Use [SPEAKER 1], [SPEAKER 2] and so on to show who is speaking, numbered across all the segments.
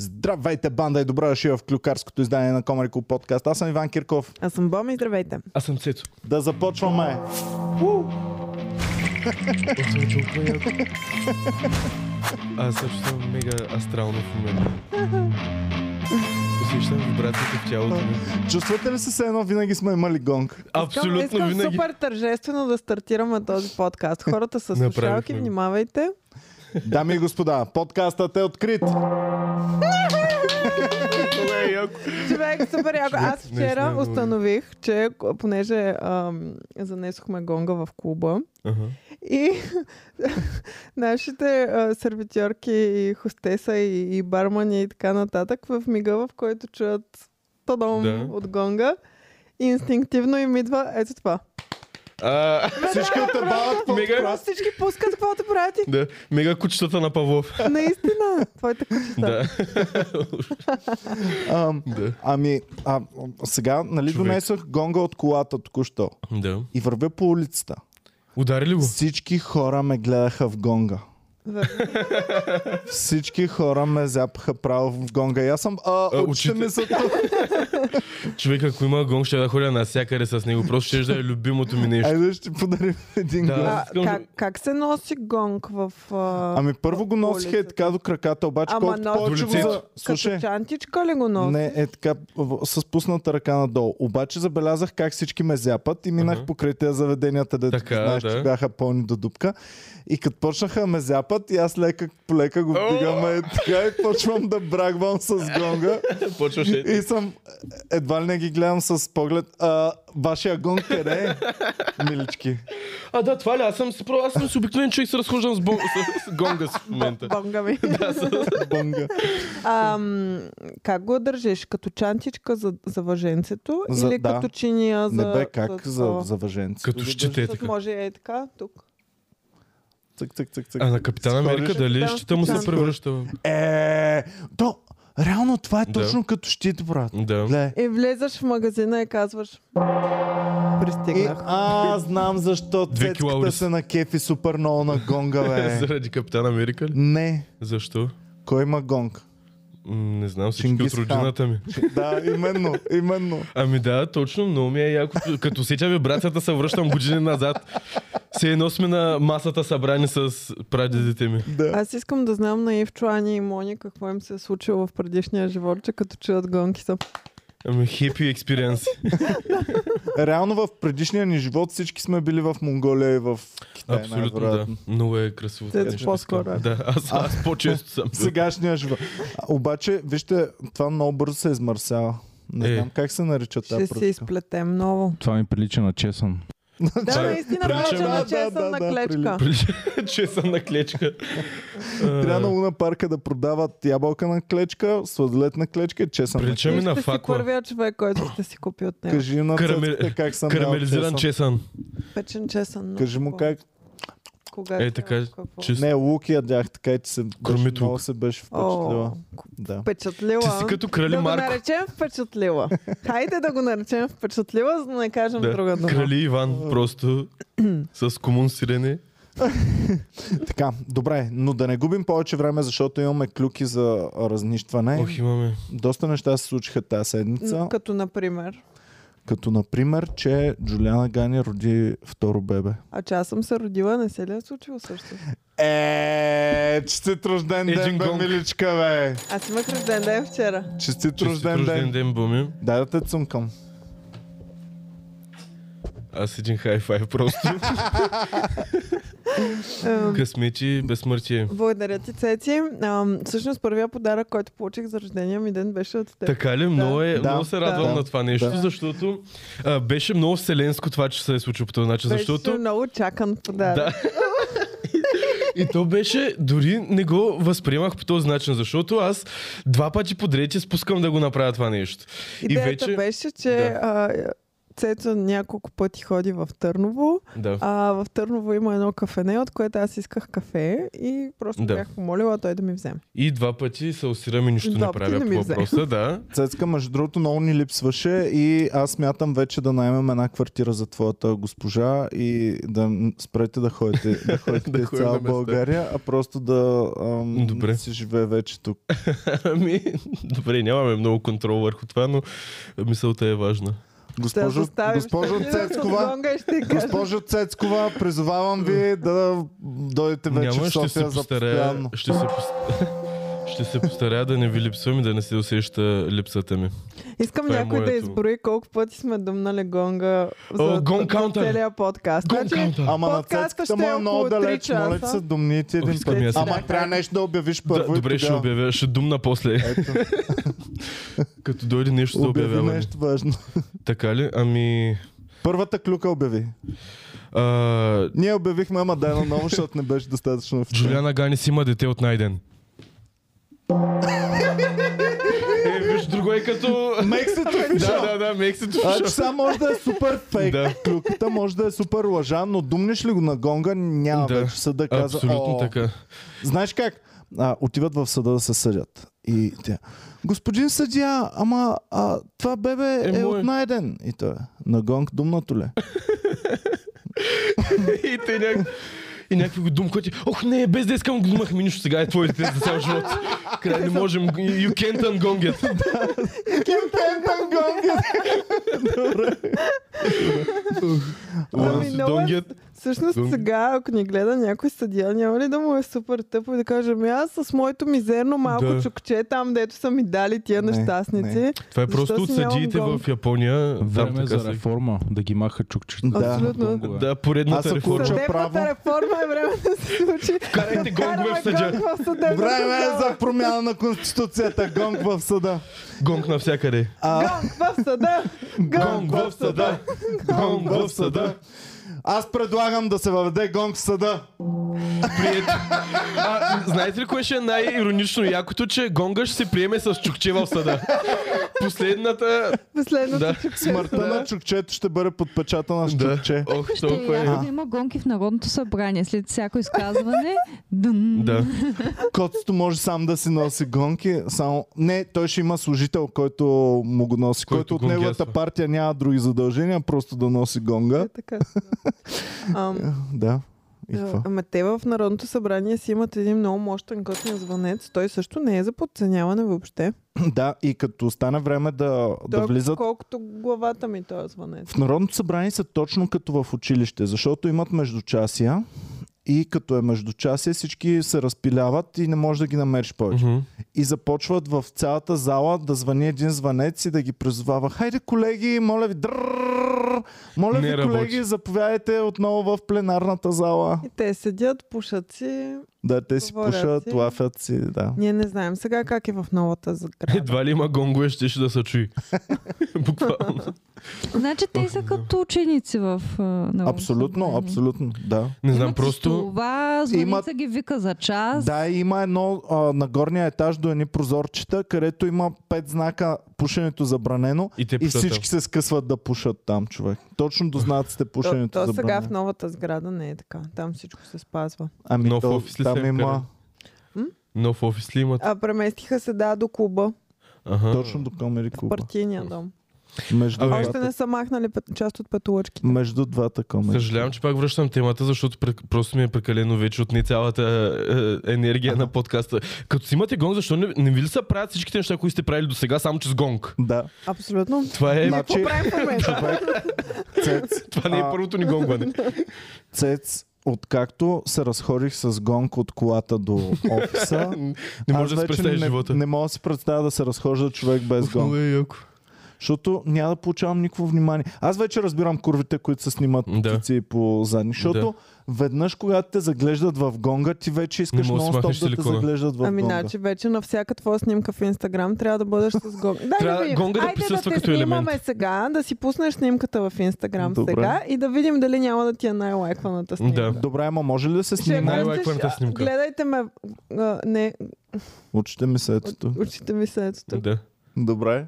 [SPEAKER 1] Здравейте, банда и добро дошли в клюкарското издание на Комарико подкаст. Аз съм Иван Кирков.
[SPEAKER 2] Аз съм Боми, здравейте.
[SPEAKER 3] Аз съм Цецо.
[SPEAKER 1] Да започваме!
[SPEAKER 3] Аз също съм мега астрално в момента. Усещам вибрациите в тялото ми.
[SPEAKER 1] Чувствате ли се все едно винаги сме имали гонг?
[SPEAKER 3] Абсолютно
[SPEAKER 2] искам, искам
[SPEAKER 3] винаги.
[SPEAKER 2] супер тържествено да стартираме този подкаст. Хората с слушалки,
[SPEAKER 3] Направихме го.
[SPEAKER 2] внимавайте.
[SPEAKER 1] Дами и господа, подкастът е открит!
[SPEAKER 3] Много е яко.
[SPEAKER 2] Човек, супер яко. Аз
[SPEAKER 3] Човек, наистина е
[SPEAKER 2] вчера
[SPEAKER 3] много яко.
[SPEAKER 2] установих, че понеже ам, занесохме гонга в клуба
[SPEAKER 3] Аха.
[SPEAKER 2] и нашите а, сервитьорки и хостеса и, и бармани и така нататък в мига, в който чуят тодом
[SPEAKER 3] Да.
[SPEAKER 2] от гонга, инстинктивно им идва ето това.
[SPEAKER 3] А,
[SPEAKER 1] Всички отебават по
[SPEAKER 3] Мега-
[SPEAKER 1] праз.
[SPEAKER 2] Всички пускат каквото правят и
[SPEAKER 3] Да, мега кучетата на Павлов.
[SPEAKER 2] наистина твоите кучета.
[SPEAKER 3] Да.
[SPEAKER 1] Ам,
[SPEAKER 3] Да.
[SPEAKER 1] Ами, а, сега, нали
[SPEAKER 3] Човек.
[SPEAKER 1] донесох гонга от колата току-що
[SPEAKER 3] Да.
[SPEAKER 1] и вървя по улицата.
[SPEAKER 3] Удари ли го?
[SPEAKER 1] Всички хора ме гледаха в гонга.
[SPEAKER 2] Верно.
[SPEAKER 1] Всички хора ме запаха право в гонга. И аз съм... А,
[SPEAKER 3] А,
[SPEAKER 1] очите ми
[SPEAKER 3] очите.
[SPEAKER 1] са тук.
[SPEAKER 3] Човек, ако има гонг, ще да ходя навсякъде с него. Просто ще да е любимото ми нещо.
[SPEAKER 1] Айде ще подарим един
[SPEAKER 3] Да.
[SPEAKER 1] гонг.
[SPEAKER 2] А,
[SPEAKER 3] искам да-
[SPEAKER 2] как, как се носи гонг в... А...
[SPEAKER 1] Ами първо го носиха е
[SPEAKER 2] улицата.
[SPEAKER 1] така до краката, обаче
[SPEAKER 2] Ама
[SPEAKER 1] колкото
[SPEAKER 2] носи
[SPEAKER 1] повече
[SPEAKER 3] го
[SPEAKER 1] го
[SPEAKER 3] До лицето.
[SPEAKER 1] за... Слушай,
[SPEAKER 2] Като чантичка ли го носи?
[SPEAKER 1] не е така в- с пусната ръка надолу. Обаче забелязах как всички ме зяпат и минах
[SPEAKER 3] Ага.
[SPEAKER 1] покрай тези заведенията, де
[SPEAKER 3] Така,
[SPEAKER 1] знаеш,
[SPEAKER 3] да.
[SPEAKER 1] че бяха пълни до дупка. И като почнаха да ме зяпат и аз лека полека го
[SPEAKER 3] О!
[SPEAKER 1] вдигам е така и почвам да брагвам с гонга.
[SPEAKER 3] Почваш е.
[SPEAKER 1] И съм, едва ли не ги гледам с поглед, а, вашия гонг къде е, милички?
[SPEAKER 3] А, да, това ли? Аз съм, си про- аз съм си обикновен човек, се разхождам с, бон... с, с гонга си в момента.
[SPEAKER 2] Бонга ми.
[SPEAKER 1] Бонга.
[SPEAKER 2] Ам, как го държиш? Като чантичка за, за въженцето
[SPEAKER 1] За-
[SPEAKER 2] или
[SPEAKER 1] да.
[SPEAKER 2] като чиния за...
[SPEAKER 1] Не бе, как за,
[SPEAKER 2] това?
[SPEAKER 1] за въженци?
[SPEAKER 3] Като щите е
[SPEAKER 2] Защото
[SPEAKER 3] така.
[SPEAKER 2] Може е така, тук.
[SPEAKER 1] Цък, цък, цък, цък.
[SPEAKER 3] А на Капитан Америка
[SPEAKER 1] Сходиш-
[SPEAKER 3] дали
[SPEAKER 2] Капитан
[SPEAKER 3] щита му се
[SPEAKER 2] Капитан.
[SPEAKER 3] превръща в...
[SPEAKER 1] Е, то, реално това е
[SPEAKER 3] Да.
[SPEAKER 1] точно като щит, брат.
[SPEAKER 3] Да.
[SPEAKER 1] Гле.
[SPEAKER 2] И влезаш в магазина и казваш...
[SPEAKER 1] И,
[SPEAKER 2] Пристигнах.
[SPEAKER 1] а, знам защо
[SPEAKER 3] Две кила
[SPEAKER 1] цецката
[SPEAKER 3] ориз.
[SPEAKER 1] се на кефи супер много на гонга, бе.
[SPEAKER 3] Заради Капитан Америка ли?
[SPEAKER 1] Не,
[SPEAKER 3] Защо?
[SPEAKER 1] кой има гонг?
[SPEAKER 3] М, Не знам всички
[SPEAKER 1] Чингис
[SPEAKER 3] от родината ми.
[SPEAKER 1] Да, именно, именно.
[SPEAKER 3] Ами да, точно, много ми е яко. Като сетя вибрацията се връщам години назад. Все едно сме на масата събрани с прадедите ми.
[SPEAKER 1] Да.
[SPEAKER 2] Е, Аз искам да знам на Ивчо, Ани и Мони какво им се е случило в предишния живот, че като чуят гонки са.
[SPEAKER 3] Ами хепи експириенс.
[SPEAKER 1] Реално в предишния ни живот всички сме били в Монголия и в Китай.
[SPEAKER 3] Абсолютно да.
[SPEAKER 1] Е, най-вероятно.
[SPEAKER 3] Много е красиво.
[SPEAKER 2] Те
[SPEAKER 3] това нещо.
[SPEAKER 2] по-скоро е.
[SPEAKER 3] Да, аз, аз по-често съм.
[SPEAKER 1] Сегашния живот. А, обаче, вижте, това много бързо се измърсява. Не
[SPEAKER 3] Е.
[SPEAKER 1] знам как се нарича
[SPEAKER 2] Ще
[SPEAKER 1] тази
[SPEAKER 2] се
[SPEAKER 1] пръчка.
[SPEAKER 2] изплетем много.
[SPEAKER 4] Това ми прилича на чесън.
[SPEAKER 2] Да,
[SPEAKER 3] Чай,
[SPEAKER 2] наистина
[SPEAKER 3] прилича
[SPEAKER 2] прилича
[SPEAKER 3] на-
[SPEAKER 2] на
[SPEAKER 1] да, да,
[SPEAKER 2] чесън
[SPEAKER 1] да,
[SPEAKER 2] на клечка.
[SPEAKER 3] Че съм на клечка. Е.
[SPEAKER 1] Трябва на Луна парка да продават ябълка на клечка, сладолет на клечка и чесън на
[SPEAKER 3] Прилича ми на
[SPEAKER 2] Ти ще си
[SPEAKER 3] факла.
[SPEAKER 2] първия човек, който ще си купи от него.
[SPEAKER 1] Кажи на
[SPEAKER 3] Карамел-
[SPEAKER 1] цецката как съм ял
[SPEAKER 3] Карамелизиран
[SPEAKER 1] чесън.
[SPEAKER 3] чесън.
[SPEAKER 2] Печен е чесън. но
[SPEAKER 1] Кажи му
[SPEAKER 2] какво?
[SPEAKER 1] как.
[SPEAKER 2] Кога
[SPEAKER 3] Е,
[SPEAKER 2] ще-
[SPEAKER 3] така,
[SPEAKER 2] какво?
[SPEAKER 3] че-
[SPEAKER 1] Не, лук ядях, така и че се беше,
[SPEAKER 3] Кормит лук.
[SPEAKER 1] много се беше
[SPEAKER 2] О,
[SPEAKER 1] впечатлила. Да.
[SPEAKER 2] впечатлила.
[SPEAKER 3] Ти си като крали
[SPEAKER 2] да го
[SPEAKER 3] Марко.
[SPEAKER 2] наречем впечатлила. Хайде да го наречем впечатлила, за да не кажем друга дума.
[SPEAKER 3] крали Иван просто с комун сирене.
[SPEAKER 1] Така, добре, но да не губим повече време, защото имаме клюки за разнищване.
[SPEAKER 3] Ох, имаме.
[SPEAKER 1] Доста неща се случиха тази седмица,
[SPEAKER 2] М, Като, например,
[SPEAKER 1] като например, че Джулиана Гани роди второ бебе.
[SPEAKER 2] а че аз съм се родила, не се ли е случило също?
[SPEAKER 1] Е, честит рожден
[SPEAKER 3] Един
[SPEAKER 1] ден, бе,
[SPEAKER 3] гонг.
[SPEAKER 1] миличка, бе.
[SPEAKER 2] Аз имах рожден ден вчера.
[SPEAKER 1] Честит
[SPEAKER 3] Честит
[SPEAKER 1] рожден
[SPEAKER 3] рожден
[SPEAKER 1] ден.
[SPEAKER 3] ден, Боми.
[SPEAKER 1] Дай да те цункам.
[SPEAKER 3] Аз един хай-фай просто.
[SPEAKER 2] Ем,
[SPEAKER 3] Късмети, безсмъртие.
[SPEAKER 2] Благодаря ти, Цеци. Ам, всъщност първия подарък, който получих за рождения ми ден, беше от теб.
[SPEAKER 3] Така ли? Много, е,
[SPEAKER 1] Да.
[SPEAKER 3] много се радвам
[SPEAKER 1] Да.
[SPEAKER 3] на това нещо,
[SPEAKER 1] Да.
[SPEAKER 3] защото а, беше много вселенско това, че се е случило по този начин.
[SPEAKER 2] Беше
[SPEAKER 3] Защото
[SPEAKER 2] много чакан подарък.
[SPEAKER 3] Да. и то беше, дори не го възприемах по този начин, защото аз два пъти подред се спускам да го направя това нещо.
[SPEAKER 2] Идеята
[SPEAKER 3] вече-
[SPEAKER 2] беше, че
[SPEAKER 3] Да.
[SPEAKER 2] а, Цето няколко пъти ходи в Търново.
[SPEAKER 3] Да.
[SPEAKER 2] А в Търново има едно кафене, от което аз исках кафе и просто
[SPEAKER 3] Да.
[SPEAKER 2] да. бях помолила той да ми вземе.
[SPEAKER 3] И два пъти се осирам и нищо
[SPEAKER 2] Два
[SPEAKER 3] не
[SPEAKER 2] пъти
[SPEAKER 3] правя
[SPEAKER 2] не
[SPEAKER 3] по
[SPEAKER 2] ми взе.
[SPEAKER 3] въпроса, да.
[SPEAKER 1] Цецка, между другото, много ни липсваше и аз мятам вече да наймем една квартира за твоята госпожа и да н- спрете да ходите, да ходите
[SPEAKER 3] Да
[SPEAKER 1] да
[SPEAKER 3] ходим на
[SPEAKER 1] цяла
[SPEAKER 3] места.
[SPEAKER 1] България, а просто да ам,
[SPEAKER 3] Добре.
[SPEAKER 1] си живее вече тук.
[SPEAKER 3] Ами, добре, нямаме много контрол върху това, но мисълта е важна.
[SPEAKER 2] Ще
[SPEAKER 1] Госпожо,
[SPEAKER 2] заставим
[SPEAKER 1] госпожо
[SPEAKER 2] София да с
[SPEAKER 1] Цецкова,
[SPEAKER 2] гонга и ще й кажа.
[SPEAKER 1] госпожо Цецкова, призовавам ви да дойдете вече
[SPEAKER 3] Няма,
[SPEAKER 1] в
[SPEAKER 3] ще се
[SPEAKER 1] София за
[SPEAKER 3] постарая,
[SPEAKER 1] постоянно.
[SPEAKER 3] ще се, пос- ще се постарая да не ви липсвам и да не се усеща липсата ми.
[SPEAKER 2] Искам
[SPEAKER 3] Това е
[SPEAKER 2] някой да
[SPEAKER 3] моето.
[SPEAKER 2] изброи колко пъти сме дъмнали гонга за,
[SPEAKER 3] О, гонг
[SPEAKER 2] за
[SPEAKER 3] каунтър!
[SPEAKER 2] целия подкаст.
[SPEAKER 3] Гонг
[SPEAKER 2] Значи,
[SPEAKER 3] каунтър!
[SPEAKER 1] Ама на
[SPEAKER 2] Подкаста ще
[SPEAKER 1] Цецката
[SPEAKER 2] е
[SPEAKER 1] му е много
[SPEAKER 2] около три
[SPEAKER 1] далеч. Моля ти
[SPEAKER 2] часа.
[SPEAKER 1] се, домните един
[SPEAKER 3] Ами, Искам и
[SPEAKER 1] път.
[SPEAKER 3] аз.
[SPEAKER 1] Ама трябва нещо да обявиш първо
[SPEAKER 3] Да,
[SPEAKER 1] и
[SPEAKER 3] добре, ще
[SPEAKER 1] тогава.
[SPEAKER 3] обявя, ще думна после,
[SPEAKER 1] Ето,
[SPEAKER 3] като дойде нещо за
[SPEAKER 1] обяви
[SPEAKER 3] обявяване.
[SPEAKER 1] нещо важно.
[SPEAKER 3] Така ли? Ами...
[SPEAKER 1] Първата клюка обяви.
[SPEAKER 3] А...
[SPEAKER 1] Ние обявихме, ама дай наново, защото не беше достатъчно официално.
[SPEAKER 3] Джулиана Ганис има дете от най-ден. е, виж, друго е като...
[SPEAKER 1] Makes it official.
[SPEAKER 3] да, да, да, мексито.
[SPEAKER 1] А, че сега може да е супер фейк.
[SPEAKER 3] Да.
[SPEAKER 1] Клюката може да е супер лъжа, но думнеш ли го на гонга, няма
[SPEAKER 3] Да.
[SPEAKER 1] вече съда каза.
[SPEAKER 3] Абсолютно
[SPEAKER 1] «О».
[SPEAKER 3] така.
[SPEAKER 1] Знаеш как? А, отиват в съда да се съдят. И тя. Господин съдия, ама а, това бебе
[SPEAKER 3] Е,
[SPEAKER 1] е,
[SPEAKER 3] мое».
[SPEAKER 1] от найден. И той. На гонг думнато ли?
[SPEAKER 3] И те няк... И някакви го дум, ти... Ох, не, без да искам го думах ми нищо сега е твоите за цял живот. Край не можем. You can't ungong it.
[SPEAKER 2] е
[SPEAKER 1] Кентен е гонг!
[SPEAKER 2] Ами,
[SPEAKER 3] Once
[SPEAKER 2] много е-
[SPEAKER 3] don't get-
[SPEAKER 2] Всъщност
[SPEAKER 3] Гонг.
[SPEAKER 2] сега, ако ни гледа някой съдия, няма ли да му е супер тъпо и да каже, ами аз с моето мизерно малко
[SPEAKER 3] Да.
[SPEAKER 2] да. чукче там, дето са ми дали тия
[SPEAKER 1] Не,
[SPEAKER 2] нещастници.
[SPEAKER 1] не.
[SPEAKER 3] Това е
[SPEAKER 2] Защо
[SPEAKER 3] просто от
[SPEAKER 2] си нямам
[SPEAKER 3] съдиите в
[SPEAKER 2] гонг?
[SPEAKER 3] Япония. Там
[SPEAKER 4] Време
[SPEAKER 3] така
[SPEAKER 4] за
[SPEAKER 3] са.
[SPEAKER 4] реформа, да ги маха чукчета.
[SPEAKER 1] Да.
[SPEAKER 2] Абсолютно.
[SPEAKER 4] Гонгове.
[SPEAKER 3] Да,
[SPEAKER 1] Аз
[SPEAKER 3] поредната
[SPEAKER 1] ако
[SPEAKER 3] реформа.
[SPEAKER 1] уча-
[SPEAKER 2] Съдебната
[SPEAKER 1] право.
[SPEAKER 2] реформа е време да се случи.
[SPEAKER 3] Карайте гонгове в
[SPEAKER 2] Вкараме
[SPEAKER 3] съдя.
[SPEAKER 2] гонг в съдебната
[SPEAKER 1] Време е
[SPEAKER 2] зала.
[SPEAKER 1] за промяна на конституцията. Гонг в съда.
[SPEAKER 3] Гонг навсякъде.
[SPEAKER 1] А,
[SPEAKER 2] Гонг в съда! Гонг!
[SPEAKER 3] Гонг в съда. Гонг в съда.
[SPEAKER 1] Аз предлагам да се въведе гонг в съда.
[SPEAKER 3] Прието. А, знаете ли кое ще е най-иронично якото, че гонга ще се приеме с чукче в съда? Последната...
[SPEAKER 2] Последното
[SPEAKER 3] Да.
[SPEAKER 2] чукче.
[SPEAKER 1] Смъртта на чукчето ще бъде подпечатана с
[SPEAKER 3] Да.
[SPEAKER 1] чукче.
[SPEAKER 3] Ох,
[SPEAKER 5] Ще е
[SPEAKER 3] толкова е.
[SPEAKER 5] ясно да има гонки в Народното събрание. След всяко изказване,
[SPEAKER 1] е.
[SPEAKER 5] дън,
[SPEAKER 3] Да.
[SPEAKER 1] Котото може сам да си носи гонки. Само... Не, той ще има служител, който му го носи,
[SPEAKER 3] Който
[SPEAKER 1] който, от
[SPEAKER 3] го
[SPEAKER 1] неговата
[SPEAKER 3] гясва.
[SPEAKER 1] партия няма други задължения, просто да носи гонга.
[SPEAKER 2] Е, така. Ам,
[SPEAKER 1] Да. И
[SPEAKER 2] Да,
[SPEAKER 1] какво?
[SPEAKER 2] Ама те в Народното събрание си имат един много мощен готин звънец. Той също не е за подценяване въобще. да
[SPEAKER 1] Да, и като стане време да,
[SPEAKER 2] Той
[SPEAKER 1] да
[SPEAKER 2] е
[SPEAKER 1] влизат
[SPEAKER 2] колкото главата ми този звънец.
[SPEAKER 1] В Народното събрание са точно като в училище, защото имат междучасия и като е междучасие всички се разпиляват и не можеш да ги намериш повече.
[SPEAKER 3] Мгм.
[SPEAKER 1] И започват в цялата зала да звъни един звънец и да ги призовава. Хайде колеги, моля ви, дрррррр, моля
[SPEAKER 3] Не
[SPEAKER 1] ви
[SPEAKER 3] работи.
[SPEAKER 1] колеги, заповядайте отново в пленарната зала.
[SPEAKER 2] И те седят, пушат си.
[SPEAKER 1] Да, те си
[SPEAKER 2] Говорят
[SPEAKER 1] пушат,
[SPEAKER 2] си.
[SPEAKER 1] лафят си, да.
[SPEAKER 2] Ние не знаем сега как е в новата
[SPEAKER 1] Е,
[SPEAKER 2] сграда.
[SPEAKER 3] Едва ли има гонгове, ще ще да се чуи. Буквално.
[SPEAKER 5] Значи те са като ученици в а, Народното
[SPEAKER 1] Абсолютно,
[SPEAKER 5] събрание.
[SPEAKER 1] абсолютно, да.
[SPEAKER 3] Не знам,
[SPEAKER 5] Имат си
[SPEAKER 3] просто...
[SPEAKER 5] Това звъница
[SPEAKER 1] Имат-
[SPEAKER 5] ги вика за час.
[SPEAKER 1] Да, и има едно а, на горния етаж до едни прозорчета, където има пет знака пушенето забранено
[SPEAKER 3] И те
[SPEAKER 1] и
[SPEAKER 3] писат
[SPEAKER 1] всички се скъсват да пушат там, човек. Точно до знаците
[SPEAKER 2] То,
[SPEAKER 1] пушенето
[SPEAKER 2] то сега в
[SPEAKER 1] забранено.
[SPEAKER 2] новата сграда не е така. Там всичко се спазва.
[SPEAKER 1] Ами
[SPEAKER 3] Нов
[SPEAKER 1] то,
[SPEAKER 3] офис ли
[SPEAKER 1] там
[SPEAKER 3] се е вкарал?
[SPEAKER 1] има
[SPEAKER 3] нов офис ли имат?
[SPEAKER 2] А преместиха се да до клуба,
[SPEAKER 3] Аха.
[SPEAKER 1] точно до Комери Куба.
[SPEAKER 2] партийния дом.
[SPEAKER 1] Между,
[SPEAKER 3] Абе.
[SPEAKER 2] Още
[SPEAKER 1] двата,
[SPEAKER 2] не са махнали път- част от пътулъчките.
[SPEAKER 1] между двата Комери
[SPEAKER 3] Съжалявам, че пак връщам темата, защото прек- просто ми е прекалено вече от не цялата е, енергия на подкаста. Като си имате гонг, защо не, не ви ли са правят всичките неща, които сте правили до сега, само че с гонг?
[SPEAKER 1] Да.
[SPEAKER 2] Абсолютно. Ами,
[SPEAKER 3] Това, е,
[SPEAKER 1] Ма-
[SPEAKER 2] Какво
[SPEAKER 1] Значи-
[SPEAKER 2] правим в момента?
[SPEAKER 1] Човек, цец,
[SPEAKER 3] това не е
[SPEAKER 1] а,
[SPEAKER 3] първото ни гонгване.
[SPEAKER 1] цец, откакто се разходих с гонка от колата до офиса,
[SPEAKER 3] Не
[SPEAKER 1] аз
[SPEAKER 3] може да
[SPEAKER 1] вече
[SPEAKER 3] си представиш
[SPEAKER 1] не,
[SPEAKER 3] живота.
[SPEAKER 1] Не мога да си представя да се разхожда човек без гонка.
[SPEAKER 3] Много е яко.
[SPEAKER 1] Защото няма да получавам никакво внимание. Аз вече разбирам курвите, които се снимат
[SPEAKER 3] Да.
[SPEAKER 1] да. птици по задни, защото веднъж, когато те заглеждат в гонга, ти вече искаш
[SPEAKER 3] Не можеш да
[SPEAKER 1] нон-стоп
[SPEAKER 3] махнеш
[SPEAKER 1] да те
[SPEAKER 3] силикона.
[SPEAKER 1] заглеждат в
[SPEAKER 2] Ами,
[SPEAKER 1] гонга.
[SPEAKER 2] значи вече на всяка твоя снимка в Инстаграм трябва да бъдеш с гонг. Дай
[SPEAKER 3] Трябва
[SPEAKER 2] да видим.
[SPEAKER 3] гонга да
[SPEAKER 2] Айде
[SPEAKER 3] присъства
[SPEAKER 2] да те
[SPEAKER 3] като елемент.
[SPEAKER 2] снимаме сега, да си пуснеш снимката в Инстаграм
[SPEAKER 1] Добре.
[SPEAKER 2] сега и да видим дали няма да ти е най-лайкваната снимка.
[SPEAKER 3] Да.
[SPEAKER 1] Добре, ама може ли да се снима?
[SPEAKER 3] Най-
[SPEAKER 1] Най-
[SPEAKER 3] Най-лайкваната
[SPEAKER 2] пуснеш,
[SPEAKER 3] снимка.
[SPEAKER 2] Гледайте ме. А, не,
[SPEAKER 1] Очите ми се ето тук.
[SPEAKER 2] очите ми са ето тук.
[SPEAKER 3] Да.
[SPEAKER 1] Добре.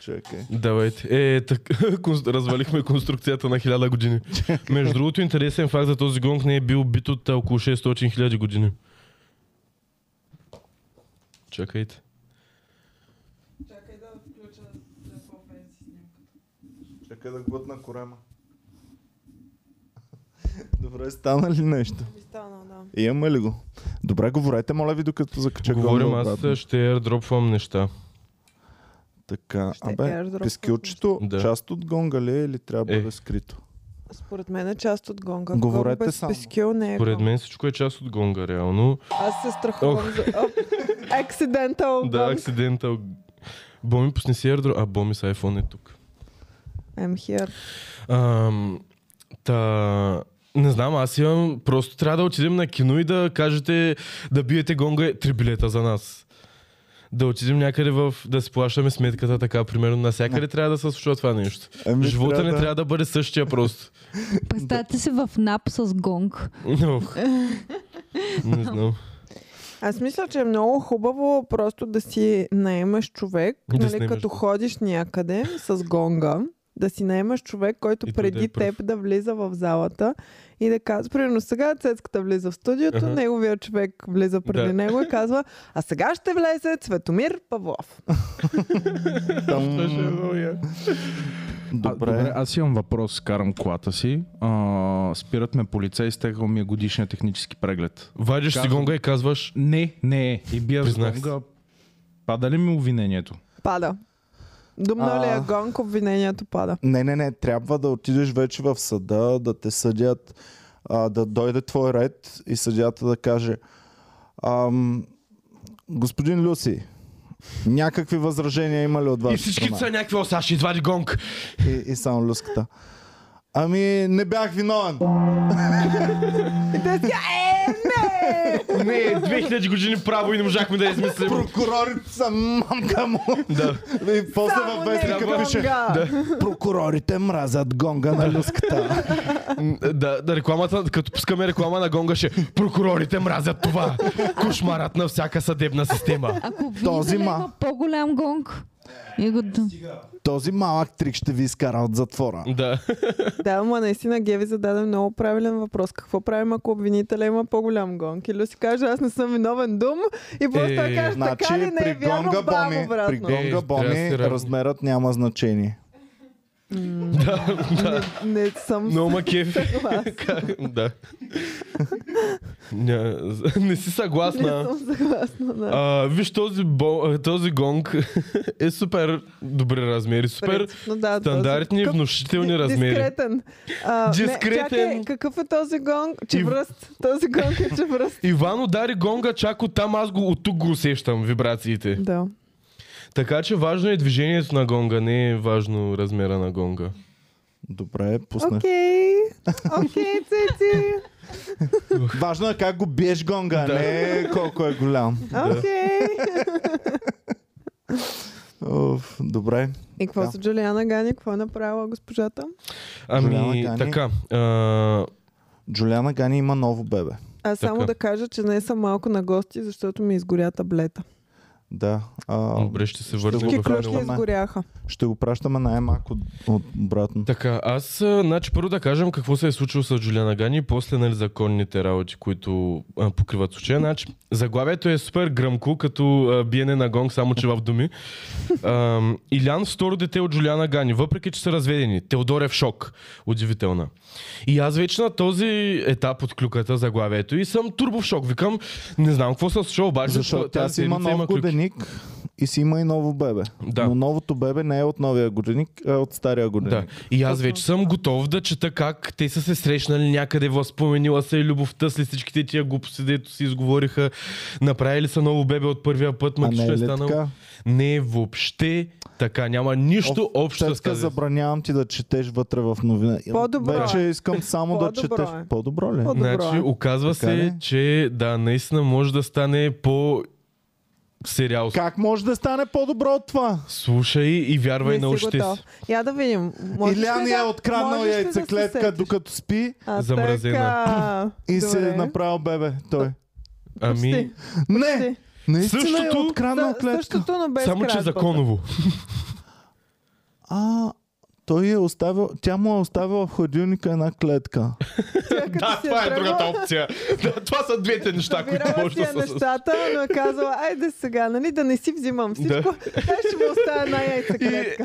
[SPEAKER 1] Чакай.
[SPEAKER 3] Давайте. Е, так, конс- развалихме конструкцията на 1000 години. Между другото, интересен факт за този гонг не е бил бит от а, около 600 000 години. Чакайте.
[SPEAKER 1] Чакай да глътна корема. Добре, стана ли нещо? Имаме ли го? Добре, говорете, моля ви, докато закача
[SPEAKER 3] Говорим,
[SPEAKER 1] гонга
[SPEAKER 3] аз
[SPEAKER 1] обратно.
[SPEAKER 3] ще airdropвам неща.
[SPEAKER 1] Така,
[SPEAKER 2] Ще
[SPEAKER 1] абе,
[SPEAKER 2] airdropвам
[SPEAKER 1] пискилчето,
[SPEAKER 3] нещо. Да.
[SPEAKER 1] част от гонга ли е или трябва да
[SPEAKER 3] Е.
[SPEAKER 1] бъде скрито?
[SPEAKER 2] Според мен е част от гонга.
[SPEAKER 1] Говорете
[SPEAKER 2] Гонг без
[SPEAKER 1] само.
[SPEAKER 2] пискил не е
[SPEAKER 3] Поред
[SPEAKER 2] гонг.
[SPEAKER 3] мен всичко е част от гонга, реално.
[SPEAKER 2] Аз се страхувам за... Оп, Accidental
[SPEAKER 3] Да,
[SPEAKER 2] gong.
[SPEAKER 3] акцидентал. Боми, пусни си airdrop. А, Боми с iPhone е тук.
[SPEAKER 2] I'm here.
[SPEAKER 3] Ам, та... Не знам, аз имам... Просто трябва да отидем на кино и да кажете да биете гонга е три билета за нас. Да отидем някъде в... да си плащаме сметката така, примерно. Насякъде трябва да се случва това нещо.
[SPEAKER 1] Ами,
[SPEAKER 3] Живота не трябва да бъде същия просто.
[SPEAKER 5] Представете си в НАП с гонг.
[SPEAKER 3] Ох. не знам.
[SPEAKER 2] Аз мисля, че е много хубаво просто да си наемаш човек,
[SPEAKER 3] Да си
[SPEAKER 2] нали,
[SPEAKER 3] наемеш
[SPEAKER 2] като
[SPEAKER 3] човек.
[SPEAKER 2] ходиш някъде с гонга, да си наемаш човек, който
[SPEAKER 3] И той да
[SPEAKER 2] преди
[SPEAKER 3] е пръв.
[SPEAKER 2] теб да влиза в залата и да казва, примерно сега Цецката влиза в студиото,
[SPEAKER 3] Аха.
[SPEAKER 2] неговия човек влиза преди
[SPEAKER 3] Да.
[SPEAKER 2] него и казва, а сега ще влезе Цветомир Павлов.
[SPEAKER 3] Това ще е много яко.
[SPEAKER 4] А, добре,
[SPEAKER 1] Добре,
[SPEAKER 4] аз имам въпрос, карам колата си. А, спират ме полицай, изтекал ми е годишния технически преглед.
[SPEAKER 3] Вадиш си
[SPEAKER 4] Казвам.
[SPEAKER 3] гонга и казваш
[SPEAKER 4] Не, не е. И бия
[SPEAKER 3] Признах се.
[SPEAKER 4] гонга. Пада ли ми обвинението?
[SPEAKER 2] Пада. Думна ли
[SPEAKER 1] А.
[SPEAKER 2] е гонг, обвинението пада.
[SPEAKER 1] не, не, не, трябва да отидеш вече в съда, да те съдят, а, да дойде твой ред и съдята да каже ам, господин Люси, някакви възражения има ли от вас?
[SPEAKER 3] и всички
[SPEAKER 1] страна?
[SPEAKER 3] са някакви осаши, извади гонг.
[SPEAKER 1] и, и само люската. Ами, не бях виновен.
[SPEAKER 2] И те си, е, не!
[SPEAKER 3] Не, 2000 години право и не можахме да я измислим.
[SPEAKER 1] Прокурорите са мамка му.
[SPEAKER 3] Да.
[SPEAKER 1] И после
[SPEAKER 2] Само
[SPEAKER 1] във
[SPEAKER 2] не
[SPEAKER 1] вестника
[SPEAKER 3] Трябва-
[SPEAKER 1] пише
[SPEAKER 2] гонга!
[SPEAKER 1] Прокурорите мразят гонга на люската.
[SPEAKER 3] М, Да, да, рекламата, като пускаме реклама на гонга ще прокурорите мразят това. Кошмарът на всяка съдебна система.
[SPEAKER 5] Ако ви
[SPEAKER 1] Този ма.
[SPEAKER 5] има по-голям гонг, и го...
[SPEAKER 1] Този малък трик ще ви изкара от затвора.
[SPEAKER 3] Да.
[SPEAKER 2] Да, ама наистина Геви зададе много правилен въпрос. Какво правим, ако обвинителя има по-голям гонг? Или си каже, аз не съм виновен дум и просто
[SPEAKER 3] Е,
[SPEAKER 2] е, каже,
[SPEAKER 1] Значи
[SPEAKER 2] така ли не е
[SPEAKER 1] при
[SPEAKER 2] вярно,
[SPEAKER 1] гонга
[SPEAKER 2] бам,
[SPEAKER 1] боми, при
[SPEAKER 2] обратно.
[SPEAKER 3] Е, трябва
[SPEAKER 1] гонга
[SPEAKER 3] да
[SPEAKER 1] боми
[SPEAKER 3] си равни.
[SPEAKER 1] размерът няма значение.
[SPEAKER 2] Не, не съм
[SPEAKER 3] Но ма кефи.
[SPEAKER 2] съгласна.
[SPEAKER 3] Как- Да. Ня, Не си
[SPEAKER 2] Не
[SPEAKER 3] съгласна.
[SPEAKER 2] съм съгласна, да.
[SPEAKER 3] А, виж, този, бо, а, този гонг е супер добри размери, супер
[SPEAKER 2] Принципно, да, този
[SPEAKER 3] стандартни,
[SPEAKER 2] такъв
[SPEAKER 3] внушителни
[SPEAKER 2] ди-
[SPEAKER 3] размери.
[SPEAKER 2] Дискретен. А,
[SPEAKER 3] Дискретен.
[SPEAKER 2] Не, чакай, какъв е този гонг? Чевръст. Този гонг е чевръст.
[SPEAKER 3] Иван удари гонга чак от там, аз го, от тук го усещам вибрациите.
[SPEAKER 2] Да.
[SPEAKER 3] Така че важно е движението на гонга, не е важно размера на гонга.
[SPEAKER 1] Добре, пусна.
[SPEAKER 2] Окей. Окей, Цеци.
[SPEAKER 1] Важно е как го биеш гонга, а
[SPEAKER 3] Да.
[SPEAKER 1] не колко е голям.
[SPEAKER 2] Окей.
[SPEAKER 1] Оф, добре.
[SPEAKER 2] И какво
[SPEAKER 1] Да.
[SPEAKER 2] с Джулиана Гани? Какво е направила госпожата?
[SPEAKER 1] Голяма
[SPEAKER 3] Ами,
[SPEAKER 1] Дани.
[SPEAKER 3] така. А,
[SPEAKER 1] Джулиана Гани има ново бебе.
[SPEAKER 2] Аз само
[SPEAKER 3] Така.
[SPEAKER 2] да кажа, че не съм малко на гости, защото ми изгоря таблета. Да.
[SPEAKER 1] Да. А,
[SPEAKER 3] добре, ще се
[SPEAKER 1] ще
[SPEAKER 3] върнем
[SPEAKER 1] го
[SPEAKER 2] Ки
[SPEAKER 3] в
[SPEAKER 1] правим.
[SPEAKER 2] ключи
[SPEAKER 1] правила, ма.
[SPEAKER 2] изгоряха.
[SPEAKER 1] Ще го пращаме на Емак от, от обратно.
[SPEAKER 3] Така, аз, а, значи първо да кажем какво се е случило с Джулиана Гани и после нали, законните работи, които а, покриват случая. Значи, заглавието е супер гръмко, като а, биене на гонг, само че в думи. А, Илян второ дете от Джулиана Гани, въпреки че са разведени. Теодор е в шок. Удивителна. И аз вече на този етап от клюката заглавието и съм турбо в шок. Викам, не знам какво се случва, обаче
[SPEAKER 1] Защото тя
[SPEAKER 3] тази
[SPEAKER 1] си има
[SPEAKER 3] седмица
[SPEAKER 1] нов
[SPEAKER 3] клюки.
[SPEAKER 1] годеник и си има и ново бебе.
[SPEAKER 3] Да.
[SPEAKER 1] Но новото бебе не е от новия годеник, а е от стария годеник.
[SPEAKER 3] Да. И аз вече съм готов да чета как те са се срещнали някъде, възпоменила се любовта след всичките тия глупости, дето си изговориха, направили са ново бебе от първия път,
[SPEAKER 1] А
[SPEAKER 3] ма
[SPEAKER 1] не
[SPEAKER 3] нищо
[SPEAKER 1] е
[SPEAKER 3] е
[SPEAKER 1] ли
[SPEAKER 3] станало.
[SPEAKER 1] така?
[SPEAKER 3] Не е въобще така, няма нищо
[SPEAKER 1] Оф,
[SPEAKER 3] общо с
[SPEAKER 1] Цецка,
[SPEAKER 3] тази.
[SPEAKER 1] забранявам ти да четеш вътре в новина.
[SPEAKER 2] По-добро е.
[SPEAKER 1] Вече искам само да
[SPEAKER 2] По-добро
[SPEAKER 1] четеш.
[SPEAKER 2] е.
[SPEAKER 1] По-добро ли? е?
[SPEAKER 2] По-добро.
[SPEAKER 3] Значи,
[SPEAKER 2] е.
[SPEAKER 3] оказва
[SPEAKER 1] Така
[SPEAKER 3] се,
[SPEAKER 1] ли?
[SPEAKER 3] че да, наистина може да стане по сериал.
[SPEAKER 1] Как може да стане по-добро от това?
[SPEAKER 3] Слушай и вярвай
[SPEAKER 2] Не
[SPEAKER 3] на
[SPEAKER 2] си
[SPEAKER 3] ушите
[SPEAKER 2] готов.
[SPEAKER 3] си.
[SPEAKER 2] Я да видим. Можеш
[SPEAKER 1] Илян
[SPEAKER 2] ли
[SPEAKER 1] я е
[SPEAKER 2] да-
[SPEAKER 1] откраднал
[SPEAKER 2] можеш ли да се
[SPEAKER 1] яйцеклетка,
[SPEAKER 2] сетиш?
[SPEAKER 1] докато спи
[SPEAKER 2] А,
[SPEAKER 3] Замразена.
[SPEAKER 2] Така.
[SPEAKER 1] и
[SPEAKER 2] Добре.
[SPEAKER 1] си е направил бебе. Той.
[SPEAKER 3] Ами,
[SPEAKER 2] Почти.
[SPEAKER 1] Не! Наистина е
[SPEAKER 3] Същото-
[SPEAKER 1] откраднал
[SPEAKER 2] Да,
[SPEAKER 1] клетка.
[SPEAKER 2] Същото, но без е
[SPEAKER 3] само че
[SPEAKER 2] кражбата.
[SPEAKER 3] законово.
[SPEAKER 1] а, той е оставил, тя му е оставила в хладилника една клетка.
[SPEAKER 2] Тя, като
[SPEAKER 3] Да,
[SPEAKER 2] си
[SPEAKER 3] това е
[SPEAKER 2] тръгнала,
[SPEAKER 3] другата опция. Да, това са двете неща, които
[SPEAKER 2] събирала
[SPEAKER 3] може
[SPEAKER 2] си
[SPEAKER 3] да
[SPEAKER 2] я
[SPEAKER 3] са с...
[SPEAKER 2] нещата, но е казала, айде сега, нали, да не си взимам всичко. Аз ще му оставя една яйца клетка.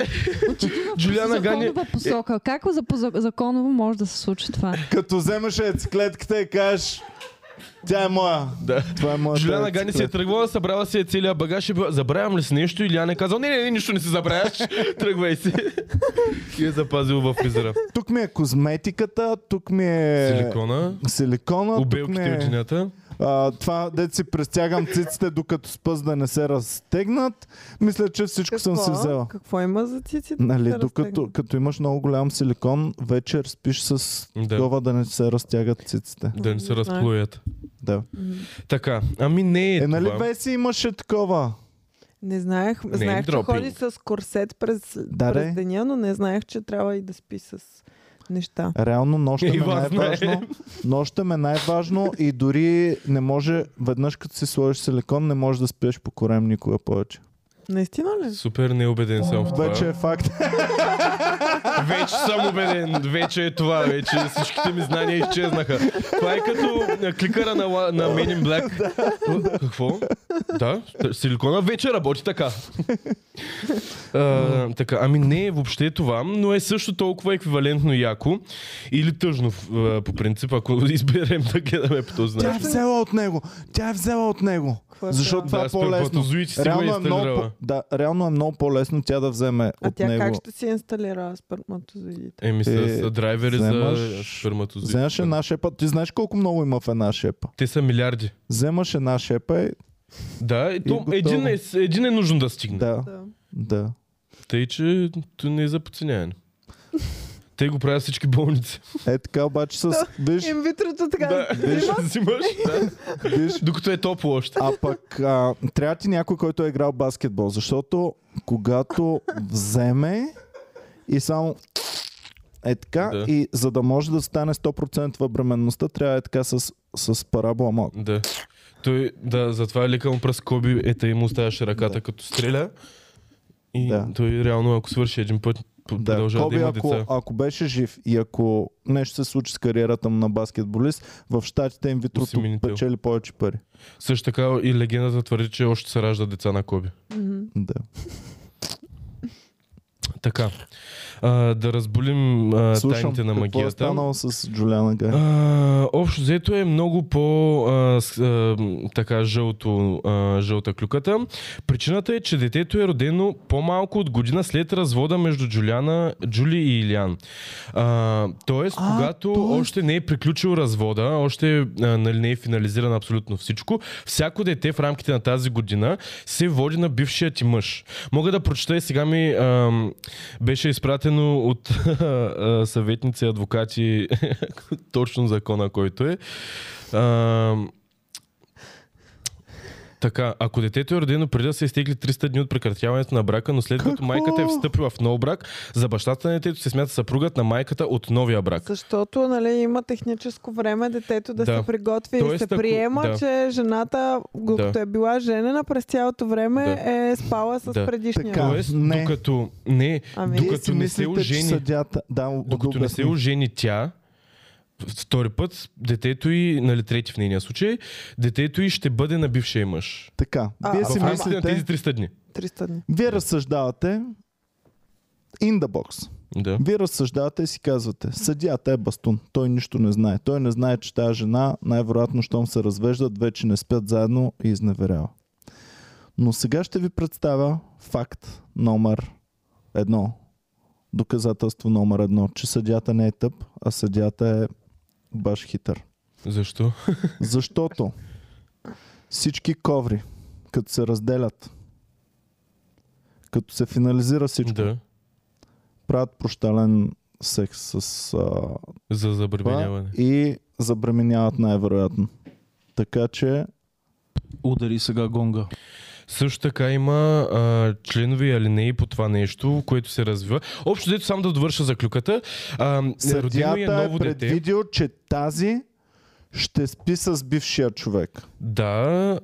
[SPEAKER 3] Джулиана Гани...
[SPEAKER 5] законова посока. Как за по законово може да се случи това?
[SPEAKER 1] Като вземеш яйцеклетката и кажеш, тя е моя.
[SPEAKER 3] Да.
[SPEAKER 1] Това е моя.
[SPEAKER 3] Джулиана Гани си е тръгвала, събрала си е целият багаж и била, забравям ли си нещо? Или Яна е казал, не, не, не, нищо не си забравяш, тръгвай си. и е запазил в фризера.
[SPEAKER 1] Тук ми е козметиката, тук ми е...
[SPEAKER 3] Силикона,
[SPEAKER 1] Силикона, тук ми
[SPEAKER 3] обелките и
[SPEAKER 1] е...
[SPEAKER 3] отинята.
[SPEAKER 1] А, това, дете си престягам циците, докато спъс да не се разтегнат. Мисля, че всичко съм си взела.
[SPEAKER 2] Какво има за циците?
[SPEAKER 1] Нали,
[SPEAKER 2] да
[SPEAKER 1] докато
[SPEAKER 2] разтегна?
[SPEAKER 1] като имаш много голям силикон, вечер спиш с
[SPEAKER 3] Да.
[SPEAKER 1] такова да не се разтягат циците.
[SPEAKER 3] Да не се
[SPEAKER 2] Не знам.
[SPEAKER 3] разплоят.
[SPEAKER 1] Да.
[SPEAKER 3] Така, ами не е,
[SPEAKER 1] Е, нали
[SPEAKER 3] това.
[SPEAKER 1] Веси имаше такова?
[SPEAKER 2] Не знаех,
[SPEAKER 3] е
[SPEAKER 2] знаех, че
[SPEAKER 3] дропил.
[SPEAKER 2] ходи с корсет през,
[SPEAKER 1] Да,
[SPEAKER 2] през
[SPEAKER 1] де.
[SPEAKER 2] деня, но не знаех, че трябва и да спи с неща.
[SPEAKER 1] Реално нощта ме е
[SPEAKER 3] Иван знае.
[SPEAKER 1] най-важно. Нощта ме е най-важно и дори не може, веднъж като си сложиш силикон, не можеш да спиш по корем никога повече.
[SPEAKER 2] Наистина ли?
[SPEAKER 3] Супер неубеден съм в това.
[SPEAKER 1] Вече е факт.
[SPEAKER 3] Вече съм убеден, вече е това, вече всичките ми знания изчезнаха. Това е като а, кликъра на, ла- на Men in Black. О, Какво? Да, силикона вече работи така. А, така, ами не е въобще това, но е също толкова еквивалентно яко или тъжно в- а, по принцип, ако изберем да гледаме по този
[SPEAKER 1] Тя е
[SPEAKER 3] начин.
[SPEAKER 1] взела от него. Тя е взела от него.
[SPEAKER 2] Какво е
[SPEAKER 1] Защото това
[SPEAKER 3] Да,
[SPEAKER 1] е по-лесно.
[SPEAKER 3] сперматозоидите си го
[SPEAKER 1] Реално е, много,
[SPEAKER 3] инсталирала.
[SPEAKER 1] по- да, реално е много по-лесно тя да вземе
[SPEAKER 2] А
[SPEAKER 1] от
[SPEAKER 2] тя
[SPEAKER 1] него.
[SPEAKER 2] как ще си инсталира сперматозоидите?
[SPEAKER 3] Еми с
[SPEAKER 1] Е,
[SPEAKER 3] а, драйвери за
[SPEAKER 1] вземаш-
[SPEAKER 3] сперматозоид.
[SPEAKER 1] Вземаш една шепа. Ти знаеш колко много има в една шепа?
[SPEAKER 3] Те са милиарди.
[SPEAKER 1] Вземаш една шепа и...
[SPEAKER 3] Да, и то,
[SPEAKER 1] готово.
[SPEAKER 3] един, е, един е нужно да стигне.
[SPEAKER 1] Да,
[SPEAKER 2] Да.
[SPEAKER 1] да.
[SPEAKER 3] Тъй, че то не е за подценяване. Те го правят всички болници.
[SPEAKER 1] Е така обаче с... Виж,
[SPEAKER 2] Инвитрото така.
[SPEAKER 3] Виж, взимаш. Да.
[SPEAKER 1] виж.
[SPEAKER 3] Докато е топло още.
[SPEAKER 1] А пък а, трябва ти някой, който е играл баскетбол, защото когато вземе и само е така
[SPEAKER 3] Да.
[SPEAKER 1] да. и за да може да стане 100% бременността, трябва е така с, с парабола малко.
[SPEAKER 3] Да. Той, да, затова лека му пръст Коби, е тъй му оставяше ръката
[SPEAKER 1] Да.
[SPEAKER 3] като стреля. И
[SPEAKER 1] Да.
[SPEAKER 3] той реално, ако свърши един път, п-
[SPEAKER 1] Да,
[SPEAKER 3] продължава да,
[SPEAKER 1] Коби,
[SPEAKER 3] има
[SPEAKER 1] ако,
[SPEAKER 3] деца.
[SPEAKER 1] ако беше жив и ако нещо се случи с кариерата му на баскетболист, в щатите им витрото
[SPEAKER 3] Осеменител.
[SPEAKER 1] печели повече пари.
[SPEAKER 3] Също така и легендата твърди, че още се ражда деца на Коби.
[SPEAKER 2] Мгм.
[SPEAKER 1] Да.
[SPEAKER 3] Така. А, да разболим а,
[SPEAKER 1] Слушам,
[SPEAKER 3] тайните на
[SPEAKER 1] какво е
[SPEAKER 3] магията.
[SPEAKER 1] станало с Джулиана Гай?
[SPEAKER 3] А, общо взето е много по а, с, а, м, така жълто, а, жълта клюката. Причината е, че детето е родено по-малко от година след развода между Джулиана, Джули и Илиан. А, тоест,
[SPEAKER 1] А,
[SPEAKER 3] когато
[SPEAKER 1] тоест-
[SPEAKER 3] още не е приключил развода, още а, нали, не е финализирано абсолютно всичко, всяко дете в рамките на тази година се води на бившия ти мъж. Мога да прочета и сега ми ам, беше изпратено от а, съветници, адвокати, точно закона, който е. Ам, така, ако детето е родено преди да са изтегли 300 дни от прекратяването на брака, но след като
[SPEAKER 1] Какво?
[SPEAKER 3] майката е встъпила в нов брак, за бащата на детето се смята съпругът на майката от новия брак.
[SPEAKER 2] Защото нали, има техническо време детето да,
[SPEAKER 3] Да.
[SPEAKER 2] се приготви и
[SPEAKER 3] Тоест,
[SPEAKER 2] се
[SPEAKER 3] ако-
[SPEAKER 2] приема,
[SPEAKER 3] да.
[SPEAKER 2] че жената, докато
[SPEAKER 3] Да.
[SPEAKER 2] е била женена, през цялото време
[SPEAKER 3] Да.
[SPEAKER 2] е спала с
[SPEAKER 3] Да.
[SPEAKER 2] предишния.
[SPEAKER 1] Така.
[SPEAKER 3] Тоест,
[SPEAKER 1] не.
[SPEAKER 3] докато не,
[SPEAKER 2] Ами,
[SPEAKER 3] Докато
[SPEAKER 1] Вие си
[SPEAKER 3] не се
[SPEAKER 1] мислите, че
[SPEAKER 3] ожени-
[SPEAKER 1] Съдята... Да,
[SPEAKER 3] докато не се
[SPEAKER 1] обясни.
[SPEAKER 3] ожени тя, втори път, детето и, нали трети в нейния случай, детето и ще бъде на бившия мъж.
[SPEAKER 1] Така,
[SPEAKER 2] А,
[SPEAKER 1] вие
[SPEAKER 2] а
[SPEAKER 1] си
[SPEAKER 3] В
[SPEAKER 2] ама-
[SPEAKER 3] рамките на тези
[SPEAKER 1] мислите,
[SPEAKER 3] 300 дни.
[SPEAKER 2] 300 дни.
[SPEAKER 1] вие разсъждавате in the box.
[SPEAKER 3] Да.
[SPEAKER 1] Вие разсъждавате и си казвате, съдията е бастун, той нищо не знае. Той не знае, че тази жена, най-вероятно, щом се развеждат, вече не спят заедно и изневерява. Но сега ще ви представя факт номер едно. Доказателство номер едно, че съдята не е тъп, а съдята е баш хитър.
[SPEAKER 3] Защо?
[SPEAKER 1] Защото всички коври, като се разделят, като се финализира всичко,
[SPEAKER 3] Да.
[SPEAKER 1] правят прощален секс с а,
[SPEAKER 3] За
[SPEAKER 1] това е.
[SPEAKER 3] забременяване.
[SPEAKER 1] и забременяват най-вероятно. Така че
[SPEAKER 4] Удари сега гонга.
[SPEAKER 3] Също така има а, членове и алинеи по това нещо, което се развива. Общо дето само да довърша заклюката. А, родено и е
[SPEAKER 1] съдята е
[SPEAKER 3] ново дете.
[SPEAKER 1] предвидил, че тази ще спи с бившия човек.
[SPEAKER 3] Да.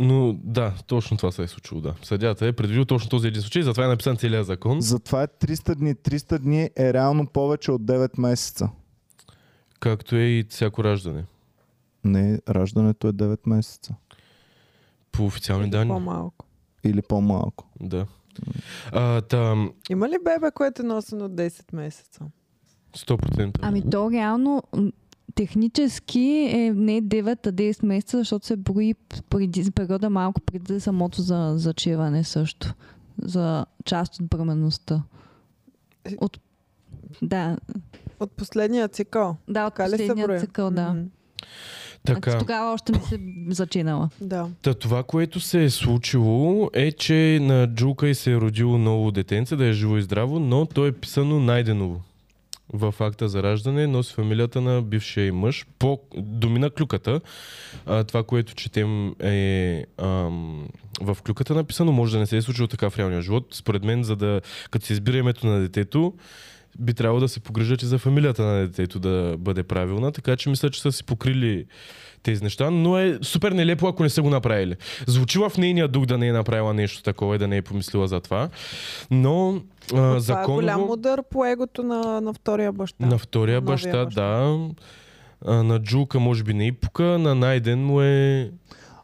[SPEAKER 3] Но да, точно това се е случило, да. Съдята е предвидил точно този един случай, затова е написан целият закон.
[SPEAKER 1] Затова е 300 дни. 300 дни е реално повече от 9 месеца.
[SPEAKER 3] Както е и всяко раждане.
[SPEAKER 1] Не, раждането е 9 месеца.
[SPEAKER 3] По официални данни.
[SPEAKER 2] По-малко.
[SPEAKER 1] Или по-малко.
[SPEAKER 3] Да. А, там,
[SPEAKER 2] Има ли бебе, което е носено 10 месеца?
[SPEAKER 3] 100%.
[SPEAKER 5] Ами то реално м, технически е не 9, а 10 месеца, защото се брои преди, за периода малко преди самото за, зачеване също. За част от бременността.
[SPEAKER 2] Е.
[SPEAKER 5] От, да,
[SPEAKER 2] От последния цикъл.
[SPEAKER 5] да, от
[SPEAKER 2] Така ли се брои?
[SPEAKER 5] последния цикъл, да.
[SPEAKER 2] Мгм.
[SPEAKER 5] Така.
[SPEAKER 3] така.
[SPEAKER 5] Тогава още не се зачинала.
[SPEAKER 2] Да.
[SPEAKER 3] Та, това, което се е случило е, че на Джулка и се е родило ново детенце, да е живо и здраво, но то е писано Найденово. В акта за раждане носи фамилията на бившия й мъж. По домина клюката, а, това, което четем е ам, в клюката написано, може да не се е случило така в реалния живот. Според мен, за да, като се избира името на детето, би трябвало да се погрижат и за фамилията на детето да бъде правилна, така че мисля, че са си покрили тези неща, но е супер нелепо, ако не са го направили. Звучи в нейния дух да не е направила нещо такова и да не е помислила за това, но а,
[SPEAKER 2] Но Това е
[SPEAKER 3] законово...
[SPEAKER 2] голям удар по егото на, на втория баща.
[SPEAKER 3] На втория
[SPEAKER 2] Новия
[SPEAKER 3] баща,
[SPEAKER 2] баща.
[SPEAKER 3] да. А, на Джулка може би не и пука, на Найден му е...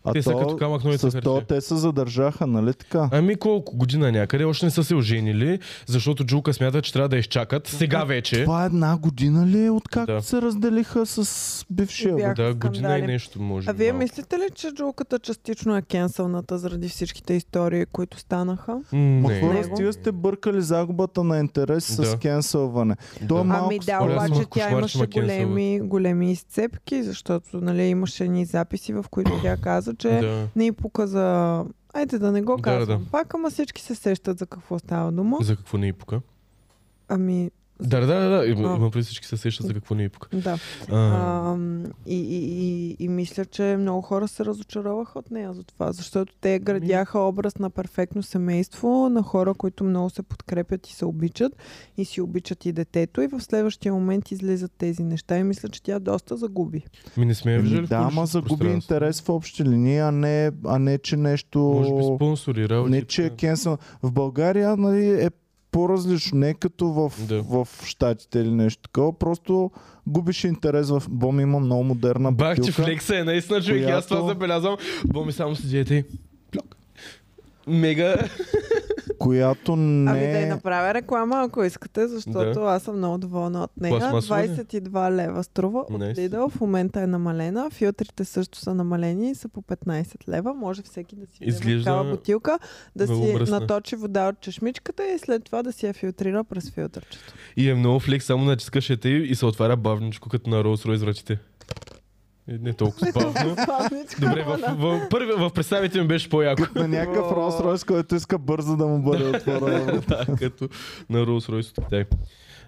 [SPEAKER 1] А
[SPEAKER 3] Те са като камък, но и
[SPEAKER 1] с
[SPEAKER 3] сахарче.
[SPEAKER 1] то те се задържаха, нали така?
[SPEAKER 3] Ами колко година някъде, още не са се оженили, защото Джулка смята, че трябва да изчакат. Сега вече.
[SPEAKER 1] Това е една година ли е, откакто
[SPEAKER 3] Да.
[SPEAKER 1] се разделиха с бившия?
[SPEAKER 2] И бях-
[SPEAKER 3] Да, година и
[SPEAKER 2] скандали.
[SPEAKER 3] нещо може.
[SPEAKER 2] А вие
[SPEAKER 3] малко.
[SPEAKER 2] мислите ли, че джулката частично е кенсълната заради всичките истории, които станаха?
[SPEAKER 1] Ма
[SPEAKER 3] Не.
[SPEAKER 1] хора,
[SPEAKER 2] Него.
[SPEAKER 1] стига сте бъркали загубата на интерес с
[SPEAKER 3] Да.
[SPEAKER 1] кенселване. То е
[SPEAKER 3] Да.
[SPEAKER 1] малко
[SPEAKER 2] ами да,
[SPEAKER 3] според мен
[SPEAKER 2] обаче
[SPEAKER 3] малко
[SPEAKER 2] тя
[SPEAKER 3] кошмар,
[SPEAKER 2] имаше
[SPEAKER 3] че ма кенсълват.
[SPEAKER 2] големи, големи изцепки, защото нали, имаше ни записи, в които тя каза, че да.
[SPEAKER 3] Да.
[SPEAKER 2] не й пука за... Айде да не го
[SPEAKER 3] Да,
[SPEAKER 2] казвам.
[SPEAKER 3] да.
[SPEAKER 2] Пак, ама всички се сещат за какво става дума.
[SPEAKER 3] За какво не и пука?
[SPEAKER 2] Ами,
[SPEAKER 3] Да, да, да, да. Има,
[SPEAKER 2] А.
[SPEAKER 3] има преди всички се сещат за какво не и пука.
[SPEAKER 2] да.
[SPEAKER 3] А,
[SPEAKER 2] А, и, и, и, и мисля, че много хора се разочароваха от нея за това, защото те градяха образ на перфектно семейство, на хора, които много се подкрепят и се обичат, и си обичат и детето, и в следващия момент излизат тези неща и мисля, че тя доста загуби.
[SPEAKER 3] ми не сме я
[SPEAKER 1] Еми,
[SPEAKER 3] виждали в
[SPEAKER 1] Ами да, ама
[SPEAKER 3] публичното
[SPEAKER 1] загуби
[SPEAKER 3] пространство.
[SPEAKER 1] интерес в общи линии, а не, а не че нещо...
[SPEAKER 3] Може би спонсори, работи.
[SPEAKER 1] не че е кенсел. В България нали, е по-различно, не е като в,
[SPEAKER 3] Да.
[SPEAKER 1] в Штатите или нещо такова. Просто губиш интерес в... Бом има много модерна
[SPEAKER 3] Бах,
[SPEAKER 1] бутилка.
[SPEAKER 3] че флекса е наистина човек. и Аз това
[SPEAKER 1] която-
[SPEAKER 3] забелязвам. Боми само си диете и... плюк. Мега...
[SPEAKER 1] която
[SPEAKER 2] Не.
[SPEAKER 1] не... е
[SPEAKER 2] Ами да я направя реклама, ако искате, защото да. аз съм много доволна от нея.
[SPEAKER 3] Пластмасова ли?
[SPEAKER 2] 22 лева струва от
[SPEAKER 3] Nice.
[SPEAKER 2] Lidl, в момента е намалена, филтрите също са намалени и са по 15 лева. Може всеки да си вземе
[SPEAKER 3] Изглежда
[SPEAKER 2] такава бутилка, да си
[SPEAKER 3] много мръсна.
[SPEAKER 2] наточи вода от чешмичката и след това да си я филтрира през филтърчето.
[SPEAKER 3] И е много флекс, само натискаш ете и се отваря бавничко, като на Rolls Royce ръцете. Е, Не толкова бавно. Добре, в, в, в, първи, в представите ми беше по-яко.
[SPEAKER 1] На някакъв
[SPEAKER 2] О.
[SPEAKER 1] Rolls Royce, който иска бързо да му бъде отворен.
[SPEAKER 3] да, като на Rolls Royce от Китай.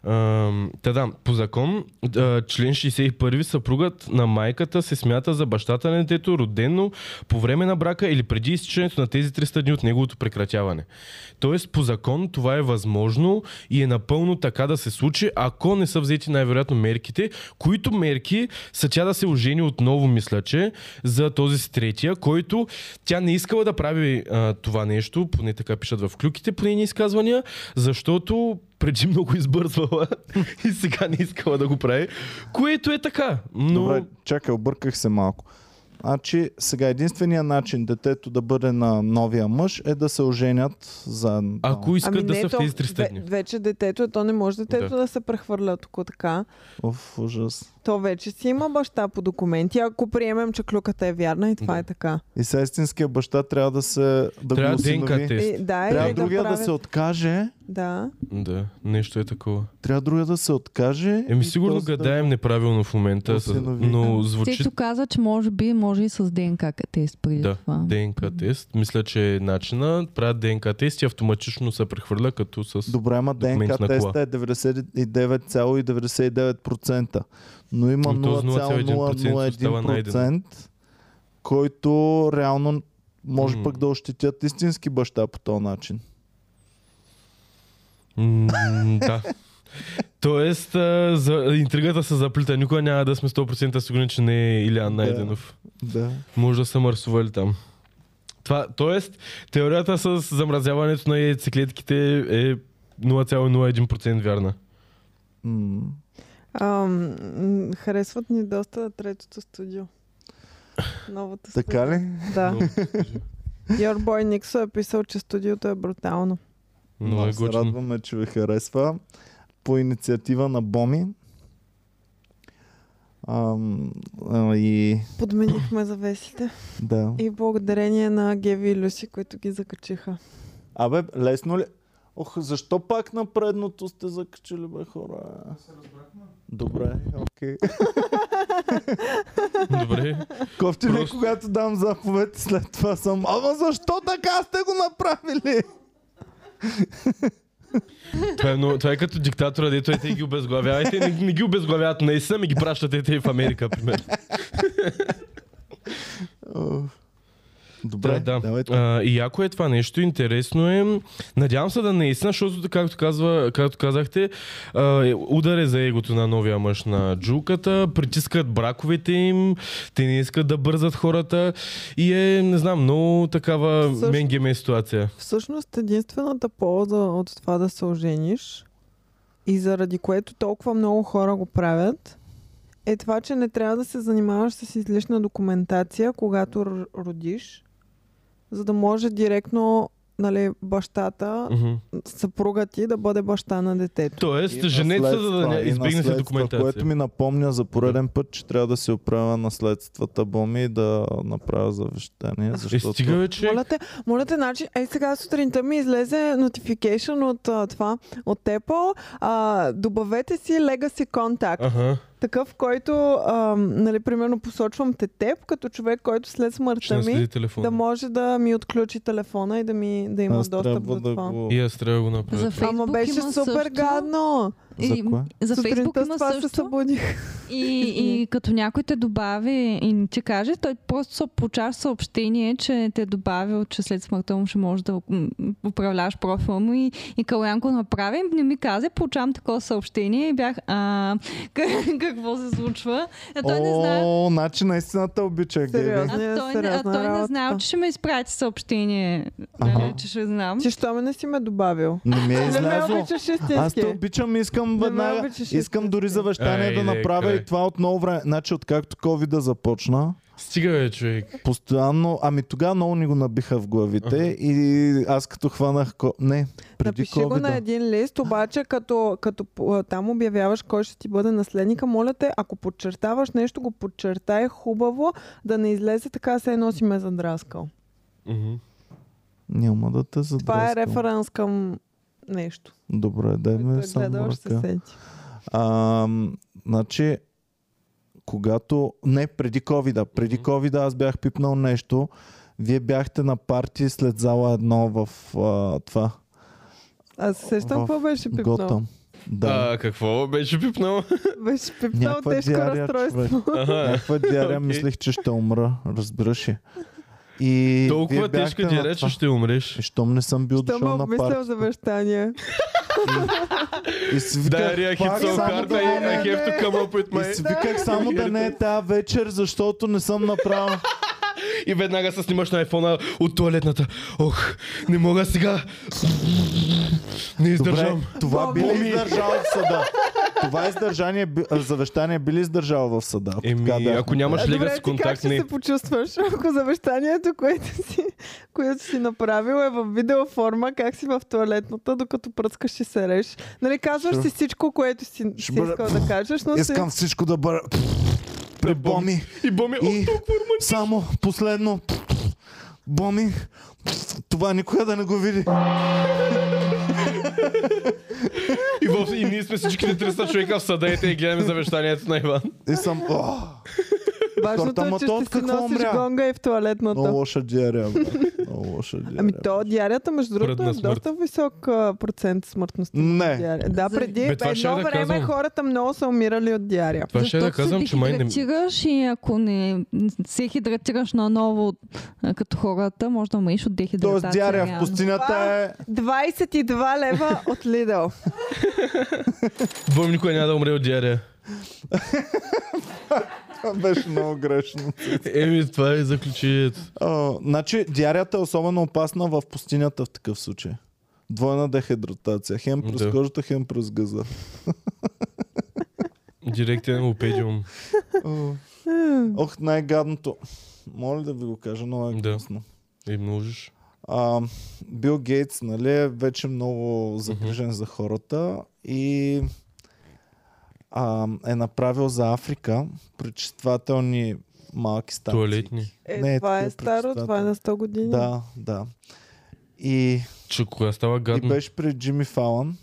[SPEAKER 3] Ам, Та да, по закон, а, член 61, съпругът на майката се смята за бащата на детето, родено по време на брака или преди изтичането на тези 300 дни от неговото прекратяване. Тоест, по закон това е възможно и е напълно така да се случи, ако не са взети най-вероятно мерките, които мерки са тя да се ожени отново, мисля, че за този си третия, който тя не искала да прави а, това нещо, поне така пишат в клюките по нейни изказвания, защото преди много избързвала и сега не искала да го прави, което е така. Но...
[SPEAKER 1] Добре, чакай, обърках се малко. Значи, сега единствения начин детето да бъде на новия мъж е да се оженят заедно.
[SPEAKER 3] Ако искат
[SPEAKER 2] Ами
[SPEAKER 3] да
[SPEAKER 2] не,
[SPEAKER 3] са в
[SPEAKER 2] то,
[SPEAKER 3] тези 300 дни.
[SPEAKER 2] ве- вече детето, то не може детето да,
[SPEAKER 3] Да.
[SPEAKER 2] се прехвърля тук така.
[SPEAKER 1] Оф, ужас.
[SPEAKER 2] То вече си има баща по документи, ако приемем, че клюката е вярна и това
[SPEAKER 3] Да.
[SPEAKER 2] е така.
[SPEAKER 1] И сега истинския баща трябва да се... Да
[SPEAKER 3] Трябва
[SPEAKER 1] го
[SPEAKER 3] ДНК
[SPEAKER 1] осинови.
[SPEAKER 3] тест.
[SPEAKER 2] И, да,
[SPEAKER 1] Трябва
[SPEAKER 2] или
[SPEAKER 1] другия
[SPEAKER 2] да,
[SPEAKER 1] да,
[SPEAKER 2] правят...
[SPEAKER 1] се откаже.
[SPEAKER 2] Да.
[SPEAKER 3] Да, нещо е такова.
[SPEAKER 1] Трябва другия да се
[SPEAKER 2] Е,
[SPEAKER 1] откаже.
[SPEAKER 3] Еми
[SPEAKER 1] и
[SPEAKER 3] сигурно
[SPEAKER 1] после да-
[SPEAKER 3] гадаем неправилно в момента, с-
[SPEAKER 1] Осинови.
[SPEAKER 3] но
[SPEAKER 5] Звучи...
[SPEAKER 3] звучи
[SPEAKER 5] Тето каза, че може би може и с ДНК тест преди
[SPEAKER 3] Да,
[SPEAKER 5] това.
[SPEAKER 3] ДНК тест. Мисля, че е начина. Правят ДНК тест и автоматично се прехвърля като с...
[SPEAKER 1] Добре, ама ДНК
[SPEAKER 3] документ на кола.
[SPEAKER 1] теста е 99,99%. Но има
[SPEAKER 3] Но то с 0,01% остава на
[SPEAKER 1] 0,001%, който реално може
[SPEAKER 3] М.
[SPEAKER 1] пък да ощетят истински баща по този начин.
[SPEAKER 3] М, да. Тоест, а, за, интригата се заплита. Никога няма да сме 100% сигурни, че не е Илян Найденов.
[SPEAKER 1] Да.
[SPEAKER 3] Може да са мърсували там. Това, тоест, теорията с замразяването на яйцеклетките е 0,01% вярна.
[SPEAKER 1] М.
[SPEAKER 2] Ам, м, харесват ни доста третото студио. Новата
[SPEAKER 1] Така ли?
[SPEAKER 2] студио. Да.
[SPEAKER 3] Много-
[SPEAKER 2] Your boy Никсо е писал, че студиото е брутално.
[SPEAKER 3] Много е
[SPEAKER 1] Много се
[SPEAKER 3] готино.
[SPEAKER 1] радваме, че ви харесва. По инициатива на Боми. Ам, а, и
[SPEAKER 2] Подменихме завесите.
[SPEAKER 1] да.
[SPEAKER 2] И благодарение на Геви и Люси, които ги закачиха.
[SPEAKER 1] Абе, лесно ли? Ох, защо пак на предното сте закачили, бе, хора? Добре, окей. Okay.
[SPEAKER 3] Добре.
[SPEAKER 1] Кофти ли,
[SPEAKER 3] Просто-
[SPEAKER 1] когато дам заповед, след това съм... Ама защо така сте го направили?
[SPEAKER 3] Това е, много, това е като диктатора, дето е, те ги обезглавявайте. Не, не ги обезглавяват наистина, ми ги пращате те в Америка, примерно.
[SPEAKER 1] Ох. Добре,
[SPEAKER 3] Е, Да, да.
[SPEAKER 1] давайте.
[SPEAKER 3] А, и яко е това нещо, интересно е. Надявам се да наистина, защото, както, казва, както казахте, а, е, удар е за егото на новия мъж на джулката, притискат браковете им, те не искат да бързат хората и е, не знам, много такава
[SPEAKER 2] Също-
[SPEAKER 3] менгеме е ситуация.
[SPEAKER 2] Всъщност единствената полза от това да се ожениш и заради което толкова много хора го правят, е това, че не трябва да се занимаваш с излишна документация, когато р- родиш, за да може директно нали, бащата,
[SPEAKER 3] Мгм.
[SPEAKER 2] съпруга ти да бъде баща на детето.
[SPEAKER 1] И
[SPEAKER 3] Тоест, женеца, за да не
[SPEAKER 1] наследства, и
[SPEAKER 3] избегне се
[SPEAKER 1] наследства,
[SPEAKER 3] документация.
[SPEAKER 1] Което ми напомня за пореден път, че трябва да си оправя наследствата Боми и да направя завещание,
[SPEAKER 3] Е,
[SPEAKER 1] защото...
[SPEAKER 3] стига вече.
[SPEAKER 2] Моля те, моля те, значи, ей сега сутринта ми излезе notification от а, това, от Apple. А, добавете си Legacy Contact.
[SPEAKER 3] Ага,
[SPEAKER 2] Такъв, който, а, нали, примерно посочвам те теб, като човек, който след
[SPEAKER 3] ще
[SPEAKER 2] смъртта ми
[SPEAKER 3] наследи телефона.
[SPEAKER 2] да може да ми отключи телефона и да, ми, да има
[SPEAKER 1] Аз
[SPEAKER 2] достъп
[SPEAKER 1] трябва
[SPEAKER 2] до
[SPEAKER 1] да
[SPEAKER 2] това.
[SPEAKER 1] го...
[SPEAKER 3] И аз трябва да го направя. това.
[SPEAKER 5] За Фейсбук
[SPEAKER 2] Ама беше
[SPEAKER 5] има
[SPEAKER 2] супер
[SPEAKER 5] също.
[SPEAKER 2] гадно.
[SPEAKER 1] За кое?
[SPEAKER 5] за Фейсбук
[SPEAKER 2] Сутринта с
[SPEAKER 5] има
[SPEAKER 2] това се
[SPEAKER 5] също.
[SPEAKER 2] събудих.
[SPEAKER 5] И, и като някой те добави и не ти каже, той просто се получава съобщение, че те е добавил, че след смъртта му ще можеш да м, управляваш профила му и, и Калянко направи, не ми каза, получавам такова съобщение и бях, а, к- какво се случва? А той не знае.
[SPEAKER 1] О, значи наистина те обича, Геви.
[SPEAKER 2] Сериозно.
[SPEAKER 5] А той, не, а
[SPEAKER 2] Сериозна
[SPEAKER 5] той не
[SPEAKER 2] работа.
[SPEAKER 5] знаел, че ще ме изпрати съобщение,
[SPEAKER 1] Аха.
[SPEAKER 5] нали, че ще знам.
[SPEAKER 2] Ти що ме не си ме добавил?
[SPEAKER 1] Не ми е
[SPEAKER 2] Не ме
[SPEAKER 1] излязло.
[SPEAKER 2] обичаш
[SPEAKER 1] Аз те
[SPEAKER 2] истински.
[SPEAKER 1] обичам, искам
[SPEAKER 2] ме
[SPEAKER 1] веднага.
[SPEAKER 2] обичаш
[SPEAKER 1] Искам дори
[SPEAKER 2] истински.
[SPEAKER 1] завещание да
[SPEAKER 3] Айде,
[SPEAKER 1] направя
[SPEAKER 3] край.
[SPEAKER 1] и това от много време. Значи, откакто COVID започна,
[SPEAKER 3] Стига бе, човек.
[SPEAKER 1] постоянно, ами тогава много ни го набиха в главите
[SPEAKER 3] Аха.
[SPEAKER 1] и аз като хванах, ко- не, преди
[SPEAKER 2] Напиши го на
[SPEAKER 1] COVID.
[SPEAKER 2] един лист, обаче като, като а, там обявяваш кой ще ти бъде наследника, моля те, ако подчертаваш нещо, го подчертай хубаво, да не излезе така, се едно си ме задраскал.
[SPEAKER 3] Мгм.
[SPEAKER 1] Няма да те задраскам.
[SPEAKER 2] Това е референс към нещо.
[SPEAKER 1] Добре, дай
[SPEAKER 2] Който
[SPEAKER 1] ме
[SPEAKER 2] е
[SPEAKER 1] само
[SPEAKER 2] гледал, ще се
[SPEAKER 1] ръка.
[SPEAKER 2] сети.
[SPEAKER 1] А, значи, когато... Не, преди ковида. Преди ковида аз бях пипнал нещо. Вие бяхте на парти след зала едно в а, това.
[SPEAKER 2] Аз се сещам
[SPEAKER 1] В
[SPEAKER 2] какво беше пипнал.
[SPEAKER 1] Готъм. Да.
[SPEAKER 3] А, какво беше пипнал?
[SPEAKER 2] Беше пипнал
[SPEAKER 1] Някаква
[SPEAKER 2] тежко
[SPEAKER 1] диария,
[SPEAKER 2] разстройство.
[SPEAKER 3] Ага.
[SPEAKER 1] Някаква диария
[SPEAKER 3] Окей.
[SPEAKER 1] мислех, че ще умра. Разбираш ли? И вие
[SPEAKER 3] Толкова
[SPEAKER 1] бяхте
[SPEAKER 3] тежка
[SPEAKER 1] на
[SPEAKER 3] диарея,
[SPEAKER 1] това.
[SPEAKER 3] че ще умреш.
[SPEAKER 1] И Щом не съм бил
[SPEAKER 2] Що
[SPEAKER 1] дошъл
[SPEAKER 2] ме
[SPEAKER 1] на
[SPEAKER 2] обмислял
[SPEAKER 1] парти.
[SPEAKER 2] завещание.
[SPEAKER 1] И си виках,
[SPEAKER 3] Дария
[SPEAKER 1] пак
[SPEAKER 3] хипсо
[SPEAKER 1] само
[SPEAKER 3] карта
[SPEAKER 1] да
[SPEAKER 3] и
[SPEAKER 1] не е-
[SPEAKER 3] I have to come up with
[SPEAKER 1] И си
[SPEAKER 3] my...
[SPEAKER 1] виках само да не е тази вечер, защото не съм направил.
[SPEAKER 3] И веднага се снимаш на айфона от туалетната. Ох, не мога сега. Не
[SPEAKER 1] Добре,
[SPEAKER 3] издържам.
[SPEAKER 1] това би ли
[SPEAKER 3] Боми.
[SPEAKER 1] издържал в съда? Това издържание, би- а, завещание би ли издържал в съда? ако така
[SPEAKER 3] Еми,
[SPEAKER 1] бяхме?
[SPEAKER 3] ако нямаш
[SPEAKER 2] А,
[SPEAKER 3] лега
[SPEAKER 2] Добре,
[SPEAKER 3] с
[SPEAKER 2] ти как
[SPEAKER 3] контакт,
[SPEAKER 2] ще
[SPEAKER 3] не.
[SPEAKER 2] се почувстваш, ако завещанието, което си, което си направил е в видеоформа, как си в туалетната, докато пръскаш и сереш. Нали, казваш
[SPEAKER 1] Sure.
[SPEAKER 2] си всичко, което си, си
[SPEAKER 1] Ще бъде-
[SPEAKER 2] искал да кажеш, но
[SPEAKER 1] Искам всичко да бъде... Пребоми.
[SPEAKER 3] И боми,
[SPEAKER 1] И само последно... Боми, това никога да не го види.
[SPEAKER 3] и, в, и ние сме всичките 300 човека в съда и те и гледаме завещанието на Иван.
[SPEAKER 1] И съм... О,
[SPEAKER 2] си, важното
[SPEAKER 1] хората,
[SPEAKER 2] е,
[SPEAKER 1] ама
[SPEAKER 2] че
[SPEAKER 1] то от
[SPEAKER 2] ще си
[SPEAKER 1] какво
[SPEAKER 2] носиш
[SPEAKER 1] умря?
[SPEAKER 2] гонга и в туалетната.
[SPEAKER 1] много лоша диарея. бе. Много лоша диарея.
[SPEAKER 2] Ами то диарията, между другото, е
[SPEAKER 3] Пръдна смърт.
[SPEAKER 2] доста висок а, процент смъртност.
[SPEAKER 1] Не.
[SPEAKER 2] Диария. Да,
[SPEAKER 5] За-
[SPEAKER 2] преди
[SPEAKER 3] Бе, това ще
[SPEAKER 2] едно
[SPEAKER 3] да
[SPEAKER 2] време
[SPEAKER 3] казвам.
[SPEAKER 2] хората много са умирали от диария.
[SPEAKER 3] Това ще да
[SPEAKER 5] Защото
[SPEAKER 3] казвам,
[SPEAKER 5] се
[SPEAKER 3] че май не...
[SPEAKER 5] дехидратираш и ако не се хидратираш наново а, като хората, може да умреш от дехидратация.
[SPEAKER 1] Тоест диарея в
[SPEAKER 5] реално.
[SPEAKER 1] пустинята е...
[SPEAKER 2] 22 лева от Лидъл.
[SPEAKER 3] Боми никой няма да умре от диарея.
[SPEAKER 1] Беше много грешно.
[SPEAKER 3] Еми, това е заключението.
[SPEAKER 1] А, значи, диарията е особено опасна в пустинята в такъв случай. Двойна дехидратация. Хем през
[SPEAKER 3] Да.
[SPEAKER 1] кожата, хем през газа.
[SPEAKER 3] Директен опедиум.
[SPEAKER 1] Ох, най-гадното. Моля да ви го кажа, много е
[SPEAKER 3] Да.
[SPEAKER 1] гнусно.
[SPEAKER 3] И Е, множиш.
[SPEAKER 1] А, Бил Гейтс, нали, е вече много загрижен за хората и а, е направил за Африка пречиствателни малки станции.
[SPEAKER 3] Туалетни.
[SPEAKER 2] Е,
[SPEAKER 1] Не,
[SPEAKER 2] не, това
[SPEAKER 1] такива
[SPEAKER 2] е старо, това е на 100 години.
[SPEAKER 1] Да, да. И,
[SPEAKER 3] Че кога става
[SPEAKER 1] и
[SPEAKER 3] гадно. И,
[SPEAKER 1] беше при Джимми Фалън.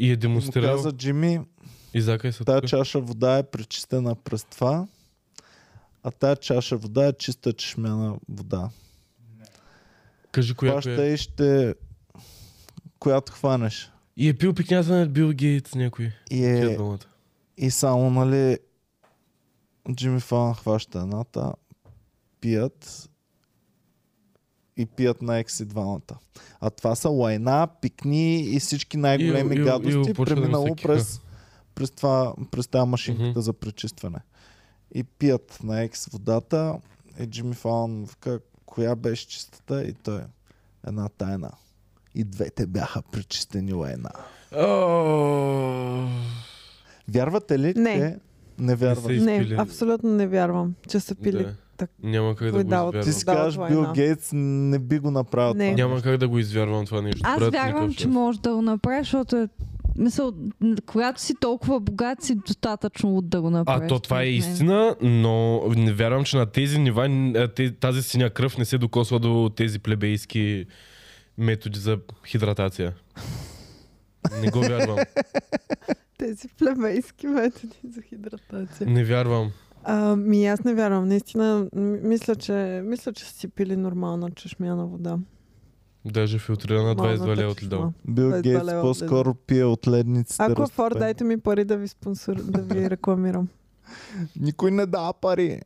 [SPEAKER 3] е
[SPEAKER 1] И му
[SPEAKER 3] демонстрирал. е
[SPEAKER 1] каза, Джимми,
[SPEAKER 3] И закай са
[SPEAKER 1] тая
[SPEAKER 3] тук.
[SPEAKER 1] чаша вода е пречистена през това, а тая чаша вода е чиста чешмяна вода.
[SPEAKER 3] Кажи коя
[SPEAKER 1] Плаща
[SPEAKER 3] е.
[SPEAKER 1] и ще... Която хванеш.
[SPEAKER 3] И е пил пикнята на Бил Гейтс някой.
[SPEAKER 1] И
[SPEAKER 3] Тия
[SPEAKER 1] е...
[SPEAKER 3] двамата.
[SPEAKER 1] И само, нали, Джимми Фалън хваща едната, пият и пият на екси двамата. А това са лайна, пикни и всички най-големи
[SPEAKER 3] И- и- и
[SPEAKER 1] гадости,
[SPEAKER 3] почва да ми
[SPEAKER 1] преминало
[SPEAKER 3] се кика.
[SPEAKER 1] през, през, това, през тази машинката
[SPEAKER 3] Мгм.
[SPEAKER 1] за пречистване. И пият на екс водата и Джимми Фалън вика, коя беше чистата и той една тайна. И двете бяха пречистени лайна.
[SPEAKER 3] О,
[SPEAKER 1] Вярвате ли,
[SPEAKER 2] Не.
[SPEAKER 1] че... Не вярвам.
[SPEAKER 3] се изпили.
[SPEAKER 2] Не, абсолютно не вярвам, че са пили.
[SPEAKER 3] Да.
[SPEAKER 2] так-
[SPEAKER 3] Няма как да
[SPEAKER 2] Кой
[SPEAKER 3] го
[SPEAKER 2] дава
[SPEAKER 1] Ти
[SPEAKER 3] извярвам.
[SPEAKER 1] си
[SPEAKER 2] Да,
[SPEAKER 1] кажеш,
[SPEAKER 2] това е
[SPEAKER 1] Бил
[SPEAKER 2] една.
[SPEAKER 1] Гейтс не би го направил
[SPEAKER 2] Не.
[SPEAKER 1] това.
[SPEAKER 3] Няма как да го извярвам това нещо.
[SPEAKER 5] Аз
[SPEAKER 3] Брат, е.
[SPEAKER 5] вярвам,
[SPEAKER 3] никакъв
[SPEAKER 5] че е
[SPEAKER 3] шанс.
[SPEAKER 5] може да го направиш, защото е... Мисъл, н- когато си толкова богат, си достатъчно луд да го направиш.
[SPEAKER 3] А то това е
[SPEAKER 5] според мен.
[SPEAKER 3] истина, но не вярвам, че на тези нива н- а, те- тази синя кръв не се докосва до тези плебейски методи за хидратация. Не го вярвам.
[SPEAKER 2] Тези племейски методи за хидратация.
[SPEAKER 3] Не вярвам.
[SPEAKER 2] Ами аз не вярвам. Наистина, м- мисля, че, мисля, че са си пили нормална чешмяна вода.
[SPEAKER 3] Даже филтрирана
[SPEAKER 2] Нормалната
[SPEAKER 3] 22 лева от
[SPEAKER 2] чешма.
[SPEAKER 3] Лидъл.
[SPEAKER 1] Бил
[SPEAKER 2] Той
[SPEAKER 1] Гейтс
[SPEAKER 2] едва ли е
[SPEAKER 1] по-скоро пие от ледниците.
[SPEAKER 2] Ако Фор,
[SPEAKER 1] разтопени.
[SPEAKER 2] дайте ми пари да ви спонсор, да ви рекламирам.
[SPEAKER 1] Никой не дава пари.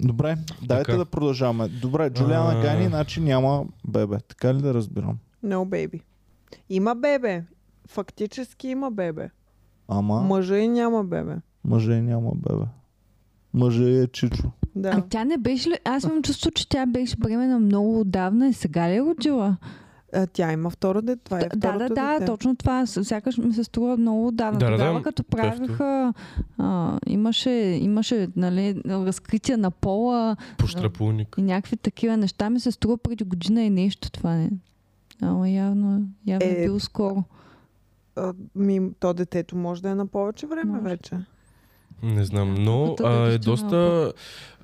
[SPEAKER 1] Добре, дайте
[SPEAKER 3] Така.
[SPEAKER 1] да продължаваме. Добре, Джулиана
[SPEAKER 3] А.
[SPEAKER 1] Гани, значи няма бебе. Така ли да разбирам?
[SPEAKER 2] No baby. Има бебе. Фактически има бебе.
[SPEAKER 1] Ама
[SPEAKER 2] Мъжа и няма бебе.
[SPEAKER 1] мъже и няма бебе. Мъже е чичо.
[SPEAKER 5] А
[SPEAKER 2] Да.
[SPEAKER 5] тя не беше ли... Аз имам чувство, че тя беше бремена много отдавна и сега ли е родила?
[SPEAKER 2] А, тя има второ дете. Това е
[SPEAKER 5] да, да,
[SPEAKER 2] второто
[SPEAKER 5] да,
[SPEAKER 2] дете.
[SPEAKER 5] точно това. С- Сякаш ми се струва много отдавна.
[SPEAKER 3] Да, да,
[SPEAKER 5] Тогава,
[SPEAKER 3] да,
[SPEAKER 5] като
[SPEAKER 3] точно.
[SPEAKER 5] правиха... А, имаше, имаше нали, разкритие на пола
[SPEAKER 3] Поштрапулник.
[SPEAKER 5] и някакви такива неща. Ми се струва преди година и нещо това не. Ама явно, явно е
[SPEAKER 2] Е,
[SPEAKER 5] било скоро.
[SPEAKER 2] А, ми, то детето може да е на повече време
[SPEAKER 5] Може.
[SPEAKER 2] вече.
[SPEAKER 3] Не знам, но
[SPEAKER 5] Тъпата
[SPEAKER 3] а, е
[SPEAKER 5] дъщеря
[SPEAKER 3] доста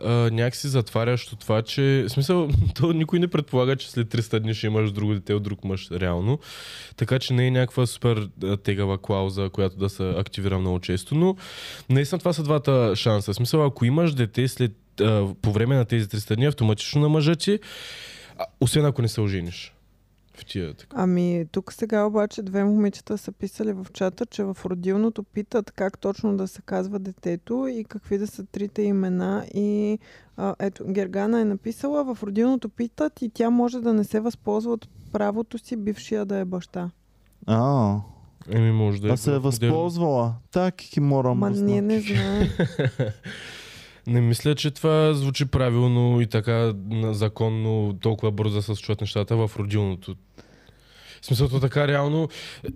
[SPEAKER 3] а, някакси затварящо това, че... В смисъл, то никой не предполага, че след 300 дни ще имаш друго дете от друг мъж, реално. Така че не е някаква супер а, тегава клауза, която да се активира много често, но наистина това са двата шанса. В смисъл, ако имаш дете след, а, по време на тези 300 дни, автоматично на мъжа ти, а, освен ако не се ожениш. В тия така.
[SPEAKER 2] Ами, тук сега обаче две момичета са писали в чата, че в родилното питат как точно да се казва детето и какви да са трите имена. И а, ето, Гергана е написала, в родилното питат и тя може да не се възползва от правото си бившия да е баща.
[SPEAKER 1] А,
[SPEAKER 3] Еми, ами може да
[SPEAKER 1] а се е възползвала. Так, ки морам.
[SPEAKER 2] Ма ние не знаем.
[SPEAKER 3] Не мисля, че това звучи правилно и така на- законно толкова бързо да се случват нещата в родилното. В смисъл, то така реално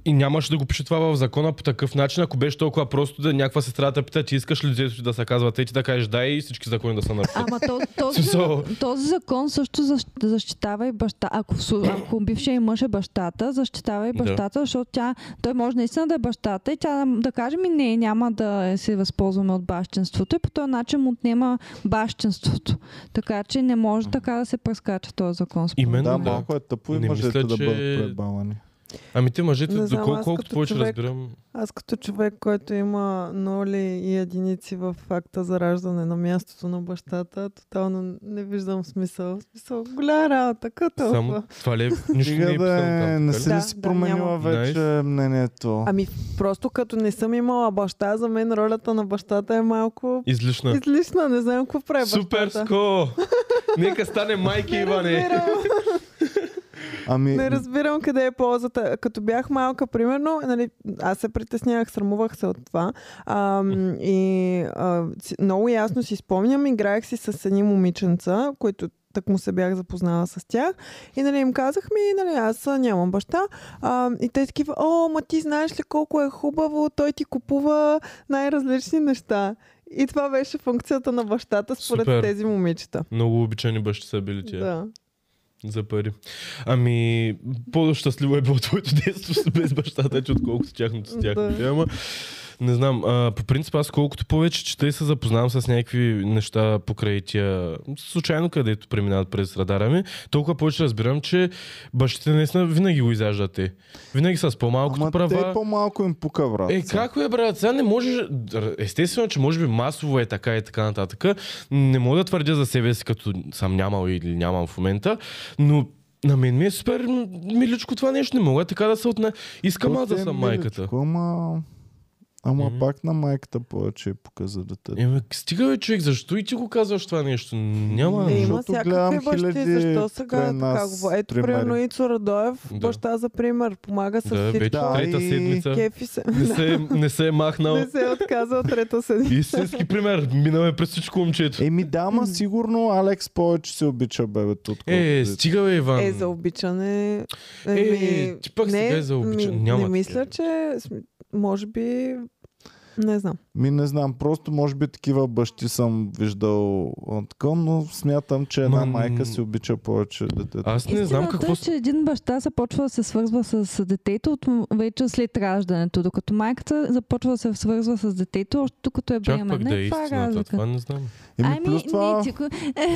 [SPEAKER 3] и нямаше да го пише това в закона по такъв начин, ако беше толкова просто да някаква сестра да те пита, ти искаш ли детето ти да се казва те, ти да кажеш да и всички закони да са написани.
[SPEAKER 5] Ама то, този,
[SPEAKER 3] Смисъл-
[SPEAKER 5] този закон също защ- защитава и баща. Ако, в слу- ако бившия им мъж е бащата, защитава и
[SPEAKER 3] Да.
[SPEAKER 5] бащата, защото тя, той може наистина да е бащата и тя да, да каже ми не, няма да се възползваме от бащенството и по този начин му отнема бащенството. Така че не може така да се прескача този закон. според
[SPEAKER 3] Именно,
[SPEAKER 5] мен.
[SPEAKER 1] Да,
[SPEAKER 3] да.
[SPEAKER 1] малко е тъпо и
[SPEAKER 3] Не
[SPEAKER 1] мъжете
[SPEAKER 3] мисля,
[SPEAKER 1] да
[SPEAKER 3] че-
[SPEAKER 1] бъдат пребавани.
[SPEAKER 3] Ами те мъжете,
[SPEAKER 2] Не знам,
[SPEAKER 3] доколко
[SPEAKER 2] аз
[SPEAKER 3] колкото
[SPEAKER 2] като
[SPEAKER 3] повече
[SPEAKER 2] човек-
[SPEAKER 3] разбирам,
[SPEAKER 2] Аз като човек, който има ноли и единици в факта за раждане на мястото на бащата, тотално не виждам смисъл. В Смисъл, голяма работа, като
[SPEAKER 3] само това ли е, нищо не е
[SPEAKER 1] Стига
[SPEAKER 3] писано
[SPEAKER 1] да е,
[SPEAKER 3] там.
[SPEAKER 1] не
[SPEAKER 3] така ли?
[SPEAKER 1] си ли
[SPEAKER 2] Да,
[SPEAKER 1] си
[SPEAKER 2] да,
[SPEAKER 1] променила
[SPEAKER 2] няма.
[SPEAKER 1] вече мнението?
[SPEAKER 2] Ами, просто като не съм имала баща, за мен ролята на бащата е малко
[SPEAKER 3] Излишна.
[SPEAKER 2] излишна. Не знам какво прави
[SPEAKER 3] Суперско!
[SPEAKER 2] бащата.
[SPEAKER 3] Нека стане майки,
[SPEAKER 2] Не
[SPEAKER 3] Иване!
[SPEAKER 2] разбирам.
[SPEAKER 1] Ами,
[SPEAKER 2] Не разбирам къде е ползата. Като бях малка, примерно, нали, аз се притеснявах, срамувах се от това. А, м, и а, си- много ясно си спомням, играех си с едни момиченца, които так му се бях запознала с тях. И нали, им казах ми, нали, аз а, нямам баща. А, и те такива, о, ма ти знаеш ли колко е хубаво, той ти купува най-различни неща. И това беше функцията на бащата според
[SPEAKER 3] Супер.
[SPEAKER 2] тези момичета.
[SPEAKER 3] Много обичани бащи са били тия.
[SPEAKER 2] Да.
[SPEAKER 3] За пари. Ами, по-щастливо е било твоето детство с- без бащата, че отколкото тяхното с тях.
[SPEAKER 2] Да.
[SPEAKER 3] Ама, не знам, а, по принцип аз колкото повече чета и се запознавам с някакви неща покрай тия, случайно където преминават през радара ми, толкова повече разбирам, че бащите наистина винаги го изяждат те. Винаги са с по-малкото
[SPEAKER 1] Ама
[SPEAKER 3] права.
[SPEAKER 1] те по-малко им пука, брат.
[SPEAKER 3] Е, как е, брат? Сега не можеш... Р- Естествено, че може би масово е така и така нататък. Не мога да твърдя за себе си, като съм нямал или нямам в момента, но на мен ми е супер м- миличко това нещо. Не мога така да се отне... Искам аз да
[SPEAKER 1] Те е
[SPEAKER 3] съм майката.
[SPEAKER 1] миличко, Ама, ама
[SPEAKER 3] Еми.
[SPEAKER 1] пак на майката повече е пука за детето.
[SPEAKER 3] Еми, стига бе, човек, защо и ти го казваш това нещо? Няма.
[SPEAKER 2] Е, има
[SPEAKER 1] Защото
[SPEAKER 2] всякакви
[SPEAKER 1] гледам
[SPEAKER 2] бащи,
[SPEAKER 1] хиляди
[SPEAKER 2] защо
[SPEAKER 1] край
[SPEAKER 2] сега е така
[SPEAKER 1] нас
[SPEAKER 2] говоря? Ето,
[SPEAKER 1] примери.
[SPEAKER 2] примерно Ицо Радоев,
[SPEAKER 3] Да.
[SPEAKER 2] баща за пример, помага с
[SPEAKER 3] Да, вече
[SPEAKER 2] всичко.
[SPEAKER 1] Да,
[SPEAKER 3] трета
[SPEAKER 1] и
[SPEAKER 3] седмица.
[SPEAKER 2] Кефи се.
[SPEAKER 3] Не се, не се е махнал.
[SPEAKER 2] Не се е отказал трета седмица.
[SPEAKER 3] Истински пример. Минаме през всичко момчето.
[SPEAKER 1] Еми да, ама сигурно Алекс повече се обича бебето. отколкото
[SPEAKER 3] Е,
[SPEAKER 1] детето.
[SPEAKER 3] стига бе, Иван.
[SPEAKER 2] Е, за обичане...
[SPEAKER 3] Е,
[SPEAKER 2] еми,
[SPEAKER 3] ти пък сега е за обичане.
[SPEAKER 2] Ми,
[SPEAKER 3] Няма
[SPEAKER 2] не мисля,
[SPEAKER 3] такива.
[SPEAKER 2] че... см- Може би... Не знам.
[SPEAKER 1] Ми не знам, просто може би такива бащи съм виждал а, така, но смятам, че една
[SPEAKER 3] Ма,
[SPEAKER 1] майка си обича повече детето.
[SPEAKER 3] Аз не знам
[SPEAKER 5] Истината
[SPEAKER 3] какво...
[SPEAKER 5] е, че един баща започва да се свързва с детето от м- вече след раждането, докато майката започва да се свързва с детето още докато е
[SPEAKER 3] Чак
[SPEAKER 5] бременна.
[SPEAKER 3] пък да е
[SPEAKER 5] Не, това е
[SPEAKER 3] истината.
[SPEAKER 5] разлика.
[SPEAKER 3] Това не знам.
[SPEAKER 1] Еми
[SPEAKER 5] Ами,
[SPEAKER 1] плюс това
[SPEAKER 5] не, тико...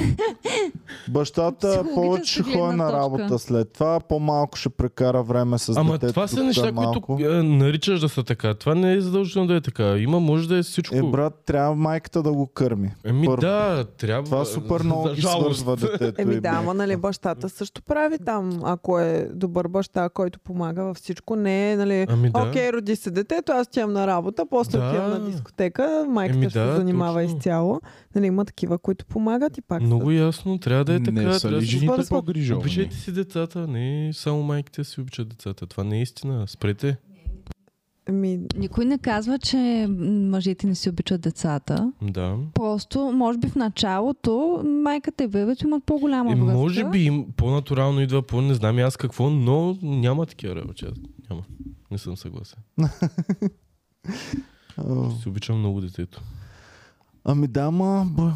[SPEAKER 1] бащата
[SPEAKER 5] психологическа
[SPEAKER 1] повече ще
[SPEAKER 5] гледна
[SPEAKER 1] ходи на
[SPEAKER 5] точка.
[SPEAKER 1] работа след това, по-малко ще прекара време с
[SPEAKER 3] Ама
[SPEAKER 1] детето.
[SPEAKER 3] това са
[SPEAKER 1] докато е
[SPEAKER 3] неща,
[SPEAKER 1] малко.
[SPEAKER 3] които а, наричаш да са така. Това не е задължително да е така. Има, може да е всичко.
[SPEAKER 1] Е, брат, трябва майката да го кърми.
[SPEAKER 3] Еми
[SPEAKER 1] първо.
[SPEAKER 3] да, трябва.
[SPEAKER 1] Това супер много
[SPEAKER 3] За
[SPEAKER 1] ги
[SPEAKER 3] жалост.
[SPEAKER 1] свързва детето. и
[SPEAKER 5] Ами
[SPEAKER 2] Еми да,
[SPEAKER 1] майката.
[SPEAKER 2] ама нали бащата също прави там, ако е добър баща, който помага във всичко. Не е, нали,
[SPEAKER 3] Ами да.
[SPEAKER 2] окей, роди се детето, аз отивам на работа, после
[SPEAKER 3] Да.
[SPEAKER 2] отивам на дискотека, майката
[SPEAKER 3] Еми
[SPEAKER 2] ще
[SPEAKER 3] да,
[SPEAKER 2] се занимава
[SPEAKER 3] точно.
[SPEAKER 2] изцяло. Нали, има такива, които помагат и пак
[SPEAKER 3] Много
[SPEAKER 2] са.
[SPEAKER 3] ясно, трябва да е така.
[SPEAKER 4] не са
[SPEAKER 3] трябва
[SPEAKER 4] ли
[SPEAKER 3] да се
[SPEAKER 4] жените
[SPEAKER 3] свързва.
[SPEAKER 4] по-грижовани?
[SPEAKER 3] Обичайте си децата, не само майките си обичат децата. Това не е истина. Спрете.
[SPEAKER 2] Еми,
[SPEAKER 5] Никой не казва, че м, мъжете не си обичат децата.
[SPEAKER 3] Да.
[SPEAKER 5] Просто, може би в началото майката и бебето имат по-голяма
[SPEAKER 3] Е,
[SPEAKER 5] връзка.
[SPEAKER 3] може би им по-натурално идва, по не знам и аз какво, но няма такива работи. Аз Няма. Не съм съгласен.
[SPEAKER 1] А,
[SPEAKER 3] Си обичам много детето.
[SPEAKER 1] Ами да, ма, б...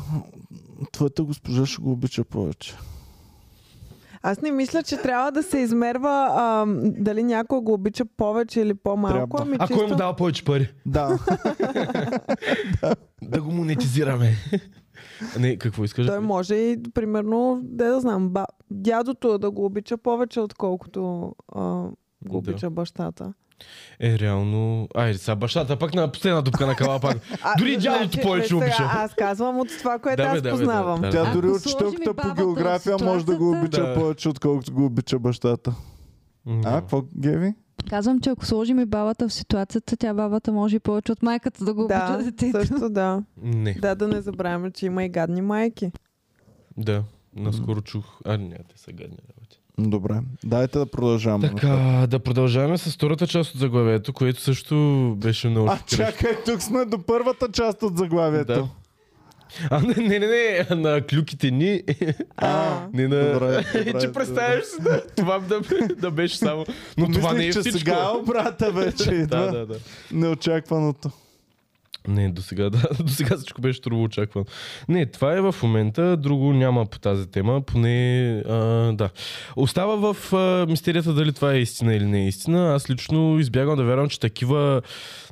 [SPEAKER 1] твоята госпожа ще го обича повече.
[SPEAKER 2] аз не мисля, че трябва да се измерва а, дали някой го обича повече или по-малко.
[SPEAKER 1] Трябва.
[SPEAKER 2] Ами,
[SPEAKER 3] Ако
[SPEAKER 2] чисто...
[SPEAKER 3] им дава повече пари.
[SPEAKER 1] Да,
[SPEAKER 3] Да го монетизираме. не, какво искаш?
[SPEAKER 2] Той може и, примерно, де да знам, ба, дядото да го обича повече, отколкото а,
[SPEAKER 3] Да.
[SPEAKER 2] го обича бащата.
[SPEAKER 3] Е, реално... Айде, сега бащата пък на последна дупка на кала пак.
[SPEAKER 2] А,
[SPEAKER 3] Дори дядото
[SPEAKER 2] значи,
[SPEAKER 3] повече
[SPEAKER 2] сега
[SPEAKER 3] обича.
[SPEAKER 2] Аз казвам от това, което
[SPEAKER 3] Да, бе,
[SPEAKER 2] аз
[SPEAKER 3] да, бе, да,
[SPEAKER 2] познавам.
[SPEAKER 3] да, да.
[SPEAKER 1] тя
[SPEAKER 5] Ако
[SPEAKER 1] дори
[SPEAKER 5] сложим
[SPEAKER 1] учителката
[SPEAKER 5] и
[SPEAKER 1] по
[SPEAKER 5] бабата в
[SPEAKER 1] география може да го обича
[SPEAKER 3] Да.
[SPEAKER 1] повече, отколкото го обича бащата.
[SPEAKER 3] М,
[SPEAKER 1] А,
[SPEAKER 3] да.
[SPEAKER 1] какво, Геви?
[SPEAKER 5] Казвам, че ако сложим и бабата в ситуацията, тя бабата може и повече от майката да го обича
[SPEAKER 2] Да,
[SPEAKER 5] детето.
[SPEAKER 2] също да.
[SPEAKER 3] Не,
[SPEAKER 2] Да, да не забравяме, че има и гадни майки.
[SPEAKER 3] да. Наскоро чух. А, не, те са гадни работи.
[SPEAKER 1] Добре, дайте да продължаваме.
[SPEAKER 3] Така, да продължаваме с втората част от заглавието, което също беше много
[SPEAKER 1] А
[SPEAKER 3] шокиращо.
[SPEAKER 1] чакай, тук сме до първата част от заглавието.
[SPEAKER 3] Да. А, не, не, не, не, на клюките ни.
[SPEAKER 2] А,
[SPEAKER 3] Не на...
[SPEAKER 1] Добре, добре,
[SPEAKER 3] че представяш си, да, това да, да беше само. Но това
[SPEAKER 1] Мислих,
[SPEAKER 3] не е
[SPEAKER 1] че
[SPEAKER 3] всичко.
[SPEAKER 1] сега обрата вече идва.
[SPEAKER 3] да, да, да.
[SPEAKER 1] Неочакваното.
[SPEAKER 3] Не, до сега, да. До сега всичко беше трудно очаквано. Не, това е в момента. Друго няма по тази тема. Поне, а, да. Остава в а, мистерията дали това е истина или не е истина. Аз лично избягвам да вярвам, че такива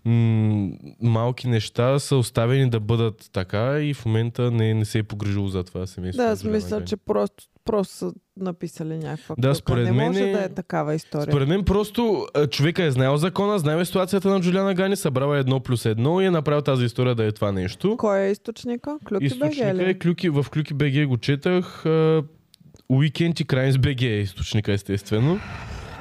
[SPEAKER 3] м- малки неща са оставени да бъдат така и в момента не, не се е погрежило за това семейство.
[SPEAKER 2] да, аз
[SPEAKER 3] Жулиана
[SPEAKER 2] мисля,
[SPEAKER 3] Гани.
[SPEAKER 2] че просто, просто са написали някаква
[SPEAKER 3] Да,
[SPEAKER 2] клюка.
[SPEAKER 3] според
[SPEAKER 2] Не
[SPEAKER 3] мен
[SPEAKER 2] може
[SPEAKER 3] е-
[SPEAKER 2] да е такава история.
[SPEAKER 3] Според мен просто а, човека е знаел закона, знаел е ситуацията на Джулиана Гани, събрала е едно плюс едно и е направил тази история да е това нещо.
[SPEAKER 2] Кой е източника? Клюки БГ
[SPEAKER 3] Източника е
[SPEAKER 2] ли?
[SPEAKER 3] Клюки, в Клюки БГ го четах. а, Уикенд и Крайнс БГ е източника, естествено.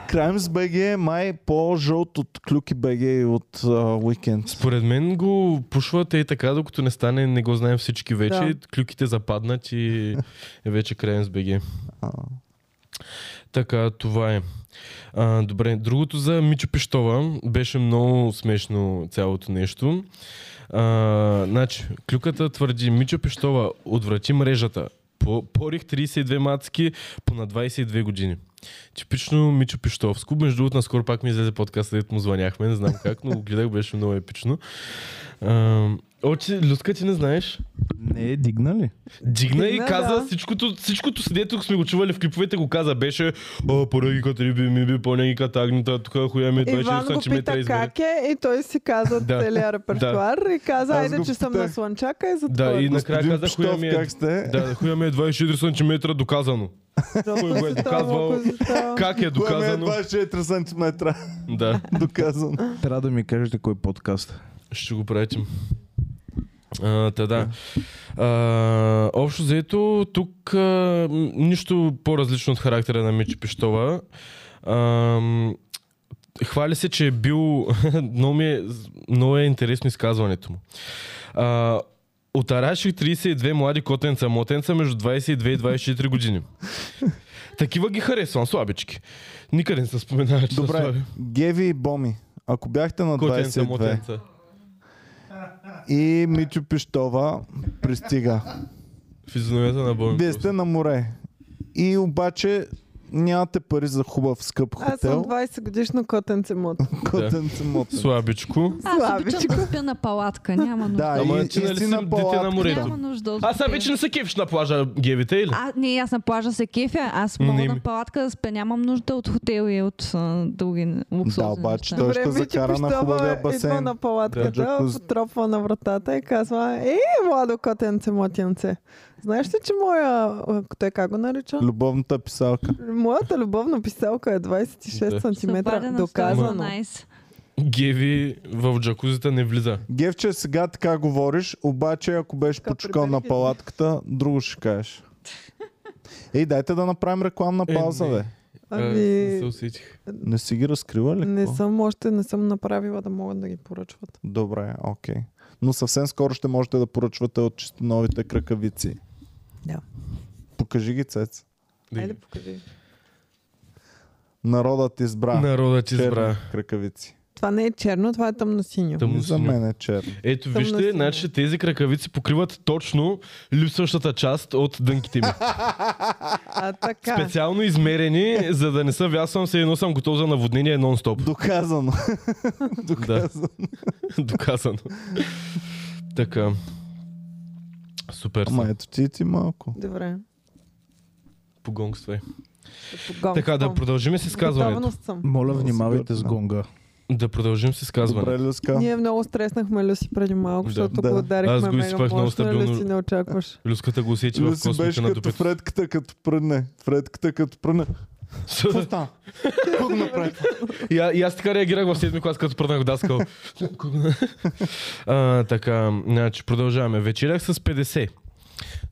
[SPEAKER 1] Crimes BG е май по-жълт от Клюки BG и от а, Weekend.
[SPEAKER 3] Според мен го пушват и така, докато не стане, не го знаем всички вече. Да.
[SPEAKER 2] Да.
[SPEAKER 3] Клюките западнат и е вече Крайнс БГ.
[SPEAKER 1] А,
[SPEAKER 3] Така, това е. А, добре, другото за Мичо Пештова беше много смешно цялото нещо. А, значи, клюката твърди, Мичо Пештова отврати мрежата. По, порих 32 мацки по на 22 години. Типично Мичо Пештовско. Между другото, наскоро пак ми излезе подкаст, където му звъняхме, не знам как, но го гледах, беше много епично. А, Очи, Люска, ти не знаеш?
[SPEAKER 4] Не е дигнали.
[SPEAKER 3] Дигна и
[SPEAKER 2] Дигна,
[SPEAKER 3] каза
[SPEAKER 2] да.
[SPEAKER 3] всичкото, всичкото седето сме го чували в клиповете, го каза. Беше О, поръгика триби, ми би, понегика тагната, тук хуя ми е
[SPEAKER 2] Иван го
[SPEAKER 3] 24 см
[SPEAKER 2] пита
[SPEAKER 3] измери.
[SPEAKER 2] как е и той си каза
[SPEAKER 3] Да.
[SPEAKER 2] целият репертуар и каза,
[SPEAKER 1] Аз
[SPEAKER 2] айде,
[SPEAKER 1] го
[SPEAKER 2] че съм на
[SPEAKER 1] питах.
[SPEAKER 2] слънчака и за
[SPEAKER 3] Да,
[SPEAKER 2] това.
[SPEAKER 3] и на- Накрая
[SPEAKER 1] Господин
[SPEAKER 3] каза, хуя
[SPEAKER 1] Пищов,
[SPEAKER 3] ми е.
[SPEAKER 1] как сте?
[SPEAKER 3] Да, хуя ми е 24 см доказано.
[SPEAKER 2] Жопа
[SPEAKER 3] кой го е
[SPEAKER 2] си там,
[SPEAKER 3] доказвал?
[SPEAKER 2] ако си там.
[SPEAKER 3] Как е
[SPEAKER 1] Хуя ми е
[SPEAKER 3] доказано?
[SPEAKER 1] 24 см.
[SPEAKER 3] Да,
[SPEAKER 1] Доказано.
[SPEAKER 4] Трябва да ми кажете кой е подкаст.
[SPEAKER 3] ще го пратим. А, та да. А, общо заето, тук а, м, нищо по-различно от характера на Мичи Пештова. Ам, хвали се, че е бил... много, ми е, много е интересно изказването му. А, отараших 32 млади котенца, мотенца между 22 и 24 години. Такива ги харесвам, слабички. Никъде не се споменава, че са
[SPEAKER 1] Добре,
[SPEAKER 3] слаби.
[SPEAKER 1] Геви и Боми. Ако бяхте на
[SPEAKER 3] Котенца,
[SPEAKER 1] 22
[SPEAKER 3] мотенца.
[SPEAKER 1] и Мичо Пищова пристига.
[SPEAKER 3] Физиономията на Боми.
[SPEAKER 1] Вие сте на море. И обаче нямате пари за хубав скъп
[SPEAKER 2] Аз съм
[SPEAKER 1] хотел.
[SPEAKER 2] 20 годишно котенце мод.
[SPEAKER 1] Котен съм мотен.
[SPEAKER 3] Слабичко.
[SPEAKER 5] Аз обичам
[SPEAKER 2] Слабичко.
[SPEAKER 5] да спя на палатка, няма нужда.
[SPEAKER 1] Да,
[SPEAKER 3] Ама
[SPEAKER 1] и,
[SPEAKER 3] ти нали
[SPEAKER 1] и си
[SPEAKER 3] си
[SPEAKER 1] на
[SPEAKER 3] дете на
[SPEAKER 1] палатка.
[SPEAKER 3] морето?
[SPEAKER 5] Няма нужда от
[SPEAKER 3] Аз сега
[SPEAKER 5] хотел.
[SPEAKER 3] вече не се кефиш на плажа гевите или?
[SPEAKER 5] А, не, аз на плажа се кефя, аз
[SPEAKER 3] Но
[SPEAKER 5] мога
[SPEAKER 3] не ми-
[SPEAKER 5] на палатка да спя, нямам нужда от хотел и от а, други луксозни
[SPEAKER 1] Да, обаче
[SPEAKER 5] неща.
[SPEAKER 1] той
[SPEAKER 2] Добре,
[SPEAKER 1] ще
[SPEAKER 2] Мичи
[SPEAKER 1] закара на хубавия
[SPEAKER 2] Пищова идва
[SPEAKER 1] басейн.
[SPEAKER 2] на палатката,
[SPEAKER 1] джакузи.
[SPEAKER 2] потропва на вратата и казва, е, младо котенце, мотенце, знаеш ли, че моя, а, той как го нарича?
[SPEAKER 1] Любовната писалка.
[SPEAKER 2] Моята любовна писалка е 26
[SPEAKER 3] Да.
[SPEAKER 5] Се
[SPEAKER 1] е
[SPEAKER 5] обадя
[SPEAKER 2] см.
[SPEAKER 5] на
[SPEAKER 2] Доказано.
[SPEAKER 5] 112.
[SPEAKER 3] Геви в джакузата не влиза.
[SPEAKER 1] Гевче, сега така говориш, обаче ако беше
[SPEAKER 2] Така
[SPEAKER 1] почукал на
[SPEAKER 2] прибъркай.
[SPEAKER 1] палатката, друго ще кажеш. Ей, дайте да направим рекламна
[SPEAKER 3] Е,
[SPEAKER 1] пауза,
[SPEAKER 3] не.
[SPEAKER 1] бе.
[SPEAKER 3] Ами... Не
[SPEAKER 2] Ами,
[SPEAKER 3] се усетих.
[SPEAKER 1] Не си ги разкрива ли?
[SPEAKER 2] не
[SPEAKER 1] какво?
[SPEAKER 2] съм, още не съм направила да могат да ги поръчват.
[SPEAKER 1] Добре, окей. Но съвсем скоро ще можете да поръчвате от чисто новите кракавици.
[SPEAKER 2] Да.
[SPEAKER 1] Покажи ги, Цец.
[SPEAKER 3] Да
[SPEAKER 2] Айде,
[SPEAKER 3] ги-
[SPEAKER 2] покажи.
[SPEAKER 1] Народът избра.
[SPEAKER 3] Народът
[SPEAKER 1] Черни
[SPEAKER 3] избра.
[SPEAKER 1] кракавици.
[SPEAKER 2] Това не е черно, това е тъмно-синьо.
[SPEAKER 3] Тъмно
[SPEAKER 1] За
[SPEAKER 3] синьо.
[SPEAKER 1] мен е черно.
[SPEAKER 3] Ето
[SPEAKER 2] Тъмно
[SPEAKER 3] вижте,
[SPEAKER 2] синьо.
[SPEAKER 3] значи тези кракавици покриват точно липсващата част от дънките ми.
[SPEAKER 2] А така.
[SPEAKER 3] Специално измерени, за да не се вясвам, се едно съм готов за наводнение нон-стоп.
[SPEAKER 1] Доказано.
[SPEAKER 3] Да,
[SPEAKER 1] Доказано.
[SPEAKER 3] доказано. така. Супер
[SPEAKER 1] Ама е.
[SPEAKER 3] съм.
[SPEAKER 1] ето ти и ти малко.
[SPEAKER 2] Добре.
[SPEAKER 3] По гонг свай.
[SPEAKER 2] Погон
[SPEAKER 3] Така, да
[SPEAKER 2] съм.
[SPEAKER 3] продължим с изказването.
[SPEAKER 2] Готовност съм.
[SPEAKER 4] Моля,
[SPEAKER 1] Много
[SPEAKER 4] внимавайте с
[SPEAKER 1] сигурно.
[SPEAKER 4] гонга.
[SPEAKER 3] Да продължим с изказването.
[SPEAKER 1] Добре, Люска.
[SPEAKER 2] Ние много стреснахме Люси преди малко,
[SPEAKER 3] Да.
[SPEAKER 2] защото
[SPEAKER 1] Да.
[SPEAKER 2] го
[SPEAKER 3] Аз
[SPEAKER 2] ударихме
[SPEAKER 3] го изсипах
[SPEAKER 2] мега
[SPEAKER 3] много
[SPEAKER 2] мощно.
[SPEAKER 3] стабилно.
[SPEAKER 2] Люси не очакваш.
[SPEAKER 3] Люската го усети в
[SPEAKER 1] Люси
[SPEAKER 3] космите
[SPEAKER 1] беше
[SPEAKER 3] на
[SPEAKER 1] като
[SPEAKER 3] дупето.
[SPEAKER 1] Фредката, като пръдне. Фредката, като пръдне. Какво стана? Какво го направи?
[SPEAKER 3] И, а- и аз така реагирах в седми клас, като пръднах даскал. а, така, значи продължаваме. Вечерях с 50,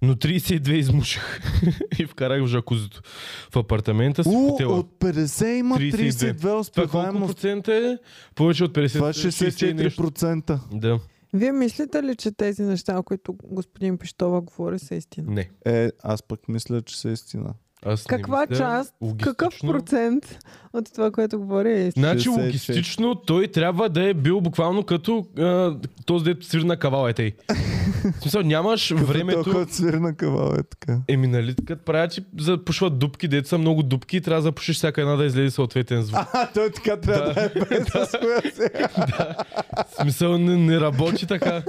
[SPEAKER 3] но 32 измушах и вкарах в жакузито. В апартамента си в
[SPEAKER 1] У,
[SPEAKER 3] хотела.
[SPEAKER 1] от 50 има
[SPEAKER 3] 32.
[SPEAKER 1] 32
[SPEAKER 3] Това колко
[SPEAKER 1] успеваемост.
[SPEAKER 3] процента е? Повече от 50.
[SPEAKER 1] Това
[SPEAKER 3] 60 и нещо.
[SPEAKER 1] 64%.
[SPEAKER 3] Да,
[SPEAKER 2] Вие мислите ли, че тези неща, които господин Пищова говори, са истина?
[SPEAKER 3] не.
[SPEAKER 1] Е, аз пък мисля, че са истина.
[SPEAKER 3] Аз не
[SPEAKER 2] Каква
[SPEAKER 3] мисля.
[SPEAKER 2] част, какъв
[SPEAKER 3] Логистично-
[SPEAKER 2] процент от това, което говори е истина?
[SPEAKER 3] Значи
[SPEAKER 1] 66.
[SPEAKER 3] логистично той трябва да е бил буквално като а, този дето свири на кавала е тъй. В смисъл нямаш
[SPEAKER 1] Времето...
[SPEAKER 3] времето...
[SPEAKER 1] Той свир на кавал е така.
[SPEAKER 3] Еми нали, като правят, че запушват дупки, дето са много дупки и трябва да запушиш всяка една да излезе съответен звук.
[SPEAKER 1] А, той така трябва да е без с коя сега.
[SPEAKER 3] В смисъл не, не работи така.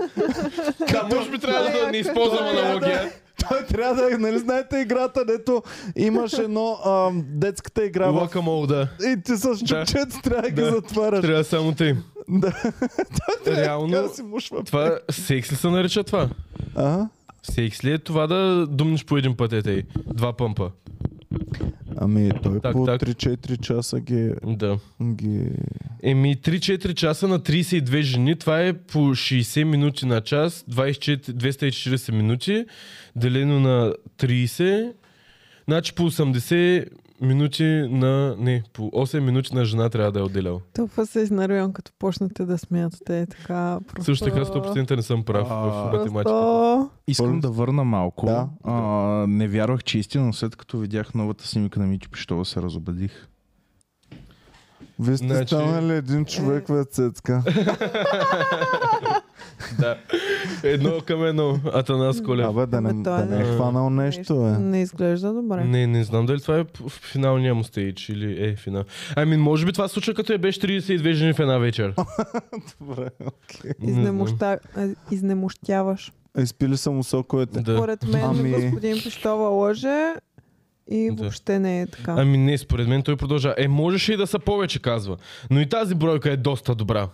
[SPEAKER 3] Та, може би трябва да, да не използвам
[SPEAKER 2] Трябва да-
[SPEAKER 3] аналогия.
[SPEAKER 1] Той трябва да е, нали знаете играта, дето имаш едно ам, детската игра в...
[SPEAKER 3] Лакамол, да.
[SPEAKER 1] И ти с чукчето трябва да ги
[SPEAKER 3] Да.
[SPEAKER 1] затваряш.
[SPEAKER 3] Трябва само тъй.
[SPEAKER 1] Да, така
[SPEAKER 3] Реално,
[SPEAKER 1] си мушва.
[SPEAKER 3] това секс ли се нарича това?
[SPEAKER 1] А?
[SPEAKER 3] Секс ли е това да думнеш по един път е тъй? Два пъмпа.
[SPEAKER 1] Ами той
[SPEAKER 3] Так,
[SPEAKER 1] по
[SPEAKER 3] так.
[SPEAKER 1] 3-4 часа ги...
[SPEAKER 3] Да.
[SPEAKER 1] ги...
[SPEAKER 3] Еми 3-4 часа на 32 жени, това е по 60 минути на час, 24, 240 минути, делено на 30, значи по 80 минути на... Не, по 8 минути на жена трябва да е отделял.
[SPEAKER 2] Толкова се изнервям, като почнете да смятате е така. Просто...
[SPEAKER 3] Също така 100% не съм прав в
[SPEAKER 4] А,
[SPEAKER 3] математиката.
[SPEAKER 2] Просто...
[SPEAKER 4] Искам
[SPEAKER 1] Първо-
[SPEAKER 4] да върна малко.
[SPEAKER 1] Да.
[SPEAKER 4] А, не вярвах, че е истина, но след като видях новата снимка на Мичо Пищова, се разобедих.
[SPEAKER 1] Вие сте
[SPEAKER 3] Значи-
[SPEAKER 1] станали един човек, бе, цецка.
[SPEAKER 3] Да. Едно към едно. Атанас Колев.
[SPEAKER 1] Абе, да не,
[SPEAKER 2] Ама той
[SPEAKER 1] да не е
[SPEAKER 3] е-
[SPEAKER 1] хванал нещо, бе.
[SPEAKER 2] Не изглежда добре.
[SPEAKER 3] Не, не знам дали това е в финалния му стейдж или е финал. Ами, може би това се случва като я беше 32 жени в една вечер.
[SPEAKER 1] Добре.
[SPEAKER 3] Не знам.
[SPEAKER 2] Изнемоща... а, Изнемощяваш.
[SPEAKER 1] Изпили са му соковете.
[SPEAKER 3] Да.
[SPEAKER 2] Според мен
[SPEAKER 1] Ами-
[SPEAKER 2] господин Пищова лъже и
[SPEAKER 3] Да.
[SPEAKER 2] въобще не е така.
[SPEAKER 3] Ами не, според мен той продължава. Е, можеше и да са повече, казва. Но и тази бройка е доста добра.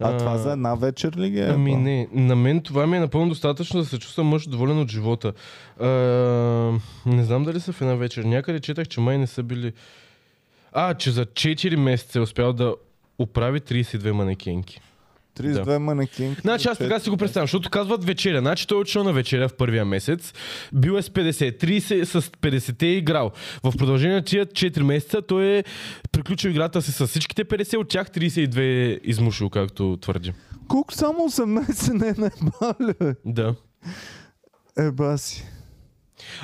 [SPEAKER 1] А това за една вечер ли ги е?
[SPEAKER 3] Ами
[SPEAKER 1] бе?
[SPEAKER 3] не, на мен това ми е напълно достатъчно да се чувствам мъж доволен от живота. А, не знам дали са в една вечер. Някъде четах, че май не са били... А, че за 4 месеца е успял да оправи 32 манекенки.
[SPEAKER 1] 32 манекинки.
[SPEAKER 3] Значи аз така си го представям, защото казват вечеря. Значи той е отишъл на вечеря в първия месец, бил е с 50, 30 с 50 е играл. В продължение на тия 4 месеца той е приключил играта си с всичките 50, от тях 32 е измушил, както твърди.
[SPEAKER 1] Колко само 18 не е наебали, бе?
[SPEAKER 3] Да.
[SPEAKER 1] Еба си.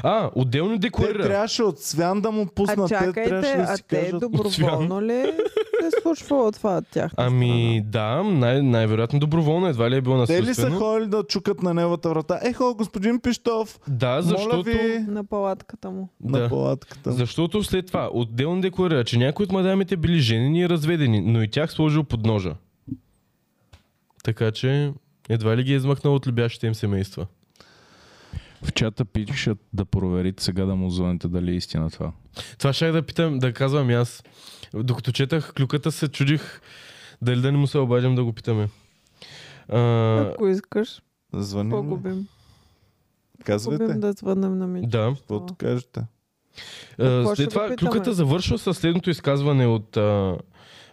[SPEAKER 3] А, отделно
[SPEAKER 1] Те
[SPEAKER 3] декорира.
[SPEAKER 1] трябваше от Свян да му
[SPEAKER 2] а
[SPEAKER 1] пуснат. Те
[SPEAKER 2] чакайте,
[SPEAKER 1] трябваше да
[SPEAKER 2] а
[SPEAKER 1] си
[SPEAKER 2] те е
[SPEAKER 1] кажат.
[SPEAKER 2] доброволно ли се случва това от тях?
[SPEAKER 3] Ами да, най- най-вероятно доброволно, едва ли е било
[SPEAKER 1] Те ли са
[SPEAKER 3] насилствено.
[SPEAKER 1] ходили да чукат на неговата врата? Ехо, господин Пиштов,
[SPEAKER 3] Да,
[SPEAKER 1] моля
[SPEAKER 3] защото...
[SPEAKER 1] ви
[SPEAKER 2] На палатката му.
[SPEAKER 1] на
[SPEAKER 3] Да.
[SPEAKER 1] палатката.
[SPEAKER 3] Защото след това отделно декорира, че някои от мадамите били женени и разведени, но и тях сложил под ножа. Така че едва ли ги е измъкнал от любящите им семейства.
[SPEAKER 4] В чата пишат да проверите сега да му звъните дали е истина това.
[SPEAKER 3] Това ще да питам, да казвам и аз. Докато четах клюката се чудих дали да не му се обадим да го питаме. А,
[SPEAKER 2] Ако искаш,
[SPEAKER 1] Звъним. ли?
[SPEAKER 2] погубим.
[SPEAKER 1] Казвайте.
[SPEAKER 2] Губим да звънем на Мичо.
[SPEAKER 3] да.
[SPEAKER 1] Каквото кажете.
[SPEAKER 3] А,
[SPEAKER 2] Какво ще
[SPEAKER 3] Е, след това
[SPEAKER 2] го питаме?
[SPEAKER 3] клюката завършва с следното изказване от а,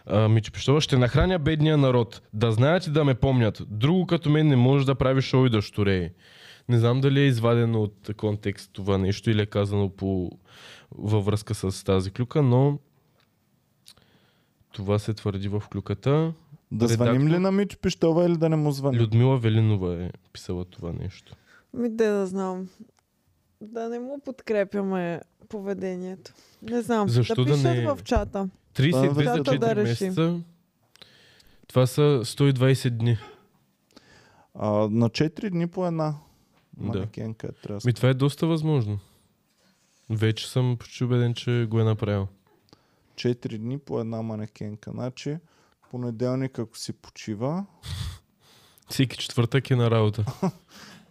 [SPEAKER 3] а, Мичо Пещова. Ще нахраня бедния народ. Да знаят и да ме помнят. Друго като мен не може да прави шоу и да штурее. Не знам дали е извадено от контекст това нещо или е казано по... във връзка с тази клюка, но това се твърди в клюката.
[SPEAKER 1] Да
[SPEAKER 3] Редактор.
[SPEAKER 1] звъним ли на Мичо Пищова или да не му звъним?
[SPEAKER 3] Людмила Велинова е писала това нещо.
[SPEAKER 2] Ми де да знам. Да не му подкрепяме поведението. Не знам.
[SPEAKER 3] Защо да
[SPEAKER 2] да пишат
[SPEAKER 3] не е?
[SPEAKER 2] в чата.
[SPEAKER 1] Това
[SPEAKER 3] 32 за
[SPEAKER 1] е
[SPEAKER 3] 4
[SPEAKER 2] да решим.
[SPEAKER 3] месеца. Това са 120 дни.
[SPEAKER 1] А, на 4 дни по една.
[SPEAKER 3] Да.
[SPEAKER 1] Манекенка е трябва.
[SPEAKER 3] Ми това е доста възможно. Вече съм почти убеден, че го е направил.
[SPEAKER 1] 4 дни по една манекенка. Значи, понеделник, ако си почива,
[SPEAKER 3] Всеки четвъртък е на работа.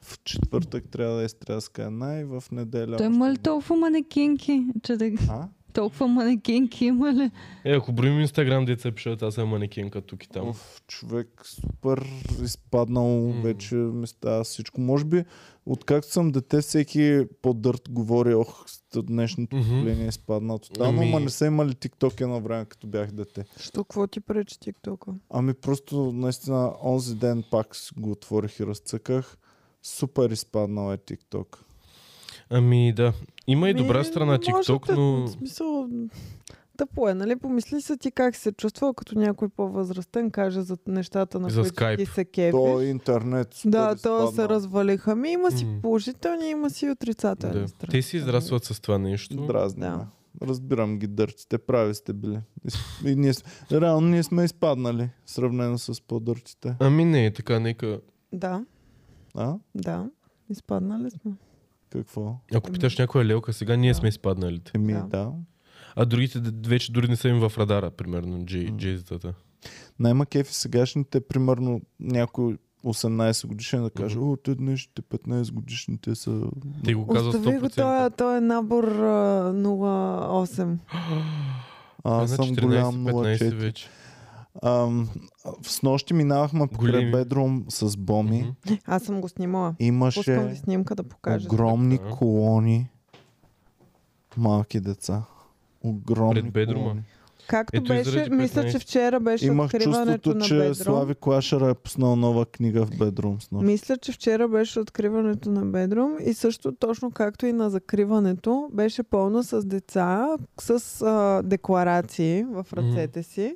[SPEAKER 1] в четвъртък трябва да изтряска една и в неделя.
[SPEAKER 5] Той е
[SPEAKER 1] още
[SPEAKER 5] има ли
[SPEAKER 1] една.
[SPEAKER 5] толкова манекенки? Че да...
[SPEAKER 1] А?
[SPEAKER 5] Толкова манекенки има ли?
[SPEAKER 3] Е, ако броим Инстаграм, деца пишат, аз съм манекенка тук и там.
[SPEAKER 1] Оф, човек супер изпаднал
[SPEAKER 3] М.
[SPEAKER 1] вече ми става всичко. Може би, откакто съм дете, всеки по-дърт говори, ох, ст- днешното
[SPEAKER 3] Мгм.
[SPEAKER 1] поколение е изпаднал тотално,
[SPEAKER 3] Ами-
[SPEAKER 1] ама не са имали TikTok едно време, като бях дете.
[SPEAKER 2] Що какво ти пречи тиктока?
[SPEAKER 1] Ами просто, наистина, онзи ден пак си го отворих и разцъках. Супер изпаднал е TikTok.
[SPEAKER 3] Ами да. Има и
[SPEAKER 2] Ми,
[SPEAKER 3] добра страна
[SPEAKER 2] не може
[SPEAKER 3] TikTok,
[SPEAKER 2] да-
[SPEAKER 3] но...
[SPEAKER 2] В смисъл... Тъпо е, нали? Помисли се ти как се чувства, като някой по-възрастен каже за нещата, на
[SPEAKER 3] За
[SPEAKER 2] които
[SPEAKER 3] Skype.
[SPEAKER 2] ти се кефиш.
[SPEAKER 1] То е интернет. супер
[SPEAKER 2] Да, то се
[SPEAKER 1] изпаднал.
[SPEAKER 2] развалиха. Ми има си
[SPEAKER 3] М.
[SPEAKER 2] положителни, има си отрицателни
[SPEAKER 3] Да.
[SPEAKER 2] страни.
[SPEAKER 3] Те си израстват с това нещо.
[SPEAKER 1] Дразни.
[SPEAKER 2] Да.
[SPEAKER 1] Да. Разбирам ги дъртите, прави сте били. Из- И ние, с- реално ние сме изпаднали, сравнено с по-дъртите.
[SPEAKER 3] Ами не, така нека...
[SPEAKER 2] Да,
[SPEAKER 1] А?
[SPEAKER 2] да. Изпаднали сме.
[SPEAKER 1] Какво?
[SPEAKER 2] Ами.
[SPEAKER 3] Ако питаш някоя лелка, сега ние сме изпадналите.
[SPEAKER 1] Еми,
[SPEAKER 2] Да.
[SPEAKER 1] да. да.
[SPEAKER 3] А другите д- вече дори не са им в радара, примерно, джей-
[SPEAKER 1] М.
[SPEAKER 3] джейзитата.
[SPEAKER 1] Най-ма кефи сегашните, примерно някой 18 годишен да каже,
[SPEAKER 3] Мгм.
[SPEAKER 1] о, те днешните 15 годишните са...
[SPEAKER 3] Те го казват
[SPEAKER 2] Остави го,
[SPEAKER 3] 100%.
[SPEAKER 2] той, е- той е набор а, 08.
[SPEAKER 1] А, аз
[SPEAKER 3] Това е
[SPEAKER 1] съм
[SPEAKER 3] на
[SPEAKER 1] голям
[SPEAKER 3] 14-15
[SPEAKER 1] 04.
[SPEAKER 3] вече.
[SPEAKER 1] Ам, в нощи минавахме покрай
[SPEAKER 3] Големи.
[SPEAKER 1] бедрум с боми.
[SPEAKER 3] Мгм.
[SPEAKER 2] Аз съм го снимала. Пускам ви
[SPEAKER 1] Имаше
[SPEAKER 2] снимка да покажа.
[SPEAKER 1] огромни
[SPEAKER 3] Така.
[SPEAKER 1] колони малки деца. Огромни
[SPEAKER 3] Пред бедрума.
[SPEAKER 1] колони.
[SPEAKER 2] Както
[SPEAKER 3] Ето,
[SPEAKER 2] беше,
[SPEAKER 3] изрази
[SPEAKER 2] мисля,
[SPEAKER 3] 15.
[SPEAKER 2] че вчера беше
[SPEAKER 1] Имах
[SPEAKER 2] откриването
[SPEAKER 1] чувството,
[SPEAKER 2] на
[SPEAKER 1] че
[SPEAKER 2] Bedroom.
[SPEAKER 1] Слави Клашера е пуснал нова книга в Bedroom с нощ.
[SPEAKER 2] Мисля, че вчера беше откриването на Бедрум и също точно както и на закриването беше пълна с деца, с а, декларации в ръцете си,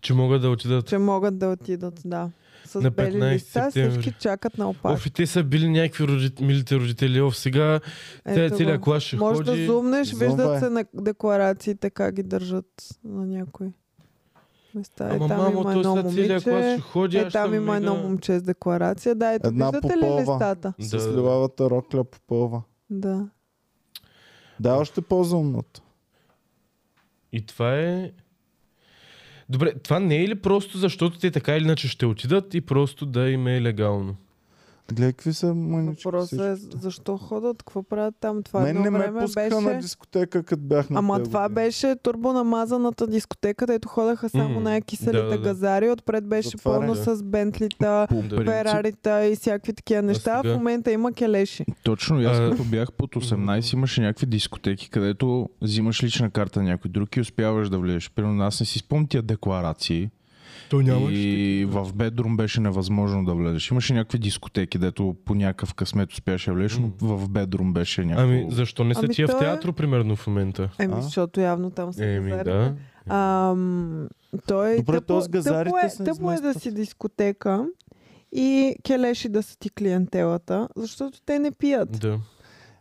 [SPEAKER 3] Че могат да отидат.
[SPEAKER 2] че могат да отидат, да. С
[SPEAKER 3] На
[SPEAKER 2] бели
[SPEAKER 3] 15
[SPEAKER 2] листа
[SPEAKER 3] септември.
[SPEAKER 2] всички чакат на опашка.
[SPEAKER 3] Оф, и те са били някакви родит, милите родители. Оф, сега тя е
[SPEAKER 2] Ето
[SPEAKER 3] целият
[SPEAKER 2] го.
[SPEAKER 3] клас ще
[SPEAKER 2] Може
[SPEAKER 3] ходи.
[SPEAKER 2] да зумнеш,
[SPEAKER 1] Зумва е.
[SPEAKER 2] виждат се на декларациите как ги държат на някои места. Е,
[SPEAKER 3] Ама
[SPEAKER 2] там
[SPEAKER 3] мамо,
[SPEAKER 2] има
[SPEAKER 3] той
[SPEAKER 2] едно
[SPEAKER 3] сега целият клас ще
[SPEAKER 2] момиче.
[SPEAKER 3] ходи.
[SPEAKER 2] Е,
[SPEAKER 3] аз
[SPEAKER 2] там
[SPEAKER 3] ще
[SPEAKER 2] има едно
[SPEAKER 3] мига.
[SPEAKER 2] момче с декларация. Да, ето,
[SPEAKER 1] Една
[SPEAKER 2] виждате ли
[SPEAKER 1] попова.
[SPEAKER 2] листата?
[SPEAKER 3] Да,
[SPEAKER 1] С
[SPEAKER 3] да.
[SPEAKER 1] лилавата рокля попълва.
[SPEAKER 2] Да.
[SPEAKER 1] Да, още по-зумното.
[SPEAKER 3] И това е... Добре, това не е ли просто защото те така или иначе ще отидат и просто да им е легално?
[SPEAKER 1] Гледай какви са мънички.
[SPEAKER 2] Въпросът е защо ходят, какво правят там. Това
[SPEAKER 1] Мен
[SPEAKER 2] едно
[SPEAKER 1] не ме
[SPEAKER 2] време
[SPEAKER 1] пускаха
[SPEAKER 2] беше...
[SPEAKER 1] на дискотека, като бях на
[SPEAKER 2] Ама
[SPEAKER 1] две
[SPEAKER 2] това
[SPEAKER 1] години.
[SPEAKER 2] беше турбонамазаната дискотека, където ходеха само
[SPEAKER 3] М,
[SPEAKER 2] най-киселите
[SPEAKER 3] да, да, да.
[SPEAKER 2] газари. Отпред беше
[SPEAKER 1] Затваряне.
[SPEAKER 2] пълно с бентлита,
[SPEAKER 3] Да.
[SPEAKER 4] Принцип-
[SPEAKER 2] ферарита и всякакви такива неща.
[SPEAKER 3] сега?
[SPEAKER 2] В момента има келеши.
[SPEAKER 4] Точно, и аз
[SPEAKER 3] А-
[SPEAKER 4] като бях под 18 имаше някакви дискотеки, където взимаш лична карта на някой друг и успяваш да влезеш. Примерно аз не си спомням тия декларации.
[SPEAKER 3] То
[SPEAKER 4] и в бедрум беше невъзможно да влезеш. Имаше някакви дискотеки, дето по някакъв късмет успяваше да влезеш, но в бедрум беше някакво...
[SPEAKER 3] Ами, защо не са
[SPEAKER 2] Ами
[SPEAKER 3] тия в
[SPEAKER 2] то е-
[SPEAKER 3] театро, примерно, в момента?
[SPEAKER 2] Еми,
[SPEAKER 1] А?
[SPEAKER 2] защото явно там са
[SPEAKER 3] Еми,
[SPEAKER 2] газари.
[SPEAKER 3] да.
[SPEAKER 2] Ам, той
[SPEAKER 1] Добре,
[SPEAKER 2] тъпо,
[SPEAKER 1] то с газарите
[SPEAKER 2] тъпо е,
[SPEAKER 1] се
[SPEAKER 2] тъпо е да
[SPEAKER 1] изместват.
[SPEAKER 2] си дискотека и келеши да са ти клиентелата, защото те не пият.
[SPEAKER 3] Да.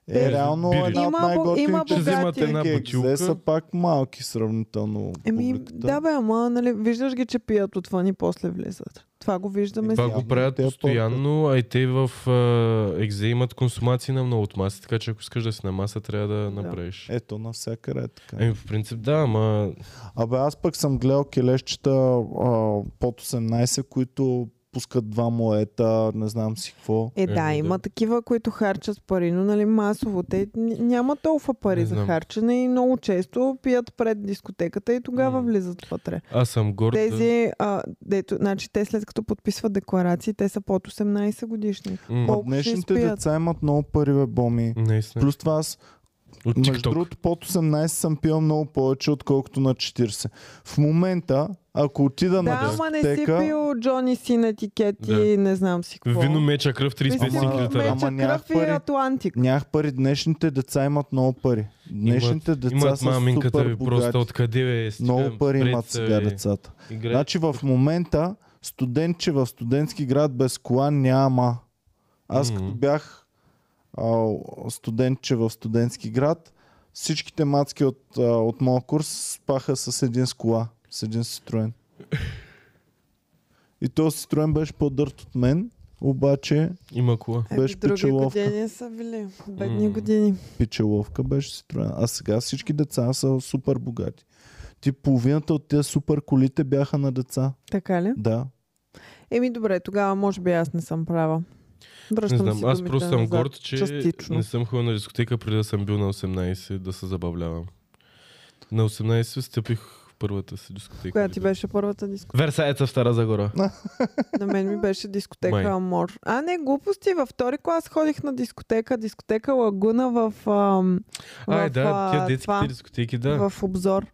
[SPEAKER 1] Е,
[SPEAKER 3] Е,
[SPEAKER 1] реално
[SPEAKER 3] бирич.
[SPEAKER 1] една от
[SPEAKER 2] Има бо- има
[SPEAKER 1] най-готините
[SPEAKER 2] богати. Ще вземат
[SPEAKER 3] една
[SPEAKER 1] дискотеки.
[SPEAKER 3] бутилка.
[SPEAKER 1] Екзе са пак малки сравнително.
[SPEAKER 2] Еми,
[SPEAKER 1] публиката.
[SPEAKER 2] да бе, ама нали, виждаш ги, че пият отвън и после влизат. Това го виждаме
[SPEAKER 3] Това
[SPEAKER 2] сега.
[SPEAKER 1] явно
[SPEAKER 3] го правят
[SPEAKER 1] те е
[SPEAKER 3] постоянно, а и те в а, екзе имат консумации на много от маси, така че ако искаш да си на маса, трябва да направиш.
[SPEAKER 1] Ето, навсякъде е така.
[SPEAKER 3] Еми, по Ами, принцип да, ама
[SPEAKER 1] Абе, аз пък съм гледал келещчета а, под 18, които пускат два моета, не знам си какво.
[SPEAKER 2] Е, да,
[SPEAKER 3] Еми,
[SPEAKER 2] има
[SPEAKER 3] да.
[SPEAKER 2] такива, които харчат пари, но нали, масово. Те н- нямат толкова
[SPEAKER 3] Не
[SPEAKER 2] пари за
[SPEAKER 3] знам.
[SPEAKER 2] харчене и много често пият пред дискотеката и тогава
[SPEAKER 3] М.
[SPEAKER 2] влизат вътре.
[SPEAKER 3] аз съм горд. да-
[SPEAKER 2] Тези, а, дето, значи, те след като подписват декларации, те са под 18 годишни.
[SPEAKER 3] М,
[SPEAKER 1] Ма
[SPEAKER 2] колко ще
[SPEAKER 1] днешните
[SPEAKER 2] изпият?
[SPEAKER 1] деца имат много пари, бе, боми.
[SPEAKER 3] Наистина.
[SPEAKER 1] Плюс това аз,
[SPEAKER 3] От
[SPEAKER 1] между
[SPEAKER 3] TikTok.
[SPEAKER 1] другото, под 18 съм пил много повече, отколкото на 40. В момента, ако отида
[SPEAKER 2] Да,
[SPEAKER 1] на
[SPEAKER 2] ама не си
[SPEAKER 1] дискотека...
[SPEAKER 2] пил Джони Син етикет и
[SPEAKER 3] Да.
[SPEAKER 2] не знам си какво.
[SPEAKER 3] Вино, меча, кръв,
[SPEAKER 2] Мисля,
[SPEAKER 3] 35
[SPEAKER 1] Ама-
[SPEAKER 3] литра.
[SPEAKER 1] ама
[SPEAKER 2] меча,
[SPEAKER 1] нямах
[SPEAKER 2] кръв и
[SPEAKER 1] пари.
[SPEAKER 2] Атлантик.
[SPEAKER 1] Нямах пари. Днешните деца имат много пари. Днешните деца
[SPEAKER 3] Имат
[SPEAKER 1] са
[SPEAKER 3] маминката
[SPEAKER 1] супер
[SPEAKER 3] ви
[SPEAKER 1] богати.
[SPEAKER 3] просто откъде бе. стига,
[SPEAKER 1] Много пари
[SPEAKER 3] пред е,
[SPEAKER 1] имат
[SPEAKER 3] са
[SPEAKER 1] сега
[SPEAKER 3] ви,
[SPEAKER 1] децата.
[SPEAKER 3] играй.
[SPEAKER 1] Значи в момента студентче в студентски град без кола няма. Аз
[SPEAKER 3] Мгм.
[SPEAKER 1] като бях а, студентче в студентски град, всичките мацки от, а, от моя курс спаха с един с кола, с един Ситроен. И този Ситроен беше по-дърт от мен, обаче
[SPEAKER 3] Има кола.
[SPEAKER 2] Еми,
[SPEAKER 1] Беше
[SPEAKER 2] други
[SPEAKER 1] пичеловка.
[SPEAKER 2] години са били. Бедни
[SPEAKER 3] М.
[SPEAKER 2] години.
[SPEAKER 1] пичеловка беше Ситроен. А сега всички деца са супер богати. Ти половината от тези супер колите бяха на деца.
[SPEAKER 2] Така ли?
[SPEAKER 1] Да.
[SPEAKER 2] Еми добре, тогава може би аз не съм права.
[SPEAKER 3] Не
[SPEAKER 2] Връщам
[SPEAKER 3] знам,
[SPEAKER 2] си
[SPEAKER 3] аз
[SPEAKER 2] думите
[SPEAKER 3] просто съм
[SPEAKER 2] назад.
[SPEAKER 3] горд, че
[SPEAKER 2] частично.
[SPEAKER 3] не съм ходил на дискотека преди да съм бил на 18, да се забавлявам. На 18 стъпих в първата си дискотека.
[SPEAKER 2] Коя ти беше първата дискотека?
[SPEAKER 3] Версаеца в Стара Загора.
[SPEAKER 2] На мен ми беше дискотека
[SPEAKER 3] Май.
[SPEAKER 2] Амор. А не, глупости. Във втори клас ходих на дискотека, дискотека Лагуна в... Ам,
[SPEAKER 3] Ай,
[SPEAKER 2] в,
[SPEAKER 3] да,
[SPEAKER 2] а,
[SPEAKER 3] тия детските
[SPEAKER 2] това,
[SPEAKER 3] дискотеки, да.
[SPEAKER 2] В обзор.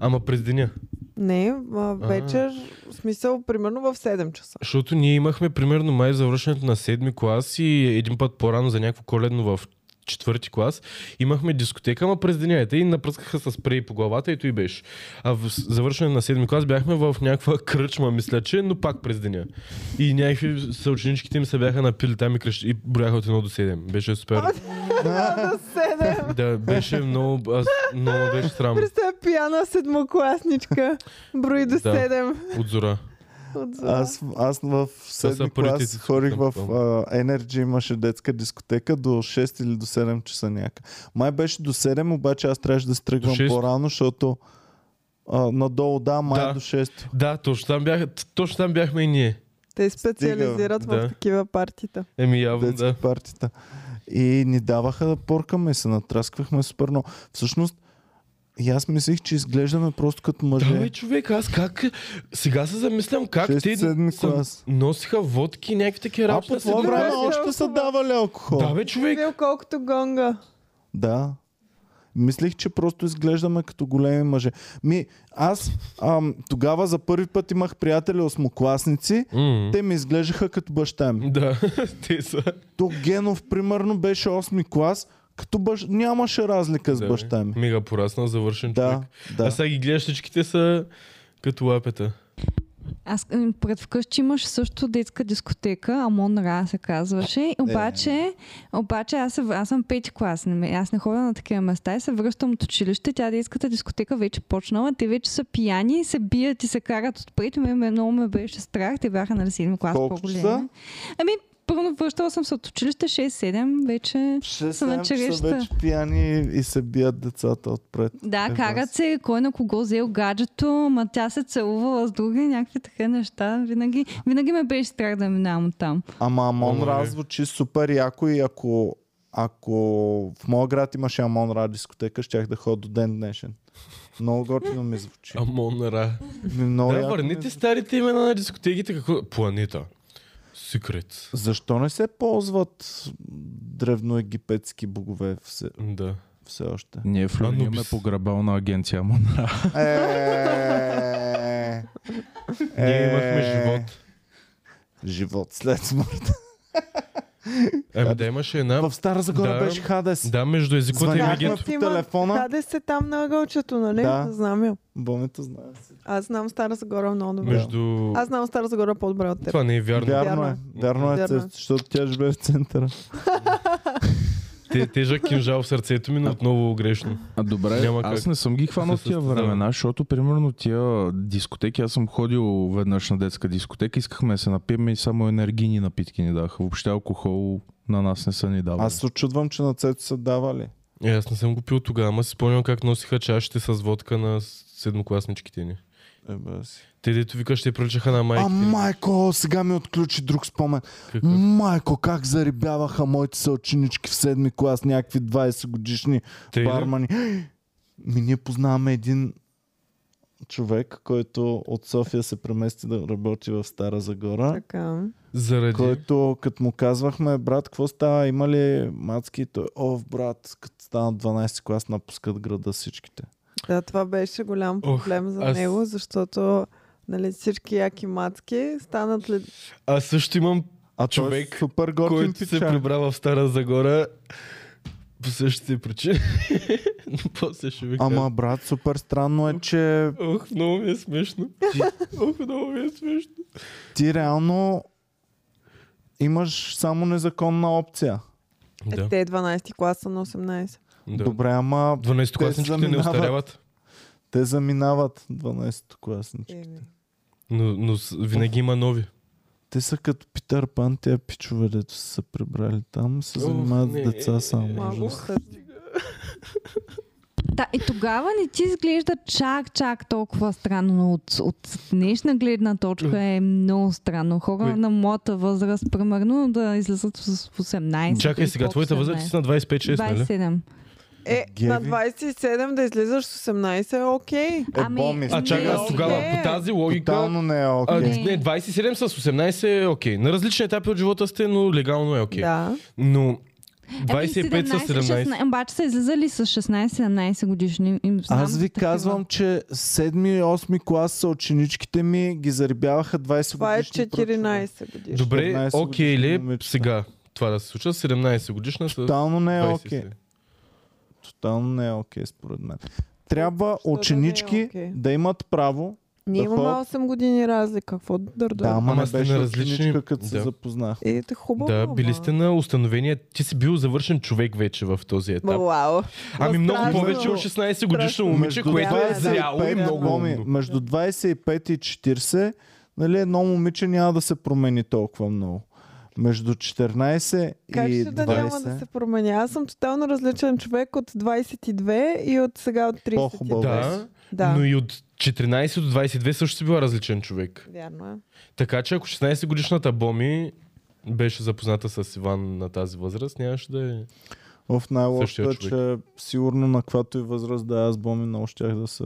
[SPEAKER 3] Ама през деня.
[SPEAKER 2] Не, а, вечер, в смисъл, примерно в 7 часа.
[SPEAKER 3] Защото ние имахме примерно май завършването на седми клас и един път по-рано за някакво коледно в четвърти клас, имахме дискотека, ама през деня. Те и напръскаха с спрей по главата и той беше. А в с- завършване на седми клас бяхме в някаква кръчма, мисля, че, но пак през деня. И някакви съученичките ми се бяха напили там и, кръщ... и брояха от 1 до 7. Беше супер.
[SPEAKER 2] На 7!
[SPEAKER 3] да, беше много, аз, много ме беше срам
[SPEAKER 2] Представя пияна седмокласничка. Брои до
[SPEAKER 3] Да.
[SPEAKER 2] 7.
[SPEAKER 3] от зора.
[SPEAKER 2] От зала.
[SPEAKER 1] Аз, аз в седми
[SPEAKER 3] първите
[SPEAKER 1] клас
[SPEAKER 3] ти
[SPEAKER 1] ходих в
[SPEAKER 3] дискотеки,
[SPEAKER 1] а, Energy, имаше детска дискотека до 6 или до 7 часа някак. Май беше до 7, обаче аз трябваше да се тръгвам
[SPEAKER 3] 6?
[SPEAKER 1] по-рано, защото а, надолу да, май
[SPEAKER 3] Да.
[SPEAKER 1] до 6.
[SPEAKER 3] Да, точно там, бях, точно там бяхме и ние.
[SPEAKER 2] Те специализират
[SPEAKER 3] да.
[SPEAKER 2] в такива партита.
[SPEAKER 3] Еми явно
[SPEAKER 1] детски
[SPEAKER 3] да.
[SPEAKER 1] партита. И ни даваха да поркаме и се натрасквахме супер много. Всъщност, и аз мислих, че изглеждаме просто като мъже.
[SPEAKER 3] Да, бе, човек, аз как... Сега се замислям как
[SPEAKER 1] Шести,
[SPEAKER 3] те
[SPEAKER 1] седми
[SPEAKER 3] са-
[SPEAKER 1] клас.
[SPEAKER 3] носиха водки и някакви такива
[SPEAKER 1] а
[SPEAKER 3] работи.
[SPEAKER 1] по
[SPEAKER 3] на
[SPEAKER 1] това
[SPEAKER 3] седми
[SPEAKER 1] време е
[SPEAKER 3] клас.
[SPEAKER 1] още са давали алкохол.
[SPEAKER 3] Да, бе, човек.
[SPEAKER 2] Бил колкото гонга.
[SPEAKER 1] Да. Мислих, че просто изглеждаме като големи мъже. Ми, аз ам, тогава за първи път имах приятели осмокласници.
[SPEAKER 3] М.
[SPEAKER 1] Те ми изглеждаха като баща ми.
[SPEAKER 3] Да, те са.
[SPEAKER 1] То Генов, примерно, беше 8 клас, като бащ... нямаше разлика с
[SPEAKER 3] Да, бе.
[SPEAKER 1] баща ми.
[SPEAKER 3] Мега пораснал, завършен
[SPEAKER 1] Да,
[SPEAKER 3] човек. А
[SPEAKER 1] да.
[SPEAKER 3] сега ги гледаш всичките са като лапета.
[SPEAKER 5] Аз м, пред вкъщи имаш също детска дискотека, Амон Ра се
[SPEAKER 1] Е,
[SPEAKER 5] казваше. Обаче, обаче аз, се вър- аз съм пети клас. не ме- Аз не ходя на такива места и се връщам от училище. Тя детската дискотека вече почнала. Те вече са пияни и се бият и се карат отпред. Ме, ме, много ме беше страх. Те бяха на 7 клас
[SPEAKER 1] Колко часа?
[SPEAKER 5] по-големи. Ами, първо връщала съм се от училище 6-7 вече.
[SPEAKER 1] 6
[SPEAKER 5] Съм
[SPEAKER 1] часа
[SPEAKER 5] череща.
[SPEAKER 1] вече пияни и се бият децата отпред.
[SPEAKER 5] Да,
[SPEAKER 1] Е,
[SPEAKER 5] карат
[SPEAKER 1] бас.
[SPEAKER 5] се кой на кого взел гаджето, ма тя се целувала с други, някакви такива неща. Винаги, винаги ме беше страх да минавам там.
[SPEAKER 1] Ама Амон
[SPEAKER 3] Ама,
[SPEAKER 1] Ра
[SPEAKER 3] бе.
[SPEAKER 1] звучи супер яко и ако, ако в моя град имаше Амон Ра дискотека, щях да ходя до ден днешен. Много готино ми звучи.
[SPEAKER 3] Амон Ра.
[SPEAKER 1] Ми Много
[SPEAKER 3] Да,
[SPEAKER 1] яко ми
[SPEAKER 3] върните
[SPEAKER 1] звучи.
[SPEAKER 3] старите имена на дискотеките. Какво? Планета. Secrets.
[SPEAKER 1] Защо не се ползват древноегипетски богове все,
[SPEAKER 3] Да.
[SPEAKER 1] все още?
[SPEAKER 4] Ние в Люлин имаме
[SPEAKER 3] Анубис.
[SPEAKER 4] погребална агенция, Амон Ра.
[SPEAKER 1] Е,
[SPEAKER 3] Ние
[SPEAKER 1] е,
[SPEAKER 3] имахме живот.
[SPEAKER 1] Живот след смърт.
[SPEAKER 3] Ами да имаше една...
[SPEAKER 1] В Стара Загора
[SPEAKER 3] Да.
[SPEAKER 1] беше Хадес.
[SPEAKER 3] Да, между езикота и
[SPEAKER 1] Звъняхме
[SPEAKER 3] магията.
[SPEAKER 1] по телефона.
[SPEAKER 2] Хаде се там на ъгълчето, нали?
[SPEAKER 1] Да.
[SPEAKER 2] Знам я.
[SPEAKER 1] Бомето знае.
[SPEAKER 2] Аз знам Стара Загора много добре.
[SPEAKER 3] Между...
[SPEAKER 2] Аз знам Стара Загора по-добре от теб.
[SPEAKER 3] Това не е вярно.
[SPEAKER 1] Вярно е. Вярно е,
[SPEAKER 2] Вярно е.
[SPEAKER 1] защото тя живее в центъра.
[SPEAKER 3] Те, тежък кинжал в сърцето ми, но отново грешно.
[SPEAKER 4] А добре,
[SPEAKER 3] Няма
[SPEAKER 4] аз
[SPEAKER 3] как
[SPEAKER 4] не съм ги хванал
[SPEAKER 3] се
[SPEAKER 4] тия
[SPEAKER 3] състезавам.
[SPEAKER 4] времена, защото примерно тия дискотеки, аз съм ходил веднъж на детска дискотека, искахме да се напием и само енергийни напитки ни даха. Въобще алкохол на нас не са ни давали.
[SPEAKER 1] Аз се очудвам, че на Цецо са давали.
[SPEAKER 3] Е, аз не съм го пил тогава, ама си спомням как носиха чашите с водка на седмокласничките ни.
[SPEAKER 1] Ебе си.
[SPEAKER 3] Те, дето викаш, те приличаха на майките.
[SPEAKER 1] А
[SPEAKER 3] ни.
[SPEAKER 1] майко, сега ми отключи друг спомен.
[SPEAKER 3] Какъв?
[SPEAKER 1] Майко, как зарибяваха моите съученички в седми клас, някакви 20 годишни
[SPEAKER 3] Те ли?
[SPEAKER 1] бармани. Ми ние познаваме един човек, който от София се премести да работи в Стара
[SPEAKER 3] Е,
[SPEAKER 1] Загора.
[SPEAKER 2] Така.
[SPEAKER 3] Заради...
[SPEAKER 1] Който, като му казвахме, брат, какво става, има ли мацки? Той, ов, брат, като станат 12 клас, напускат града всичките.
[SPEAKER 2] Да, това беше голям
[SPEAKER 3] Ох,
[SPEAKER 2] проблем за
[SPEAKER 3] аз-
[SPEAKER 2] него, защото нали, всички яки мацки станат ли...
[SPEAKER 3] Аз също имам
[SPEAKER 1] А
[SPEAKER 3] Човек,
[SPEAKER 1] човек, супер готин
[SPEAKER 3] който се
[SPEAKER 1] пича.
[SPEAKER 3] прибра в Стара Загора по същите причини. Но после ще ви кажа.
[SPEAKER 1] Ама, брат, супер странно е, че
[SPEAKER 3] Ох, много ми е смешно. Ох, много ми е смешно.
[SPEAKER 1] ти реално имаш само незаконна опция.
[SPEAKER 2] Да.
[SPEAKER 3] Да,
[SPEAKER 2] Е, Те 12 класа на 18.
[SPEAKER 3] да.
[SPEAKER 1] Добре, ама
[SPEAKER 3] 12-класничките не
[SPEAKER 1] заминават.
[SPEAKER 3] остаряват.
[SPEAKER 1] те заминават 12-класнички.
[SPEAKER 2] Еми.
[SPEAKER 3] Но, но с- винаги има нови.
[SPEAKER 1] Те са като Питър Пан, тия пичове, дето са се прибрали там, се
[SPEAKER 3] Ох,
[SPEAKER 1] занимават с
[SPEAKER 3] не.
[SPEAKER 1] деца само.
[SPEAKER 2] Малко
[SPEAKER 1] ужас.
[SPEAKER 2] стъд.
[SPEAKER 5] Да, и тогава не ти изглежда чак, чак толкова странно, но от, от днешна гледна точка е много странно. Хора
[SPEAKER 3] Кой?
[SPEAKER 5] на моята възраст, примерно, да излизат с 18.
[SPEAKER 3] Чакай
[SPEAKER 5] или
[SPEAKER 3] сега,
[SPEAKER 5] под
[SPEAKER 3] твоята възраст ти
[SPEAKER 5] 18.
[SPEAKER 3] си на 25-6, нали?
[SPEAKER 5] 27.
[SPEAKER 2] Е, на
[SPEAKER 1] Геви?
[SPEAKER 2] 27 да излизаш с 18 е окей.
[SPEAKER 1] Е,
[SPEAKER 5] Ами,
[SPEAKER 1] боми,
[SPEAKER 3] А чакай, аз
[SPEAKER 2] Не,
[SPEAKER 3] тогава
[SPEAKER 2] не.
[SPEAKER 3] по тази логика...
[SPEAKER 1] Тотално не е
[SPEAKER 3] А,
[SPEAKER 1] окей.
[SPEAKER 5] Не.
[SPEAKER 3] не, 27 с 18 е окей. На различни етапи от живота сте, но легално е окей.
[SPEAKER 2] Да.
[SPEAKER 3] Но
[SPEAKER 5] Ами,
[SPEAKER 3] 25 с 17.
[SPEAKER 5] 16, обаче са излизали с 16-17 годишни. Им знам
[SPEAKER 1] Аз ви
[SPEAKER 5] такива.
[SPEAKER 1] казвам, че 7 и 8 клас са ученичките ми, ги зарибяваха 20
[SPEAKER 2] Това е
[SPEAKER 1] годишни. прочове.
[SPEAKER 2] 14 годишни.
[SPEAKER 3] Добре,
[SPEAKER 1] 14
[SPEAKER 3] окей ли е
[SPEAKER 1] момичета.
[SPEAKER 3] сега това да се случва? 17 годишна с
[SPEAKER 1] Тотално не е
[SPEAKER 3] 20
[SPEAKER 1] окей.
[SPEAKER 3] си.
[SPEAKER 1] Тотално не е окей, според мен. Трябва
[SPEAKER 2] Защо да не е
[SPEAKER 1] ученички
[SPEAKER 2] окей?
[SPEAKER 1] да имат право.
[SPEAKER 2] Ние
[SPEAKER 1] Да
[SPEAKER 2] имаме
[SPEAKER 1] ходят.
[SPEAKER 2] 8 години разлика. Какво дърдо?
[SPEAKER 1] Да, ама
[SPEAKER 3] Ама
[SPEAKER 1] не
[SPEAKER 3] сте на
[SPEAKER 1] беше
[SPEAKER 3] различни-
[SPEAKER 1] ученичка, като се
[SPEAKER 3] Да.
[SPEAKER 1] запознах.
[SPEAKER 2] Е, да хубаво.
[SPEAKER 3] Да, били
[SPEAKER 2] ама.
[SPEAKER 3] сте на установения. Ти си бил завършен човек вече в този
[SPEAKER 2] Ма,
[SPEAKER 3] етап.
[SPEAKER 2] Вау.
[SPEAKER 3] Ами много
[SPEAKER 2] Страшно.
[SPEAKER 3] повече от 16 годишно
[SPEAKER 2] Страшно.
[SPEAKER 3] момиче, което е
[SPEAKER 2] двадесет и
[SPEAKER 3] зряло и
[SPEAKER 2] пет,
[SPEAKER 3] много
[SPEAKER 1] боми,
[SPEAKER 3] умно.
[SPEAKER 1] Между 25 и 40, нали, едно момиче няма да се промени толкова много. Между 14
[SPEAKER 2] Как
[SPEAKER 1] и 20.
[SPEAKER 2] ще да няма да се променя? Аз съм тотално различен човек от 22 и от сега от 30.
[SPEAKER 1] По-хубаво.
[SPEAKER 3] Да,
[SPEAKER 2] Да.
[SPEAKER 3] но и от 14 до 22 също си била различен човек.
[SPEAKER 2] Вярно е.
[SPEAKER 3] Така че ако 16 годишната Боми беше запозната с Иван на тази възраст, нямаше да е...
[SPEAKER 1] В най-лошото
[SPEAKER 3] Същия
[SPEAKER 1] е, че сигурно на каквато и възраст да е, аз боми много щях да се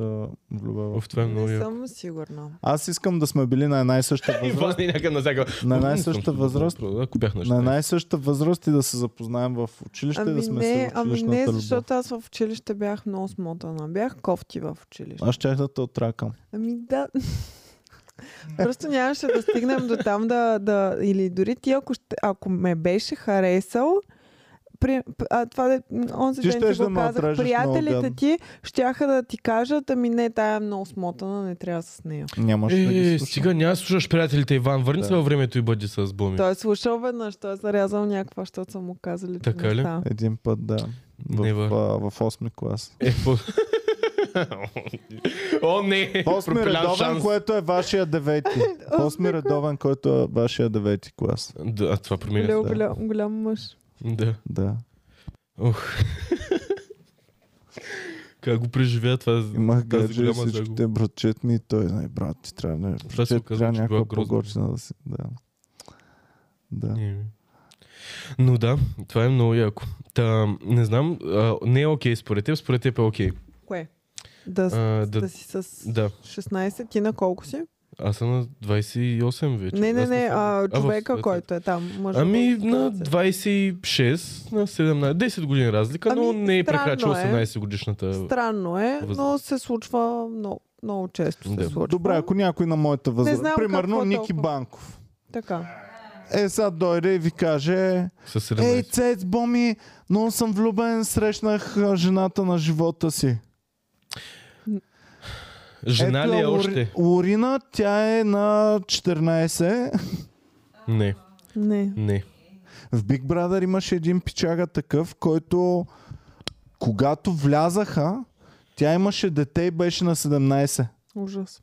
[SPEAKER 1] влюбявам.
[SPEAKER 3] В това е много
[SPEAKER 2] Не
[SPEAKER 3] яко.
[SPEAKER 2] съм сигурна.
[SPEAKER 1] Аз искам да сме били на една и съща възраст.
[SPEAKER 3] Иван е някъде на всяка.
[SPEAKER 1] На една и съща възраст.
[SPEAKER 3] Ако бях на
[SPEAKER 1] На
[SPEAKER 3] 16.
[SPEAKER 1] една и съща възраст и да се запознаем в училище,
[SPEAKER 2] Ами
[SPEAKER 1] да сме
[SPEAKER 2] не,
[SPEAKER 1] си в
[SPEAKER 2] ами не,
[SPEAKER 1] училищната любов.
[SPEAKER 2] защото аз в училище бях много смотана. Бях кофти в училище.
[SPEAKER 1] Аз щях да те отракам.
[SPEAKER 2] Ами да. Просто нямаше да стигнем до там да, да... Или дори ти, ако, ще, ако ме беше харесал, при, а, това да, онзи
[SPEAKER 1] Ти
[SPEAKER 2] ден ти
[SPEAKER 1] щеш
[SPEAKER 2] го
[SPEAKER 1] да ме
[SPEAKER 2] казах,
[SPEAKER 1] отрежеш много
[SPEAKER 2] приятелите
[SPEAKER 1] гадно.
[SPEAKER 2] ти щяха да ти кажат, ами не, тая е много смотана, не трябва с нея.
[SPEAKER 1] Нямаше да ги
[SPEAKER 3] Е,
[SPEAKER 1] слушам.
[SPEAKER 3] стига, няма да слушаш приятелите, Иван. Върни се
[SPEAKER 1] Да.
[SPEAKER 3] във времето и бъди с Боми.
[SPEAKER 2] Той е слушал веднъж, той е зарязал някаква, защото са му казали.
[SPEAKER 3] Така ли?
[SPEAKER 2] неща.
[SPEAKER 1] Един път, да. В,
[SPEAKER 3] Не, бе.
[SPEAKER 1] а, в 8 клас.
[SPEAKER 3] Е, по... О, не!
[SPEAKER 1] Осми
[SPEAKER 3] Пропилян
[SPEAKER 1] редовен,
[SPEAKER 3] Е, шанс.
[SPEAKER 1] което е вашия девети. Осми редовен, който е вашия девети клас.
[SPEAKER 3] Да, това променя.
[SPEAKER 2] Голям,
[SPEAKER 1] Е, да.
[SPEAKER 2] голям, голям мъж.
[SPEAKER 3] Да.
[SPEAKER 1] Да.
[SPEAKER 3] Ох. Как го преживя това? за-
[SPEAKER 1] Имах
[SPEAKER 3] Тази
[SPEAKER 1] гадже и
[SPEAKER 3] голяма
[SPEAKER 1] всичките
[SPEAKER 3] загуба.
[SPEAKER 1] брачетни и той, не, брат, ти трябва да
[SPEAKER 3] се
[SPEAKER 1] брачет,
[SPEAKER 3] оказа,
[SPEAKER 1] трябва
[SPEAKER 3] че е
[SPEAKER 1] някаква
[SPEAKER 3] била грозна.
[SPEAKER 1] по-горчина да си. Да. да.
[SPEAKER 3] Е. Но да, това е много яко. Та, не знам, а, не е окей според теб, според теб е окей.
[SPEAKER 2] Кое? Да, с-
[SPEAKER 3] А, да,
[SPEAKER 2] да си с
[SPEAKER 3] да,
[SPEAKER 2] 16, ти на колко си?
[SPEAKER 3] аз съм на 28 вече.
[SPEAKER 2] Не, не,
[SPEAKER 3] Аз съм-
[SPEAKER 2] не, а,
[SPEAKER 3] в-
[SPEAKER 2] човека,
[SPEAKER 3] в-
[SPEAKER 2] който е там. мъжът,
[SPEAKER 3] Ами
[SPEAKER 2] който е
[SPEAKER 3] на
[SPEAKER 2] там.
[SPEAKER 3] 26, на 17, 10 години разлика, но
[SPEAKER 2] Ами,
[SPEAKER 3] не е
[SPEAKER 2] странно
[SPEAKER 3] прекрачил
[SPEAKER 2] е.
[SPEAKER 3] 18 годишната.
[SPEAKER 2] Странно е,
[SPEAKER 3] възраст.
[SPEAKER 2] но се случва много, много често.
[SPEAKER 3] Да.
[SPEAKER 2] Се случва.
[SPEAKER 1] Добре, ако някой на моята възраст,
[SPEAKER 2] знам
[SPEAKER 1] примерно
[SPEAKER 2] какво
[SPEAKER 1] Ники
[SPEAKER 2] толкова.
[SPEAKER 1] Банков,
[SPEAKER 2] Така.
[SPEAKER 1] е сега дойде и ви каже,
[SPEAKER 3] С 17.
[SPEAKER 1] ей, Цец Боми, но съм влюбен, срещнах а, жената на живота си.
[SPEAKER 3] Жена
[SPEAKER 1] Ето
[SPEAKER 3] ли е
[SPEAKER 1] я, Лори-
[SPEAKER 3] още?
[SPEAKER 1] Лорина, тя е на 14.
[SPEAKER 3] Не,
[SPEAKER 2] Не.
[SPEAKER 3] не.
[SPEAKER 1] В Big Brother имаше един пичага такъв, който когато влязаха, тя имаше дете и беше на 17.
[SPEAKER 2] Ужас.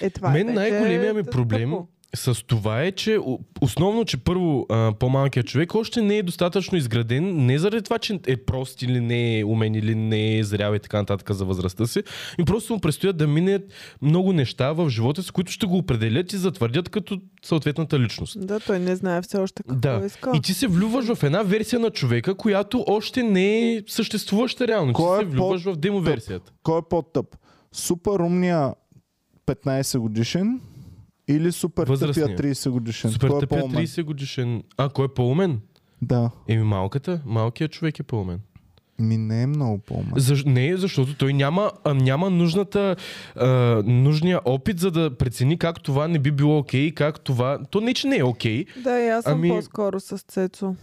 [SPEAKER 2] Е, това е
[SPEAKER 3] Мен
[SPEAKER 2] вече
[SPEAKER 3] най-големия ми
[SPEAKER 2] т-
[SPEAKER 3] проблем
[SPEAKER 2] тъпо.
[SPEAKER 3] с това е, че о- основно, че първо а, по-малкият човек още не е достатъчно изграден, не заради това, че е прост или не е умен или не е зрял и така нататък за възрастта си, и просто му предстоят да минат много неща в живота си, които ще го определят и затвърдят като съответната личност.
[SPEAKER 2] Да, той не знае все още какво
[SPEAKER 3] Да.
[SPEAKER 2] иска.
[SPEAKER 3] И ти се влюбваш в една версия на човека, която още не е съществуваща реално.
[SPEAKER 1] Кой
[SPEAKER 3] ти
[SPEAKER 1] е
[SPEAKER 3] се влюбваш в демоверсията.
[SPEAKER 1] Кой е по-тъп? Супер умния 15 годишен или супер
[SPEAKER 3] Възрастния.
[SPEAKER 1] тъпия 30 годишен?
[SPEAKER 3] Супер
[SPEAKER 1] Кой е
[SPEAKER 3] тъпия
[SPEAKER 1] по-умен?
[SPEAKER 3] 30 годишен. А, кой е по-умен?
[SPEAKER 1] Да.
[SPEAKER 3] Еми малката, малкият човек е по-умен.
[SPEAKER 1] Ми не е много по-умен.
[SPEAKER 3] Защ... Не, защото той няма, а, няма нужната, а, нужния опит, за да прецени как това не би било окей, и как това... То не, че не е окей,
[SPEAKER 2] Да, и аз съм
[SPEAKER 3] Ами-
[SPEAKER 2] по-скоро с Цецо.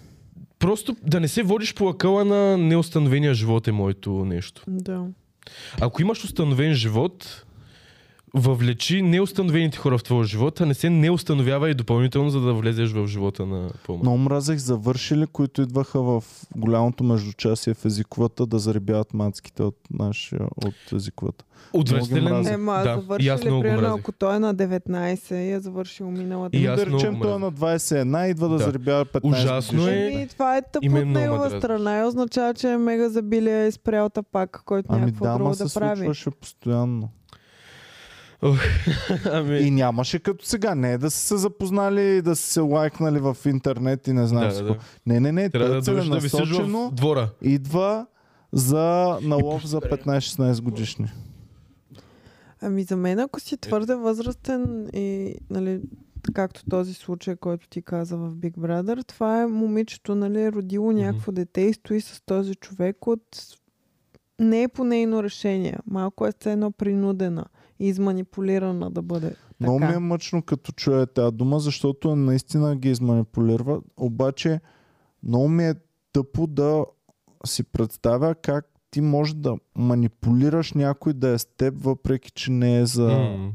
[SPEAKER 3] просто да не се водиш по акъла на неустановения живот е моето нещо.
[SPEAKER 2] Да.
[SPEAKER 3] Ако имаш установен живот, въвлечи неустановените хора в твоя живот, а не се не установява и допълнително, за да влезеш в живота на по
[SPEAKER 1] Но мразех завършили, които идваха в голямото междучасие в езиковата да заребяват мацките от, нашия, от езиковата. много
[SPEAKER 3] Отвратителен.
[SPEAKER 1] мразя.
[SPEAKER 2] Ема,
[SPEAKER 3] да, и аз
[SPEAKER 2] Е, завършили,
[SPEAKER 3] много го
[SPEAKER 2] примерно,
[SPEAKER 3] мразех.
[SPEAKER 2] ако той е на 19 и е завършил миналата
[SPEAKER 3] И
[SPEAKER 1] И
[SPEAKER 3] аз
[SPEAKER 1] да
[SPEAKER 3] много
[SPEAKER 1] речем, той е
[SPEAKER 3] мразя.
[SPEAKER 1] на 21, идва да,
[SPEAKER 3] Да.
[SPEAKER 1] да. заребява 15
[SPEAKER 3] Ужасно
[SPEAKER 1] годишен.
[SPEAKER 3] е.
[SPEAKER 2] Еми, това е
[SPEAKER 3] И
[SPEAKER 2] тъпо
[SPEAKER 3] мен
[SPEAKER 2] от
[SPEAKER 3] много ме
[SPEAKER 2] негова
[SPEAKER 3] дразни.
[SPEAKER 2] страна и означава, че е мега забилия и спрял тапак, който
[SPEAKER 1] Ами
[SPEAKER 2] някакво
[SPEAKER 1] да,
[SPEAKER 2] друго
[SPEAKER 1] ма
[SPEAKER 2] да
[SPEAKER 1] се
[SPEAKER 2] прави.
[SPEAKER 1] случваше постоянно.
[SPEAKER 3] Ами,
[SPEAKER 1] И нямаше като сега. Не е да са се запознали и да са се лайкнали в интернет и не знам
[SPEAKER 3] Да,
[SPEAKER 1] да,
[SPEAKER 3] да,
[SPEAKER 1] си
[SPEAKER 3] да.
[SPEAKER 1] какво. Не, не, не.
[SPEAKER 3] Трябва
[SPEAKER 1] Той
[SPEAKER 3] да
[SPEAKER 1] е
[SPEAKER 3] дойдеш да висиш
[SPEAKER 1] целенасочено
[SPEAKER 3] в двора.
[SPEAKER 1] идва за налов за 15-16 годишни.
[SPEAKER 2] Ами за мен, ако си твърде възрастен и, нали, както този случай, който ти каза в Big Brother, това е момичето, нали, е родило
[SPEAKER 3] Мгм.
[SPEAKER 2] някакво дете и стои с този човек от... Не е по нейно решение. Малко е все едно принудена и изманипулирана да бъде
[SPEAKER 1] Много ми е
[SPEAKER 2] така.
[SPEAKER 1] мъчно като чуя тази дума, защото наистина ги изманипулира. Обаче много ми е тъпо да си представя как ти можеш да манипулираш някой да е с теб, въпреки че не е за...
[SPEAKER 3] М.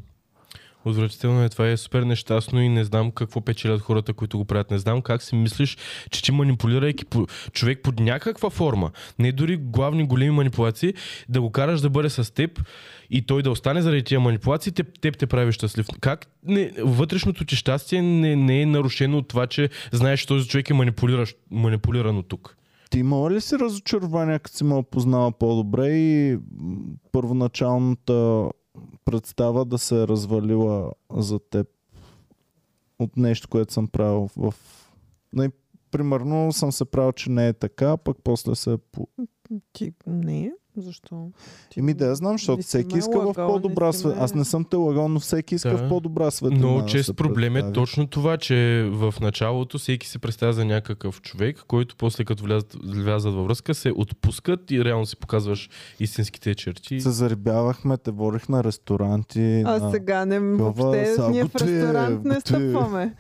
[SPEAKER 3] Отвратително е това и е супер нещастно и не знам какво печелят хората, които го правят. Не знам как си мислиш, че ти манипулирайки по- човек под някаква форма, не дори главни големи манипулации, да го караш да бъде с теб и той да остане заради тия манипулации, теб, теб те прави щастлив. Как не, вътрешното ти щастие не, не е нарушено от това, че знаеш, че този човек е манипулиращ, манипулиран от тук?
[SPEAKER 1] Ти имала ли си разочарование, като си ме познала по-добре и м, първоначалната представа да се е развалила за теб от нещо, което съм правил в... в... Не, примерно съм се правил, че не е така, пък после се... е по-
[SPEAKER 2] Ти не, защо? Ти
[SPEAKER 1] Еми да, я знам, защото
[SPEAKER 2] не си
[SPEAKER 1] всеки
[SPEAKER 2] ме
[SPEAKER 1] иска в
[SPEAKER 2] лъгал, не
[SPEAKER 1] по-добра
[SPEAKER 2] си
[SPEAKER 1] свет.
[SPEAKER 2] ме-
[SPEAKER 1] Аз не съм те лагал, но всеки иска
[SPEAKER 3] Да.
[SPEAKER 1] в по-добра свет.
[SPEAKER 3] Но чест проблем е точно това, че в началото всеки се представя за някакъв човек, който после като влязат, влязат във връзка се отпускат и реално си показваш истинските черти.
[SPEAKER 1] Се заребявахме, те водих на ресторанти.
[SPEAKER 2] А
[SPEAKER 1] на...
[SPEAKER 2] сега не,
[SPEAKER 1] Такова
[SPEAKER 2] въобще
[SPEAKER 1] са
[SPEAKER 2] ние в
[SPEAKER 1] бутри,
[SPEAKER 2] ресторант не
[SPEAKER 1] бутри.
[SPEAKER 2] стъпваме.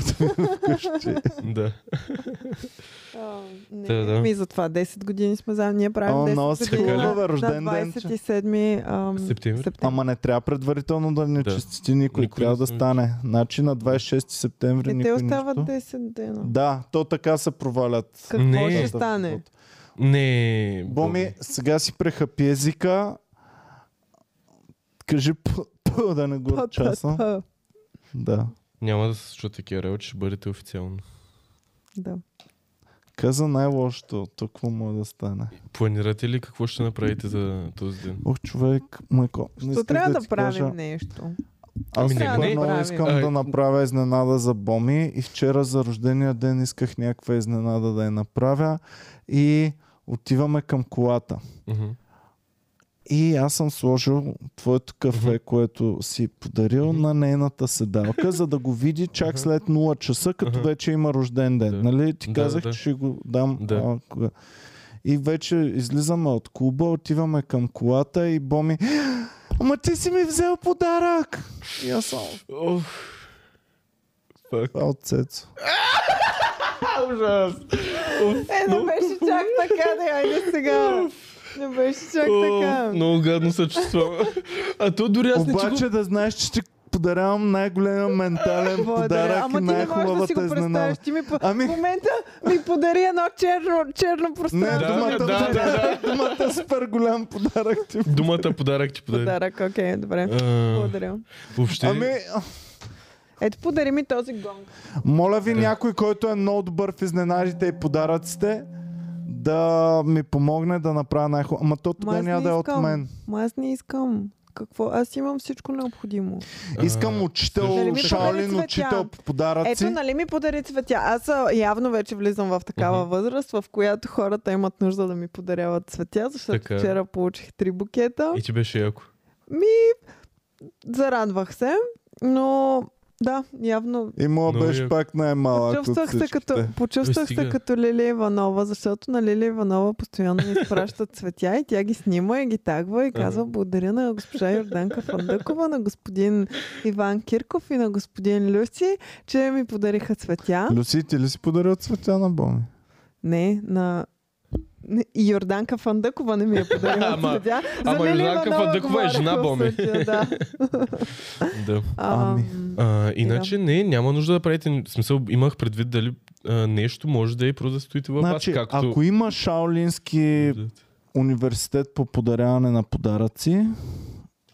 [SPEAKER 1] вкъщи.
[SPEAKER 3] Да.
[SPEAKER 2] А, не,
[SPEAKER 3] Да, да.
[SPEAKER 2] Ми за това 10 години сме заедно. Ние правим
[SPEAKER 1] О,
[SPEAKER 2] 10
[SPEAKER 1] много си
[SPEAKER 2] години
[SPEAKER 3] хубава,
[SPEAKER 2] на, на
[SPEAKER 1] рожден ден, че.
[SPEAKER 2] 27 ам,
[SPEAKER 3] Септември.
[SPEAKER 1] Ама не трябва предварително да не
[SPEAKER 3] Да.
[SPEAKER 1] честити никой.
[SPEAKER 3] Никой
[SPEAKER 1] трябва
[SPEAKER 3] не
[SPEAKER 1] да
[SPEAKER 3] сме-
[SPEAKER 1] стане. Значи на 26 септември
[SPEAKER 2] Е,
[SPEAKER 1] никой
[SPEAKER 2] те остават
[SPEAKER 1] нищо.
[SPEAKER 2] 10 дена.
[SPEAKER 1] Да, то така се провалят.
[SPEAKER 2] Какво
[SPEAKER 3] Не.
[SPEAKER 2] Е, ще
[SPEAKER 1] нещата в
[SPEAKER 2] стане?
[SPEAKER 1] живота.
[SPEAKER 3] Не.
[SPEAKER 1] Боми, сега си прехапи езика. Кажи п, п да не го
[SPEAKER 2] Па, па,
[SPEAKER 1] часа.
[SPEAKER 2] па.
[SPEAKER 1] Да.
[SPEAKER 3] Няма да се случва такива работи, ще бъдете официално.
[SPEAKER 2] Да.
[SPEAKER 1] Каза най-лошото. Тук какво може да стане.
[SPEAKER 3] Планирате ли какво ще направите за този ден?
[SPEAKER 1] Ох, човек, майко. не
[SPEAKER 2] То
[SPEAKER 1] исках
[SPEAKER 2] трябва да,
[SPEAKER 1] ти
[SPEAKER 2] правим
[SPEAKER 1] кажа.
[SPEAKER 2] нещо.
[SPEAKER 1] Аз
[SPEAKER 3] Ами не,
[SPEAKER 1] супер
[SPEAKER 3] не.
[SPEAKER 1] много
[SPEAKER 2] Правим.
[SPEAKER 1] искам
[SPEAKER 3] Ай.
[SPEAKER 1] да направя изненада за Боми и вчера за рождения ден исках някаква изненада да я направя и отиваме към колата.
[SPEAKER 3] Мгм.
[SPEAKER 1] И аз съм сложил твоето кафе,
[SPEAKER 3] Мгм.
[SPEAKER 1] което си подарил
[SPEAKER 3] Мгм.
[SPEAKER 1] на нейната седалка, за да го види чак
[SPEAKER 3] Мгм.
[SPEAKER 1] след 0 часа, като
[SPEAKER 3] Мгм.
[SPEAKER 1] вече има рожден ден.
[SPEAKER 3] Да.
[SPEAKER 1] Нали? Ти
[SPEAKER 3] Да,
[SPEAKER 1] казах,
[SPEAKER 3] да, да.
[SPEAKER 1] че ще го дам.
[SPEAKER 3] Да.
[SPEAKER 1] А, кога. И вече излизаме от клуба, отиваме към колата и Боми... Ама ти си ми взел подарък! И аз съм...
[SPEAKER 3] Оф. Фак.
[SPEAKER 1] Това е от Цецо.
[SPEAKER 3] Ужас.
[SPEAKER 2] Е, не беше чак така, да айде сега. Не беше чак така.
[SPEAKER 3] Оф, Много гадно се чувствам. А то дори аз не че
[SPEAKER 1] Обаче да знаеш, че ти подарявам най-големия ментален
[SPEAKER 2] Благодаря.
[SPEAKER 1] подарък
[SPEAKER 2] Е, Ама
[SPEAKER 1] и
[SPEAKER 2] ти не можеш да си го
[SPEAKER 1] най-хубавата изненада.
[SPEAKER 2] представиш. Ти ми по...
[SPEAKER 1] Ами-
[SPEAKER 2] В момента ми подари едно черно, черно
[SPEAKER 1] Не,
[SPEAKER 2] пространство.
[SPEAKER 3] Да,
[SPEAKER 1] думата,
[SPEAKER 3] да, да, да.
[SPEAKER 1] думата супер голям подарък ти.
[SPEAKER 3] го... Думата подарък ти подари.
[SPEAKER 2] Подарък, окей, добре.
[SPEAKER 3] А,
[SPEAKER 2] Благодаря.
[SPEAKER 3] Въобще...
[SPEAKER 1] Ами,
[SPEAKER 2] Ето подари ми този гонг.
[SPEAKER 1] моля ви
[SPEAKER 3] Да.
[SPEAKER 1] някой, който е много добър в изненадите и подаръците, да ми помогне да направя най-хубаво. Ама то
[SPEAKER 2] Ма
[SPEAKER 1] тогава
[SPEAKER 2] аз
[SPEAKER 1] няма
[SPEAKER 2] не
[SPEAKER 1] да е от
[SPEAKER 2] искам.
[SPEAKER 1] мен.
[SPEAKER 2] Ма аз не искам. Какво? Аз имам всичко необходимо.
[SPEAKER 1] Искам
[SPEAKER 3] а,
[SPEAKER 2] Дали
[SPEAKER 1] учител,
[SPEAKER 2] Нали ми
[SPEAKER 1] шаолин,
[SPEAKER 2] подари
[SPEAKER 1] учител
[SPEAKER 2] цветя?
[SPEAKER 1] по подаръци.
[SPEAKER 2] Ето, нали ми подари цветя? Аз а, явно вече влизам в такава
[SPEAKER 3] Мгм.
[SPEAKER 2] възраст, в която хората имат нужда да ми подаряват цветя, защото
[SPEAKER 3] Така е.
[SPEAKER 2] вчера получих три букета.
[SPEAKER 3] И ти беше яко.
[SPEAKER 2] Ми, зарадвах се, но да, явно
[SPEAKER 1] И моя
[SPEAKER 3] Много
[SPEAKER 1] беше
[SPEAKER 3] яко.
[SPEAKER 1] пак най-малък от
[SPEAKER 2] Почувствах се,
[SPEAKER 1] всичките.
[SPEAKER 2] като, почувствах
[SPEAKER 3] Стига.
[SPEAKER 2] се като Лилия Иванова, защото на Лилия Иванова постоянно ни спращат цветя и тя ги снима и ги тагва и казва благодаря на госпожа Йорданка Фандъкова, на господин Иван Кирков и на господин Люси, че ми подариха цветя.
[SPEAKER 1] Люси, ти ли си подарил цветя на Боми?
[SPEAKER 2] Не, на не, и Йорданка Фандъкова не ми е подарила
[SPEAKER 3] Ама-
[SPEAKER 2] цветя. За
[SPEAKER 3] ама
[SPEAKER 2] Лилия
[SPEAKER 3] Йорданка
[SPEAKER 2] Иванова
[SPEAKER 3] Фандъкова е
[SPEAKER 2] говорих
[SPEAKER 3] жена,
[SPEAKER 2] в
[SPEAKER 3] Боми.
[SPEAKER 2] случая, Да.
[SPEAKER 3] Да.
[SPEAKER 1] Ами.
[SPEAKER 2] Ам,
[SPEAKER 3] А, иначе не, няма нужда да правите. В смисъл, имах предвид дали а, нещо може да е и просто да стоите във
[SPEAKER 1] Значи,
[SPEAKER 3] вас, както...
[SPEAKER 1] ако е- има шаолински университет по подаряване на подаръци.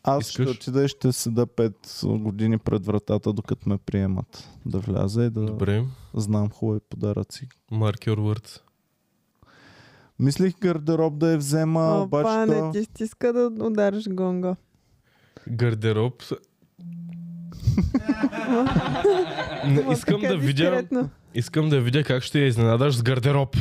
[SPEAKER 1] Аз Искаш? ще
[SPEAKER 3] Искаш?
[SPEAKER 1] отида и ще седа 5 години пред вратата, докато ме приемат. Да вляза и да Добре.
[SPEAKER 3] Добре.
[SPEAKER 1] знам хубави подаръци.
[SPEAKER 3] Маркер Word.
[SPEAKER 1] Мислих гардероб да я взема,
[SPEAKER 2] а,
[SPEAKER 1] обаче
[SPEAKER 2] пане,
[SPEAKER 1] то...
[SPEAKER 2] ти стиска да удариш гонга.
[SPEAKER 3] Гардероб. Не,
[SPEAKER 2] Ма,
[SPEAKER 3] искам
[SPEAKER 2] така
[SPEAKER 3] да видя...
[SPEAKER 2] дискретно.
[SPEAKER 3] Искам да видя как ще я изненадаш с гардероб.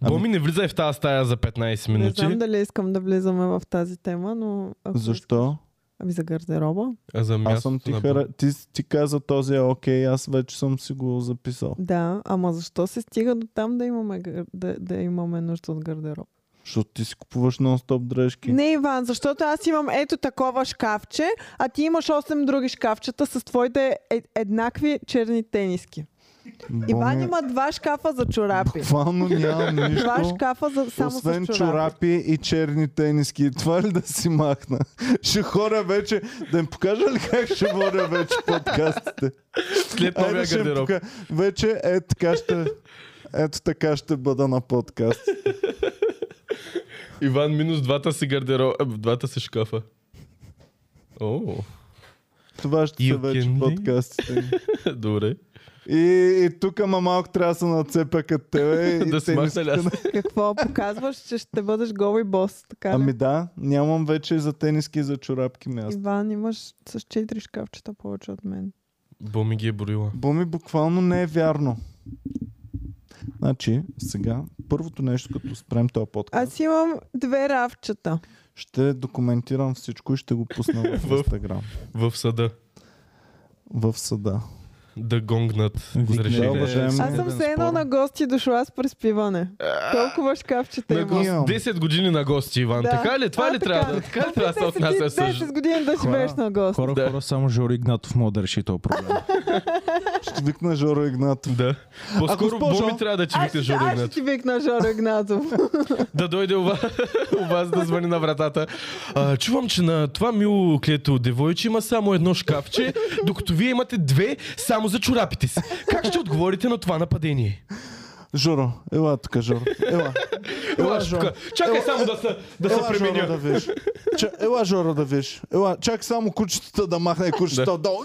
[SPEAKER 1] Ами-
[SPEAKER 3] Боми не влизай в тази стая за 15
[SPEAKER 2] Не
[SPEAKER 3] минути,
[SPEAKER 2] знам дали искам да влизаме в тази тема, но... Ако
[SPEAKER 1] Защо?
[SPEAKER 2] Ами за гардероба?
[SPEAKER 3] а за мястото
[SPEAKER 1] Ами Аз съм ти,
[SPEAKER 3] на
[SPEAKER 1] хара... ти, ти каза този е окей, аз вече съм си го записал.
[SPEAKER 2] Да, ама защо се стига до там да имаме, гар- да, да имаме нужда от гардероб?
[SPEAKER 1] Защото ти си купуваш нон-стоп дрежки.
[SPEAKER 2] Не, Иван, защото аз имам ето такова шкафче, а ти имаш 8 други шкафчета с твоите е- еднакви черни тениски.
[SPEAKER 1] Боми,
[SPEAKER 2] Иван има два шкафа за чорапи.
[SPEAKER 1] Буквално нямам
[SPEAKER 2] Два
[SPEAKER 1] нищо.
[SPEAKER 2] шкафа за, само
[SPEAKER 1] Освен
[SPEAKER 2] с чорапи.
[SPEAKER 1] чорапи и черни тениски. Това ли да си махна? Ще хора вече. Да им покажа ли как ще водя вече подкастите?
[SPEAKER 3] След
[SPEAKER 1] Айде
[SPEAKER 3] Е, новия
[SPEAKER 1] ще им
[SPEAKER 3] гардероб.
[SPEAKER 1] пока- Вече е така ще... Ето така ще бъда на подкаст.
[SPEAKER 3] Иван минус двата си гардероб, а, двата си шкафа. О,
[SPEAKER 1] Това ще
[SPEAKER 3] You
[SPEAKER 1] са вече
[SPEAKER 3] can
[SPEAKER 1] подкастите. ни.
[SPEAKER 3] добре.
[SPEAKER 1] И, и тук ама малко трябва да се нацепя като тебе. и
[SPEAKER 3] Да смахна ли аз?
[SPEAKER 1] тениските
[SPEAKER 2] Какво показваш, че ще бъдеш гол и бос?
[SPEAKER 1] на-
[SPEAKER 2] Така ли?
[SPEAKER 1] Ами да, нямам вече и за тениски и за чорапки място.
[SPEAKER 2] Иван, имаш с 4 шкафчета повече от мен.
[SPEAKER 3] Боми ги е броила.
[SPEAKER 1] Боми буквално не е вярно. Значи, сега, първото нещо, като спрем този подкаст,
[SPEAKER 2] Аз имам две равчета.
[SPEAKER 1] ще документирам всичко и ще го пусна в
[SPEAKER 3] В-
[SPEAKER 1] Инстаграм.
[SPEAKER 3] в съда
[SPEAKER 1] В съда.
[SPEAKER 3] да гонгнат
[SPEAKER 4] Викне,
[SPEAKER 1] Да,
[SPEAKER 3] разрешение.
[SPEAKER 1] уважаеми.
[SPEAKER 2] Аз съм
[SPEAKER 4] Съдебен
[SPEAKER 2] се едно
[SPEAKER 4] спор.
[SPEAKER 2] на гости дошла с приспиване. Толкова шкафчета
[SPEAKER 3] На
[SPEAKER 2] има.
[SPEAKER 3] гост,
[SPEAKER 1] Имам.
[SPEAKER 3] 10 години на гости, Иван.
[SPEAKER 2] Да.
[SPEAKER 3] Така ли? Това
[SPEAKER 2] А,
[SPEAKER 3] ли
[SPEAKER 2] така.
[SPEAKER 3] трябва да така ли трябва да се отнася
[SPEAKER 2] Ти
[SPEAKER 3] с
[SPEAKER 2] 10 години да живееш на гост.
[SPEAKER 4] Хора,
[SPEAKER 3] Да.
[SPEAKER 4] хора, само Жори Игнатов мога да реши този проблем.
[SPEAKER 1] Ще викна Жоро Игнатов.
[SPEAKER 3] Да. По-скоро
[SPEAKER 1] госпожо-
[SPEAKER 3] Боми трябва да ти
[SPEAKER 2] Аз
[SPEAKER 3] викне
[SPEAKER 2] ще-
[SPEAKER 3] Жоро
[SPEAKER 2] аз ще
[SPEAKER 3] Игнатов.
[SPEAKER 2] ти викна Жоро Игнатов.
[SPEAKER 3] Да дойде у вас, у вас да звъни на вратата. А, чувам, че на това мило клето девойче има само едно шкафче, докато вие имате две само за чорапите си. Как ще отговорите на това нападение?
[SPEAKER 1] Жоро, ела тук, Жоро. Ела.
[SPEAKER 3] Ела, ще тука. Чакай само да се, да се
[SPEAKER 1] Ела, Жоро, да
[SPEAKER 3] пременя.
[SPEAKER 1] виж. Ча, ела, Жоро, да виж. Ела, чак само кучетата да махне кучетата отдолу.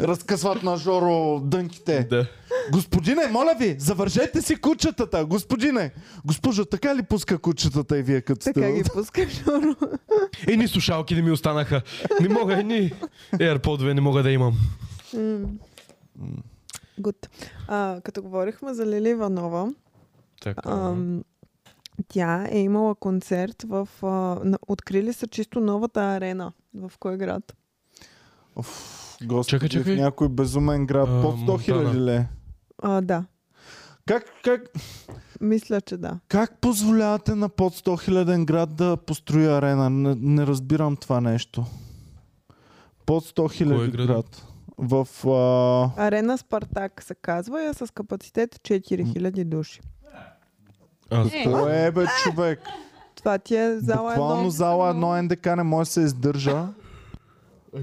[SPEAKER 1] Разкъсват на Жоро дънките.
[SPEAKER 3] Да.
[SPEAKER 1] Господине, моля ви, завържете си кучетата, господине. Госпожо, така ли пуска кучетата и вие като сте?
[SPEAKER 2] Така ги пускаш, Жоро.
[SPEAKER 3] Едни слушалки не ми останаха. Не мога, едни AirPod-ове не мога да имам.
[SPEAKER 2] Гуд. А, като говорихме за Лили Иванова,
[SPEAKER 3] Така.
[SPEAKER 2] ам, тя е имала концерт в... А, на, открили са чисто новата арена. В кой град?
[SPEAKER 1] Оф, господи,
[SPEAKER 3] Чакай, чакай.
[SPEAKER 1] в някой безумен град,
[SPEAKER 3] А,
[SPEAKER 1] под 100 хиляди
[SPEAKER 3] Монтана.
[SPEAKER 1] ле.
[SPEAKER 2] А, да.
[SPEAKER 1] Как, как,
[SPEAKER 2] Мисля, че да.
[SPEAKER 1] как позволявате на под 100 хиляден град да построи арена? Не, не разбирам това нещо. Под 100
[SPEAKER 3] Кой е
[SPEAKER 1] хиляди
[SPEAKER 3] град?
[SPEAKER 1] град. В... А...
[SPEAKER 2] Арена Спартак се казва и е с капацитет 4000 души.
[SPEAKER 3] А,
[SPEAKER 5] Е,
[SPEAKER 1] Кое е, бе, човек?
[SPEAKER 2] Това ти е зала
[SPEAKER 1] Буквално
[SPEAKER 2] едно.
[SPEAKER 1] зала едно НДК не може да се издържа.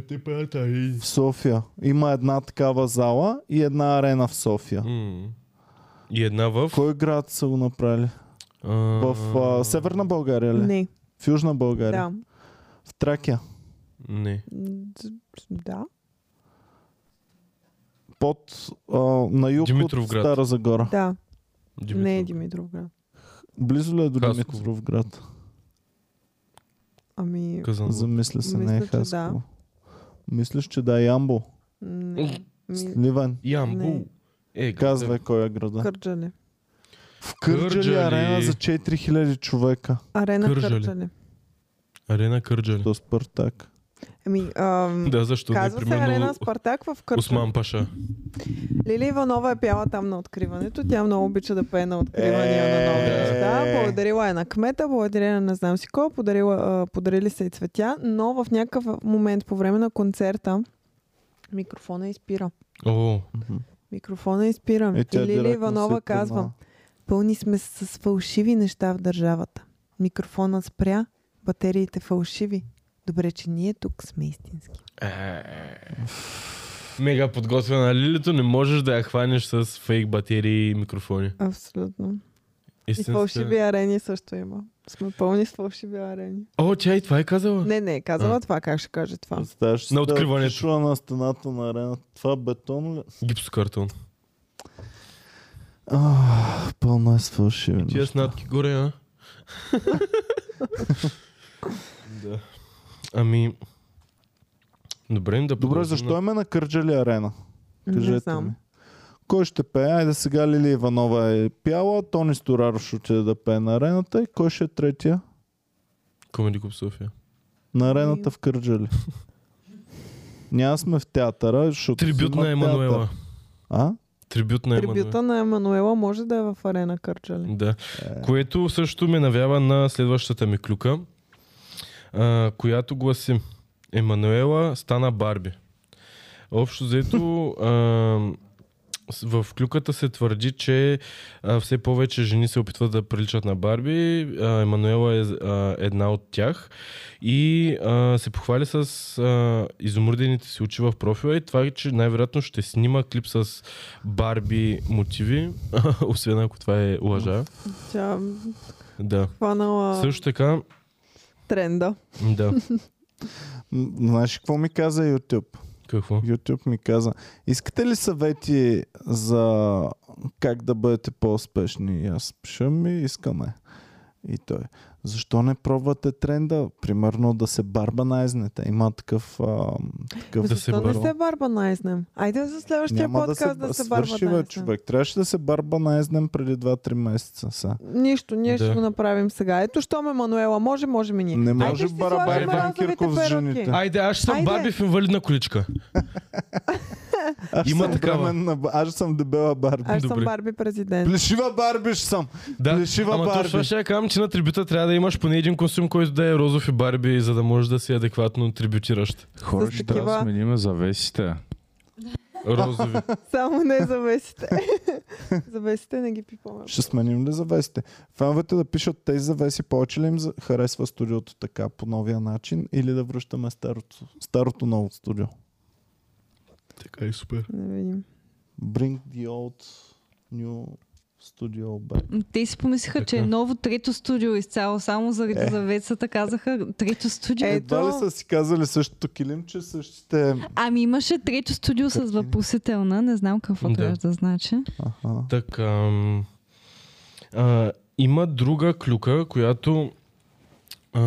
[SPEAKER 3] ти пата и...
[SPEAKER 1] в София. Има една такава зала и една арена в София.
[SPEAKER 3] И една в...
[SPEAKER 1] Кой град са го направили?
[SPEAKER 3] а,
[SPEAKER 1] В а, Северна България ли?
[SPEAKER 2] Не,
[SPEAKER 1] В Южна България?
[SPEAKER 2] да.
[SPEAKER 1] В Тракия?
[SPEAKER 3] Не.
[SPEAKER 2] М, д- Да.
[SPEAKER 1] Под, а, на юг от
[SPEAKER 3] Димитровград.
[SPEAKER 1] Стара Загора.
[SPEAKER 2] Да, не е
[SPEAKER 3] Димитров.
[SPEAKER 2] Димитровград.
[SPEAKER 1] Близо ли е до
[SPEAKER 3] Хасково.
[SPEAKER 1] Димитровград?
[SPEAKER 2] Ами,
[SPEAKER 3] Казан.
[SPEAKER 1] Замисля се, не е
[SPEAKER 2] Мисля, че да.
[SPEAKER 1] Хасково. Мислиш, че да е Ямбо?
[SPEAKER 2] не. Ми,
[SPEAKER 1] Ливен?
[SPEAKER 3] Ямбул.
[SPEAKER 2] Не.
[SPEAKER 3] Е,
[SPEAKER 1] Казвай кой е града.
[SPEAKER 2] Кърджали.
[SPEAKER 1] В Кърджали
[SPEAKER 3] Кърджали.
[SPEAKER 1] арена за 4000 човека.
[SPEAKER 2] Арена
[SPEAKER 3] Кърджали.
[SPEAKER 2] Кърджали.
[SPEAKER 3] Арена Кърджали.
[SPEAKER 1] До Спартак.
[SPEAKER 2] Ами, ам,
[SPEAKER 3] Да, защо
[SPEAKER 2] казва
[SPEAKER 3] не?
[SPEAKER 2] се Арена
[SPEAKER 3] Примерно
[SPEAKER 2] Спартак в Кърджали.
[SPEAKER 3] Осман Паша.
[SPEAKER 2] Лили Иванова е пяла там на откриването. Тя много обича да пее на откривания
[SPEAKER 1] Е,
[SPEAKER 2] на нови
[SPEAKER 3] да.
[SPEAKER 2] неща. Благодарила е на кмета, благодарила е на не знам си кой, подарила, а, подарили са и цветя, но в някакъв момент по време на концерта микрофона изпира.
[SPEAKER 3] О,
[SPEAKER 2] Микрофона изпира.
[SPEAKER 1] Е,
[SPEAKER 2] и
[SPEAKER 1] тя
[SPEAKER 2] Лили
[SPEAKER 1] директно
[SPEAKER 2] Иванова
[SPEAKER 1] се
[SPEAKER 2] казва,
[SPEAKER 1] призна.
[SPEAKER 2] Пълни сме с фалшиви неща в държавата. Микрофонът спря, батериите фалшиви. Добре, че ние тук сме истински.
[SPEAKER 3] Е. мега подготвена лилито, не можеш да я хванеш с фейк батерии и микрофони.
[SPEAKER 2] Абсолютно. И
[SPEAKER 3] Истинска.
[SPEAKER 2] фалшиви арени също има. Сме пълни с фалшиви арени.
[SPEAKER 3] О, тя и това е казала.
[SPEAKER 2] Не, не, казала това, как ще каже това.
[SPEAKER 1] Представяш си
[SPEAKER 3] На
[SPEAKER 1] да
[SPEAKER 3] откриването.
[SPEAKER 1] отишла на стената на арената. Това бетон ли?
[SPEAKER 3] Гипсокартон.
[SPEAKER 1] Ах, пълно е с фалшиви
[SPEAKER 3] Тия
[SPEAKER 1] неща.
[SPEAKER 3] снатки горе, а? да. Ами... Добре, да
[SPEAKER 1] Добре,
[SPEAKER 3] продължим
[SPEAKER 1] защо
[SPEAKER 3] на-
[SPEAKER 1] има на Кърджали арена?
[SPEAKER 2] не
[SPEAKER 1] Кажете ми.
[SPEAKER 2] знам.
[SPEAKER 1] Кой ще пее? Айде сега Лили Иванова е пяла, Тони Стораро ще отиде да пее на арената и кой ще е третия?
[SPEAKER 3] Комеди Клуб София.
[SPEAKER 1] На арената в Кърджали. Няма сме в театъра, защото си
[SPEAKER 3] Трибют
[SPEAKER 1] има
[SPEAKER 3] на Емануела.
[SPEAKER 1] театър. А?
[SPEAKER 3] Трибют на Емануела.
[SPEAKER 2] Трибюта на Емануела може да е в арена Кърджали.
[SPEAKER 3] Да. Което също ме навява на следващата ми клюка, а, която гласи Емануела стана Барби. Общо взето а, с- в клюката се твърди, че а, все повече жени се опитват да приличат на Барби. А, Емануела е а, една от тях и а, се похвали с а, изумрудените си очи в профила и това, че най-вероятно ще снима клип с Барби мотиви, освен ако това е лъжа.
[SPEAKER 2] Тя м,
[SPEAKER 3] Да.
[SPEAKER 2] хванала
[SPEAKER 3] Също така,
[SPEAKER 2] тренда.
[SPEAKER 3] да.
[SPEAKER 1] М, Знаеш какво ми каза YouTube?
[SPEAKER 3] Какво?
[SPEAKER 1] YouTube ми каза, искате ли съвети за как да бъдете по-успешни? И аз пиша ми, искаме. И той. Защо не пробвате тренда? Примерно да се барбанайзнете. Има такъв... А, такъв
[SPEAKER 3] Да се
[SPEAKER 2] Защо не
[SPEAKER 3] бърва.
[SPEAKER 2] се барбанайзнем? Айде за следващия
[SPEAKER 1] Няма да се,
[SPEAKER 2] подкаст да се, да се
[SPEAKER 1] свърши, бе,
[SPEAKER 2] барбанайзнем.
[SPEAKER 1] човек. Трябваше да се барбанайзнем преди 2-3 месеца. Са.
[SPEAKER 2] Нищо, ние да.
[SPEAKER 3] Да.
[SPEAKER 2] ще го направим сега. Ето, що ме Мануела може, може ми ние.
[SPEAKER 1] Не
[SPEAKER 2] Айде
[SPEAKER 1] може
[SPEAKER 2] ще си
[SPEAKER 1] барабан
[SPEAKER 2] сложим
[SPEAKER 3] Иван
[SPEAKER 2] розовите
[SPEAKER 1] Кирков с
[SPEAKER 2] перуки.
[SPEAKER 1] жените.
[SPEAKER 3] Айде, аз ще съм
[SPEAKER 2] Айде.
[SPEAKER 3] Барби в инвалидна количка.
[SPEAKER 1] Аз
[SPEAKER 3] Има
[SPEAKER 1] съм
[SPEAKER 3] такава.
[SPEAKER 1] бременна ба- Аз съм дебела Барби.
[SPEAKER 2] Аз съм
[SPEAKER 3] Добре.
[SPEAKER 2] Барби президент.
[SPEAKER 1] Плешива Барби ще съм.
[SPEAKER 3] Да,
[SPEAKER 1] Плешива
[SPEAKER 3] ама
[SPEAKER 1] Барби.
[SPEAKER 3] точно ще я кажам, че на трибюта трябва да имаш поне един костюм, който да е розов и Барби, за да можеш да си адекватно трибютиращ.
[SPEAKER 4] Хора,
[SPEAKER 2] С
[SPEAKER 4] ще трябва да
[SPEAKER 2] такива-
[SPEAKER 4] смениме завесите.
[SPEAKER 3] Розови.
[SPEAKER 2] Само не завесите. завесите не ги пипаме.
[SPEAKER 1] Ще сменим ли завесите? Феновете да пишат тези завеси, повече ли им за- харесва студиото така по новия начин или да връщаме старото, старото ново студио?
[SPEAKER 3] така е супер.
[SPEAKER 2] Не видим.
[SPEAKER 1] Bring the old new studio back.
[SPEAKER 5] Те си помислиха, че е
[SPEAKER 3] Така.
[SPEAKER 5] ново трето студио изцяло, само заради
[SPEAKER 1] Е.
[SPEAKER 5] завесата казаха трето студио.
[SPEAKER 2] Ето.
[SPEAKER 1] Едва ли са си казали същото килимче, същите...
[SPEAKER 5] Ами имаше трето студио с
[SPEAKER 1] Картини.
[SPEAKER 5] въпросителна, не знам какво
[SPEAKER 3] Да.
[SPEAKER 5] трябва да значи.
[SPEAKER 1] Аха.
[SPEAKER 3] Така. м, А, има друга клюка, която а,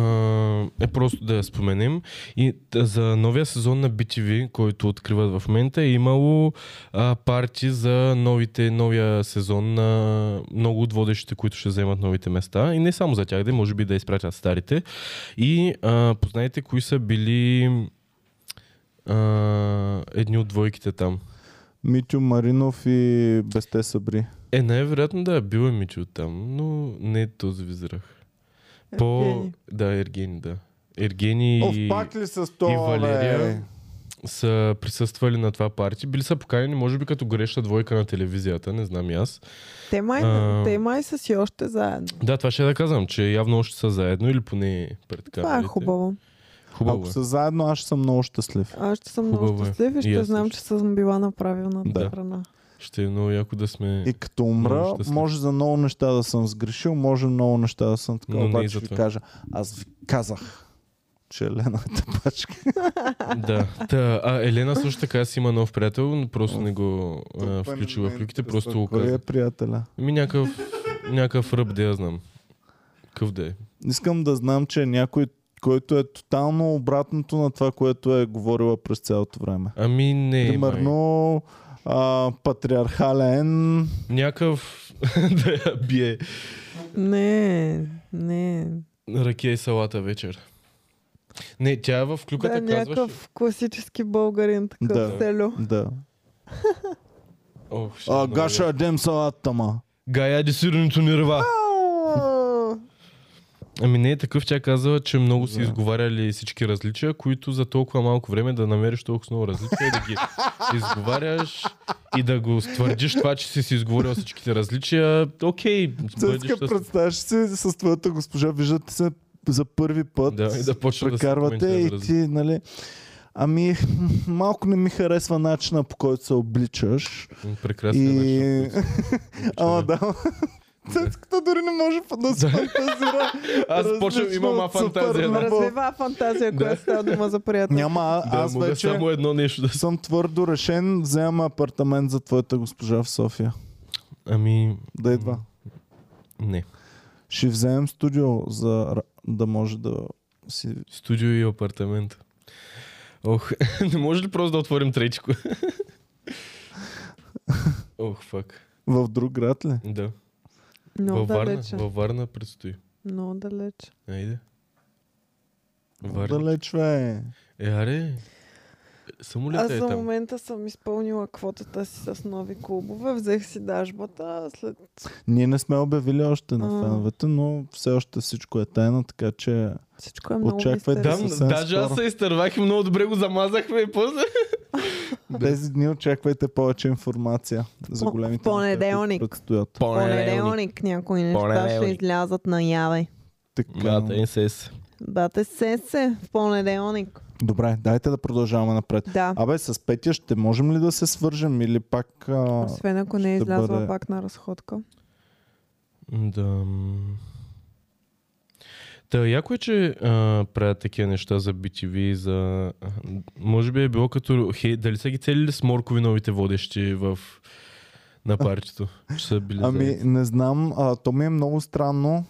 [SPEAKER 3] е просто да я споменем. И т- за новия сезон на BTV, който откриват в момента, е имало а, парти за новите, новия сезон на много от водещите, които ще вземат новите места. И не само за тях, да може би да изпратят старите. И а, познайте кои са били а, едни от двойките там.
[SPEAKER 1] Митю Маринов и Бесте Сабри.
[SPEAKER 3] Е, най-вероятно да е бил е Мичо там, но не е този визрах. По...
[SPEAKER 2] Евгений.
[SPEAKER 3] Да, Ергени, да. Ергени
[SPEAKER 1] Оф,
[SPEAKER 3] и...
[SPEAKER 1] пак ли с това,
[SPEAKER 3] и Валерия.
[SPEAKER 1] бе?
[SPEAKER 3] са присъствали на това парти. Били са поканени, може би като гореща двойка на телевизията, не знам и аз.
[SPEAKER 2] Те май,
[SPEAKER 3] А.
[SPEAKER 2] те май са си още заедно.
[SPEAKER 3] Да, това ще е да казвам, че явно още са заедно или поне пред
[SPEAKER 2] Това е
[SPEAKER 3] камерите.
[SPEAKER 2] хубаво.
[SPEAKER 3] Хубаво
[SPEAKER 1] Ако
[SPEAKER 3] е.
[SPEAKER 1] са заедно, аз ще съм много щастлив.
[SPEAKER 2] Аз ще съм много
[SPEAKER 3] Хубаво е.
[SPEAKER 2] щастлив и
[SPEAKER 3] И
[SPEAKER 2] ще
[SPEAKER 3] аз
[SPEAKER 2] знам,
[SPEAKER 3] също.
[SPEAKER 2] че съм била на правилната
[SPEAKER 1] Да.
[SPEAKER 2] страна.
[SPEAKER 3] Ще е много яко да сме...
[SPEAKER 1] И като умра,
[SPEAKER 3] Много щастлив.
[SPEAKER 1] може за много неща да съм сгрешил, може много неща да съм така,
[SPEAKER 3] Но не и
[SPEAKER 1] обаче
[SPEAKER 3] за
[SPEAKER 1] ви
[SPEAKER 3] това.
[SPEAKER 1] кажа, аз ви казах, че Елена е тъпачка.
[SPEAKER 3] да. Та, а Елена също така си има нов приятел, но просто не го
[SPEAKER 1] е
[SPEAKER 3] а, включи в клюките, Е, просто го
[SPEAKER 1] Кой е
[SPEAKER 3] каза.
[SPEAKER 1] приятеля?
[SPEAKER 3] Ми Ами някакъв, някакъв ръб, да я знам. Къв да е.
[SPEAKER 1] Искам да знам, че е някой, който е тотално обратното на това, което е говорила през цялото време.
[SPEAKER 3] Ами не, май.
[SPEAKER 1] Примерно а, патриархален,
[SPEAKER 3] някакъв да я бие
[SPEAKER 2] Не, не.
[SPEAKER 3] ракия и салата вечер. Не, тя в
[SPEAKER 2] Да,
[SPEAKER 3] клюката да, казваше...
[SPEAKER 2] някакъв класически българин, такъв
[SPEAKER 1] Да.
[SPEAKER 2] да. селю.
[SPEAKER 1] да.
[SPEAKER 3] Ох, ще е
[SPEAKER 1] А,
[SPEAKER 3] много
[SPEAKER 1] Гаша,
[SPEAKER 3] яко.
[SPEAKER 1] едем салата, ма.
[SPEAKER 3] Гая десирането ни рва.
[SPEAKER 2] Ау!
[SPEAKER 3] Ами не е такъв, тя казала, че много си
[SPEAKER 1] Да.
[SPEAKER 3] изговаряли всички различия, които за толкова малко време да намериш толкова много различия и да ги изговаряш и да го ствърдиш това, че си си изговорил всичките различия. Окей, бъдеш
[SPEAKER 1] Цецка,
[SPEAKER 3] щастлив.
[SPEAKER 1] представяш си с твоята госпожа, виждате се за първи път.
[SPEAKER 3] Да, и да почва да се
[SPEAKER 1] прекарвате
[SPEAKER 3] коментира
[SPEAKER 1] и
[SPEAKER 3] за
[SPEAKER 1] ти, нали... Ами, малко не ми харесва начина по който се обличаш.
[SPEAKER 3] Прекрасен
[SPEAKER 1] И...
[SPEAKER 3] начин.
[SPEAKER 1] Ама да, Цецката дори не може да се фантазира.
[SPEAKER 3] Аз
[SPEAKER 1] Различно
[SPEAKER 3] почвам, имам а
[SPEAKER 1] от супер
[SPEAKER 3] фантазия. да.
[SPEAKER 1] набор.
[SPEAKER 2] Развива фантазия,
[SPEAKER 3] Да.
[SPEAKER 2] която става дума за приятел.
[SPEAKER 1] Няма, а-
[SPEAKER 3] Да,
[SPEAKER 1] аз
[SPEAKER 3] мога
[SPEAKER 1] вече
[SPEAKER 3] само е. едно нещо да
[SPEAKER 1] съм твърдо решен, вземам апартамент за твоята госпожа в София.
[SPEAKER 3] Ами,
[SPEAKER 1] Да идва.
[SPEAKER 3] не.
[SPEAKER 1] Ще вземем студио, за ра- да може да си...
[SPEAKER 3] Студио и апартамент. Ох, не може ли просто да отворим третико? Ох, фак.
[SPEAKER 1] В друг град ли?
[SPEAKER 3] Да.
[SPEAKER 2] Много
[SPEAKER 3] във, Варна,
[SPEAKER 2] далече.
[SPEAKER 3] във Варна предстои.
[SPEAKER 2] Много далече.
[SPEAKER 3] Айде. Варна.
[SPEAKER 1] Далеч, бе.
[SPEAKER 3] Е, аре. Само ли
[SPEAKER 2] Аз
[SPEAKER 3] е
[SPEAKER 2] за
[SPEAKER 3] там?
[SPEAKER 2] момента съм изпълнила квотата си с нови клубове, взех си дажбата, след
[SPEAKER 1] Ние не сме обявили още на
[SPEAKER 2] А.
[SPEAKER 1] феновете, но все още всичко е тайна, така че
[SPEAKER 2] всичко е много
[SPEAKER 1] Очаквай
[SPEAKER 2] мистериозно.
[SPEAKER 3] Да,
[SPEAKER 1] съвсем
[SPEAKER 3] даже аз
[SPEAKER 1] скоро.
[SPEAKER 3] се изтървах и много добре го замазахме и после.
[SPEAKER 1] тези дни очаквайте повече информация за
[SPEAKER 2] По-
[SPEAKER 1] големите неща,
[SPEAKER 2] понеделник.
[SPEAKER 1] които предстоят.
[SPEAKER 2] Понеделник някои неща ще
[SPEAKER 3] Понеделник.
[SPEAKER 2] излязат наяве.
[SPEAKER 1] Така.
[SPEAKER 3] Мята, НСС.
[SPEAKER 2] Бате се се в понеделник.
[SPEAKER 1] Добре, дайте да продължаваме напред.
[SPEAKER 2] Да.
[SPEAKER 1] Абе, с Петя ще можем ли да се свържем или пак... А...
[SPEAKER 2] Освен ако не е
[SPEAKER 1] ще
[SPEAKER 2] излязла
[SPEAKER 1] бъде-
[SPEAKER 2] пак на разходка.
[SPEAKER 3] Да. м. Та, яко е, че а, правят такива неща за BTV, за... а, Може би е било като... Хей, дали са ги целили с моркови новите водещи в... на партито? Че са били
[SPEAKER 1] Ами,
[SPEAKER 3] за...
[SPEAKER 1] не знам, а, то ми е много странно,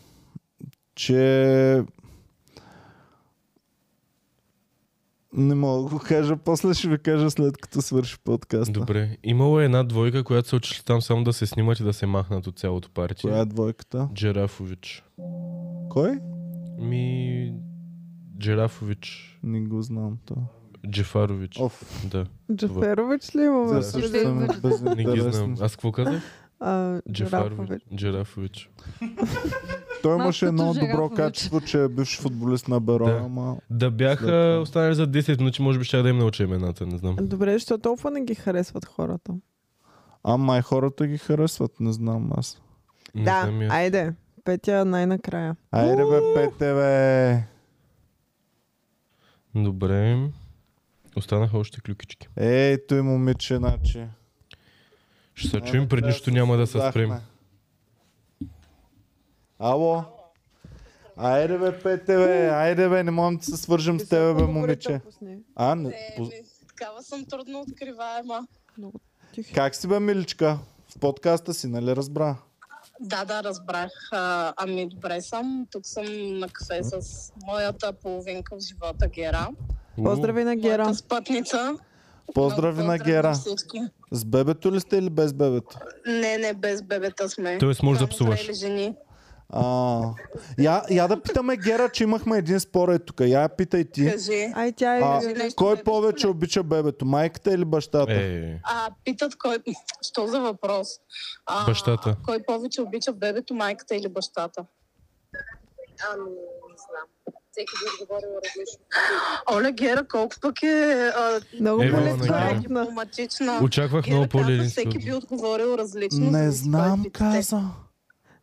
[SPEAKER 1] че не мога да го кажа, после ще ви кажа след като свърши подкаста.
[SPEAKER 3] Добре. Имало е една двойка, която се отишли там само да се снимат и да се махнат от цялото партия.
[SPEAKER 1] Коя е двойката?
[SPEAKER 3] Джерафович.
[SPEAKER 1] Кой?
[SPEAKER 3] Ми... Джерафович.
[SPEAKER 1] Не го знам това.
[SPEAKER 3] Джефарович.
[SPEAKER 1] Оф,
[SPEAKER 3] Да.
[SPEAKER 2] Джаферович ли имаме?
[SPEAKER 1] за е
[SPEAKER 2] Да,
[SPEAKER 1] също съм
[SPEAKER 3] Не ги знам.
[SPEAKER 1] безинтересен.
[SPEAKER 3] Аз какво казах?
[SPEAKER 2] А,
[SPEAKER 3] Джефарович.
[SPEAKER 2] Джаферович.
[SPEAKER 3] Джерафович.
[SPEAKER 1] Той
[SPEAKER 5] Малко
[SPEAKER 1] имаше
[SPEAKER 5] като
[SPEAKER 1] едно добро
[SPEAKER 5] Жирафович.
[SPEAKER 1] качество, че е бивш футболист на Берона,
[SPEAKER 3] Да.
[SPEAKER 1] ама
[SPEAKER 3] Да бяха
[SPEAKER 1] това.
[SPEAKER 3] останали за 10 минути, може би ще да им науча имената, не знам.
[SPEAKER 2] Добре, защо толкова не ги харесват хората?
[SPEAKER 1] А май хората ги харесват, не знам аз.
[SPEAKER 3] Не
[SPEAKER 2] да,
[SPEAKER 3] знам и аз.
[SPEAKER 2] айде. Петя най-накрая.
[SPEAKER 1] Айде бе, пете бе!
[SPEAKER 3] Добре. Останаха още клюкички.
[SPEAKER 1] Ей, той момиче, значи.
[SPEAKER 3] Ще се
[SPEAKER 1] Айде,
[SPEAKER 3] чуем, преди
[SPEAKER 1] трябва
[SPEAKER 3] нищо няма да се
[SPEAKER 1] създахме.
[SPEAKER 3] спрем.
[SPEAKER 1] Ало? Айде бе, пете бе! Айде бе, не можем да се свържем с тебе бе, момиче. А, не, поз-
[SPEAKER 6] Е, Такава съм трудно откриваема.
[SPEAKER 1] как си бе, миличка? В подкаста си, нали разбра?
[SPEAKER 6] Да, да, разбрах. А, ами добре съм. Тук съм на кафе с моята половинка в живота Гера.
[SPEAKER 2] Поздрави на Гера.
[SPEAKER 6] Моята спътница.
[SPEAKER 1] Поздрави
[SPEAKER 6] Много
[SPEAKER 1] на Гера.
[SPEAKER 6] всички.
[SPEAKER 1] С бебето ли сте или без бебето?
[SPEAKER 6] Не, не, без бебета сме.
[SPEAKER 3] Тоест можеш да
[SPEAKER 6] Само
[SPEAKER 3] псуваш.
[SPEAKER 6] зрели жени.
[SPEAKER 1] А, я, я да питаме Гера, че имаху един спор е тук. Я питай ти.
[SPEAKER 6] Кажи.
[SPEAKER 2] Ай, тя
[SPEAKER 1] А,
[SPEAKER 2] е...
[SPEAKER 6] нещо
[SPEAKER 1] кой
[SPEAKER 6] бебе.
[SPEAKER 1] повече обича бебето? Майката или бащата?
[SPEAKER 3] Е,
[SPEAKER 6] А, питат кой... Що за въпрос? А,
[SPEAKER 3] Бащата.
[SPEAKER 6] Кой повече обича бебето, майката или бащата? Ами, не знам. Всеки би отговорил различно. Оля Гера, колко пък е а,
[SPEAKER 2] Много
[SPEAKER 3] Ева на
[SPEAKER 2] политкоректна.
[SPEAKER 6] дипломатична.
[SPEAKER 3] очаквах много
[SPEAKER 6] Гера каза,
[SPEAKER 3] по-лилинство.
[SPEAKER 6] е всеки би отговорил различно.
[SPEAKER 1] Не
[SPEAKER 6] зависи
[SPEAKER 1] знам,
[SPEAKER 6] кой питате.
[SPEAKER 1] каза.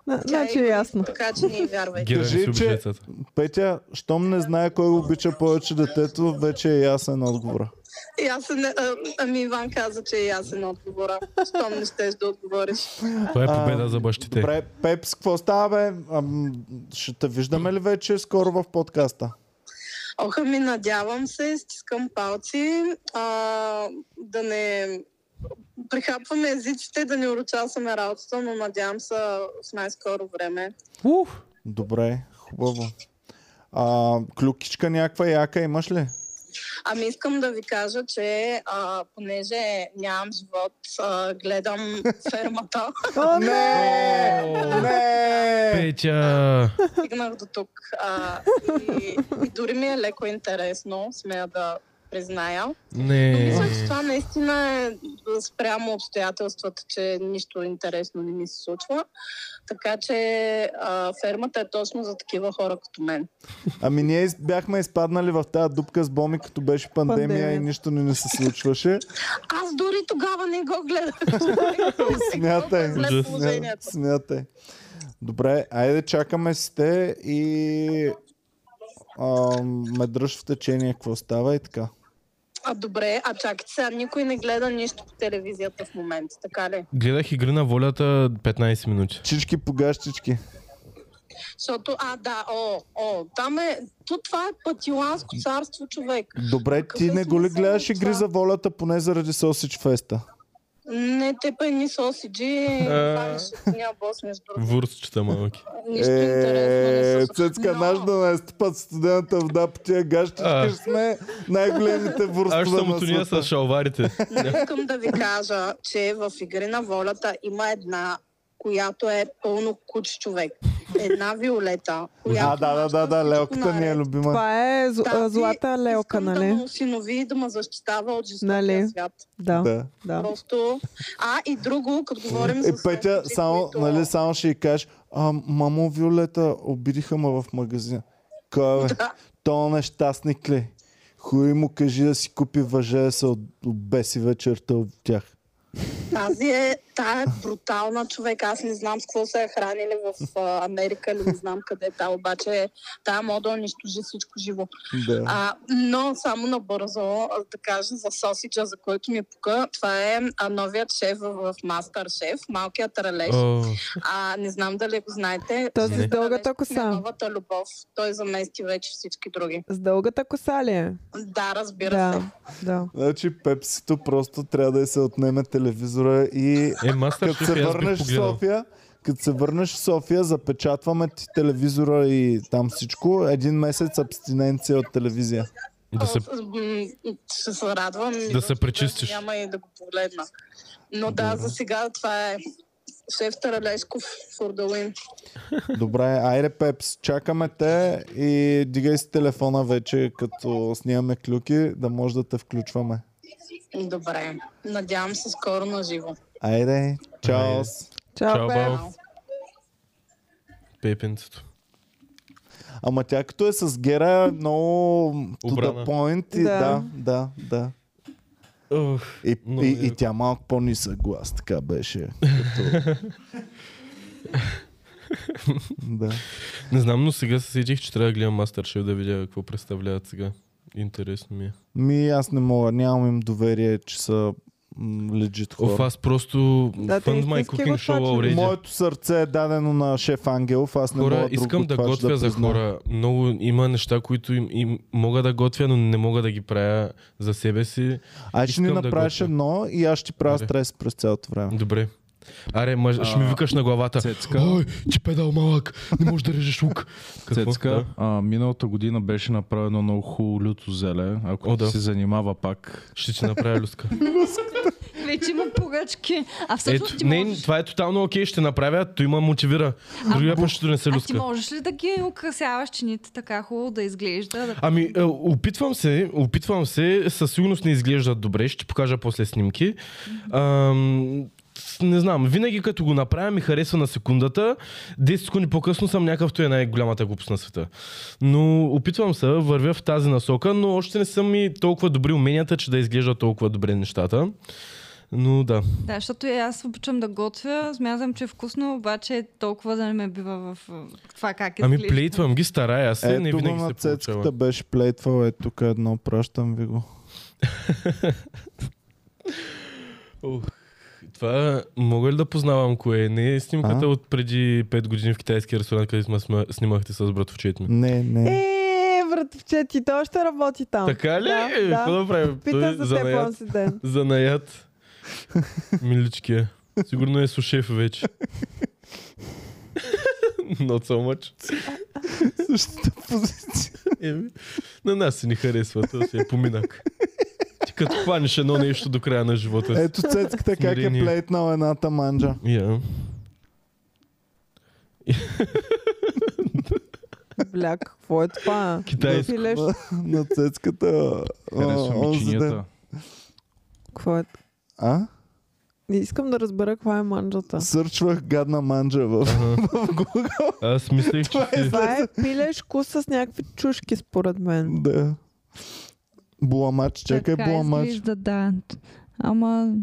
[SPEAKER 2] На-
[SPEAKER 6] Тя
[SPEAKER 2] Значи е ясно.
[SPEAKER 6] Така че не вярвайте.
[SPEAKER 3] Гера не
[SPEAKER 1] Кажи,
[SPEAKER 3] си обича
[SPEAKER 1] че-
[SPEAKER 3] децата.
[SPEAKER 1] Петя, щом не знае кой го обича повече детето, вече е ясен отговора.
[SPEAKER 6] Ясен, е- а, ами Иван каза, че е ясен отговора. Щом не щеш да отговориш.
[SPEAKER 3] Това е
[SPEAKER 1] А,
[SPEAKER 3] победа за бащите.
[SPEAKER 1] Добре, Пепс, какво става, бе? Ам, ще те виждаме ли вече скоро в подкаста?
[SPEAKER 6] Оха ми, надявам се, стискам палци, а, да не прихапваме езиците, да не урочасаме работата, но надявам се в най-скоро време.
[SPEAKER 3] Уф.
[SPEAKER 1] Добре, хубаво. А, клюкичка някаква яка имаш ли?
[SPEAKER 6] Ами искам да ви кажа, че а, понеже нямам живот, а, гледам фермата.
[SPEAKER 2] О,
[SPEAKER 1] Не! Не!
[SPEAKER 3] Петя!
[SPEAKER 6] стигнах до тук. А, и, и дори ми е леко интересно, смея да призная. Но
[SPEAKER 3] Не.
[SPEAKER 6] мисля, че това наистина е спрямо обстоятелствата, че нищо интересно не ми се случва. Така че а, фермата е точно за такива хора като мен.
[SPEAKER 1] Ами ние из- бяхме изпаднали в тази дупка с Боми, като беше пандемия,
[SPEAKER 2] Пандемия.
[SPEAKER 1] и нищо не ни се случваше.
[SPEAKER 6] Аз дори тогава не го гледах.
[SPEAKER 1] Смятай.
[SPEAKER 6] Колко е зле положението.
[SPEAKER 1] Смятай. Добре, айде чакаме си те и а, ме дръж в течение какво става и така.
[SPEAKER 6] А добре, а чакайте сега, никой не гледа нищо по телевизията в момента, така ли?
[SPEAKER 3] Гледах игри на волята 15 минути.
[SPEAKER 1] Чички погащички.
[SPEAKER 6] Защото, а да, о, о, там е, то това е патиланско царство, човек.
[SPEAKER 1] Добре,
[SPEAKER 6] Какъв
[SPEAKER 1] ти
[SPEAKER 6] е
[SPEAKER 1] не го ли
[SPEAKER 6] смисълът
[SPEAKER 1] гледаш
[SPEAKER 6] от
[SPEAKER 1] игри
[SPEAKER 6] това?
[SPEAKER 1] за волята, поне заради Сосич Феста?
[SPEAKER 6] Не, те па едни сосиджи,
[SPEAKER 1] Е.
[SPEAKER 6] това нищо няма бос между другото.
[SPEAKER 3] Вурсчета малки.
[SPEAKER 6] Нищо интересно не се случва.
[SPEAKER 1] Е, цецка
[SPEAKER 6] Но-
[SPEAKER 1] наш да не е стъпат студената вода по тия
[SPEAKER 3] А.
[SPEAKER 1] гащички, ще сме най-големите
[SPEAKER 3] Аз ще
[SPEAKER 1] вурстове
[SPEAKER 3] съм
[SPEAKER 1] на
[SPEAKER 3] от уния с
[SPEAKER 1] света.
[SPEAKER 3] шалварите.
[SPEAKER 6] Но искам да ви кажа, че в Игри на волята има една, която е пълно куч човек. Една Виолета, която...
[SPEAKER 1] А, да, да, да, да, лелката ни е любима.
[SPEAKER 2] Това е зл-
[SPEAKER 6] Тази
[SPEAKER 2] злата лелка,
[SPEAKER 6] искам да
[SPEAKER 2] нали?
[SPEAKER 6] му осинови и да ме защитава от жестокия
[SPEAKER 2] Нали?
[SPEAKER 6] свят.
[SPEAKER 2] Да,
[SPEAKER 1] Да.
[SPEAKER 2] да.
[SPEAKER 6] Просто... А, и друго, като говорим
[SPEAKER 1] Е,
[SPEAKER 6] за...
[SPEAKER 1] Петя,
[SPEAKER 6] сосиджи,
[SPEAKER 1] само,
[SPEAKER 6] които-
[SPEAKER 1] нали, само ще й кажеш, а, мамо Виолета, обидиха ме в магазина. Кой бе?
[SPEAKER 6] Да.
[SPEAKER 1] То нещастник ли? Хуй му кажи да си купи въже да се от- обеси вечерта от тях.
[SPEAKER 6] Тази е, тая е брутална човек. Аз не знам с какво са я хранили в а, Америка или не знам къде е та, обаче тая мода унищожи всичко живо.
[SPEAKER 1] Да.
[SPEAKER 6] А, но само набързо а, да кажа за сосиджа, за който ми пука. Това е а, новият шеф в, в Мастер Шеф, малкият ралеж.
[SPEAKER 3] О,
[SPEAKER 6] А, не знам дали го знаете.
[SPEAKER 2] Този
[SPEAKER 6] Шефът
[SPEAKER 2] с дългата
[SPEAKER 6] Ралеж
[SPEAKER 2] коса.
[SPEAKER 6] е Новата любов. Той замести вече всички други.
[SPEAKER 2] С дългата коса ли е?
[SPEAKER 6] Да, разбира се.
[SPEAKER 2] Да, да.
[SPEAKER 1] Значи пепсито просто трябва да й се отнеме телевизора и
[SPEAKER 3] Е, мастер
[SPEAKER 1] като
[SPEAKER 3] шеф,
[SPEAKER 1] се
[SPEAKER 3] аз бих
[SPEAKER 1] върнеш в
[SPEAKER 3] погледал.
[SPEAKER 1] София, Като се върнеш в София, запечатваме ти телевизора и там всичко. Един месец абстиненция от телевизия.
[SPEAKER 3] Да се...
[SPEAKER 6] О, с- м, Ще се радвам.
[SPEAKER 3] Да се пречистиш.
[SPEAKER 6] Няма и да го погледна. Но да, за сега това е шеф Таралешков Фурдалин.
[SPEAKER 1] Добре, айде Пепс, чакаме те и дигай си телефона вече, като снимаме клюки, да може да те включваме.
[SPEAKER 6] Добре. Надявам се скоро на живо.
[SPEAKER 1] Айде, чао!
[SPEAKER 3] Айде.
[SPEAKER 2] Чао,
[SPEAKER 3] Чао,
[SPEAKER 2] бе.
[SPEAKER 3] бао. Пепенцето.
[SPEAKER 1] Ама тя като е с Гера е много to the
[SPEAKER 3] Обрана.
[SPEAKER 1] point. И,
[SPEAKER 2] Да.
[SPEAKER 1] да, да, да. И,
[SPEAKER 3] Много
[SPEAKER 1] и, и
[SPEAKER 3] яко.
[SPEAKER 1] тя малко по-нисък глас, така беше. Като... да.
[SPEAKER 3] Не знам, но сега се сетих, че трябва да гледам Masterchef да видя какво представляват сега. Интересно ми е.
[SPEAKER 1] Ми аз не мога, нямам им доверие, че са м, legit хора.
[SPEAKER 3] Оф, аз просто...
[SPEAKER 2] Да,
[SPEAKER 3] Да,
[SPEAKER 2] те
[SPEAKER 3] Fund my
[SPEAKER 2] истински
[SPEAKER 3] cooking
[SPEAKER 2] готвачи.
[SPEAKER 3] show already.
[SPEAKER 1] Моето сърце е дадено на шеф Ангелов, аз не
[SPEAKER 3] Хора,
[SPEAKER 1] мога друг
[SPEAKER 3] искам да
[SPEAKER 1] готвач
[SPEAKER 3] готвя за
[SPEAKER 1] призная.
[SPEAKER 3] хора. Много има неща, които им, им, мога да готвя, но не мога да ги правя за себе си.
[SPEAKER 1] Аз ще ни
[SPEAKER 3] Искам да
[SPEAKER 1] направиш
[SPEAKER 3] готвя.
[SPEAKER 1] едно и аз ще правя
[SPEAKER 3] Добре.
[SPEAKER 1] стрес през цялото време.
[SPEAKER 3] Добре. Аре, мъж, ще ми
[SPEAKER 4] А,
[SPEAKER 3] викаш на главата.
[SPEAKER 4] Цецка.
[SPEAKER 3] Ой, че педал малък, не можеш да режеш лук. Какво?
[SPEAKER 4] Цецка,
[SPEAKER 3] Да.
[SPEAKER 4] а, миналата година беше направено много хубаво люто зеле, ако
[SPEAKER 3] О,
[SPEAKER 4] ти
[SPEAKER 3] да.
[SPEAKER 4] се занимава пак.
[SPEAKER 3] Ще ти направя люска.
[SPEAKER 5] Вече има поръчки. А всъщност ти
[SPEAKER 3] Ето, не,
[SPEAKER 5] можеш...
[SPEAKER 3] това е тотално окей, ще направя, то има мотивира. Другия път ще донесе
[SPEAKER 5] А ти
[SPEAKER 3] люска.
[SPEAKER 5] можеш ли да ги украсяваш чините така хубаво да изглежда? Да...
[SPEAKER 3] Ами, е, опитвам се, опитвам се, със сигурност не изглеждат добре, ще ти покажа после снимки. Ам, с- не знам, винаги като го направя ми харесва на секундата, 10 секунди по-късно съм някакъв, той е най-голямата глупост на света. Но опитвам се, вървя в тази насока, но още не съм и толкова добри уменията, че да изглежда толкова добре нещата. Но да.
[SPEAKER 5] Да, защото и аз обичам да готвя, смятам, че е вкусно, обаче толкова да не ме бива в в това как изглежда.
[SPEAKER 3] Ами плейтвам ги, старая се, не
[SPEAKER 1] Ето го
[SPEAKER 3] винаги
[SPEAKER 1] на
[SPEAKER 3] се получава.
[SPEAKER 1] Е, цецката беше плейтвал, е тук едно, пращам ви го.
[SPEAKER 3] Ух, това мога ли да познавам кое е? Не е снимката
[SPEAKER 1] А?
[SPEAKER 3] от преди 5 години в китайския ресторант, където сме- снимахте с братовчет ми.
[SPEAKER 1] Не, не.
[SPEAKER 2] Е, братовче, ти той ще работи там.
[SPEAKER 3] Така ли?
[SPEAKER 2] Да,
[SPEAKER 3] Е,
[SPEAKER 2] да.
[SPEAKER 3] Какво да правим?
[SPEAKER 2] Пита за теб
[SPEAKER 3] занаят.
[SPEAKER 2] онзи ден.
[SPEAKER 3] Занаят. Миличкия. Сигурно е сушеф вече. Not so much.
[SPEAKER 1] Същата позиция.
[SPEAKER 3] Еми, на нас си ни харесва, то си е поминък. Ти като хванеш едно нещо до края на живота си.
[SPEAKER 1] Ето цецката как е
[SPEAKER 3] Смирение.
[SPEAKER 1] плейтнал едната манджа.
[SPEAKER 3] Yeah.
[SPEAKER 2] Бля, какво е това?
[SPEAKER 3] Китайско.
[SPEAKER 2] Филеш,
[SPEAKER 1] на цецката. а,
[SPEAKER 4] Харесвам
[SPEAKER 1] онзи
[SPEAKER 4] чинията.
[SPEAKER 1] ден.
[SPEAKER 2] Какво е?
[SPEAKER 1] А?
[SPEAKER 2] Не Искам да разбера каква е манджата.
[SPEAKER 1] Сърчвах гадна манджа в,
[SPEAKER 3] Ага.
[SPEAKER 1] в Google.
[SPEAKER 3] Аз мислех, че си...
[SPEAKER 2] Това е пилеш вкус с някакви чушки, според мен.
[SPEAKER 1] Да. Буламач, чакай
[SPEAKER 5] така
[SPEAKER 1] буламач.
[SPEAKER 5] изглежда, да. Ама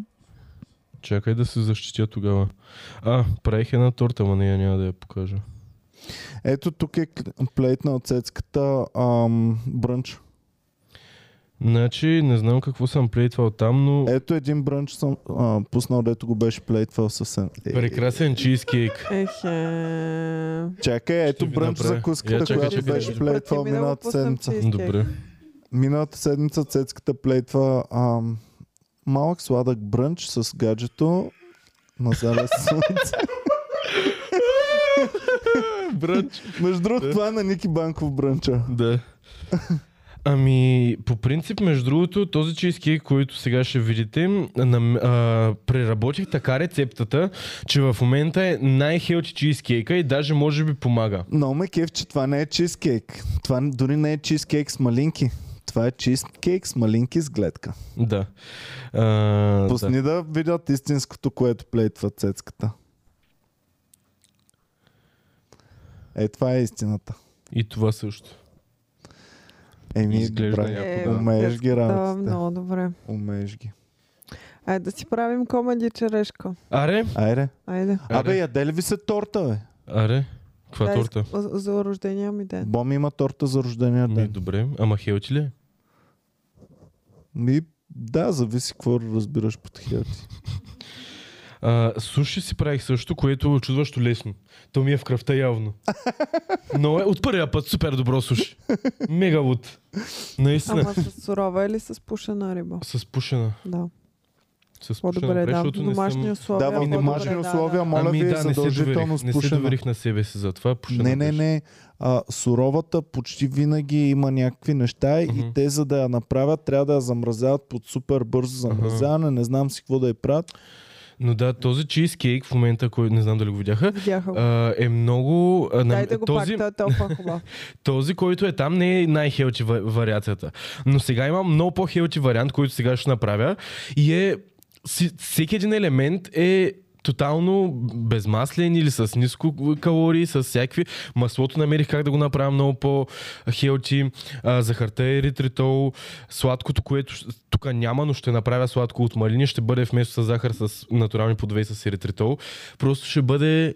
[SPEAKER 3] Чакай да се защитя тогава. А, правих една торта, ма не я няма да я покажа.
[SPEAKER 1] Ето тук е кл- плейтнал цецката ам, брънч.
[SPEAKER 3] Значи, не знам какво съм плейтвал там, но...
[SPEAKER 1] Ето един брънч съм а, пуснал, дето го беше плейтвал съвсем. Е,
[SPEAKER 3] Прекрасен чизкейк.
[SPEAKER 2] Ехе.
[SPEAKER 1] Чакай, ето
[SPEAKER 3] ви
[SPEAKER 1] брънч
[SPEAKER 3] направя.
[SPEAKER 1] за
[SPEAKER 3] Я
[SPEAKER 1] куската,
[SPEAKER 3] чакай,
[SPEAKER 1] която
[SPEAKER 3] чакай,
[SPEAKER 1] беше
[SPEAKER 3] чакай.
[SPEAKER 1] плейтвал
[SPEAKER 2] Прати ми да го
[SPEAKER 1] миналата
[SPEAKER 2] пуснем
[SPEAKER 1] седмица.
[SPEAKER 2] чиз.
[SPEAKER 3] Добре.
[SPEAKER 1] Миналата седмица цецката плейтва ам, малък сладък брънч с гаджето на залез слънце.
[SPEAKER 3] Бръч.
[SPEAKER 1] Между другото, това е на Ники Банков брънча.
[SPEAKER 3] Да. Ами, по принцип, между другото, този чизкейк, който сега ще видите, нам, а, преработих така рецептата, че в момента е най-хелти чизкейка и даже може би помага.
[SPEAKER 1] Но ме кеф, че това не е чизкейк. Това дори не е чизкейк с малинки. Това е чизкейк с малинки с гледка.
[SPEAKER 3] Да. А, да.
[SPEAKER 1] Пусни да видят истинското, което плейтва цецката. Е, това е истината.
[SPEAKER 3] И това също.
[SPEAKER 1] Еми,
[SPEAKER 4] Изглежда
[SPEAKER 1] добре.
[SPEAKER 4] я.
[SPEAKER 2] Е,
[SPEAKER 4] Яко, да.
[SPEAKER 1] Умееш ги
[SPEAKER 2] Да,
[SPEAKER 1] работите.
[SPEAKER 2] много добре.
[SPEAKER 1] Умееш ги.
[SPEAKER 2] Айде да си правим комеди черешка.
[SPEAKER 3] Аре,
[SPEAKER 1] Айде.
[SPEAKER 2] Айде.
[SPEAKER 1] Абе, яде ли ви се торта, бе?
[SPEAKER 3] аре, каква
[SPEAKER 2] Да,
[SPEAKER 3] торта?
[SPEAKER 2] иск- за- За рождения ми ден.
[SPEAKER 1] Бом има торта за рождения
[SPEAKER 3] Ми,
[SPEAKER 1] ден.
[SPEAKER 3] е добре, ама хелти ли? е?
[SPEAKER 1] Ми, да, зависи какво разбираш под хилти.
[SPEAKER 3] А, суши си правих също, което е очудващо лесно. То ми е в кръвта явно. Но е от първия път супер добро суши. Мега луд. Наистина.
[SPEAKER 2] Ама с сурова или с пушена риба?
[SPEAKER 3] С пушена.
[SPEAKER 2] Да.
[SPEAKER 3] С пушена
[SPEAKER 2] По-добре,
[SPEAKER 3] напред,
[SPEAKER 2] да. В
[SPEAKER 3] защото не
[SPEAKER 2] домашни
[SPEAKER 3] съм...
[SPEAKER 2] условия.
[SPEAKER 1] Да, в
[SPEAKER 2] по-добре,
[SPEAKER 1] домашни
[SPEAKER 2] да, да.
[SPEAKER 1] условия, моля
[SPEAKER 3] ами
[SPEAKER 1] ви,
[SPEAKER 3] да, не се
[SPEAKER 1] задължително
[SPEAKER 3] доверих, не се
[SPEAKER 1] спушена.
[SPEAKER 3] доверих на себе си за това. пушена
[SPEAKER 1] Не, не,
[SPEAKER 3] беше.
[SPEAKER 1] не. А, суровата почти винаги има някакви неща mm-hmm.
[SPEAKER 3] Мгм.
[SPEAKER 1] и те за да я направят трябва да я замразяват под супер бързо замразяване. Не знам си какво да я правят.
[SPEAKER 3] Но да, този чизкейк в момента, който не знам дали го видяха,
[SPEAKER 2] Видяха го.
[SPEAKER 3] а, е много... а, на-
[SPEAKER 2] Дайте го пак,
[SPEAKER 3] този,
[SPEAKER 2] той е толкова хубав.
[SPEAKER 3] Този, който е там, не е най-хелчи ва- вариацията. Но сега имам много по-хелчи вариант, който сега ще направя. И е... си- Всеки един елемент е тотално безмаслен или с ниско калории, с всякакви. Маслото намерих как да го направя много по-хелчи. А, захарта е еритритол. Сладкото, което щ- тук няма, но ще направя сладко от малини. Ще бъде вместо с захар с натурални подвей с еритритол. Просто ще бъде...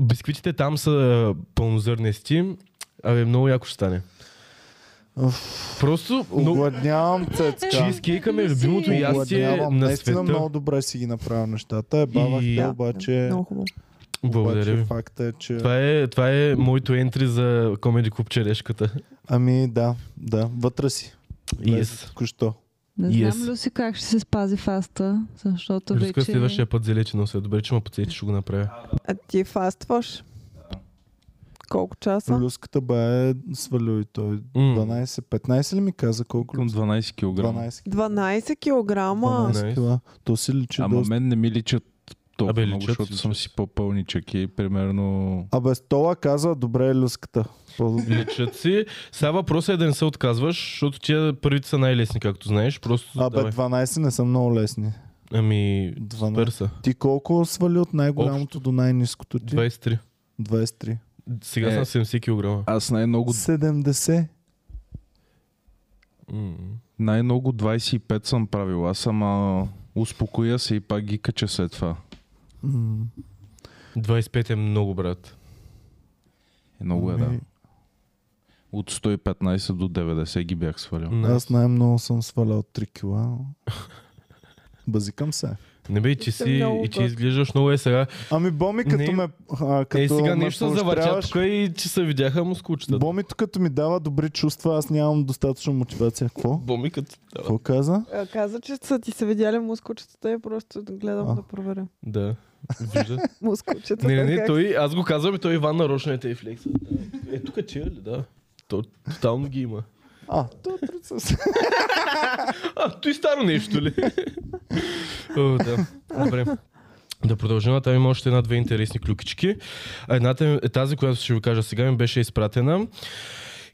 [SPEAKER 3] Бисквитите там са пълнозърнести. Абе, много яко ще стане. Просто... Но...
[SPEAKER 1] Огладнявам цецка.
[SPEAKER 3] Чизкейка ми е любимото
[SPEAKER 5] Огладнявам,
[SPEAKER 3] ястие
[SPEAKER 1] Огладнявам.
[SPEAKER 3] на
[SPEAKER 1] Наистина много
[SPEAKER 3] света.
[SPEAKER 1] добре си ги направил нещата. Е, бавах
[SPEAKER 3] И-
[SPEAKER 1] те,
[SPEAKER 3] Да,
[SPEAKER 1] обаче...
[SPEAKER 2] Много хубаво.
[SPEAKER 3] Благодаря
[SPEAKER 1] обаче
[SPEAKER 3] ви.
[SPEAKER 1] Факта е, че...
[SPEAKER 3] Това е, това е моето ентри за Comedy Club Черешката.
[SPEAKER 1] Ами да, да, вътре си.
[SPEAKER 3] Yes.
[SPEAKER 1] Кощо.
[SPEAKER 5] Не
[SPEAKER 3] Yes.
[SPEAKER 5] yes. знам, Люси, как ще се спази фаста, защото
[SPEAKER 3] Люска,
[SPEAKER 5] вече...
[SPEAKER 3] следващия път зелечи носа. Добре, че ме подсети, ще го направя.
[SPEAKER 2] А ти фастваш? Колко часа?
[SPEAKER 1] Люската бе е свалил и той.
[SPEAKER 3] М.
[SPEAKER 1] 12, 15 ли ми каза колко?
[SPEAKER 4] Към 12 кг.
[SPEAKER 1] 12.
[SPEAKER 2] 12 килограма.
[SPEAKER 1] 12 кила. То си личи
[SPEAKER 4] Ама
[SPEAKER 1] доста.
[SPEAKER 4] мен не ми личат толкова
[SPEAKER 3] Абе,
[SPEAKER 4] Абе, много,
[SPEAKER 3] личат,
[SPEAKER 4] защото съм
[SPEAKER 3] личат.
[SPEAKER 4] си по-пълничък и примерно...
[SPEAKER 1] Абе, стола каза, добре е люската. По-добре.
[SPEAKER 3] Личат си. Сега въпросът е да не се отказваш, защото тия първите са най-лесни, както знаеш. Просто
[SPEAKER 1] Абе,
[SPEAKER 3] давай.
[SPEAKER 1] 12 не са много лесни.
[SPEAKER 3] Ами,
[SPEAKER 1] 12.
[SPEAKER 3] перса.
[SPEAKER 1] Ти колко свали от най-голямото до най-низкото ти?
[SPEAKER 3] 23.
[SPEAKER 1] 23.
[SPEAKER 3] Сега
[SPEAKER 4] Е.
[SPEAKER 3] съм 70 кг.
[SPEAKER 4] Аз най-много,
[SPEAKER 1] 70.
[SPEAKER 4] най-много 25 съм правил. Аз съм а, успокоя се и пак ги кача след това.
[SPEAKER 1] М,
[SPEAKER 3] 25 е много, брат.
[SPEAKER 4] Е, много е, да.
[SPEAKER 1] ами,
[SPEAKER 4] От 115 до 90 ги бях свалил.
[SPEAKER 3] Nice.
[SPEAKER 1] Аз най-много съм свалял 3 кила. но- Базикам се.
[SPEAKER 3] Не бе, и че
[SPEAKER 2] Съм
[SPEAKER 3] си,
[SPEAKER 2] много
[SPEAKER 3] и че
[SPEAKER 2] гот.
[SPEAKER 3] изглеждаш много е сега.
[SPEAKER 1] Ами Боми, като
[SPEAKER 3] Не.
[SPEAKER 1] ме... А, като
[SPEAKER 3] Е, сега
[SPEAKER 1] ме
[SPEAKER 3] нещо завърча
[SPEAKER 1] поощряваш-
[SPEAKER 3] тук и че се видяха мускулчета.
[SPEAKER 1] Бомито като ми дава добри чувства, аз нямам достатъчно мотивация. Какво?
[SPEAKER 3] Боми като... Да.
[SPEAKER 1] Какво каза?
[SPEAKER 2] А, Е, Каза, че са ти се видяли мускулчетата и просто гледам
[SPEAKER 1] А.
[SPEAKER 2] да проверя.
[SPEAKER 3] да. Вижда.
[SPEAKER 2] Мускулчетата.
[SPEAKER 3] не, не, не,
[SPEAKER 2] как-
[SPEAKER 3] той, аз го казвам и той Иван нарочно е те и флекса. Да. Е, тук че е ли, да. То, тотално ги има.
[SPEAKER 1] А, е то труд се.
[SPEAKER 3] А, той старо нещо ли? О, да. Добре. Да продължим, а там има още една-две интересни клюкички. А Едната е тази, която ще ви кажа сега, ми беше изпратена.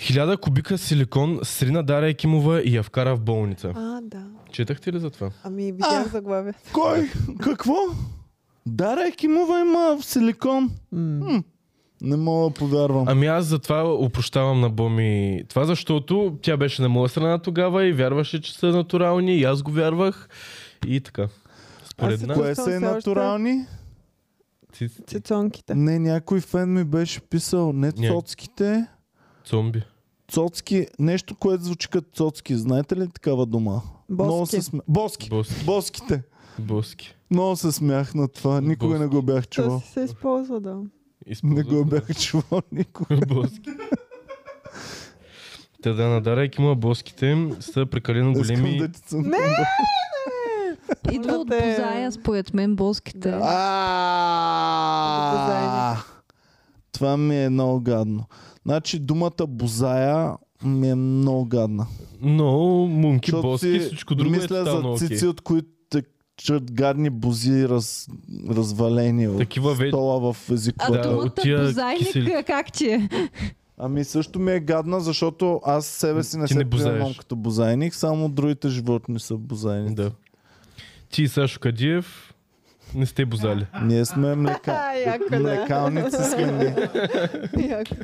[SPEAKER 3] Хиляда кубика силикон срина Даря Екимова и я вкара в болница.
[SPEAKER 2] А, да.
[SPEAKER 3] Четахте ли за това?
[SPEAKER 2] Ами видях заглавието.
[SPEAKER 1] Кой? Какво? Дара Екимова има в силикон. М. Не мога да повярвам.
[SPEAKER 3] Ами аз затова опрощавам на Боми това, защото тя беше на моя страна тогава и вярваше, че са натурални и аз го вярвах и така. Според
[SPEAKER 2] Аз се
[SPEAKER 3] нас...
[SPEAKER 1] Кое
[SPEAKER 2] съм
[SPEAKER 1] са и
[SPEAKER 2] все още-
[SPEAKER 1] натурални?
[SPEAKER 3] Ти, ти,
[SPEAKER 2] Цицонките.
[SPEAKER 1] Не, някой фен ми беше писал не
[SPEAKER 3] Не.
[SPEAKER 1] цоцките.
[SPEAKER 3] зомби.
[SPEAKER 1] Цоцки, нещо, което звучи като цоцки. Знаете ли такава дума? Много
[SPEAKER 2] Боски.
[SPEAKER 1] се смя... Боски.
[SPEAKER 3] Боски.
[SPEAKER 1] Боските.
[SPEAKER 3] Боски.
[SPEAKER 1] Много се смях на това. Никога
[SPEAKER 3] Боски.
[SPEAKER 1] не го бях
[SPEAKER 2] То
[SPEAKER 1] чувал.
[SPEAKER 2] си се използва, да.
[SPEAKER 1] Не
[SPEAKER 3] Използвам
[SPEAKER 1] го
[SPEAKER 3] да.
[SPEAKER 1] бях чувал никога.
[SPEAKER 3] Боски. Та да, на Даря Екимова боските са прекалено
[SPEAKER 1] Искам
[SPEAKER 3] големи.
[SPEAKER 1] да ти съм...
[SPEAKER 2] Не!
[SPEAKER 5] Идва от
[SPEAKER 2] Те-
[SPEAKER 5] Бозая, според мен, боските.
[SPEAKER 2] Да.
[SPEAKER 1] А,
[SPEAKER 2] Бозайни.
[SPEAKER 1] Това ми е много гадно. Значи думата бозая ми е много гадна.
[SPEAKER 3] Но мунки,
[SPEAKER 1] Защото
[SPEAKER 3] боски,
[SPEAKER 1] си
[SPEAKER 3] всичко друго е
[SPEAKER 1] мисля
[SPEAKER 3] тотално
[SPEAKER 1] за
[SPEAKER 3] окей.
[SPEAKER 1] цици, от които те чат гадни бози раз, развалени от
[SPEAKER 3] Такива ве-
[SPEAKER 1] стола в
[SPEAKER 5] А
[SPEAKER 1] езиковата.
[SPEAKER 3] Да,
[SPEAKER 5] думата
[SPEAKER 3] от тия
[SPEAKER 5] бозайник,
[SPEAKER 3] кисели-
[SPEAKER 5] как ти е?
[SPEAKER 1] Ами също ми е гадна, защото аз себе си не
[SPEAKER 3] Ти
[SPEAKER 1] се
[SPEAKER 3] не бозаеш.
[SPEAKER 1] приемам като бозайник, само другите животни са бозайни.
[SPEAKER 3] Да. Ти и Сашо Кадиев не сте бозали.
[SPEAKER 1] Ние сме млека...
[SPEAKER 2] А, яко, да.
[SPEAKER 1] млекалници сме ние.
[SPEAKER 2] Яко.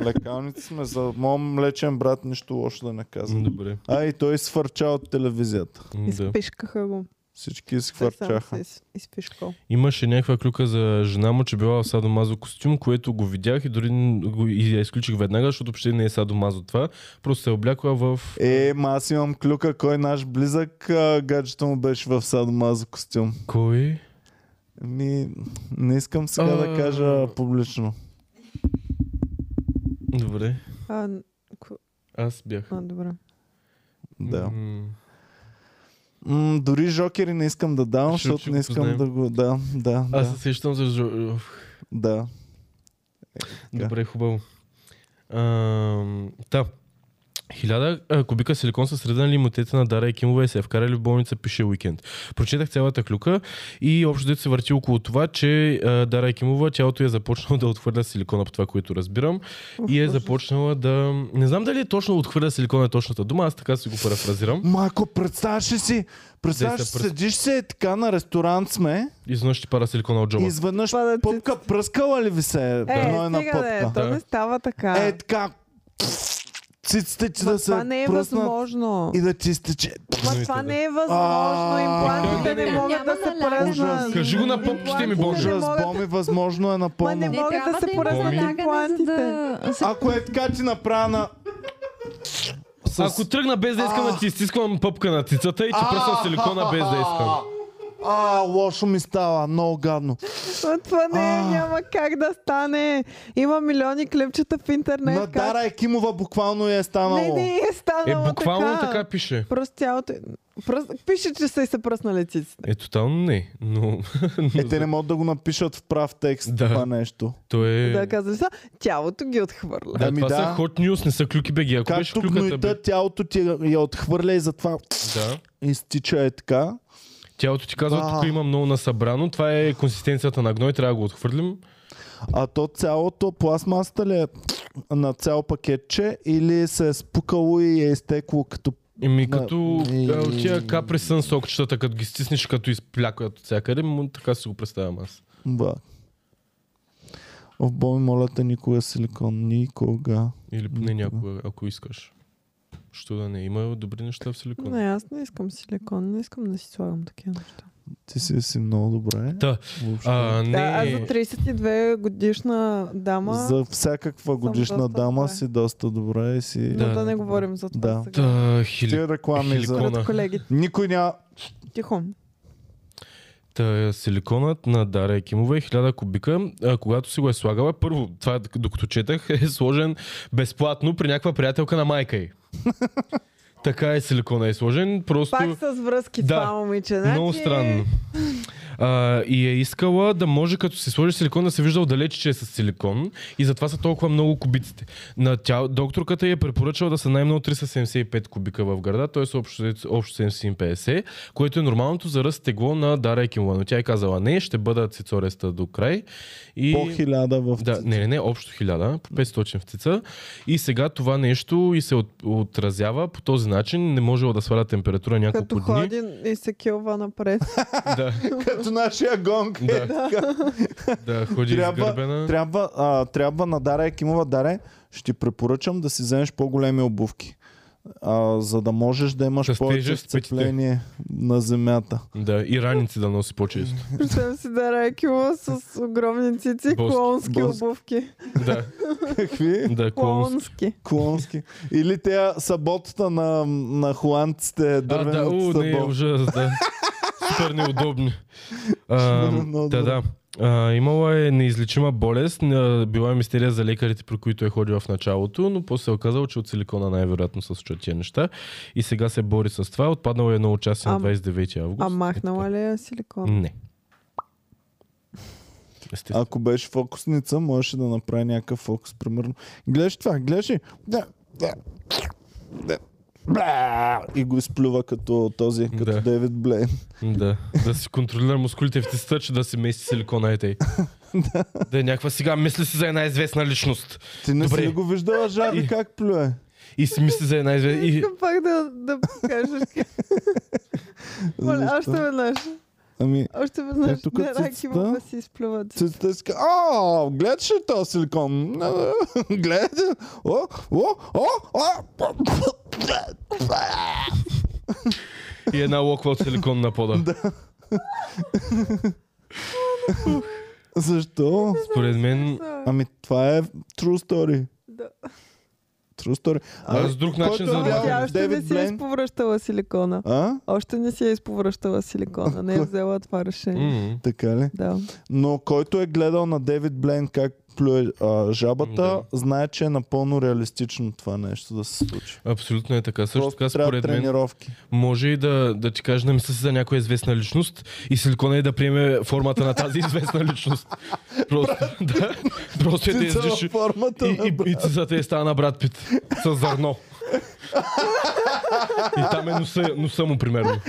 [SPEAKER 1] Млекалници сме за моят млечен брат, нищо лошо да не казвам.
[SPEAKER 3] Ами, Добре.
[SPEAKER 1] А и той свърча от телевизията.
[SPEAKER 3] Да.
[SPEAKER 2] Изпишкаха го.
[SPEAKER 1] Всички
[SPEAKER 2] Той сам
[SPEAKER 1] свърчаха.
[SPEAKER 2] се из- изпишкал.
[SPEAKER 3] Имаше някаква клюка за жена му, че била в садомазо костюм, което го видях и дори н- го и я изключих веднага, защото въобще не е садомазо това. Просто се е облякла в...
[SPEAKER 1] Е, ма аз имам клюка, кой е наш близък, а, гаджето му беше в садомазо костюм.
[SPEAKER 3] Кой?
[SPEAKER 1] Ми, не искам сега
[SPEAKER 3] А.
[SPEAKER 1] да кажа публично.
[SPEAKER 3] Добре.
[SPEAKER 2] А, н- ко-
[SPEAKER 3] Аз бях.
[SPEAKER 2] а, добре.
[SPEAKER 1] Да.
[SPEAKER 3] М,
[SPEAKER 1] М, дори жокери не искам да дам,
[SPEAKER 3] Защото ще
[SPEAKER 1] защото не
[SPEAKER 3] го
[SPEAKER 1] искам
[SPEAKER 3] познаем.
[SPEAKER 1] да го... Да, да,
[SPEAKER 3] Аз
[SPEAKER 1] да,
[SPEAKER 3] се сещам за... жо-
[SPEAKER 1] да. Така.
[SPEAKER 3] Добре, хубаво. Ам, Та. Хиляда а, кубика силикон са средани лимотите на Дара Екимова и се е вкарали в болница, пише уикенд. Прочетах цялата клюка и общо дето се върти около това, че а, Дара Екимова тялото ѝ е започнало да отхвърля силикона по това, което разбирам. и е започнала да... Не знам дали е точно отхвърля силикона е точната дума, аз така си го парафразирам.
[SPEAKER 1] Мако, представяш ли си, представяш,
[SPEAKER 3] Десна пръст.
[SPEAKER 1] седиш се е така на ресторант сме,
[SPEAKER 3] Изведнъж ти пара силикона
[SPEAKER 1] и
[SPEAKER 3] от джоба.
[SPEAKER 1] изведнъж
[SPEAKER 2] Падат
[SPEAKER 1] пъпка, пръскала ли ви се?
[SPEAKER 2] Е,
[SPEAKER 1] Едно е на
[SPEAKER 2] стига да е,
[SPEAKER 1] пъпка.
[SPEAKER 2] то
[SPEAKER 3] Да.
[SPEAKER 2] не става така.
[SPEAKER 1] Е, така, циците ти
[SPEAKER 2] Ма
[SPEAKER 1] да се
[SPEAKER 2] това не е
[SPEAKER 1] пръснат
[SPEAKER 2] възможно.
[SPEAKER 1] и да ти стече.
[SPEAKER 2] Ма
[SPEAKER 3] Новите,
[SPEAKER 2] това
[SPEAKER 3] да.
[SPEAKER 2] не е
[SPEAKER 1] А,
[SPEAKER 2] възможно. Имплантите
[SPEAKER 3] как
[SPEAKER 2] не
[SPEAKER 3] да
[SPEAKER 2] могат да
[SPEAKER 5] Няма
[SPEAKER 2] се
[SPEAKER 5] налага.
[SPEAKER 1] Ужас.
[SPEAKER 2] поръзнат.
[SPEAKER 3] Кажи го на пъпките ми, Боже.
[SPEAKER 1] Ужас,
[SPEAKER 2] могат да-
[SPEAKER 1] боми, възможно е
[SPEAKER 2] Ма не
[SPEAKER 1] напълно.
[SPEAKER 2] могат да се поръзнат
[SPEAKER 3] Боми.
[SPEAKER 2] имплантите.
[SPEAKER 5] да се
[SPEAKER 1] Ако е така ти направя на... С...
[SPEAKER 3] Ако тръгна без да искам да ти стискам пъпка на цицата и ти пръсна силикона без да искам.
[SPEAKER 1] А, лошо ми става, много гадно.
[SPEAKER 2] Но това не е,
[SPEAKER 1] А.
[SPEAKER 2] няма как да стане. Има милиони клипчета в интернет.
[SPEAKER 1] На
[SPEAKER 2] как-
[SPEAKER 1] Дара е Екимова буквално я е
[SPEAKER 2] не,
[SPEAKER 1] станало.
[SPEAKER 2] не е
[SPEAKER 3] Е,
[SPEAKER 2] станало
[SPEAKER 3] буквално така пише.
[SPEAKER 2] Просто тялото... е- Просто... Пише, че са и се пръснали циците.
[SPEAKER 3] Е, тотално не, но... но
[SPEAKER 1] Е, те не могат да го напишат в прав текст
[SPEAKER 3] Да.
[SPEAKER 1] това нещо.
[SPEAKER 3] То е...
[SPEAKER 2] Да казали са, тялото ги е отхвърля.
[SPEAKER 3] Да,
[SPEAKER 1] Ами
[SPEAKER 3] това
[SPEAKER 1] да.
[SPEAKER 3] са hot news, не са клюки БГ. Ако беше
[SPEAKER 1] Както
[SPEAKER 3] клюката, бе,
[SPEAKER 1] гноита, тялото ти я- я отхвърля и затова
[SPEAKER 3] да.
[SPEAKER 1] изтича е така.
[SPEAKER 3] Тялото ти казва,
[SPEAKER 1] А.
[SPEAKER 3] тук има много насъбрано. Това е консистенцията на гной, трябва да го отхвърлим.
[SPEAKER 1] А то цялото пластмасата ли е на цял пакетче или се е спукало и е изтекло като...
[SPEAKER 3] И ми
[SPEAKER 1] Да.
[SPEAKER 3] като
[SPEAKER 1] И-
[SPEAKER 3] а, от тия капри сън сокчетата, като ги стиснеш, като изплякат от всякъде, му- така си го представям аз.
[SPEAKER 1] Да. О, Боми, моля те, никога силикон. Никога.
[SPEAKER 3] Или поне
[SPEAKER 1] Никога.
[SPEAKER 3] някога, ако искаш. Що да не, има добри неща в силикона.
[SPEAKER 2] Не, аз не искам силикон, не искам да си слагам такива неща.
[SPEAKER 1] Ти си, си много добре.
[SPEAKER 3] Та,
[SPEAKER 1] Въобще.
[SPEAKER 3] А, не,
[SPEAKER 2] Да, аз за 32 годишна дама, за...
[SPEAKER 1] За всякаква годишна
[SPEAKER 2] доста
[SPEAKER 1] дама
[SPEAKER 2] добре.
[SPEAKER 1] си доста добре и си...
[SPEAKER 2] но да,
[SPEAKER 3] да, е
[SPEAKER 2] не
[SPEAKER 3] да.
[SPEAKER 2] говорим за това
[SPEAKER 1] Да.
[SPEAKER 2] сега.
[SPEAKER 3] та,
[SPEAKER 1] Ти
[SPEAKER 3] хили...
[SPEAKER 1] реклами за...
[SPEAKER 3] Хиликон.
[SPEAKER 2] Пред колегите.
[SPEAKER 1] Никой няма...
[SPEAKER 2] Тихо.
[SPEAKER 3] Та, силиконът на Дара Екимова е 1000 кубика. А, когато си го е слагала, първо, това докато четах, е сложен безплатно при някаква приятелка на майка й. така е силикона е сложен, просто...
[SPEAKER 2] Пак с връзки
[SPEAKER 3] Да.
[SPEAKER 2] това момиче. Значи...
[SPEAKER 3] Много странно. А, и е искала да може като си сложи силикон да се вижда отдалеч, че е с силикон. И затова са толкова много кубиците. На тя, докторката й е препоръчала да са най-много 375 кубика в града, т.е. общо, взето- общо 750, което е нормалното за ръст тегло на Дара Екимова. Но тя е казала не, ще бъда цицореста до край. И...
[SPEAKER 1] По хиляда в...
[SPEAKER 3] Да, не, не, не, общо 1000, по 500 в цица. И сега това нещо и се от, отразява по този начин. Не можела да сваля температура няколко
[SPEAKER 2] Като
[SPEAKER 3] дни.
[SPEAKER 2] ходи и се килва напред.
[SPEAKER 3] Да.
[SPEAKER 1] Като нашия гонг. е
[SPEAKER 3] Да.
[SPEAKER 1] така.
[SPEAKER 3] Да, ходи
[SPEAKER 1] трябва,
[SPEAKER 3] изгърбена.
[SPEAKER 1] трябва, а, трябва на Даре Екимова. Даре, ще ти препоръчам да си вземеш по-големи обувки. А, за да можеш да имаш
[SPEAKER 3] Да стежеш
[SPEAKER 1] повече
[SPEAKER 3] с петите.
[SPEAKER 1] сцепление на земята.
[SPEAKER 3] Да, и раници да носи по-често.
[SPEAKER 2] Представям си да райкила с огромни цици,
[SPEAKER 3] Боски.
[SPEAKER 2] клоунски
[SPEAKER 1] Боски.
[SPEAKER 2] обувки.
[SPEAKER 3] да,
[SPEAKER 1] Какви?
[SPEAKER 3] да, клоун.
[SPEAKER 2] Клоунски.
[SPEAKER 1] Клонски. Или те саботата на, на холандците,
[SPEAKER 3] А, да, у,
[SPEAKER 1] дървеното
[SPEAKER 3] не, е
[SPEAKER 1] сабо.
[SPEAKER 3] ужас, да. Супер неудобни. А,
[SPEAKER 1] Много
[SPEAKER 3] да, да. А, имала е неизличима болест, а, била е мистерия за лекарите, при които е ходила в началото, но после се е оказало, че от силикона най-вероятно са случат тия неща. И сега се бори с това. Отпаднала е едно участие на
[SPEAKER 2] Ам-
[SPEAKER 3] 29 август.
[SPEAKER 2] А махнала ли е силикон?
[SPEAKER 3] Не. Естествено.
[SPEAKER 1] Ако беше фокусница, можеше да направи някакъв фокус, примерно. Гледаш това, гледаш ли? Да, да, да. Бля! И го изплюва като този, като
[SPEAKER 3] Да.
[SPEAKER 1] Дейвид Блейн.
[SPEAKER 3] Да, да си контролира мускулите в тестата, че да си мести силикона е тъй. да е някаква сега, мисли си за една известна личност.
[SPEAKER 1] Ти не
[SPEAKER 3] Добре.
[SPEAKER 1] си ли го виждала, Жаби,
[SPEAKER 3] И-
[SPEAKER 1] как плюе?
[SPEAKER 3] И си мисли за една известна... И...
[SPEAKER 2] Искам пак да, да покажеш. Моля,
[SPEAKER 1] Защо?
[SPEAKER 2] още веднъж.
[SPEAKER 1] Ами,
[SPEAKER 2] Още веднъж.
[SPEAKER 1] Е, тук
[SPEAKER 2] Не, рак
[SPEAKER 1] цицата.
[SPEAKER 2] има да си изплюват.
[SPEAKER 1] цицата си казва, о, гледаш ли този силикон? Гледаш ли? О, о, о, о!
[SPEAKER 3] и една локва от силикон на пода. да.
[SPEAKER 1] Защо?
[SPEAKER 3] Според мен...
[SPEAKER 1] Ами, това е true story.
[SPEAKER 2] Да.
[SPEAKER 1] True story.
[SPEAKER 3] Аз с друг
[SPEAKER 1] който
[SPEAKER 3] начин
[SPEAKER 1] е
[SPEAKER 3] за-
[SPEAKER 1] видял
[SPEAKER 2] Тя още не
[SPEAKER 1] Дейвид
[SPEAKER 2] си е
[SPEAKER 1] Блейн-
[SPEAKER 2] изповръщала силикона.
[SPEAKER 1] А?
[SPEAKER 2] Още не си е изповръщала силикона. Не е взела това решение.
[SPEAKER 3] М.
[SPEAKER 1] Така ли?
[SPEAKER 2] Да.
[SPEAKER 1] Но който е гледал на Девид Блейн как плюе а, жабата,
[SPEAKER 3] Да.
[SPEAKER 1] знае, че е напълно реалистично това нещо да се случи.
[SPEAKER 3] Абсолютно е така. Също
[SPEAKER 1] Просто
[SPEAKER 3] така,
[SPEAKER 1] трябва
[SPEAKER 3] според мен,
[SPEAKER 1] тренировки.
[SPEAKER 3] може и да, да ти кажа на мисля си за някоя известна личност и силикона е да приеме формата на тази известна личност. Просто, да, просто е да
[SPEAKER 1] Цицава
[SPEAKER 3] излиши.
[SPEAKER 1] формата
[SPEAKER 3] И,
[SPEAKER 1] на
[SPEAKER 3] и, и цицата е стана брат Пит с зърно. И там е носа, носа му, примерно.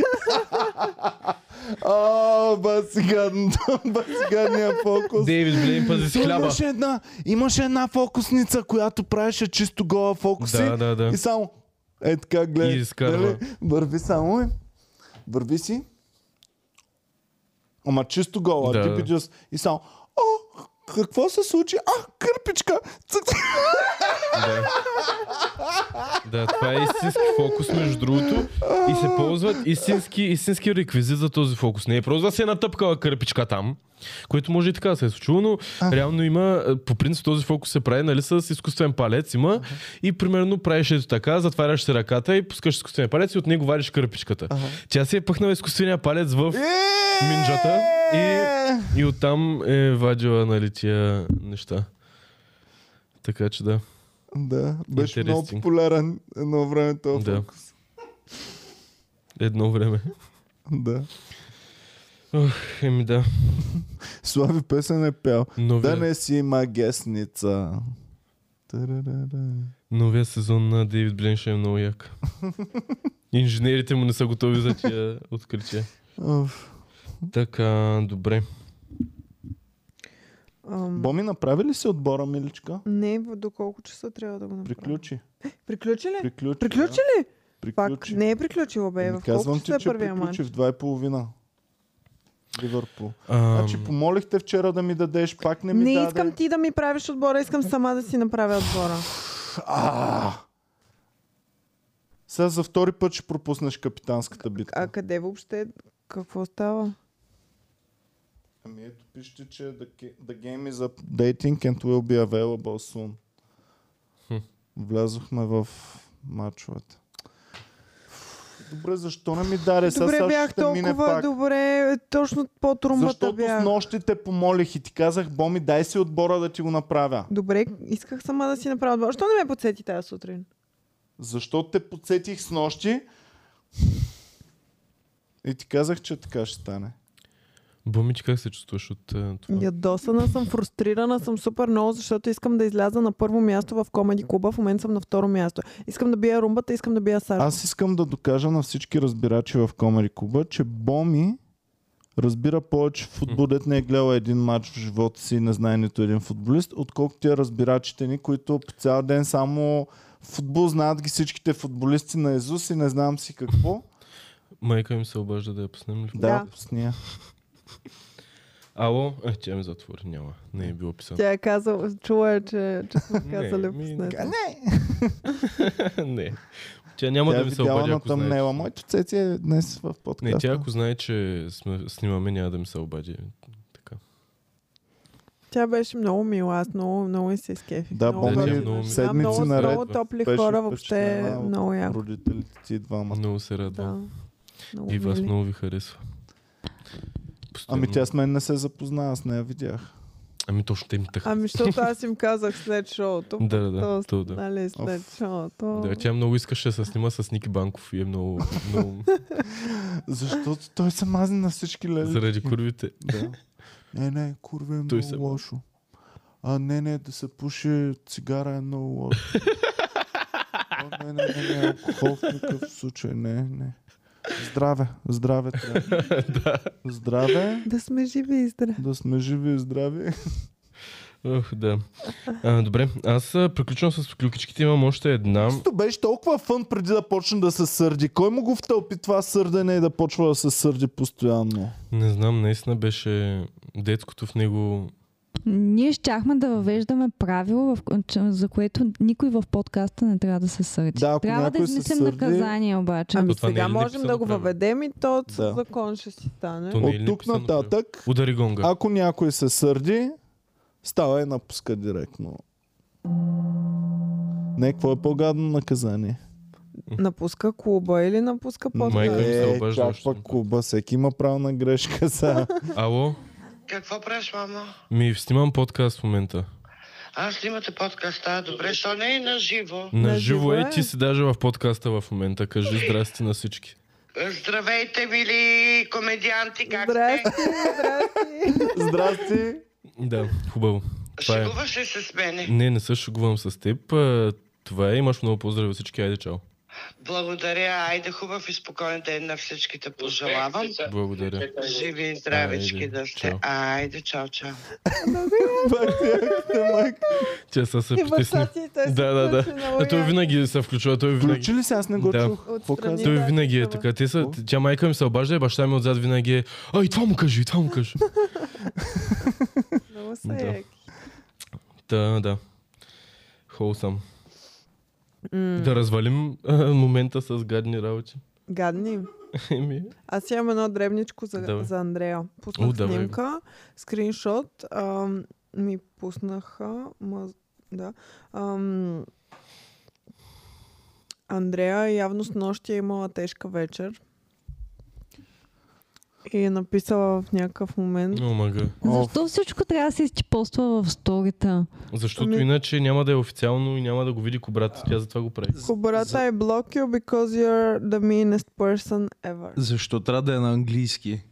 [SPEAKER 1] А, баси гадното, баси гадния фокус.
[SPEAKER 3] Дейвид Блейн пази с
[SPEAKER 1] Той
[SPEAKER 3] хляба.
[SPEAKER 1] Имаше една, имаше една фокусница, която правеше чисто гола фокуси.
[SPEAKER 3] Да, да, да.
[SPEAKER 1] И само, е така гледай. нали?
[SPEAKER 3] И изкарва.
[SPEAKER 1] Върви само, е. върви си. Ама чисто гола,
[SPEAKER 3] Да,
[SPEAKER 1] да,
[SPEAKER 3] да.
[SPEAKER 1] just, и само, о, какво се случи? А, кърпичка! Цък, цък.
[SPEAKER 3] Да. да, това е истински фокус, между другото. И се ползват истински, истински реквизит за този фокус. Не е просто да се е натъпкала кърпичка там, което може и така да се е случило, но реално има, а, по принцип този фокус се прави нали, с изкуствен палец има и примерно правиш ето така, затваряш се ръката и пускаш изкуствения палец и от него вадиш кърпичката. Тя си е пъхнала изкуствения палец в Е! минджата и, и оттам е вадила нали, тия неща. Така че да.
[SPEAKER 1] Да, беше много
[SPEAKER 3] Интересно.
[SPEAKER 1] популярен едно време този
[SPEAKER 3] Да.
[SPEAKER 1] фокус.
[SPEAKER 3] Едно време.
[SPEAKER 1] Да.
[SPEAKER 3] Ох, еми да.
[SPEAKER 1] Слави песен е пял.
[SPEAKER 3] Новия,
[SPEAKER 1] Да не си магесница. Тарарара.
[SPEAKER 3] новия сезон на Дейвид Блин ще е много як. Инженерите му не са готови за тия открития.
[SPEAKER 1] Оф.
[SPEAKER 3] Така, добре.
[SPEAKER 2] Ам,
[SPEAKER 1] Боми, направи ли си отбора, миличка?
[SPEAKER 2] не, в- до колко часа трябва да го направим?
[SPEAKER 1] Приключи.
[SPEAKER 2] Приключи ли?
[SPEAKER 1] Приключи.
[SPEAKER 2] Приключи
[SPEAKER 1] да.
[SPEAKER 2] ли? Пак
[SPEAKER 1] Приключи.
[SPEAKER 2] не е приключило, бе.
[SPEAKER 1] Ами,
[SPEAKER 2] В колко
[SPEAKER 1] Казвам ти,
[SPEAKER 2] часа е
[SPEAKER 1] че
[SPEAKER 2] първия матч?
[SPEAKER 1] приключи в 2.30. Ливърпул.
[SPEAKER 3] Ам,
[SPEAKER 1] Значи помолихте вчера да ми дадеш, пак не ми
[SPEAKER 2] Не
[SPEAKER 1] даде.
[SPEAKER 2] искам ти да ми правиш отбора, искам сама да си направя отбора.
[SPEAKER 1] А! Сега за втори път ще пропуснеш капитанската битка.
[SPEAKER 2] А къде въобще? Какво става?
[SPEAKER 1] Ами ето пишете, че the, ca- the game is updating and will be available soon.
[SPEAKER 3] Хм.
[SPEAKER 1] Влязохме в мачовете. Добре, защо не ми даде? Сега
[SPEAKER 2] Добре
[SPEAKER 1] сега
[SPEAKER 2] бях
[SPEAKER 1] ще мине
[SPEAKER 2] толкова
[SPEAKER 1] пак.
[SPEAKER 2] добре, точно по-трумбата
[SPEAKER 1] Защото с
[SPEAKER 2] бях.
[SPEAKER 1] нощи те помолих и ти казах, Боми, дай си отбора да ти го направя.
[SPEAKER 2] Добре, исках сама да си направя отбора. Защо не ме подсети тази сутрин?
[SPEAKER 1] Защо те подсетих с нощи? И ти казах, че така ще стане.
[SPEAKER 3] Бомич, как се чувстваш от а, това?
[SPEAKER 2] Ядосана съм, фрустрирана съм супер много, защото искам да изляза на първо място в комеди клуба. В момента съм на второ място. Искам да бия румбата, искам да бия Сашо.
[SPEAKER 1] Аз искам да докажа на всички разбирачи в Комери Куба, че Боми разбира повече футбол, дет не е гледал един матч в живота си и не знае нито един футболист, отколкото тия разбирачите ни, които по цял ден само футбол знаят ги всичките футболисти на Изус и не знам си какво.
[SPEAKER 3] Майка ми се обажда да я пуснем ли?
[SPEAKER 1] Да,
[SPEAKER 2] Да.
[SPEAKER 1] пусни я.
[SPEAKER 3] Ало? Е, тя ми затвори, няма. Не е било писано.
[SPEAKER 2] Тя е казала, чула е, че, че сме
[SPEAKER 3] Не,
[SPEAKER 2] казали.
[SPEAKER 3] ми-
[SPEAKER 2] пуснете.
[SPEAKER 3] не. Тя няма
[SPEAKER 1] Тя е
[SPEAKER 3] да ми се
[SPEAKER 1] видяла
[SPEAKER 3] обади,
[SPEAKER 1] на
[SPEAKER 3] ако знае. че-
[SPEAKER 1] тъмнела. Моето цеци е днес в
[SPEAKER 3] Не,
[SPEAKER 1] подкаста.
[SPEAKER 3] тя ако знае, че сме, снимаме, няма да ми се обади. Така.
[SPEAKER 2] Тя беше много мила, аз много, много и се изкефих.
[SPEAKER 1] Да,
[SPEAKER 2] много
[SPEAKER 3] Боми,
[SPEAKER 2] беше.
[SPEAKER 3] много ми-
[SPEAKER 2] Да,
[SPEAKER 1] седмици
[SPEAKER 2] много,
[SPEAKER 1] наред
[SPEAKER 2] Много топли
[SPEAKER 1] беше
[SPEAKER 2] хора, въобще
[SPEAKER 1] впечатлена от
[SPEAKER 2] много яко.
[SPEAKER 1] Родителите ти двама.
[SPEAKER 3] Много се радвам.
[SPEAKER 2] Да. Много
[SPEAKER 3] И вас
[SPEAKER 2] мили.
[SPEAKER 3] много ви харесва.
[SPEAKER 1] Ами
[SPEAKER 3] Постоянно.
[SPEAKER 1] Нали? тя с мен не се запозна, аз не я видях.
[SPEAKER 3] Ами точно те им така.
[SPEAKER 2] Ами, защото аз им казах след шоуто.
[SPEAKER 1] Ами,
[SPEAKER 3] Да, да, да.
[SPEAKER 2] Тоест,
[SPEAKER 3] То, да.
[SPEAKER 2] Нали, след шоуто.
[SPEAKER 3] Да, тя много искаше да се снима с Ники Банков и е много, много
[SPEAKER 1] Защото той се мазни на всички лели.
[SPEAKER 3] заради курвите.
[SPEAKER 1] Да. Не, не, курва е
[SPEAKER 3] Той
[SPEAKER 1] много
[SPEAKER 3] се мазни.
[SPEAKER 1] лошо. А, не, не, да се пуши цигара е много лошо. А, не, не, не, не, алкохол в никакъв случай, не, не. Здраве, здраве трябва. Здраве,
[SPEAKER 2] Да сме живи и здрави.
[SPEAKER 1] да сме живи и здрави.
[SPEAKER 3] Ох, да. А, добре, аз а, приключвам с клюкичките, имам още една.
[SPEAKER 1] То беше толкова фън преди да почне да се сърди. Кой му го втълпи това сърдене и да почва да се сърди постоянно?
[SPEAKER 3] Не знам, наистина беше детското в него.
[SPEAKER 5] Ние щяхме да въвеждаме правило, в, че- за което никой в подкаста не трябва да се сърди.
[SPEAKER 1] Да, ако
[SPEAKER 5] трябва да
[SPEAKER 1] някой се
[SPEAKER 5] измислим
[SPEAKER 1] сърди-
[SPEAKER 5] наказание обаче.
[SPEAKER 2] Ами
[SPEAKER 3] То това не е
[SPEAKER 2] сега
[SPEAKER 3] ли
[SPEAKER 2] можем
[SPEAKER 3] написано
[SPEAKER 2] да го
[SPEAKER 3] правило?
[SPEAKER 2] въведем и то
[SPEAKER 1] Да.
[SPEAKER 2] да. закон ще си стане.
[SPEAKER 3] То не е ли
[SPEAKER 1] От тук
[SPEAKER 3] написано правило?
[SPEAKER 1] нататък,
[SPEAKER 3] Удари гонга.
[SPEAKER 1] ако някой се сърди, става и напуска директно. Не, какво е по-гадно наказание?
[SPEAKER 2] Напуска клуба или напуска
[SPEAKER 3] Майка ми
[SPEAKER 2] подкаст.
[SPEAKER 3] се
[SPEAKER 1] Е,
[SPEAKER 3] обажда
[SPEAKER 1] как
[SPEAKER 3] още.
[SPEAKER 1] пък клуба, всеки има право на грешка са.
[SPEAKER 3] Ало,
[SPEAKER 7] Какво правиш, мама?
[SPEAKER 3] ми снимам подкаст в момента.
[SPEAKER 7] А, снимате подкаста, добре, що не е на живо.
[SPEAKER 3] На
[SPEAKER 2] На
[SPEAKER 3] живо
[SPEAKER 2] живо
[SPEAKER 3] е,
[SPEAKER 2] е.
[SPEAKER 3] ти си даже в подкаста в момента. Кажи здрасти на всички.
[SPEAKER 7] Здравейте, мили комедианти, как
[SPEAKER 2] Здрасти,
[SPEAKER 7] сте?
[SPEAKER 2] здрасти.
[SPEAKER 1] Здрасти!
[SPEAKER 3] Да, хубаво. Това е.
[SPEAKER 7] Шегуваш ли се с мене?
[SPEAKER 3] Не, не се шугувам с теб. А, Това е, имаш много поздрави от всички. Айде, чао.
[SPEAKER 7] Благодаря, айде хубав и спокоен ден на всичките пожелавам.
[SPEAKER 3] Благодаря.
[SPEAKER 7] Живи и здравички
[SPEAKER 3] Айде,
[SPEAKER 7] да сте.
[SPEAKER 3] чао.
[SPEAKER 7] Айде, чао, чао.
[SPEAKER 1] Пак ти яхте, майка.
[SPEAKER 3] Тя сега се
[SPEAKER 2] И
[SPEAKER 3] притесни.
[SPEAKER 2] въртати, той се
[SPEAKER 3] Да, да, да.
[SPEAKER 2] включи много
[SPEAKER 3] Е, той
[SPEAKER 2] яко.
[SPEAKER 3] винаги се включва, той винаги.
[SPEAKER 1] Включи ли се? Аз не го
[SPEAKER 3] Да.
[SPEAKER 1] чух. Какво
[SPEAKER 2] Отстрани.
[SPEAKER 1] каза?
[SPEAKER 3] Той
[SPEAKER 2] Да,
[SPEAKER 3] винаги е
[SPEAKER 2] такава.
[SPEAKER 3] така. Те са,
[SPEAKER 1] Какво?
[SPEAKER 3] тя майка ми се обажда и баща ми отзад винаги е А, и това му кажи, и това му кажи.
[SPEAKER 2] Много са
[SPEAKER 3] Да.
[SPEAKER 2] яки.
[SPEAKER 3] Да, да. Холсам. Да развалим а, момента с гадни работи.
[SPEAKER 2] Гадни.
[SPEAKER 3] Еми,
[SPEAKER 2] Аз имам едно дребничко за,
[SPEAKER 3] Давай.
[SPEAKER 2] за Андрея.
[SPEAKER 3] О,
[SPEAKER 2] Пуснах
[SPEAKER 3] давай го.
[SPEAKER 2] снимка, скриншот. Ам, ми пуснаха... Ма, да. Ам, Андрея явно с нощи е имала тежка вечер. И е написала в някакъв момент...
[SPEAKER 3] о мага.
[SPEAKER 5] Защо всичко трябва да се изчипоства в сторита?
[SPEAKER 3] Защото
[SPEAKER 2] Ами-
[SPEAKER 3] иначе няма да е официално и няма да го види кобрата. Тя затова го прави.
[SPEAKER 2] Кобрата е block you because you're the meanest person ever.
[SPEAKER 4] Защо трябва да е на английски?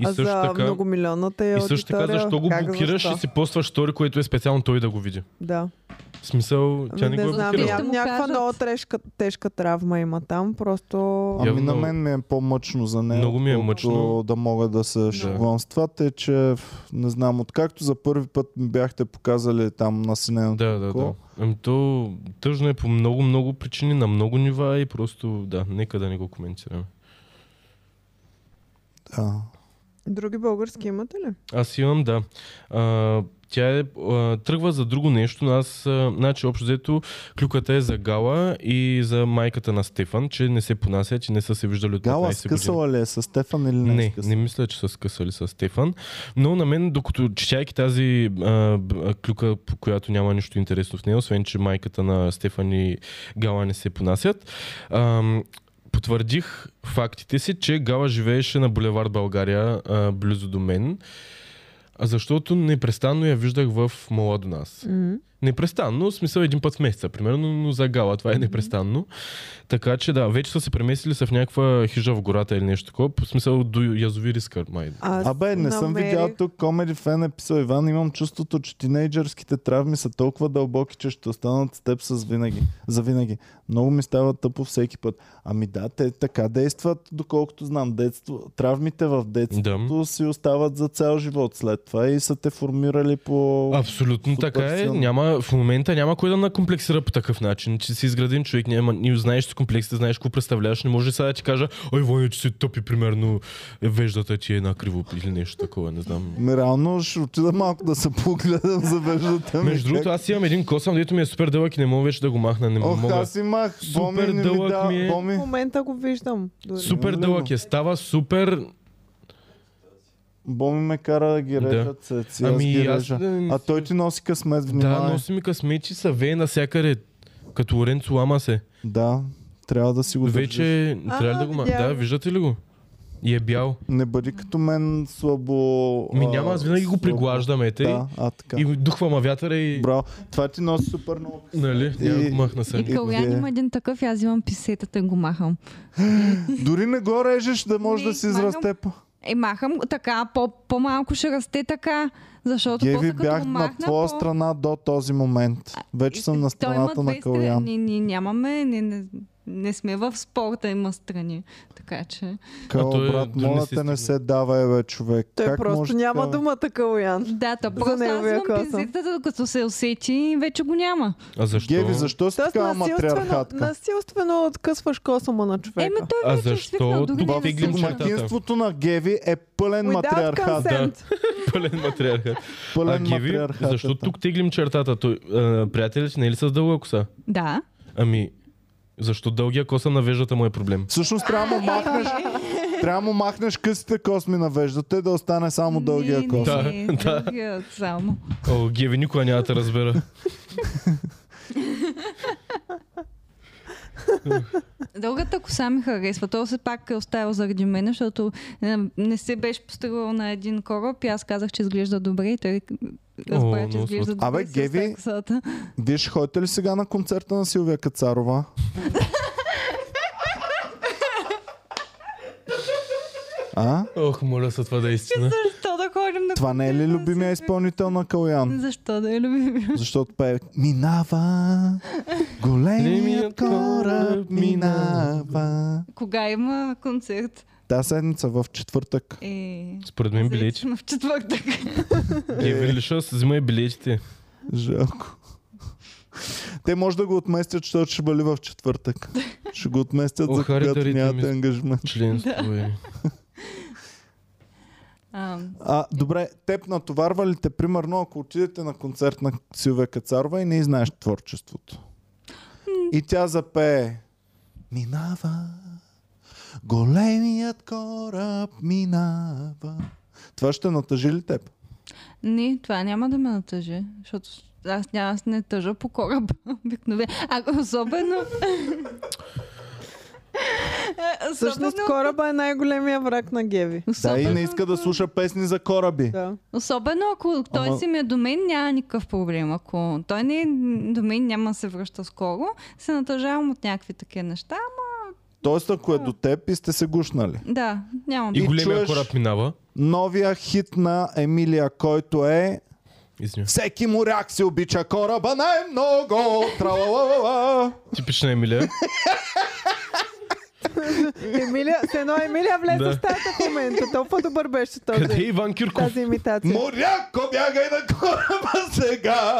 [SPEAKER 3] И
[SPEAKER 2] а
[SPEAKER 3] също
[SPEAKER 2] за
[SPEAKER 3] така,
[SPEAKER 2] многомилионната е
[SPEAKER 3] и също така
[SPEAKER 2] аудитория,
[SPEAKER 3] защо го
[SPEAKER 2] как
[SPEAKER 3] блокираш
[SPEAKER 2] защо?
[SPEAKER 3] и си постваш стори, което е специално той да го види.
[SPEAKER 2] Да.
[SPEAKER 3] В смисъл, тя
[SPEAKER 2] Ами
[SPEAKER 3] не го е
[SPEAKER 2] не знам,
[SPEAKER 5] блокирала.
[SPEAKER 3] блокирала.
[SPEAKER 5] Ще
[SPEAKER 2] ням,
[SPEAKER 5] му
[SPEAKER 2] някаква
[SPEAKER 5] кажат.
[SPEAKER 2] много тежка, тежка травма има там, просто...
[SPEAKER 1] Ами на
[SPEAKER 3] Явно-
[SPEAKER 1] мен ми е по-мъчно за нея.
[SPEAKER 3] Много ми е
[SPEAKER 1] отколкото
[SPEAKER 3] мъчно.
[SPEAKER 1] Да мога да се шегувам с това, те, че в- не знам, откакто за първи път ми бяхте показали там на синеното
[SPEAKER 3] Да, да, да.
[SPEAKER 1] око,
[SPEAKER 3] Ами то тъжно е по много, много причини, на много нива и просто, да, нека да не го коментираме.
[SPEAKER 1] да.
[SPEAKER 2] Други български имате ли?
[SPEAKER 3] Аз имам, да. А, тя е, а, тръгва за друго нещо, но аз, а, значи, общо взето, клюката е за Гала и за майката на Стефан, че не се понасят и не са се виждали от 15
[SPEAKER 1] Гала
[SPEAKER 3] години.
[SPEAKER 1] скъсала ли е с Стефан или не, е
[SPEAKER 3] Не,
[SPEAKER 1] скъсала?
[SPEAKER 3] не мисля, че са скъсали с Стефан, но на мен, докато четяйки тази а, б- а, клюка, по която няма нищо интересно в нея, освен, че майката на Стефан и Гала не се понасят, ам, потвърдих фактите си, че Гала живееше на булевард България, а, близо до мен, а защото непрестанно я виждах в мола до нас.
[SPEAKER 2] Mm-hmm.
[SPEAKER 3] Непрестанно, в смисъл един път в месеца, примерно, но за гала това е непрестанно. Така че да, вече са се преместили са в някаква хижа в гората или нещо такова, по смисъл до язовир Искър, май.
[SPEAKER 2] Аз
[SPEAKER 1] Абе, не съм
[SPEAKER 2] намерих-
[SPEAKER 1] видял тук Comedy Fan е писал Иван, имам чувството, че тинейджърските травми са толкова дълбоки, че ще останат с теб с винаги. За винаги. Много ми става тъпо всеки път. Ами да, те така действат, доколкото знам. Детство, травмите в детството си остават за цял живот след това и са те формирали по...
[SPEAKER 3] Абсолютно
[SPEAKER 1] супер
[SPEAKER 3] така е.
[SPEAKER 1] силно.
[SPEAKER 3] Няма, в момента няма кой да накомплексира по такъв начин, че си изграден човек, няма, ни знаеш че комплексите, знаеш какво представляваш, не може сега да ти кажа, ой, Войне, че си тъпи, примерно, веждата ти е на криво или нещо такова, не знам.
[SPEAKER 1] Ми, реално ще отида малко да се погледам за веждата ми.
[SPEAKER 3] Между другото,
[SPEAKER 1] Как-
[SPEAKER 3] аз имам един косъм, дето ми е супер дълъг и не мога вече да го махна. Не
[SPEAKER 1] Ох,
[SPEAKER 3] мога.
[SPEAKER 1] аз имах.
[SPEAKER 3] Супер
[SPEAKER 1] Боми, не ми
[SPEAKER 3] дълъг
[SPEAKER 1] да,
[SPEAKER 3] ми е.
[SPEAKER 2] В
[SPEAKER 1] Боми.
[SPEAKER 2] момента го виждам. Дори.
[SPEAKER 3] Супер
[SPEAKER 1] Имам ли
[SPEAKER 3] дълъг
[SPEAKER 1] го?
[SPEAKER 3] е, става супер
[SPEAKER 1] Боми ме кара да ги
[SPEAKER 3] Да.
[SPEAKER 1] режат да. цеци, аз
[SPEAKER 3] Ами,
[SPEAKER 1] ги
[SPEAKER 3] аз
[SPEAKER 1] режа.
[SPEAKER 3] да не
[SPEAKER 1] А
[SPEAKER 3] си-
[SPEAKER 1] той ти носи късмет, внимавай.
[SPEAKER 3] Да, носи ми късмети, са вее навсякъде. Като Лоренцо Лама се.
[SPEAKER 1] Да, трябва да си го държиш.
[SPEAKER 3] Вече не
[SPEAKER 2] А,
[SPEAKER 3] трябва ли да го ма...
[SPEAKER 2] видях
[SPEAKER 3] Да,
[SPEAKER 2] го.
[SPEAKER 3] виждате ли го? И е бял.
[SPEAKER 1] Не бъди като мен слабо...
[SPEAKER 3] Ми
[SPEAKER 1] а,
[SPEAKER 3] Ами, няма, аз винаги го
[SPEAKER 1] слабо.
[SPEAKER 3] приглаждам, ете.
[SPEAKER 1] Да, а така.
[SPEAKER 3] И духва ма вятъра и...
[SPEAKER 1] Браво, това ти носи супер много.
[SPEAKER 3] Нали?
[SPEAKER 1] И-
[SPEAKER 3] Няма го махна
[SPEAKER 5] И
[SPEAKER 3] сами.
[SPEAKER 5] Калян
[SPEAKER 1] вие-
[SPEAKER 5] има един такъв, и аз имам писетата и го махам.
[SPEAKER 1] Дори не го режеш да може
[SPEAKER 5] Не,
[SPEAKER 1] да си
[SPEAKER 5] махам.
[SPEAKER 1] израсте. по-
[SPEAKER 5] Е, махам го така, по- по-малко ще расте така, защото
[SPEAKER 1] Геви,
[SPEAKER 5] после като
[SPEAKER 1] бях
[SPEAKER 5] го
[SPEAKER 1] на
[SPEAKER 5] махна,
[SPEAKER 1] твоя
[SPEAKER 5] по-
[SPEAKER 1] страна до този момент. Вече съм на
[SPEAKER 5] Той има
[SPEAKER 1] страната на
[SPEAKER 5] две страни.
[SPEAKER 1] Калян.
[SPEAKER 5] Ние, ние нямаме, не, не, не сме в спорта, има страни. Така че...
[SPEAKER 1] Као,
[SPEAKER 3] А той е-
[SPEAKER 1] брат,
[SPEAKER 3] дори не
[SPEAKER 1] моля
[SPEAKER 3] си
[SPEAKER 1] те не
[SPEAKER 3] стигна.
[SPEAKER 1] се дава, е, бе, човек.
[SPEAKER 2] Той
[SPEAKER 1] как
[SPEAKER 2] просто
[SPEAKER 1] може
[SPEAKER 2] няма
[SPEAKER 1] така, бе?
[SPEAKER 2] думата Калуян.
[SPEAKER 5] Да, та просто аз
[SPEAKER 2] неговия
[SPEAKER 5] имам
[SPEAKER 2] класа.
[SPEAKER 5] пензетата, докато се усети, вече го няма.
[SPEAKER 3] А защо?
[SPEAKER 1] Геви, защо си
[SPEAKER 2] Тоест
[SPEAKER 1] такава
[SPEAKER 2] насилствено,
[SPEAKER 1] матриархатка?
[SPEAKER 2] насилствено откъсваш косъма на човека.
[SPEAKER 5] Еми, той
[SPEAKER 3] А
[SPEAKER 5] вече е
[SPEAKER 3] защо
[SPEAKER 5] свикнал, дори
[SPEAKER 3] това
[SPEAKER 5] да не
[SPEAKER 3] теглим
[SPEAKER 5] се
[SPEAKER 3] чертата?
[SPEAKER 5] чува.
[SPEAKER 1] Домакинството на Геви е пълен
[SPEAKER 2] Without
[SPEAKER 1] матриархат.
[SPEAKER 2] consent.
[SPEAKER 3] Пълен матриархат. А
[SPEAKER 1] Пълен
[SPEAKER 3] Геви,
[SPEAKER 1] матриархат.
[SPEAKER 3] защо
[SPEAKER 1] е там.
[SPEAKER 3] тук теглим чертата? Той, а, приятелите не е ли с дълга коса?
[SPEAKER 5] Да.
[SPEAKER 3] Ами, защо дългия коса на веждата му е проблем?
[SPEAKER 1] Всъщност трябва да му махнеш, трябва да му махнеш късите косми на веждата и да остане само дългия
[SPEAKER 5] Не,
[SPEAKER 1] кос.
[SPEAKER 3] Да,
[SPEAKER 5] Не, не,
[SPEAKER 3] да.
[SPEAKER 5] дългият само.
[SPEAKER 3] О, Геви, никога няма да те разбера.
[SPEAKER 5] Дългата коса ми харесва. То се пак е оставил заради мен, защото е, не се беше постригал на един кораб и аз казах, че изглежда добре и той
[SPEAKER 3] О,
[SPEAKER 5] разбра, че
[SPEAKER 3] много
[SPEAKER 5] изглежда добре.
[SPEAKER 1] сладко. Абе,
[SPEAKER 5] и си
[SPEAKER 1] Геви,
[SPEAKER 5] остави косата.
[SPEAKER 1] Вие ще ходите ли сега на концерта на Силвия Кацарова? А?
[SPEAKER 3] Ох, моля се това да е истина.
[SPEAKER 5] Защо да ходим на
[SPEAKER 1] Това не е ли
[SPEAKER 5] концерт на
[SPEAKER 1] любимия
[SPEAKER 5] Силвия?
[SPEAKER 1] изпълнител на Калян?
[SPEAKER 5] Защо да е любим?
[SPEAKER 1] Защото пее Минава, големият
[SPEAKER 3] Големият
[SPEAKER 1] кораб
[SPEAKER 3] кораб
[SPEAKER 1] минава.
[SPEAKER 5] Кога има концерт?
[SPEAKER 1] Та седмица в четвъртък.
[SPEAKER 5] Е,
[SPEAKER 3] Според мен
[SPEAKER 5] заети
[SPEAKER 3] билети.
[SPEAKER 5] сме в четвъртък.
[SPEAKER 1] Е.
[SPEAKER 3] Геви Лишо, взимай билетите.
[SPEAKER 1] Жалко. Те може да го отместят, защото ще бъде в четвъртък. Ще го отместят,
[SPEAKER 3] О,
[SPEAKER 1] за
[SPEAKER 3] харе,
[SPEAKER 1] когато
[SPEAKER 3] дарите
[SPEAKER 1] нямате
[SPEAKER 3] ми.
[SPEAKER 1] ангажмент.
[SPEAKER 3] Членство е.
[SPEAKER 5] А,
[SPEAKER 1] А, добре, теб натоварва ли те, примерно, ако отидете на концерт на Силвия Кацарова и не знаеш творчеството? И тя запее Минава, големият кораб минава. Това ще натъжи ли теб?
[SPEAKER 5] Не, това няма да ме натъжи, защото аз, няма, аз не тъжа по кораб обикновено. А особено...
[SPEAKER 2] Всъщност
[SPEAKER 5] особено,
[SPEAKER 2] кораба е най-големия враг на Геви.
[SPEAKER 1] Да, и
[SPEAKER 5] особено,
[SPEAKER 1] не иска да слуша песни за кораби.
[SPEAKER 2] Да.
[SPEAKER 5] особено ако той
[SPEAKER 1] Ама-
[SPEAKER 5] си ми е до мен, няма никакъв проблем. Ако той не е до мен, няма да се връща скоро, се натъжавам от някакви такива неща,
[SPEAKER 1] Тоест, ако е до теб и сте се гушнали.
[SPEAKER 5] ама да, нямам.
[SPEAKER 3] И
[SPEAKER 1] И
[SPEAKER 3] големия
[SPEAKER 1] чуеш-
[SPEAKER 3] кораб минава.
[SPEAKER 1] Новия хит на Емилия, който е
[SPEAKER 3] Извиня.
[SPEAKER 1] Всеки моряк си обича кораба най-много. Тралалала.
[SPEAKER 3] Типична Емилия.
[SPEAKER 2] Емилия, с едно Емилия влезе
[SPEAKER 3] Да.
[SPEAKER 2] в стаята в момента. Толкова добър беше
[SPEAKER 3] Къде е
[SPEAKER 2] този,
[SPEAKER 3] Иван Кирков?
[SPEAKER 2] тази имитация.
[SPEAKER 1] Моряко, бягай на кораба сега!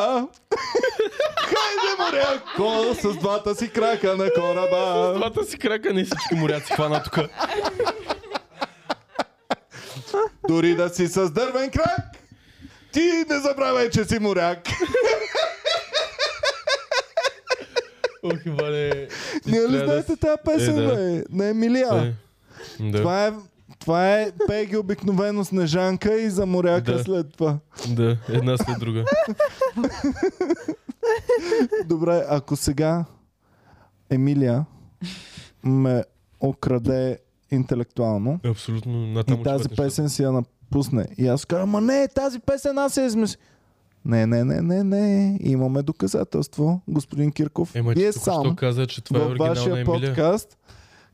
[SPEAKER 1] Хайде, моряко, с двата си крака на кораба!
[SPEAKER 3] Двата си крака, не всички моряци хвана тук.
[SPEAKER 1] Дори да си с дървен крак, ти не забравяй, че си моряк.
[SPEAKER 3] Ох, Иване. ти
[SPEAKER 1] Ние ли
[SPEAKER 3] трябва да
[SPEAKER 1] Нали знаете тази песен,
[SPEAKER 3] Е, да.
[SPEAKER 1] бе? На Емилия.
[SPEAKER 3] си- е, Да,
[SPEAKER 1] Това е това е Пеги обикновено Снежанка и за моряка
[SPEAKER 3] Да.
[SPEAKER 1] след това.
[SPEAKER 3] да, една след друга.
[SPEAKER 1] Добре, ако сега Емилия ме окраде интелектуално,
[SPEAKER 3] Е, Абсолютно. Натам
[SPEAKER 1] И тази песен си я напусне. И аз казвам, ама не, тази песен аз я измисля. Не, не, не, не, не. Имаме доказателство, господин Кирков.
[SPEAKER 3] Ема, че
[SPEAKER 1] Вие
[SPEAKER 3] току-що
[SPEAKER 1] сам
[SPEAKER 3] каза, че това е
[SPEAKER 1] във
[SPEAKER 3] оригинална
[SPEAKER 1] вашия
[SPEAKER 3] Емилия.
[SPEAKER 1] подкаст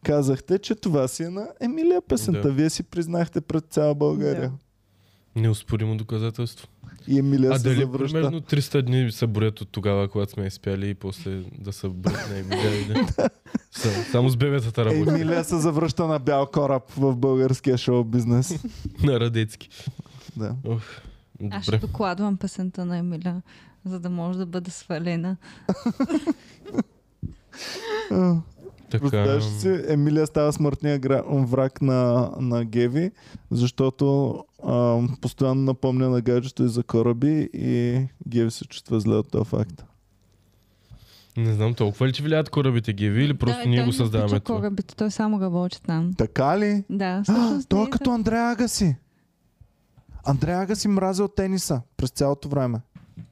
[SPEAKER 1] казахте, че това си е на Емилия песента.
[SPEAKER 3] Да.
[SPEAKER 1] Вие си признахте пред цяла България.
[SPEAKER 3] Неоспоримо доказателство.
[SPEAKER 1] И Емилия
[SPEAKER 3] а
[SPEAKER 1] се
[SPEAKER 3] дали
[SPEAKER 1] завръща.
[SPEAKER 3] примерно 300 дни са броят от тогава, когато сме я изпяли и после да са броят на Емилия или... Само, само с бебетата работи.
[SPEAKER 1] Емилия се завръща на бял кораб в българския шоу бизнес.
[SPEAKER 3] на Радецки.
[SPEAKER 1] да.
[SPEAKER 3] Ох, добре.
[SPEAKER 5] Аз ще докладвам песента на Емиля, за да може да бъде свалена.
[SPEAKER 3] Така,
[SPEAKER 1] Представяш ли си, Емилия става смъртния гра- враг на, на Геви, защото а, постоянно напомня на гаджето и за кораби и Геви се чувства зле от този факт.
[SPEAKER 3] не знам толкова ли, че влияят корабите Геви или просто
[SPEAKER 5] да,
[SPEAKER 3] ние
[SPEAKER 5] той
[SPEAKER 3] го
[SPEAKER 5] не
[SPEAKER 3] създаваме
[SPEAKER 5] обича
[SPEAKER 3] това?
[SPEAKER 5] корабите, той само работи там.
[SPEAKER 1] Така ли?
[SPEAKER 5] Да,
[SPEAKER 1] А,
[SPEAKER 5] всъщност
[SPEAKER 1] той е
[SPEAKER 5] ние
[SPEAKER 1] като Андрея Агаси. Андрея Агаси мразил тениса през цялото време.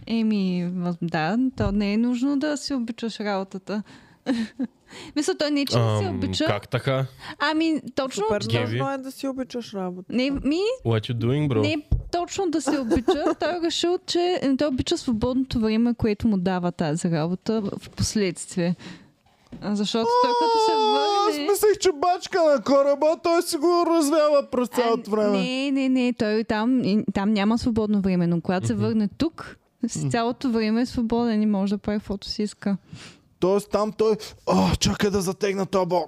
[SPEAKER 5] Еми, въз- да, то не е нужно да си обичаш работата. Мисля, той не, че не си
[SPEAKER 3] Ам,
[SPEAKER 5] обича.
[SPEAKER 3] Как така?
[SPEAKER 5] Ами, точно...
[SPEAKER 2] Супер
[SPEAKER 3] Геви.
[SPEAKER 2] важно е да си обичаш работа.
[SPEAKER 5] Не, ми,
[SPEAKER 3] What you doing, bro?
[SPEAKER 5] не е точно да се обича. той е решил, че е, той обича свободното време, което му дава тази работа в последствие. А, Защото той като се
[SPEAKER 1] Аз
[SPEAKER 5] върне...
[SPEAKER 1] мислех, че бачка на кораба, той си го развява през цялото
[SPEAKER 5] А,
[SPEAKER 1] време.
[SPEAKER 5] Е, Ами, Не, не, не, той там, и- там няма свободно време, но когато се върне тук, с цялото време е свободен и може да прави каквото си иска.
[SPEAKER 1] Тоест там той... О, чакай да затегна този бол.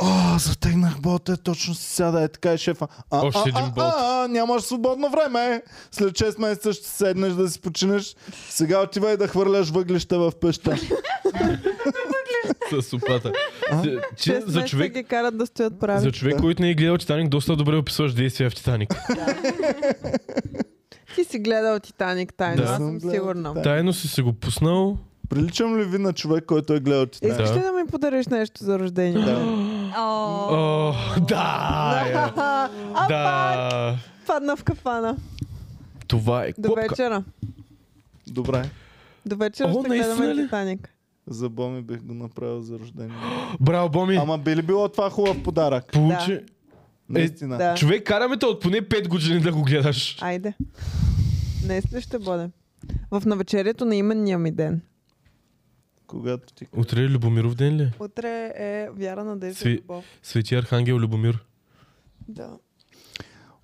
[SPEAKER 1] О, затегнах болта, точно си сяда е така и шефа. А,
[SPEAKER 3] Още
[SPEAKER 1] а,
[SPEAKER 3] един
[SPEAKER 1] а,
[SPEAKER 3] болт.
[SPEAKER 1] а, а, нямаш свободно време. След 6 месеца ще седнеш да си починеш. Сега отивай да хвърляш въглища в пеща.
[SPEAKER 3] С супата. Че
[SPEAKER 2] Шест
[SPEAKER 3] за
[SPEAKER 2] месеца
[SPEAKER 3] човек,
[SPEAKER 2] ги карат да стоят прави.
[SPEAKER 3] за човек,
[SPEAKER 1] Да.
[SPEAKER 3] който не е гледал Титаник, доста добре описваш действия в Титаник.
[SPEAKER 2] Ти си гледал Титаник тайно,
[SPEAKER 3] Да.
[SPEAKER 2] аз съм
[SPEAKER 1] Съм гледал
[SPEAKER 2] сигурна.
[SPEAKER 1] Титаник.
[SPEAKER 3] Тайно си се го пуснал.
[SPEAKER 1] Приличам ли ви на човек, който е гледал ти?
[SPEAKER 2] Искаш
[SPEAKER 3] Да.
[SPEAKER 2] ли да ми подариш нещо за рождение?
[SPEAKER 1] Да.
[SPEAKER 5] О,
[SPEAKER 3] О, да! е.
[SPEAKER 2] А, а,
[SPEAKER 3] Да!
[SPEAKER 2] падна в кафана.
[SPEAKER 3] Това е
[SPEAKER 2] До
[SPEAKER 3] копка.
[SPEAKER 2] вечера.
[SPEAKER 1] Добре.
[SPEAKER 2] До вечера
[SPEAKER 3] О,
[SPEAKER 2] ще
[SPEAKER 3] наистина
[SPEAKER 2] гледаме
[SPEAKER 3] ли?
[SPEAKER 2] Титаник.
[SPEAKER 1] За Боми бих го направил за рождение.
[SPEAKER 3] Браво, Боми!
[SPEAKER 1] Ама би ли било това хубав подарък?
[SPEAKER 3] Получи...
[SPEAKER 1] Наистина.
[SPEAKER 2] да.
[SPEAKER 3] Човек, караме те от поне 5 години да го гледаш.
[SPEAKER 2] Айде. Днес ли ще бъде? В навечерието на именния ми ден.
[SPEAKER 1] Когато ти...
[SPEAKER 3] Утре е Любомиров ден ли?
[SPEAKER 2] Утре е Вяра, Надежда
[SPEAKER 3] Сви-
[SPEAKER 2] и Любов.
[SPEAKER 3] Свети Архангел Любомир.
[SPEAKER 2] Да.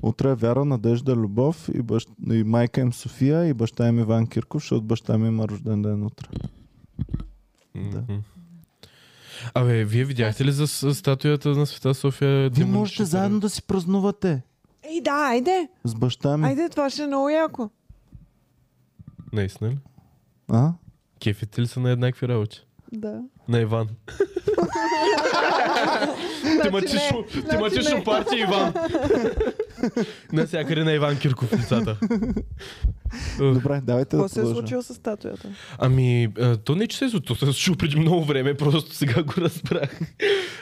[SPEAKER 1] Утре е Вяра, Надежда, Любов и, бащ... и майка им София и баща им Иван Кирков, защото баща ми има рожден ден утре. Да.
[SPEAKER 3] Мгм. Абе, вие видяхте ли за с- статуята на Света София?
[SPEAKER 1] Вие
[SPEAKER 3] Димоничната?
[SPEAKER 1] можете заедно да си празнувате
[SPEAKER 2] Ей, да, айде!
[SPEAKER 1] с баща ми.
[SPEAKER 2] Айде, това ще е много яко.
[SPEAKER 3] Наистина ли?
[SPEAKER 1] А?
[SPEAKER 3] Кефите ли са на еднакви работи?
[SPEAKER 2] Да.
[SPEAKER 3] На Иван.
[SPEAKER 2] Значи
[SPEAKER 3] Тематично-
[SPEAKER 2] значи
[SPEAKER 3] Тематично
[SPEAKER 2] не.
[SPEAKER 3] партия Иван. Насякъде на Иван Кирков лицата.
[SPEAKER 1] Добре, давайте да
[SPEAKER 2] Какво се е
[SPEAKER 1] продължим.
[SPEAKER 2] случило с статуята?
[SPEAKER 3] Ами, а, то не че се е случило, то се е случило преди много време, просто сега го разбрах.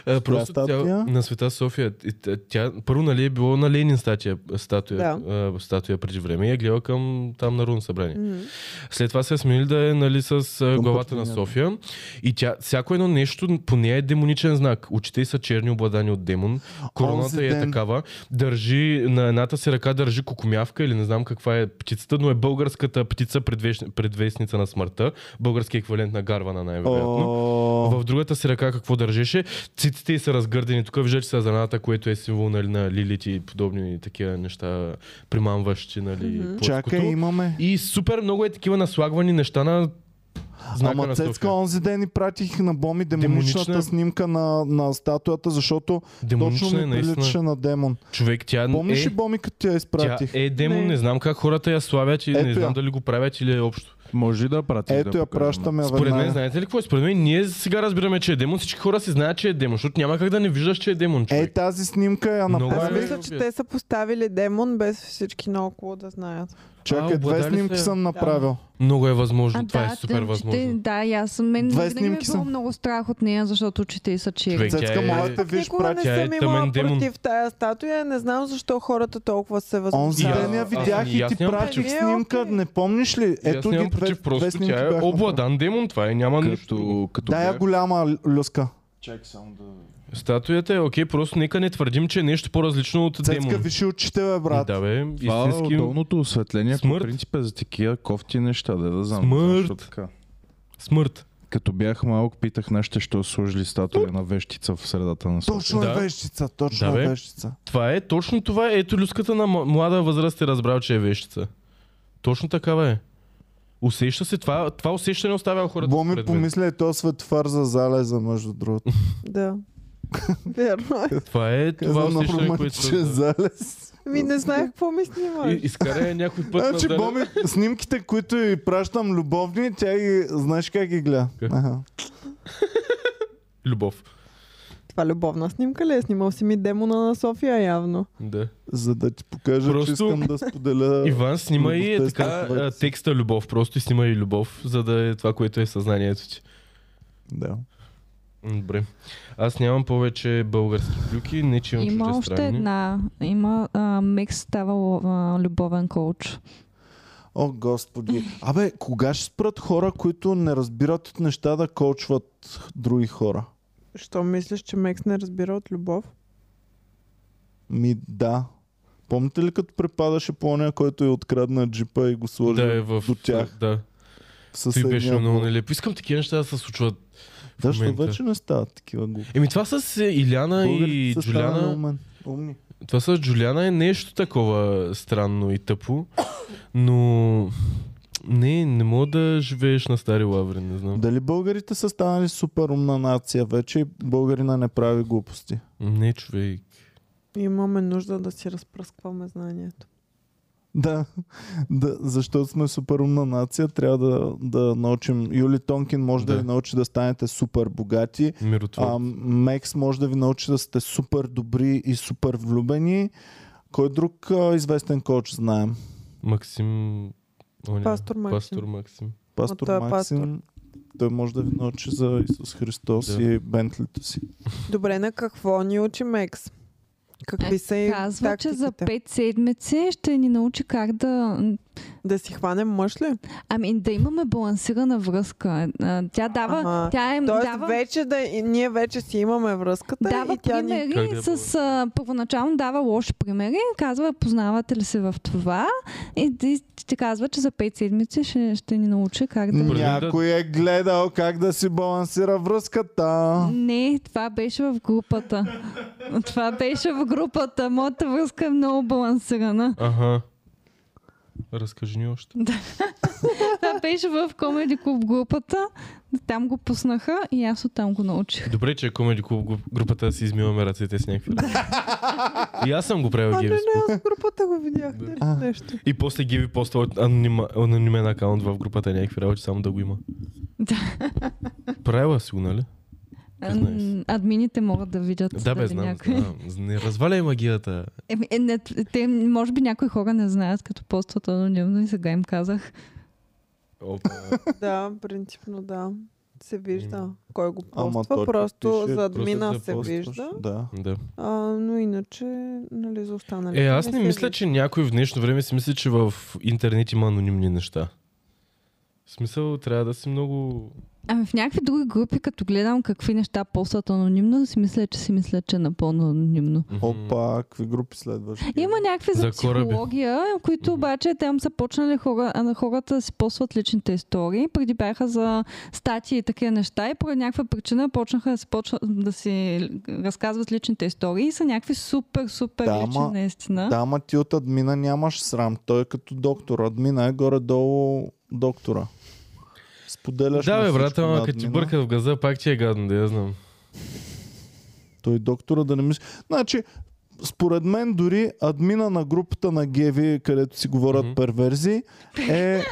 [SPEAKER 3] А, Просто тя,
[SPEAKER 1] статуя?
[SPEAKER 3] на Света София, и т- тя, първо нали е било на Ленин статия, статуя, а, статуя преди време и е гледала към там Народно събрание.
[SPEAKER 2] Мгм.
[SPEAKER 3] След това се е сменили да е нали, с а, главата на
[SPEAKER 1] пътния.
[SPEAKER 3] София. И тя, всяко едно нещо по нея е демоничен знак. Очите й са черни, обладани от демон. Короната
[SPEAKER 1] Онзи
[SPEAKER 3] й е
[SPEAKER 1] ден-
[SPEAKER 3] такава. Държи, на едната си ръка държи кокомявка или не знам каква е птицата, но е българската птица предвеш- предвестница на смъртта. Български еквивалент на гарвана най-вероятно.
[SPEAKER 1] О,
[SPEAKER 3] В другата си ръка какво държеше? Циците й са разгърдени. Тук виждате са заната, което е символ нали, на лилити и подобни такива неща, примамващи нали, плътското.
[SPEAKER 1] Чакай, имаме.
[SPEAKER 3] И супер много е такива наслагвани неща на знака
[SPEAKER 1] Ама
[SPEAKER 3] на
[SPEAKER 1] Цецка,
[SPEAKER 3] София.
[SPEAKER 1] онзи ден и пратих на Боми демоничната
[SPEAKER 3] Демонична? е?
[SPEAKER 1] снимка на, на статуята, защото
[SPEAKER 3] Демонична
[SPEAKER 1] точно
[SPEAKER 3] е,
[SPEAKER 1] ми
[SPEAKER 3] наистина.
[SPEAKER 1] приличаше на демон.
[SPEAKER 3] Човек, тя
[SPEAKER 1] Помниш
[SPEAKER 3] е...
[SPEAKER 1] ли Боми, като ти я
[SPEAKER 3] Тя
[SPEAKER 1] изпратих?
[SPEAKER 3] е демон, не.
[SPEAKER 2] Не.
[SPEAKER 3] знам как хората я славят и не
[SPEAKER 1] Ето
[SPEAKER 3] знам
[SPEAKER 1] я.
[SPEAKER 3] дали го правят или е общо.
[SPEAKER 4] Може ли да я пратиш?
[SPEAKER 1] Ето
[SPEAKER 4] да
[SPEAKER 1] я
[SPEAKER 4] покажем?
[SPEAKER 1] пращаме
[SPEAKER 3] Според мен,
[SPEAKER 1] веднага.
[SPEAKER 3] знаете ли какво е? Според мен ние сега разбираме, че е демон, всички хора си знаят, че е демон, защото няма как да не виждаш, че е демон човек.
[SPEAKER 1] Ей, тази снимка я
[SPEAKER 3] Много е
[SPEAKER 2] Аз
[SPEAKER 3] Добре.
[SPEAKER 1] направих.
[SPEAKER 2] мисля, че те са поставили демон без всички наоколо да знаят.
[SPEAKER 1] Чакай,
[SPEAKER 3] А,
[SPEAKER 1] две
[SPEAKER 3] обладали
[SPEAKER 1] снимки
[SPEAKER 3] са я.
[SPEAKER 1] съм направил.
[SPEAKER 3] Много е възможно,
[SPEAKER 5] А,
[SPEAKER 3] това
[SPEAKER 5] да,
[SPEAKER 3] е супер
[SPEAKER 5] те-
[SPEAKER 3] възможно.
[SPEAKER 5] Очите, да, и аз съм. Мен
[SPEAKER 1] Две
[SPEAKER 5] винаги ми е
[SPEAKER 1] снимки
[SPEAKER 5] било
[SPEAKER 1] са.
[SPEAKER 5] много страх от нея, защото очите й са чири.
[SPEAKER 3] Човек,
[SPEAKER 1] Цецка,
[SPEAKER 3] тя е-
[SPEAKER 1] моля те, виж,
[SPEAKER 2] Никога не
[SPEAKER 1] прати.
[SPEAKER 3] Тя е
[SPEAKER 2] съм
[SPEAKER 3] тъмен
[SPEAKER 2] имала
[SPEAKER 3] демон.
[SPEAKER 2] против тая статуя. Не знам защо хората толкова се
[SPEAKER 1] Онзи
[SPEAKER 3] Да.
[SPEAKER 1] ден
[SPEAKER 2] възмущават.
[SPEAKER 1] я Ами,
[SPEAKER 3] Аз-
[SPEAKER 1] видях
[SPEAKER 3] и
[SPEAKER 1] и
[SPEAKER 3] аз
[SPEAKER 1] ти
[SPEAKER 3] нямам
[SPEAKER 1] пратих
[SPEAKER 2] против.
[SPEAKER 1] снимка,
[SPEAKER 2] Е, окей.
[SPEAKER 1] не помниш ли?
[SPEAKER 3] Ето
[SPEAKER 1] Ето
[SPEAKER 3] аз
[SPEAKER 1] ги
[SPEAKER 3] нямам
[SPEAKER 1] две,
[SPEAKER 3] против,
[SPEAKER 1] две
[SPEAKER 3] просто
[SPEAKER 1] снимки
[SPEAKER 3] тя е
[SPEAKER 1] бяха.
[SPEAKER 3] обладан демон, това е, няма нищо.
[SPEAKER 4] Като, като
[SPEAKER 1] Дай я
[SPEAKER 4] бях-
[SPEAKER 1] голяма люска.
[SPEAKER 3] Статуята е окей, просто нека не твърдим, че е нещо по-различно от
[SPEAKER 1] Цецка,
[SPEAKER 3] демон.
[SPEAKER 1] виши очите, бе, брат.
[SPEAKER 3] Да бе,
[SPEAKER 4] Това
[SPEAKER 3] истински...
[SPEAKER 4] долното осветление по
[SPEAKER 3] Смърт.
[SPEAKER 4] принцип е за такива кофти неща, да да знам.
[SPEAKER 3] Смърт.
[SPEAKER 4] защо така.
[SPEAKER 3] Смърт.
[SPEAKER 4] Като бях малък, питах нашите, що сложили статуя на вещица в средата на София.
[SPEAKER 1] Точно
[SPEAKER 3] Да.
[SPEAKER 1] е вещица, точно
[SPEAKER 3] Да, бе.
[SPEAKER 1] е вещица.
[SPEAKER 3] Това е, точно това е. Ето люската на м- млада възраст е разбрал, че е вещица. Точно такава е. Усеща се, това, това усещане оставя хората
[SPEAKER 1] Боми е
[SPEAKER 3] според мен.
[SPEAKER 1] помисля и то светофар за залеза, между другото.
[SPEAKER 2] Да. Верно е.
[SPEAKER 3] Това е това
[SPEAKER 1] Каза на
[SPEAKER 3] усещане,
[SPEAKER 1] Роман,
[SPEAKER 3] което...
[SPEAKER 1] че е залез.
[SPEAKER 2] Ми не знаех какво ми
[SPEAKER 3] И,
[SPEAKER 2] снимаш.
[SPEAKER 3] изкара я някой път
[SPEAKER 1] Значи,
[SPEAKER 3] на
[SPEAKER 1] Боми, снимките, които и пращам любовни, тя ги, знаеш как ги гледа.
[SPEAKER 3] Как?
[SPEAKER 1] Аха.
[SPEAKER 3] Любов.
[SPEAKER 2] Това любовна снимка ли е? Снимал си ми демона на София явно.
[SPEAKER 3] Да.
[SPEAKER 1] За да ти покажа,
[SPEAKER 3] Просто-
[SPEAKER 1] че искам да споделя...
[SPEAKER 3] Иван снима и е
[SPEAKER 1] любовта е
[SPEAKER 3] така
[SPEAKER 1] страховете
[SPEAKER 3] а,
[SPEAKER 1] си.
[SPEAKER 3] текста любов. Просто и снима и любов, за да е това, което е в съзнанието ти.
[SPEAKER 1] Да.
[SPEAKER 3] М, Добре. Аз нямам повече български клюки, не че имам
[SPEAKER 5] Има още
[SPEAKER 3] чуждестранни.
[SPEAKER 5] една. Има а, Мекс става а, любовен коуч.
[SPEAKER 1] О, господи. Абе, кога ще спрат хора, които не разбират от неща да коучват други хора?
[SPEAKER 2] Що мислиш, че Мекс не разбира от любов?
[SPEAKER 1] Ми, да. Помните ли като препадаше по оня, който е открадна джипа и го сложи
[SPEAKER 3] Да е в...
[SPEAKER 1] до тях?
[SPEAKER 3] Да.
[SPEAKER 1] Със
[SPEAKER 3] Той беше
[SPEAKER 1] едния
[SPEAKER 3] много
[SPEAKER 1] блок?
[SPEAKER 3] нелепо. Искам такива неща да се случват
[SPEAKER 1] Да, защото
[SPEAKER 3] момента.
[SPEAKER 1] вече не стават такива глупи.
[SPEAKER 3] Еми това с е, Иляна и
[SPEAKER 1] Българите са станали
[SPEAKER 3] Джуляна,
[SPEAKER 1] умен. Умни.
[SPEAKER 3] това с Джуляна е нещо такова странно и тъпо, но не, не мога да живееш на стари лаври, не знам.
[SPEAKER 1] Дали българите са станали супер умна нация вече и българина не прави глупости?
[SPEAKER 3] Не, човек.
[SPEAKER 2] Имаме нужда да си разпръскваме знанието.
[SPEAKER 1] Да, да, защото сме супер умна нация, трябва да, да научим. Юли Тонкин може да,
[SPEAKER 3] Да.
[SPEAKER 1] ви научи да станете супер богати. А,
[SPEAKER 3] Миротворец.
[SPEAKER 1] Мекс може да ви научи да сте супер добри и супер влюбени. Кой друг а, известен коуч знаем?
[SPEAKER 3] Максим... О, не,
[SPEAKER 2] Пастор Максим.
[SPEAKER 3] Пастор Максим.
[SPEAKER 1] Пастор
[SPEAKER 2] той е
[SPEAKER 1] Максим. Той може да ви научи за Исус Христос
[SPEAKER 3] Да.
[SPEAKER 1] и Бентлито си.
[SPEAKER 2] Добре, на какво ни учи Мекс? Какви са и
[SPEAKER 5] Е, Казва,
[SPEAKER 2] тактиките?
[SPEAKER 5] че за 5 седмици ще ни научи как да...
[SPEAKER 2] Да си хванем мъж ли?
[SPEAKER 5] Ами да имаме балансирана връзка. Е, А, Тя дава...
[SPEAKER 2] Ага.
[SPEAKER 5] Тя им
[SPEAKER 2] Тоест
[SPEAKER 5] дава...
[SPEAKER 2] вече да, и ние вече си имаме връзката
[SPEAKER 5] дава
[SPEAKER 2] и тя ни...
[SPEAKER 3] Как да е я
[SPEAKER 5] примери с... А, първоначално дава лоши примери, казва познавате ли се в това и, и ти казва, че за 5 седмици ще, ще ни научи как да...
[SPEAKER 3] Преди да-
[SPEAKER 1] Някой е гледал как да си балансира връзката.
[SPEAKER 5] Не, това беше в групата. Това беше в групата. Моята връзка е много балансирана.
[SPEAKER 3] Аха. Разкажи ни още.
[SPEAKER 5] Това беше в Comedy Club групата. Там го пуснаха и аз оттам го научих.
[SPEAKER 3] Добре, че е Comedy Club груп- групата да си измиваме ръцете с някакви работи. И аз съм го правил
[SPEAKER 2] А, Ами, не, не,
[SPEAKER 3] Геви.
[SPEAKER 2] аз в групата го видях. нали, Нещо.
[SPEAKER 3] И после Геви поства от анонима, анонимен акаунт в групата някакви работи, само да го има.
[SPEAKER 5] Да.
[SPEAKER 3] Правила си го, нали? Ти знаеш.
[SPEAKER 5] М, Админите могат да видят.
[SPEAKER 3] Да, бе,
[SPEAKER 5] дали
[SPEAKER 3] знам,
[SPEAKER 5] някой-
[SPEAKER 3] знам. Не разваляй магията.
[SPEAKER 5] Еми, е, не, те, може би някои хора не знаят, като постват анонимно и сега им казах.
[SPEAKER 3] Опа.
[SPEAKER 2] Да, принципно да. Се вижда
[SPEAKER 3] М.
[SPEAKER 2] кой го
[SPEAKER 1] Ама
[SPEAKER 2] поства.
[SPEAKER 1] той ти
[SPEAKER 2] просто
[SPEAKER 1] пише,
[SPEAKER 2] за
[SPEAKER 3] просто
[SPEAKER 2] админа
[SPEAKER 3] да
[SPEAKER 2] се
[SPEAKER 3] постваш.
[SPEAKER 2] вижда.
[SPEAKER 1] Да.
[SPEAKER 3] Да.
[SPEAKER 2] А, но иначе, нали, за останалите
[SPEAKER 3] Е, аз не
[SPEAKER 2] се
[SPEAKER 3] мисля,
[SPEAKER 2] вижда.
[SPEAKER 3] че някой в днешно време си мисли, че в интернет има анонимни неща. В смисъл, трябва да си много...
[SPEAKER 5] Ами в някакви други групи, като гледам какви неща постват анонимно, си мисля, че си мисля, че е напълно анонимно.
[SPEAKER 3] Мгм.
[SPEAKER 1] Опа, какви групи следваш?
[SPEAKER 5] Има някакви за,
[SPEAKER 3] За кораби.
[SPEAKER 5] психология, които
[SPEAKER 3] Мгм.
[SPEAKER 5] обаче там са почнали хора, а на хората да си постват личните истории. Преди бяха за статии и такива неща и поради някаква причина почнаха да си, почва, да си разказват личните истории и са някакви супер, супер
[SPEAKER 1] Да,
[SPEAKER 5] да, лични
[SPEAKER 1] ама-
[SPEAKER 5] наистина.
[SPEAKER 1] Да, ма ти от админа нямаш срам. Той е като доктор. Админа е горе-долу доктора. Споделяш
[SPEAKER 3] Да,
[SPEAKER 1] на
[SPEAKER 3] бе, брат,
[SPEAKER 1] всичко
[SPEAKER 3] ама
[SPEAKER 1] на
[SPEAKER 3] като ти
[SPEAKER 1] админа.
[SPEAKER 3] бъркат в газа, пак ти е гадно, да я знам.
[SPEAKER 1] Той доктора да не мисли. Значи, според мен дори админа на групата на Геви, където си говорят
[SPEAKER 3] Мгм.
[SPEAKER 1] mm-hmm. перверзи, е,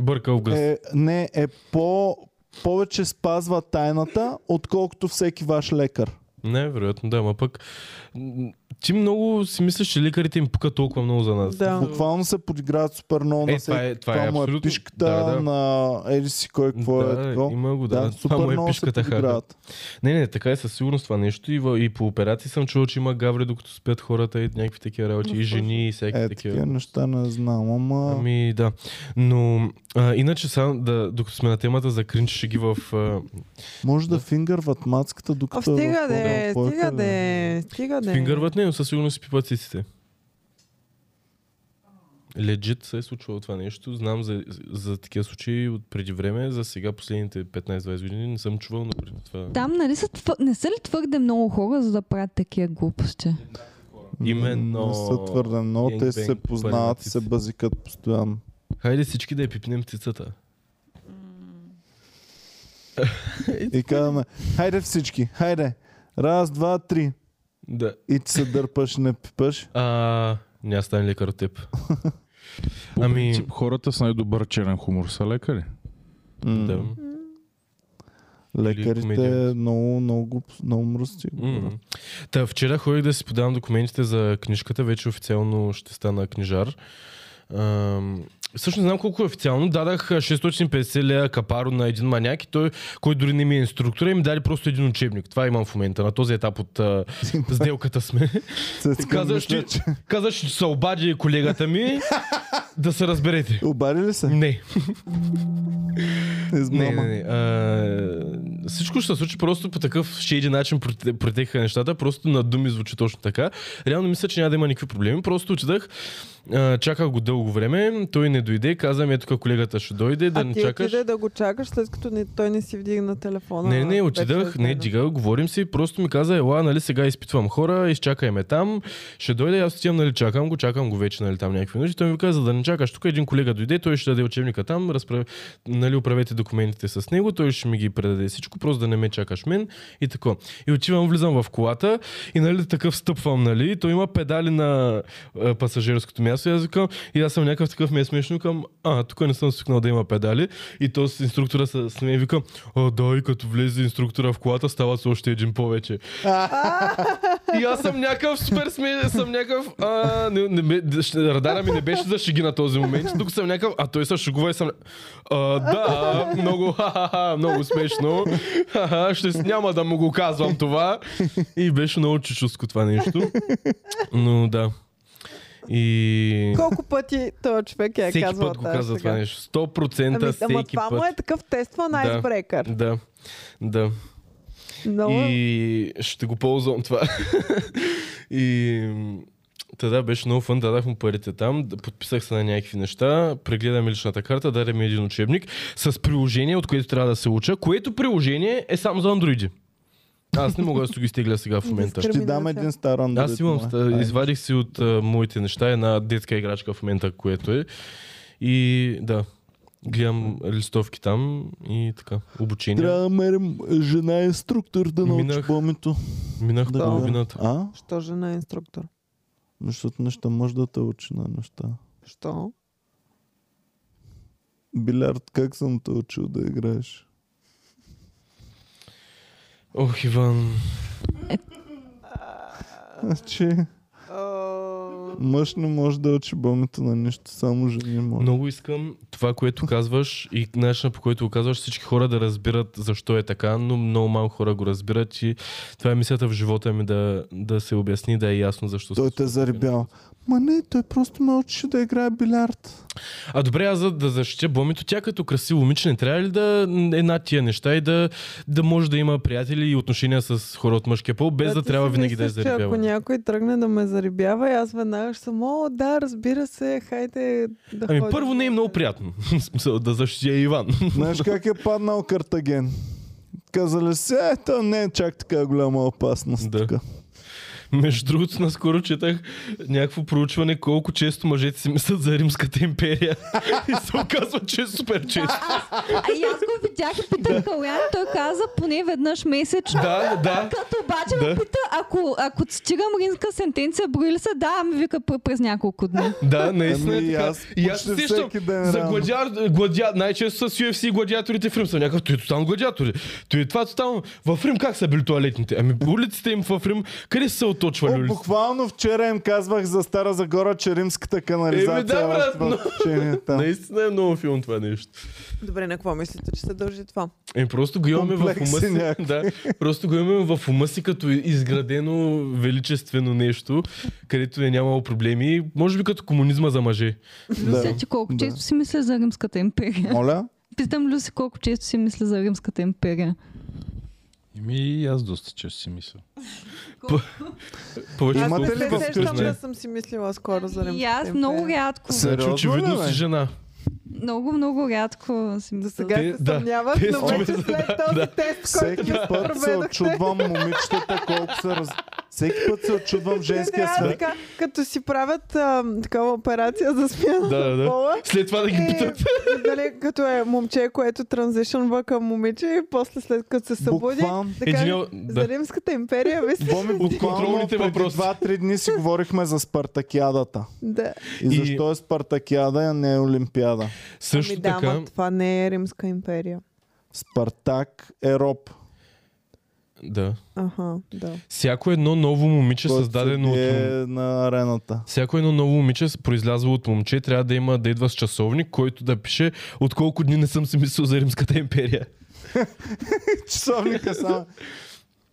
[SPEAKER 3] Бъркал в газа.
[SPEAKER 1] е, не, е по, повече спазва тайната, отколкото всеки ваш лекар.
[SPEAKER 3] Не, вероятно, да, ма пък... м, Ти много си мислиш, че лекарите им пукат толкова много за нас.
[SPEAKER 2] Да.
[SPEAKER 1] Буквално се подиграват супер много
[SPEAKER 3] Е,
[SPEAKER 1] на всеки.
[SPEAKER 3] това е, това е,
[SPEAKER 1] му е
[SPEAKER 3] абсолютно...
[SPEAKER 1] пишката
[SPEAKER 3] да, да.
[SPEAKER 1] на Еди си кой какво е.
[SPEAKER 3] да,
[SPEAKER 1] такова.
[SPEAKER 3] има го, да.
[SPEAKER 1] да, супер
[SPEAKER 3] това му е
[SPEAKER 1] много се
[SPEAKER 3] пишката харда.
[SPEAKER 1] подиграват.
[SPEAKER 3] Не, не, така е със сигурност това нещо. И, в, и по операции съм чувал, че има гаври, докато спят хората и някакви такива работи. И жени, и всякакви
[SPEAKER 1] Е,
[SPEAKER 3] такива.
[SPEAKER 1] такива неща не знам, ама...
[SPEAKER 3] Ами да. Но а, иначе сега, да, докато сме на темата за кринч, ще ги в... А,
[SPEAKER 1] Може да фингърват мацката,
[SPEAKER 2] А,
[SPEAKER 1] докато... е в
[SPEAKER 2] стига де,
[SPEAKER 1] отделна
[SPEAKER 2] стига
[SPEAKER 1] койка, бе.
[SPEAKER 2] де, стига е. де.
[SPEAKER 3] фингърват не, но със сигурност си пипат циците. Легит се е случвало това нещо. Знам за, за такива случаи от преди време. За сега последните 15-20 години не съм чувал, но преди това...
[SPEAKER 5] Там нали са, твър- не са ли твърде много хора, за да правят такива глупости?
[SPEAKER 3] Именно.
[SPEAKER 1] Не са твърде много, те
[SPEAKER 3] Генгбенг,
[SPEAKER 1] се познават и
[SPEAKER 3] пари
[SPEAKER 1] се
[SPEAKER 3] на цици.
[SPEAKER 1] бъзикат постоянно.
[SPEAKER 3] Хайде всички да я пипнем цицата. Е,
[SPEAKER 1] И казваме, хайде всички, хайде. Раз, два, три.
[SPEAKER 3] Да.
[SPEAKER 1] И ти се дърпаш, не пипаш.
[SPEAKER 3] А, няма стане лекар от теб.
[SPEAKER 4] По
[SPEAKER 3] Ами-
[SPEAKER 4] принцип, хората с най-добър черен хумор са лекари.
[SPEAKER 1] М,
[SPEAKER 3] да.
[SPEAKER 1] Лекарите
[SPEAKER 3] комедиант.
[SPEAKER 1] много, много, глуп- много мръсти.
[SPEAKER 3] М. Та вчера ходих да си подавам документите за книжката, вече официално ще стана книжар. Ам, Всъщност не знам колко е официално. Дадах а, 650 лея капаро на един маняк и той, който дори не ми е инструктора, и ми даде просто един учебник. Това имам в момента. На този етап от а, сделката сме.
[SPEAKER 1] Цецка
[SPEAKER 3] Казваш,
[SPEAKER 1] мисля,
[SPEAKER 3] че,
[SPEAKER 1] че...
[SPEAKER 3] казваш, че се обади колегата ми да се разберете.
[SPEAKER 1] Обади ли се?
[SPEAKER 3] Не. Не, не,
[SPEAKER 1] Измама.
[SPEAKER 3] не. А, всичко ще се случи просто по такъв шейди начин проте- протекаха нещата. Просто на думи звучи точно така. Реално мисля, че няма да има никакви проблеми. Просто отидах, а, чаках го дълго време, той не дойде, каза ми, ето тук колегата ще дойде, да
[SPEAKER 2] а
[SPEAKER 3] не
[SPEAKER 2] ти
[SPEAKER 3] чакаш.
[SPEAKER 2] отиде да го чакаш, след като не, той не си вдигна телефона.
[SPEAKER 3] Не, Нали, не,
[SPEAKER 2] вече
[SPEAKER 3] отидах,
[SPEAKER 2] е
[SPEAKER 3] не,
[SPEAKER 2] ден.
[SPEAKER 3] дига, говорим си, просто ми каза, ела, нали сега изпитвам хора, изчакай ме там, ще дойде, аз отивам, нали, чакам го, чакам го вече, нали, там някакви неща. Той ми каза, да не чакаш, тук един колега дойде, той ще даде учебника там, разправ... нали, управете документите с него, той ще ми ги предаде всичко, просто да не ме чакаш мен и така. И отивам, влизам в колата и, нали, такъв стъпвам, нали, той има педали на а, пасажирското място и аз викам, и аз съм някакъв такъв ми е смешно към, а, тук не съм свикнал да има педали и то с инструктора с с мен викам, а, да, и като влезе инструктора в колата, става с още един повече. И аз съм някакъв супер сме, съм някакъв... А, не, не, бе- д- ще- радара ми не беше за шеги на този момент. Тук съм някакъв... А той се шегува и съм... А, да, много, ха-ха-ха, много смешно. Ха-ха, ще, с- няма да му го казвам това. И беше много чучуско това нещо. Но да. И...
[SPEAKER 2] Колко пъти този човек я е
[SPEAKER 3] всеки
[SPEAKER 2] казвал
[SPEAKER 3] път го
[SPEAKER 2] тази
[SPEAKER 3] казва това
[SPEAKER 2] шега?
[SPEAKER 3] нещо. 100%
[SPEAKER 2] Ами, ама
[SPEAKER 3] всеки
[SPEAKER 2] това
[SPEAKER 3] път.
[SPEAKER 2] му е такъв тестван
[SPEAKER 3] Да.
[SPEAKER 2] айсбрекър.
[SPEAKER 3] Да, да.
[SPEAKER 2] Много е-
[SPEAKER 3] И ще го ползвам това. и Тада беше много фън, дадах му парите там, д- подписах се на някакви неща, прегледа ми личната карта, даде ми един учебник с приложение, от което трябва да се уча, което приложение е само за андроиди. Аз не мога да си го изтегля сега в момента.
[SPEAKER 1] Ще ти дам
[SPEAKER 2] Терминация.
[SPEAKER 1] един стар Android.
[SPEAKER 3] Аз имам,
[SPEAKER 1] май.
[SPEAKER 3] ста- извадих си от а, моите неща една детска играчка в момента, което е. И да, гледам листовки там и така, обучение.
[SPEAKER 1] Трябва да мерим жена инструктор да научи
[SPEAKER 3] Минах.
[SPEAKER 1] бомито.
[SPEAKER 3] Минах
[SPEAKER 1] Да,
[SPEAKER 3] половината.
[SPEAKER 1] А?
[SPEAKER 2] Що жена е инструктор?
[SPEAKER 1] Защото неща може да те учи на неща.
[SPEAKER 2] Що?
[SPEAKER 1] Билярд, как съм те учил да играеш?
[SPEAKER 3] Ох, Иван.
[SPEAKER 1] Значи, мъж не може да учи бомито на нищо, само жени може.
[SPEAKER 3] Много искам това, което казваш и начина по който го казваш, всички хора да разбират защо е така, но много малко хора го разбират и това е мисията в живота ми да, да се обясни, да е ясно защо. се
[SPEAKER 1] Той те
[SPEAKER 3] случва.
[SPEAKER 1] е заребял. Ма не, той просто ме учи да играе билярд.
[SPEAKER 3] А добре, аз за да защитя Бомито, тя като красиво момиче не трябва ли да е над тия неща и да, да може да има приятели и отношения с хора от мъжкия пол, без да,
[SPEAKER 2] ти
[SPEAKER 3] трябва
[SPEAKER 2] Значи си
[SPEAKER 3] винаги да е
[SPEAKER 2] мислиш, че Ако
[SPEAKER 3] заребява?
[SPEAKER 2] някой тръгне да ме заребява, и аз веднага ще съм, о, да, разбира се, хайде да
[SPEAKER 3] Ами
[SPEAKER 2] ходим."
[SPEAKER 3] първо не е много приятно. В смисъл, да защитя Иван.
[SPEAKER 1] Знаеш как е паднал Картаген? Казали се, е, то не е чак така голяма опасност.
[SPEAKER 3] Да.
[SPEAKER 1] Да. Тук.
[SPEAKER 3] Между другото, наскоро четах някакво проучване колко често мъжете си мислят за Римската империя. и се оказва, че е супер често.
[SPEAKER 5] А и аз го видях и питах Калян, той каза поне веднъж месечно.
[SPEAKER 3] да, да.
[SPEAKER 5] Като обаче
[SPEAKER 3] Да.
[SPEAKER 5] ме пита, ако, ако цитирам римска сентенция, брои ли се? Да, ами вика пр- през няколко дни.
[SPEAKER 3] Да, наистина
[SPEAKER 1] Ами
[SPEAKER 3] е
[SPEAKER 1] и
[SPEAKER 3] така.
[SPEAKER 1] аз
[SPEAKER 3] И аз
[SPEAKER 1] почти
[SPEAKER 3] се сещам
[SPEAKER 1] всеки ден
[SPEAKER 3] за
[SPEAKER 1] рано.
[SPEAKER 3] гладиар, гладиар, най-често с UFC гладиаторите в Рим са някакъв, той е тотално гладиатори. Той е това тотално. В Рим как са били туалетните? Ами улиците им в Рим, къде са се оточвали
[SPEAKER 1] О,
[SPEAKER 3] улиците?
[SPEAKER 1] буквално вчера им казвах за Стара Загора, че римската
[SPEAKER 3] Еми да,
[SPEAKER 1] канализация
[SPEAKER 3] брат,
[SPEAKER 1] е в- в течение там.
[SPEAKER 3] Наистина е много филм това нещо.
[SPEAKER 2] Добре, на какво мислите, че се дължи това?
[SPEAKER 3] Е, просто го имаме в
[SPEAKER 1] Комплекси
[SPEAKER 3] ума си.
[SPEAKER 1] някакви.
[SPEAKER 3] Да, просто го имаме в ума си като изградено величествено нещо, където е нямало проблеми. Може би като комунизма за мъже.
[SPEAKER 5] Люся, ти колко
[SPEAKER 1] Да.
[SPEAKER 5] често си мисля за римската империя?
[SPEAKER 1] Моля?
[SPEAKER 5] Питам Люси колко често си мисля за римската империя.
[SPEAKER 4] Еми, Ами, аз доста често си мисля.
[SPEAKER 3] Повече
[SPEAKER 2] Аз не
[SPEAKER 1] Имате ли
[SPEAKER 2] се
[SPEAKER 1] в
[SPEAKER 2] сещам
[SPEAKER 1] къщи?
[SPEAKER 2] да съм си мислила скоро за
[SPEAKER 5] И
[SPEAKER 2] римската
[SPEAKER 5] Ами, аз много
[SPEAKER 2] империя.
[SPEAKER 5] рядко,
[SPEAKER 3] Значи
[SPEAKER 1] Сериозно ли,
[SPEAKER 3] очевидно
[SPEAKER 1] бе?
[SPEAKER 3] си жена.
[SPEAKER 5] много, много рядко си мисля.
[SPEAKER 2] До сега
[SPEAKER 3] Те-
[SPEAKER 2] се
[SPEAKER 3] да,
[SPEAKER 2] съмнявах,
[SPEAKER 3] те
[SPEAKER 2] но
[SPEAKER 3] сме-
[SPEAKER 2] вече след този тест, който
[SPEAKER 1] Всеки
[SPEAKER 2] ми
[SPEAKER 1] път се
[SPEAKER 2] проведохте,
[SPEAKER 1] очудвам момичетата колко са раз... Всеки път се очудвам женския
[SPEAKER 2] трябва
[SPEAKER 1] свят.
[SPEAKER 2] така, като си правят а, такава операция за смяна
[SPEAKER 3] Да, да,
[SPEAKER 2] на
[SPEAKER 3] да.
[SPEAKER 2] пола,
[SPEAKER 3] След това да ги
[SPEAKER 2] Е,
[SPEAKER 3] питат.
[SPEAKER 2] И, дали, като е момче, което транзишънва към момиче и после след като се събуди,
[SPEAKER 1] Буквално.
[SPEAKER 2] да каже,
[SPEAKER 3] Един- да.
[SPEAKER 2] за Римската империя, мисля.
[SPEAKER 1] Боми, буквално
[SPEAKER 3] контролните
[SPEAKER 1] преди
[SPEAKER 3] въпроси.
[SPEAKER 1] 2-3 дни си говорихме за Спартакиадата.
[SPEAKER 2] да.
[SPEAKER 1] И
[SPEAKER 3] И-
[SPEAKER 1] защо е Спартакиада, а не е Олимпиада.
[SPEAKER 3] Също
[SPEAKER 2] ами да,
[SPEAKER 3] така.
[SPEAKER 2] ама това не е Римска империя.
[SPEAKER 1] Спартак е роб.
[SPEAKER 3] Да.
[SPEAKER 2] Аха, да.
[SPEAKER 3] Всяко едно ново момиче,
[SPEAKER 1] който е- се
[SPEAKER 3] създадено от
[SPEAKER 1] бие
[SPEAKER 3] мом-
[SPEAKER 1] на арената.
[SPEAKER 3] Всяко едно ново момиче, с- произлязло от момче, трябва да има да идва с часовник, който да пише от колко дни не съм си мислил за Римската империя.
[SPEAKER 1] Часовника само.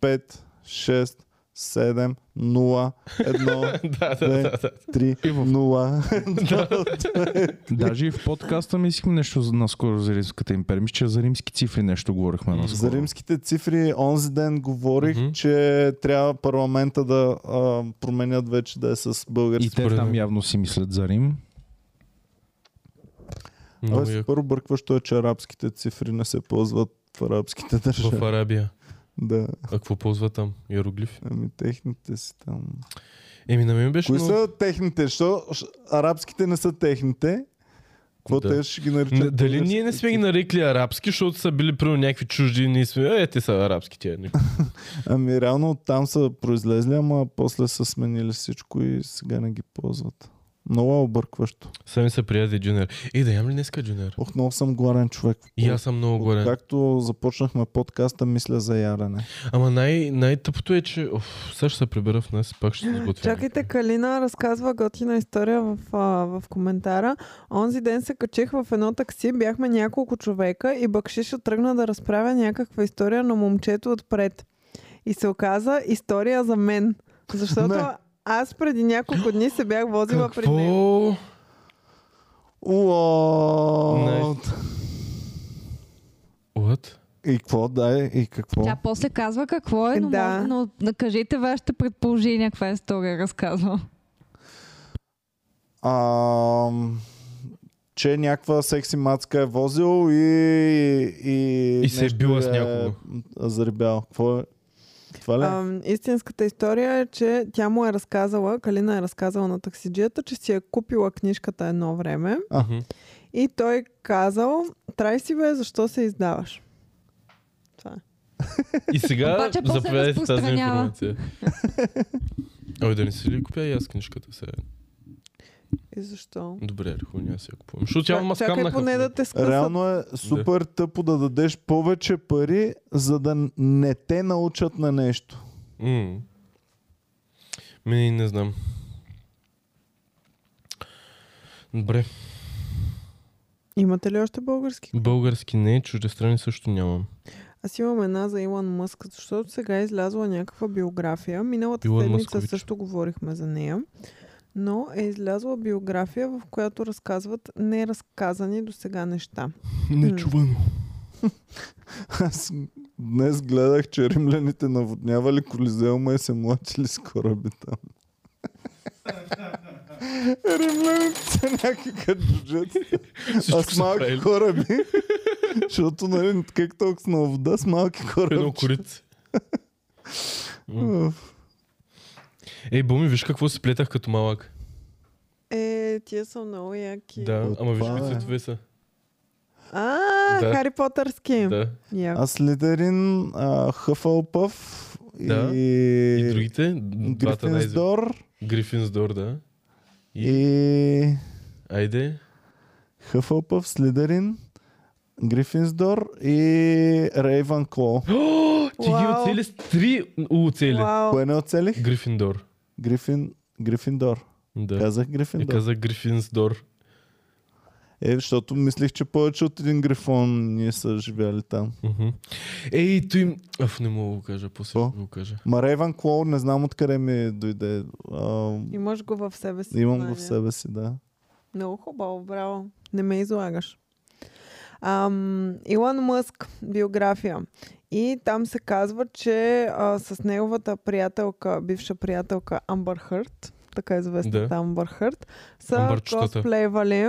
[SPEAKER 1] 5, 6, 7, 0, 1,
[SPEAKER 3] да, да, да,
[SPEAKER 1] 2,
[SPEAKER 3] да.
[SPEAKER 1] 3, 0.
[SPEAKER 4] Даже и в подкаста мислихме нещо за- наскоро за Римската империя. Мисля, че за римски цифри нещо говорихме
[SPEAKER 3] Мгм.
[SPEAKER 4] наскоро.
[SPEAKER 1] За римските цифри онзи ден говорих,
[SPEAKER 3] Мгм.
[SPEAKER 1] че трябва парламента да а, променят вече да е с
[SPEAKER 4] И
[SPEAKER 1] български.
[SPEAKER 4] те
[SPEAKER 3] Според
[SPEAKER 4] там
[SPEAKER 3] мен.
[SPEAKER 4] явно си мислят за Рим.
[SPEAKER 3] Много
[SPEAKER 1] Тоест,
[SPEAKER 3] яко.
[SPEAKER 1] първо бъркващо е, че арабските цифри не се ползват в арабските държави.
[SPEAKER 3] В Арабия.
[SPEAKER 1] Да,
[SPEAKER 3] А какво ползва там? Иероглифи?
[SPEAKER 1] ами техните си там.
[SPEAKER 3] Еми на мен беше
[SPEAKER 1] Кои
[SPEAKER 3] много...
[SPEAKER 1] са техните? Що ш- арабските не са техните? Какво
[SPEAKER 3] Да.
[SPEAKER 1] те ще ги наричат?
[SPEAKER 3] Н- Дали
[SPEAKER 1] български
[SPEAKER 3] ние не сме ги
[SPEAKER 1] цифри?
[SPEAKER 3] нарекли арабски, защото са били примерно някакви чужди и ние сме... Е, те са арабски тия.
[SPEAKER 1] Ами реално там са произлезли, ама после са сменили всичко и сега не ги ползват. Много е объркващо.
[SPEAKER 3] Сами се приязи, Джуниор. Ей, Е, да ям ли днеска, Джуниор?
[SPEAKER 1] Ох, много съм гладен човек.
[SPEAKER 3] И аз съм много е. горен.
[SPEAKER 1] Както започнахме подкаста, мисля за ярене.
[SPEAKER 3] Ама най- най-тъпото е, че... Оф, сега ще се прибера в нас, пак ще сготвя.
[SPEAKER 2] Чакайте, Калина разказва готина история в, а, в коментара. Онзи ден се качих в едно такси, бяхме няколко човека и Бакшиша тръгна да разправя някаква история на момчето отпред. И се оказа история за мен. Защото
[SPEAKER 1] Не.
[SPEAKER 2] аз преди няколко дни се бях возила при него.
[SPEAKER 3] Какво?
[SPEAKER 1] Уау!
[SPEAKER 3] Nice. What?
[SPEAKER 1] И какво, да, и какво?
[SPEAKER 5] Тя после казва какво е, но,
[SPEAKER 2] Да.
[SPEAKER 5] да. но, но кажете вашите предположения, каква е история разказва.
[SPEAKER 1] А, че някаква секси мацка е возил и... И,
[SPEAKER 3] И се е
[SPEAKER 1] нещо
[SPEAKER 3] била с
[SPEAKER 1] е
[SPEAKER 3] някого.
[SPEAKER 1] Заребял. Какво е? Това ли? е?
[SPEAKER 2] Ам, истинската история е, че тя му е разказала, Калина е разказала на таксиджията, че си е купила книжката едно време.
[SPEAKER 1] А.
[SPEAKER 3] Мгм.
[SPEAKER 2] И той казал, трай си бе, защо се издаваш? Това е.
[SPEAKER 3] И сега
[SPEAKER 5] Обаче после
[SPEAKER 3] заповядайте с тази
[SPEAKER 5] разпространява.
[SPEAKER 3] информация. Ой, да не си ли купя и аз книжката сега?
[SPEAKER 2] И защо?
[SPEAKER 3] Добре, хубаво, няма да си я купувам. Защото тя ма
[SPEAKER 2] Чакай
[SPEAKER 3] скамнаха.
[SPEAKER 2] поне да те скъсат.
[SPEAKER 1] Реално е супер тъпо да дадеш повече пари, за да не те научат на нещо.
[SPEAKER 3] М. Ми, не знам. Добре,
[SPEAKER 2] Имате ли още български?
[SPEAKER 3] български не, чуждестранни също нямам.
[SPEAKER 2] Аз имам една за Илон Мъск, защото сега е излязла някаква биография. Миналата
[SPEAKER 3] Илон
[SPEAKER 2] седмица
[SPEAKER 3] Мъскович.
[SPEAKER 2] също говорихме за нея. Но е излязла биография, в която разказват неразказани до сега неща.
[SPEAKER 3] Нечувано.
[SPEAKER 1] Аз днес гледах, че римляните наводнявали Колизеума и се млачили с кораби там. Римляните са някакъв бюджет.
[SPEAKER 3] Всичко
[SPEAKER 1] А
[SPEAKER 3] са
[SPEAKER 1] с малки
[SPEAKER 3] правили.
[SPEAKER 1] кораби. Защото, нали, как толкова на вода, с малки
[SPEAKER 3] Едно
[SPEAKER 1] кораби.
[SPEAKER 3] корице.
[SPEAKER 1] Уф.
[SPEAKER 3] Ей, Боми, виж какво си плетах като малък.
[SPEAKER 2] Е, тия са много яки.
[SPEAKER 3] Да,
[SPEAKER 1] От
[SPEAKER 3] ама виж
[SPEAKER 1] това
[SPEAKER 3] какви
[SPEAKER 1] е.
[SPEAKER 3] цветове са.
[SPEAKER 2] А,
[SPEAKER 3] Да.
[SPEAKER 2] Хари Потърски.
[SPEAKER 3] Да.
[SPEAKER 2] Яко.
[SPEAKER 1] Аз лидерин, а, Хъфълпъв
[SPEAKER 3] Да.
[SPEAKER 1] и...
[SPEAKER 3] И другите, двата най
[SPEAKER 1] е, Грифинсдор
[SPEAKER 3] Грифинсдор, да.
[SPEAKER 1] и...
[SPEAKER 3] Айде.
[SPEAKER 1] Хъфълпъв, Слидерин, Грифинсдор и Рейван Кло.
[SPEAKER 3] О, ти ги
[SPEAKER 2] Вау.
[SPEAKER 3] оцели с три оцели.
[SPEAKER 2] Вау.
[SPEAKER 1] Кое не оцелих?
[SPEAKER 3] Грифиндор.
[SPEAKER 1] Грифин, Грифиндор.
[SPEAKER 3] Да.
[SPEAKER 1] Казах
[SPEAKER 3] Е,
[SPEAKER 1] Грифиндор.
[SPEAKER 3] каза Грифинсдор.
[SPEAKER 1] Е, защото мислих, че повече от един грифон ние са живяли там.
[SPEAKER 3] Мгм. Ей, той... им- Аф, не мога да го кажа, после
[SPEAKER 1] О.
[SPEAKER 3] ще го кажа.
[SPEAKER 1] Ма Рейван Кло, не знам откъде ми дойде. А,
[SPEAKER 2] Имаш го в себе си.
[SPEAKER 1] имам го
[SPEAKER 2] знание.
[SPEAKER 1] в себе си, да.
[SPEAKER 2] Много хубаво, браво. Не ме излагаш. Ам, Илон Мъск, биография. И там се казва, че а, с неговата приятелка, бивша приятелка Амбър Хърт, така известната
[SPEAKER 3] Да.
[SPEAKER 2] да. Амбър Хърт, са
[SPEAKER 3] Амбърчетата.
[SPEAKER 2] косплейвали.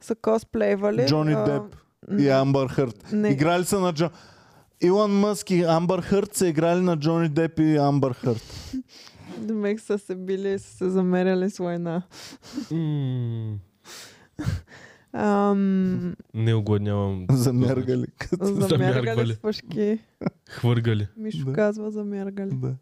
[SPEAKER 2] Са косплейвали.
[SPEAKER 1] Джони
[SPEAKER 2] а,
[SPEAKER 1] Деп
[SPEAKER 2] м,
[SPEAKER 1] И Амбър Хърт.
[SPEAKER 2] Не.
[SPEAKER 1] Играли са на Джон... Илон Мъск и Амбър Хърт са играли на Джони Деп и Амбър Хърт.
[SPEAKER 2] Демек са се били и са се замеряли с война.
[SPEAKER 3] М,
[SPEAKER 2] Ам,
[SPEAKER 3] Не огладнявам.
[SPEAKER 1] Замергали. Като...
[SPEAKER 2] замергали
[SPEAKER 3] Замяргвали.
[SPEAKER 2] с пъшки.
[SPEAKER 3] Хвъргали.
[SPEAKER 2] Мишо
[SPEAKER 1] Да.
[SPEAKER 2] казва замергали.
[SPEAKER 1] Да.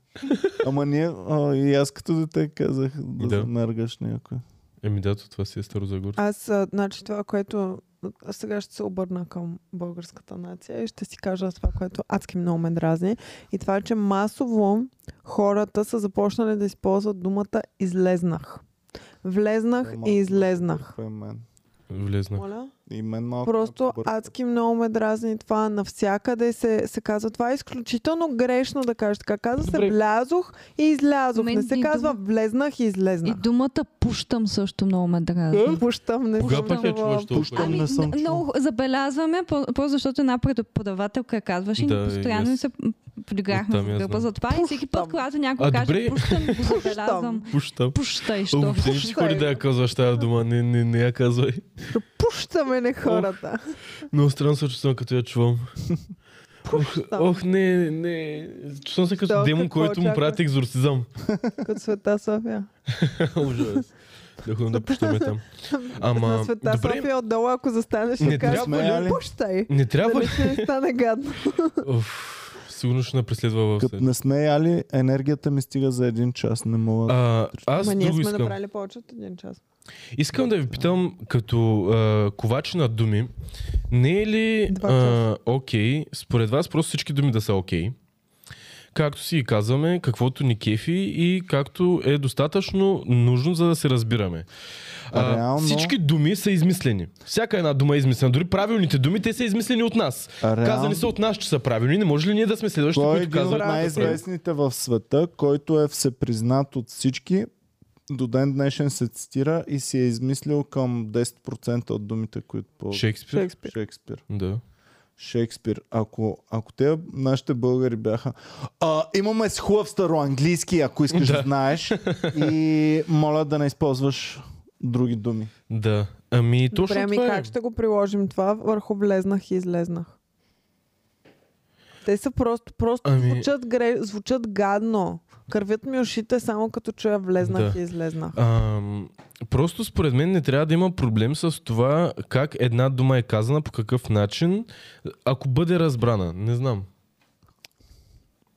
[SPEAKER 1] Ама ние, а, и аз като дете казах да,
[SPEAKER 3] Да.
[SPEAKER 1] да. замергаш някой.
[SPEAKER 3] Еми да, то това си е Старозагор.
[SPEAKER 2] Аз, а, значи това, което... а, Сега ще се обърна към българската нация и ще си кажа това, което адски много ме дразни. И това е, че масово хората са започнали да използват думата излезнах. Влезнах
[SPEAKER 1] Малко
[SPEAKER 2] и излезнах.
[SPEAKER 1] бърква и мен.
[SPEAKER 3] Влезна.
[SPEAKER 2] Моля?
[SPEAKER 1] И мен малко.
[SPEAKER 2] Просто
[SPEAKER 1] бърква.
[SPEAKER 2] адски много ме дразни това. Навсякъде се, се казва. Това е изключително грешно да кажеш така. Казва се
[SPEAKER 3] Добре.
[SPEAKER 2] влязох и излязох.
[SPEAKER 5] Мен
[SPEAKER 2] Не се
[SPEAKER 5] и
[SPEAKER 2] казва
[SPEAKER 5] дума-
[SPEAKER 2] влезнах и
[SPEAKER 5] И
[SPEAKER 2] излезнах.
[SPEAKER 5] думата пущам също много ме
[SPEAKER 2] Е,
[SPEAKER 5] дразни.
[SPEAKER 2] Пущам, не
[SPEAKER 3] Е? Кога
[SPEAKER 2] съм
[SPEAKER 3] пък я
[SPEAKER 2] чувала.
[SPEAKER 3] чуваш толкова?
[SPEAKER 1] Пущам.
[SPEAKER 5] Ами,
[SPEAKER 1] не съм
[SPEAKER 5] н-
[SPEAKER 1] чул.
[SPEAKER 5] много забелязваме, по- просто защото една преподавателка казваше
[SPEAKER 3] Да,
[SPEAKER 5] и постоянно
[SPEAKER 3] и
[SPEAKER 5] yes. се м, подиграхме
[SPEAKER 3] Оттам я
[SPEAKER 5] с гърба.
[SPEAKER 3] знам.
[SPEAKER 5] Затова и всеки път,
[SPEAKER 2] Пущам.
[SPEAKER 5] когато някой
[SPEAKER 3] А,
[SPEAKER 5] каже
[SPEAKER 3] добре.
[SPEAKER 5] пущам, го забелязвам.
[SPEAKER 3] Пущам.
[SPEAKER 5] Пущай,
[SPEAKER 3] О,
[SPEAKER 5] що?
[SPEAKER 3] Въобще не ти ходи да я казваш тази дума. Не, не, не я казвай.
[SPEAKER 2] Пущаме не хората.
[SPEAKER 3] Много странно се чувствам, като я чувам. Ох, ох, не, не. Чувствам се като
[SPEAKER 2] Що,
[SPEAKER 3] демон,
[SPEAKER 2] какво
[SPEAKER 3] който му
[SPEAKER 2] очакваш?
[SPEAKER 3] правят екзорцизъм.
[SPEAKER 2] Като света София.
[SPEAKER 3] Ужас. Да ходим да пущаме там. Ама,
[SPEAKER 2] на света
[SPEAKER 3] добре,
[SPEAKER 2] София отдолу, ако застанеш
[SPEAKER 3] Не
[SPEAKER 2] и кажеш,
[SPEAKER 3] трябва
[SPEAKER 1] ли?
[SPEAKER 2] пущай.
[SPEAKER 3] не
[SPEAKER 2] Да
[SPEAKER 3] трябва
[SPEAKER 2] не
[SPEAKER 3] ли?
[SPEAKER 2] ще ни стане гадно.
[SPEAKER 3] Оф, сигурно ще напреследва в
[SPEAKER 1] Като не сме яли, енергията ми стига за един час. Не мога.
[SPEAKER 3] А, аз
[SPEAKER 2] Ма ние
[SPEAKER 3] друго
[SPEAKER 2] сме
[SPEAKER 3] искам.
[SPEAKER 2] направили повече от един час.
[SPEAKER 3] Искам да ви питам, като а, ковач на думи, не е ли
[SPEAKER 2] Два
[SPEAKER 3] а, окей, според вас просто всички думи да са окей, както си и казваме, каквото ни кефи и както е достатъчно нужно, за да се разбираме. А,
[SPEAKER 1] Реално-
[SPEAKER 3] Всички думи са измислени. Всяка една дума е измислена. Дори правилните думи, те са измислени от нас.
[SPEAKER 1] Реално-
[SPEAKER 3] Казани са от нас, че са правилни. Не може ли ние да сме следващите,
[SPEAKER 1] Той е
[SPEAKER 3] които
[SPEAKER 1] един от
[SPEAKER 3] казват?
[SPEAKER 1] най-известните в света, който е всепризнат от всички. До ден днешен се цитира и си е измислил към 10% от думите, които ползва.
[SPEAKER 3] Шекспир.
[SPEAKER 2] Шекспир.
[SPEAKER 1] Шекспир.
[SPEAKER 3] Да.
[SPEAKER 1] Шекспир. Ако, ако те, нашите българи бяха... А, имаме с хубав староанглийски, ако искаш да знаеш. И моля да не използваш други думи.
[SPEAKER 3] Да. Ами, точно
[SPEAKER 2] Добре, ами
[SPEAKER 3] това е.
[SPEAKER 2] как ще го приложим това? Върху влезнах и излезнах. Те са просто, просто
[SPEAKER 3] Ами-
[SPEAKER 2] ами... звучат, гре, звучат гадно. Кървят ми ушите само като чуя влезнах
[SPEAKER 3] Да.
[SPEAKER 2] да. и излезнах.
[SPEAKER 3] Ам, просто според мен не трябва да има проблем с това как една дума е казана, по какъв начин, ако бъде разбрана. Не знам.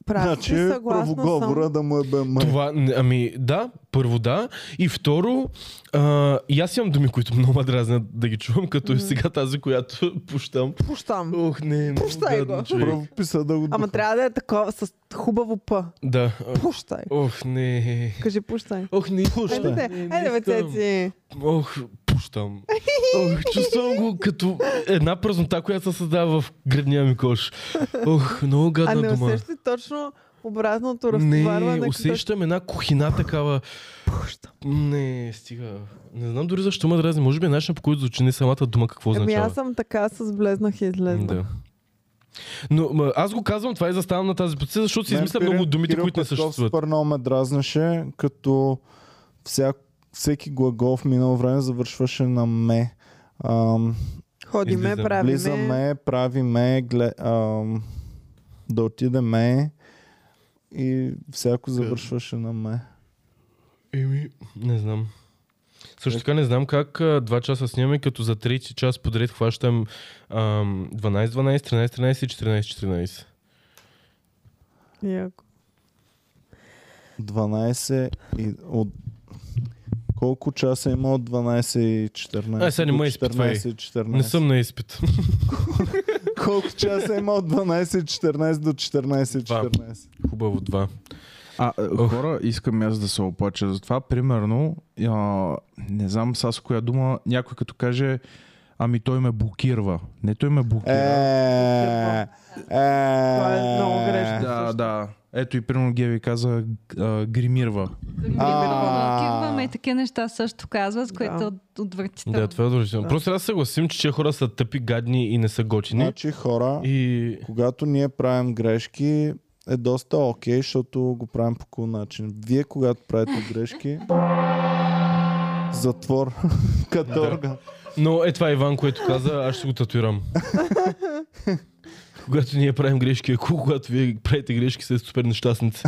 [SPEAKER 2] Прав си,
[SPEAKER 1] значи,
[SPEAKER 2] съгласна
[SPEAKER 1] правоговора
[SPEAKER 2] съм.
[SPEAKER 1] да му е бе май.
[SPEAKER 3] Това, не- ами да, първо да. И второ, а, и аз имам думи, които много ме дразнят да ги чувам, като и сега тази, която пущам.
[SPEAKER 2] Пущам.
[SPEAKER 3] Ох, не, е много
[SPEAKER 2] Пущай го.
[SPEAKER 3] гадно, човек.
[SPEAKER 1] Правописа да го
[SPEAKER 2] Ама
[SPEAKER 1] духам.
[SPEAKER 2] трябва да е такова с хубаво п.
[SPEAKER 3] Да. а,
[SPEAKER 2] Пущай.
[SPEAKER 3] Ох, не.
[SPEAKER 2] Кажи пущай.
[SPEAKER 3] Ох, не пущам.
[SPEAKER 2] Айде,
[SPEAKER 3] Не,
[SPEAKER 2] де,
[SPEAKER 3] не
[SPEAKER 2] айде, бе,
[SPEAKER 3] искам.
[SPEAKER 2] цеци.
[SPEAKER 3] Ох, пущам. Ох, чувствам го като една празнота, която се създава в гръдния ми кош. Ох, много
[SPEAKER 2] А
[SPEAKER 3] гадна
[SPEAKER 2] не
[SPEAKER 3] дума.
[SPEAKER 2] усещаш ли точно обратното разтоварване?
[SPEAKER 3] Не,
[SPEAKER 2] като-
[SPEAKER 3] усещам една кухина такава.
[SPEAKER 2] Пущам.
[SPEAKER 3] Не, стига. Не знам дори защо ме дразни. Може би е начинът по който звучи не самата дума какво
[SPEAKER 2] Ами
[SPEAKER 3] означава.
[SPEAKER 2] аз съм така с влезнах и излезнах.
[SPEAKER 3] Да. Но ма, аз го казвам това и заставам на тази позиция, защото си
[SPEAKER 1] Мен
[SPEAKER 3] измисля
[SPEAKER 1] Кирил-
[SPEAKER 3] много от думите,
[SPEAKER 1] Кирил
[SPEAKER 3] които не
[SPEAKER 1] Петков
[SPEAKER 3] съществуват.
[SPEAKER 1] Супер много ме дразнеше, като вся, всеки глагол в минало време завършваше на ме. Ам,
[SPEAKER 2] Ходиме,
[SPEAKER 3] Излизам.
[SPEAKER 2] правиме.
[SPEAKER 1] влизаме, правиме, гле, ам, да отидеме и всяко завършваше на ме.
[SPEAKER 3] Еми, не знам. Също така не знам как а, два часа снимаме, като за трети час подред хващам ам, 12, 12, 13, 13 и 14, 14.
[SPEAKER 2] Яко.
[SPEAKER 1] 12 и от... Колко часа има от 12 и 14?
[SPEAKER 3] Ай, Е, сега не
[SPEAKER 1] От
[SPEAKER 3] ме изпитвай.
[SPEAKER 1] 14 и 14.
[SPEAKER 3] Не съм на изпит.
[SPEAKER 1] Колко часа има от 12 и 14 до 14 и
[SPEAKER 3] Два.
[SPEAKER 1] 14?
[SPEAKER 3] Хубаво два.
[SPEAKER 4] А, е, хора, искам и аз да се оплача за това. Примерно, а, не знам с аз коя дума, някой като каже, ами той ме блокирва. Не той ме блокира.
[SPEAKER 1] Е, е,
[SPEAKER 2] Е, Това е много грешно.
[SPEAKER 4] да, да. Ето и примерно Геви каза а, гримирва.
[SPEAKER 1] А.
[SPEAKER 5] Кирваме такива неща също казват, което
[SPEAKER 2] Да.
[SPEAKER 5] от- отвратително.
[SPEAKER 3] Да, това е отвратително.
[SPEAKER 2] Да.
[SPEAKER 3] Просто трябва да се съгласим, че тия хора са тъпи, гадни и не са готини.
[SPEAKER 1] Значи хора,
[SPEAKER 3] И
[SPEAKER 1] когато ние правим грешки, е доста окей, защото го правим по cool начин. Вие, когато правите грешки, затвор, като орган.
[SPEAKER 3] Но е това Иван, което каза, аз ще го татуирам. когато ние правим грешки, ако когато вие правите грешки, сте супер нещастници.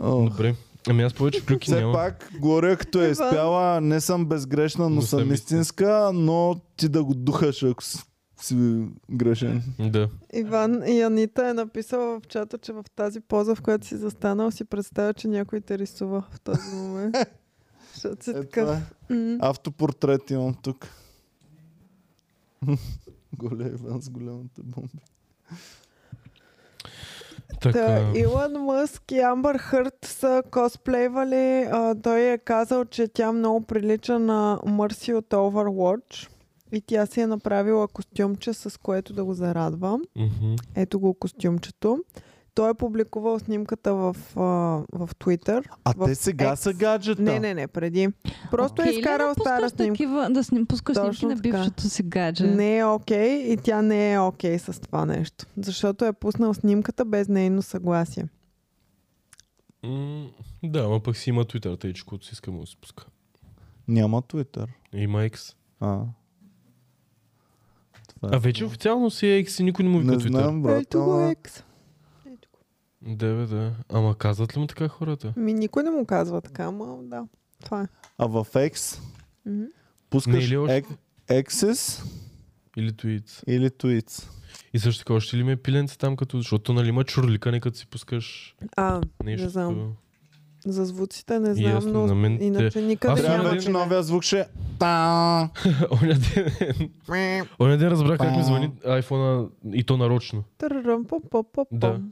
[SPEAKER 1] О,
[SPEAKER 3] Добре. Ами аз повече клюки
[SPEAKER 1] Все
[SPEAKER 3] няма.
[SPEAKER 1] пак, Глория като е изпяла, не съм безгрешна, но,
[SPEAKER 3] Но съм
[SPEAKER 1] съм истинска, но ти да го духаш, ако с- си грешен.
[SPEAKER 3] Да.
[SPEAKER 2] Иван Янита е написала в чата, че в тази поза, в която си застанал, си представя, че някой те рисува в този момент. Защото си
[SPEAKER 1] Е,
[SPEAKER 2] такъв.
[SPEAKER 1] това е.
[SPEAKER 2] м.
[SPEAKER 1] Автопортрет имам тук. Голям Иван с голямата бомба.
[SPEAKER 3] Така.
[SPEAKER 2] Та, Илон Мъск и Амбър Хърт са косплейвали. А, той е казал, че тя много прилича на Мърси от Overwatch. И тя си е направила костюмче, с което да го зарадва.
[SPEAKER 3] Мгм.
[SPEAKER 2] Ето го костюмчето. Той е публикувал снимката в, а, в Twitter.
[SPEAKER 1] А
[SPEAKER 2] В
[SPEAKER 1] те сега
[SPEAKER 2] Екс.
[SPEAKER 1] са гаджета.
[SPEAKER 2] Не, не, не, преди. Просто
[SPEAKER 5] Окей
[SPEAKER 2] е
[SPEAKER 5] ли
[SPEAKER 2] изкарал
[SPEAKER 5] да
[SPEAKER 2] стара
[SPEAKER 5] пускаш
[SPEAKER 2] снимка.
[SPEAKER 5] такива, да сни, пускаш снимки
[SPEAKER 2] Точно
[SPEAKER 5] на
[SPEAKER 2] така.
[SPEAKER 5] бившото си гадже.
[SPEAKER 2] Не е окей и тя не е окей с това нещо. Защото е пуснал снимката без нейно съгласие.
[SPEAKER 3] М, Да, ама пък си има Twitter, тъй че който си иска му да се пуска.
[SPEAKER 1] Няма Twitter.
[SPEAKER 3] Има X.
[SPEAKER 1] А. Това е.
[SPEAKER 3] А вече официално си е X и никой не му вика
[SPEAKER 1] не
[SPEAKER 3] Twitter.
[SPEAKER 1] знам, брат.
[SPEAKER 2] Ето го
[SPEAKER 1] ама-
[SPEAKER 2] екс. Ето го.
[SPEAKER 3] Да, бе, да. Ама казват ли му така хората?
[SPEAKER 2] Ми никой не му казва така, ама да. Това е.
[SPEAKER 1] А в X
[SPEAKER 2] Мгм.
[SPEAKER 3] Не,
[SPEAKER 1] пускаш
[SPEAKER 3] или още-
[SPEAKER 1] Ек- Access
[SPEAKER 3] Или Tweets?
[SPEAKER 1] или Tweets.
[SPEAKER 3] И също така, още е ли ме пиленце там, като... Защото нали има чурликане, като си нали, пускаш
[SPEAKER 2] А,
[SPEAKER 3] нещо.
[SPEAKER 2] не знам.
[SPEAKER 3] такова.
[SPEAKER 2] За звуците не знам,
[SPEAKER 3] Ясно,
[SPEAKER 2] но
[SPEAKER 3] на мен те-
[SPEAKER 2] иначе
[SPEAKER 3] Аз
[SPEAKER 2] никъде
[SPEAKER 3] имам
[SPEAKER 1] Трябва
[SPEAKER 2] няма.
[SPEAKER 3] един-
[SPEAKER 1] вече новия звук ще... е Та!
[SPEAKER 3] Оня ден, оня ден разбрах как ми звъни айфона и то нарочно.
[SPEAKER 2] Търъръм, пом, пом, пом,
[SPEAKER 3] Да.
[SPEAKER 2] пом.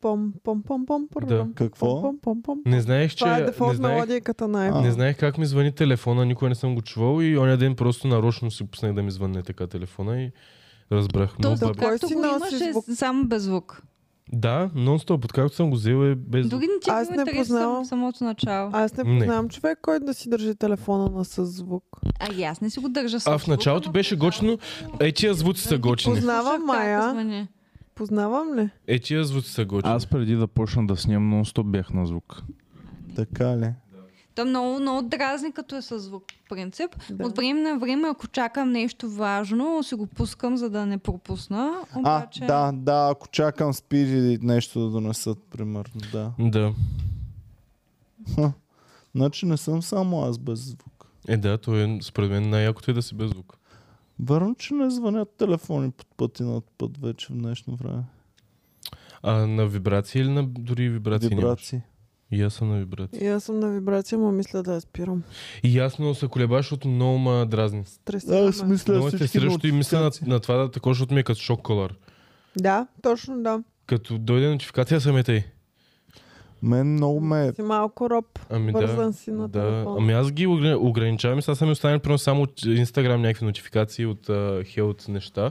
[SPEAKER 2] Пом, пом, пом, пом, пом,
[SPEAKER 3] Да.
[SPEAKER 2] пом,
[SPEAKER 1] Какво?
[SPEAKER 2] пом, пом, пом.
[SPEAKER 3] Не знаех, че...
[SPEAKER 2] Това е
[SPEAKER 3] Не
[SPEAKER 2] дефолт
[SPEAKER 3] знаех,
[SPEAKER 2] мелодиката на
[SPEAKER 1] А.
[SPEAKER 2] iPhone.
[SPEAKER 3] не знаех как ми звъни телефона, никога не съм го чувал и оня ден просто нарочно си пуснах да ми звънне така телефона и разбрах. Много
[SPEAKER 5] Тоест,
[SPEAKER 3] бързо.
[SPEAKER 2] кой
[SPEAKER 5] както
[SPEAKER 2] си
[SPEAKER 5] го
[SPEAKER 2] носи
[SPEAKER 5] имаше
[SPEAKER 2] звук?
[SPEAKER 5] само без звук.
[SPEAKER 3] Да, нон-стоп, откакто съм го взел е без... звук.
[SPEAKER 5] Дори не ти
[SPEAKER 2] Аз
[SPEAKER 5] го
[SPEAKER 2] не познавам.
[SPEAKER 5] интересувам самото начало. А,
[SPEAKER 2] Аз не
[SPEAKER 3] Не.
[SPEAKER 2] познавам човек, който да си държи телефона на със звук.
[SPEAKER 5] и аз не си го държа
[SPEAKER 3] А
[SPEAKER 5] със
[SPEAKER 3] в
[SPEAKER 5] звук,
[SPEAKER 3] началото
[SPEAKER 5] ама
[SPEAKER 3] беше
[SPEAKER 5] познавам.
[SPEAKER 3] гочно. Е, тия звуци са гочни.
[SPEAKER 2] Познавам
[SPEAKER 5] Слушах как
[SPEAKER 2] Мая.
[SPEAKER 5] звъни.
[SPEAKER 2] Познавам ли?
[SPEAKER 3] Е, тия звуци са гочни.
[SPEAKER 4] Аз преди да почна да снимам, нон-стоп бях на звук.
[SPEAKER 1] Така ли?
[SPEAKER 5] Той е много, много дразни, като е със звук, по принцип.
[SPEAKER 2] Да.
[SPEAKER 5] Да. От време на време, ако чакам нещо важно, си го пускам, за да не пропусна.
[SPEAKER 1] А,
[SPEAKER 5] Обаче...
[SPEAKER 1] да, да, ако чакам спир или нещо да донесат, примерно, да.
[SPEAKER 3] Да.
[SPEAKER 1] Значи не съм само аз без звук.
[SPEAKER 3] Е, да, то е, според мен, най-якото е да си без звук.
[SPEAKER 1] Вярно, че не звънят телефони под пъти над път вече в днешно време.
[SPEAKER 3] А на вибрации или на дори вибрации? нямаш?
[SPEAKER 1] Вибрации.
[SPEAKER 3] И аз съм на вибрации.
[SPEAKER 2] И аз съм на вибрация, но мисля да я спирам.
[SPEAKER 3] И аз много се колебаш, защото много ма дразни.
[SPEAKER 1] Аз
[SPEAKER 2] Стресираме.
[SPEAKER 1] мисля
[SPEAKER 3] Много те
[SPEAKER 1] всички
[SPEAKER 3] срещу и мисля на,
[SPEAKER 1] нотификации.
[SPEAKER 3] на това да такова, защото ми е като шок колар.
[SPEAKER 2] Да, точно да.
[SPEAKER 3] Като дойде нотификация, съм е тъй.
[SPEAKER 1] Мен много ме... е.
[SPEAKER 2] Си малко роб.
[SPEAKER 3] Ами
[SPEAKER 2] Вързан
[SPEAKER 3] да.
[SPEAKER 2] си на
[SPEAKER 3] Да,
[SPEAKER 2] телефона.
[SPEAKER 3] ами аз ги огра- ограничавам и сега са ми останали примерно само от Instagram някакви нотификации от а, хелт неща,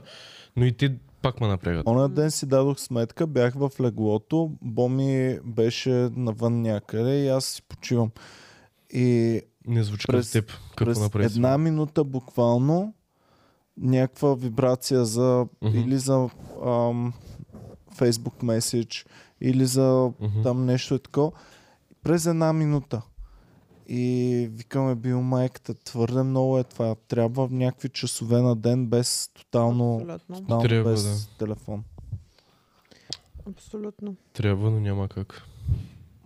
[SPEAKER 3] но и те пак ме напрягат.
[SPEAKER 1] Оня ден си дадох сметка, бях в леглото, Боми беше навън някъде и аз си почивам. И
[SPEAKER 3] Не звучи
[SPEAKER 1] През-
[SPEAKER 3] през теб.
[SPEAKER 1] през
[SPEAKER 3] Какво направи? си?
[SPEAKER 1] една минута буквално някаква вибрация за
[SPEAKER 3] Мгм.
[SPEAKER 1] или за ам, Facebook Message, или за
[SPEAKER 3] Мгм.
[SPEAKER 1] там нещо е такова. През една минута. И викаме бил майката, твърде много е това. Трябва в някакви часове на ден без тотално,
[SPEAKER 2] Абсолютно.
[SPEAKER 1] тотално
[SPEAKER 3] Трябва,
[SPEAKER 1] без
[SPEAKER 3] да.
[SPEAKER 1] телефон.
[SPEAKER 2] Абсолютно.
[SPEAKER 3] Трябва, но няма как.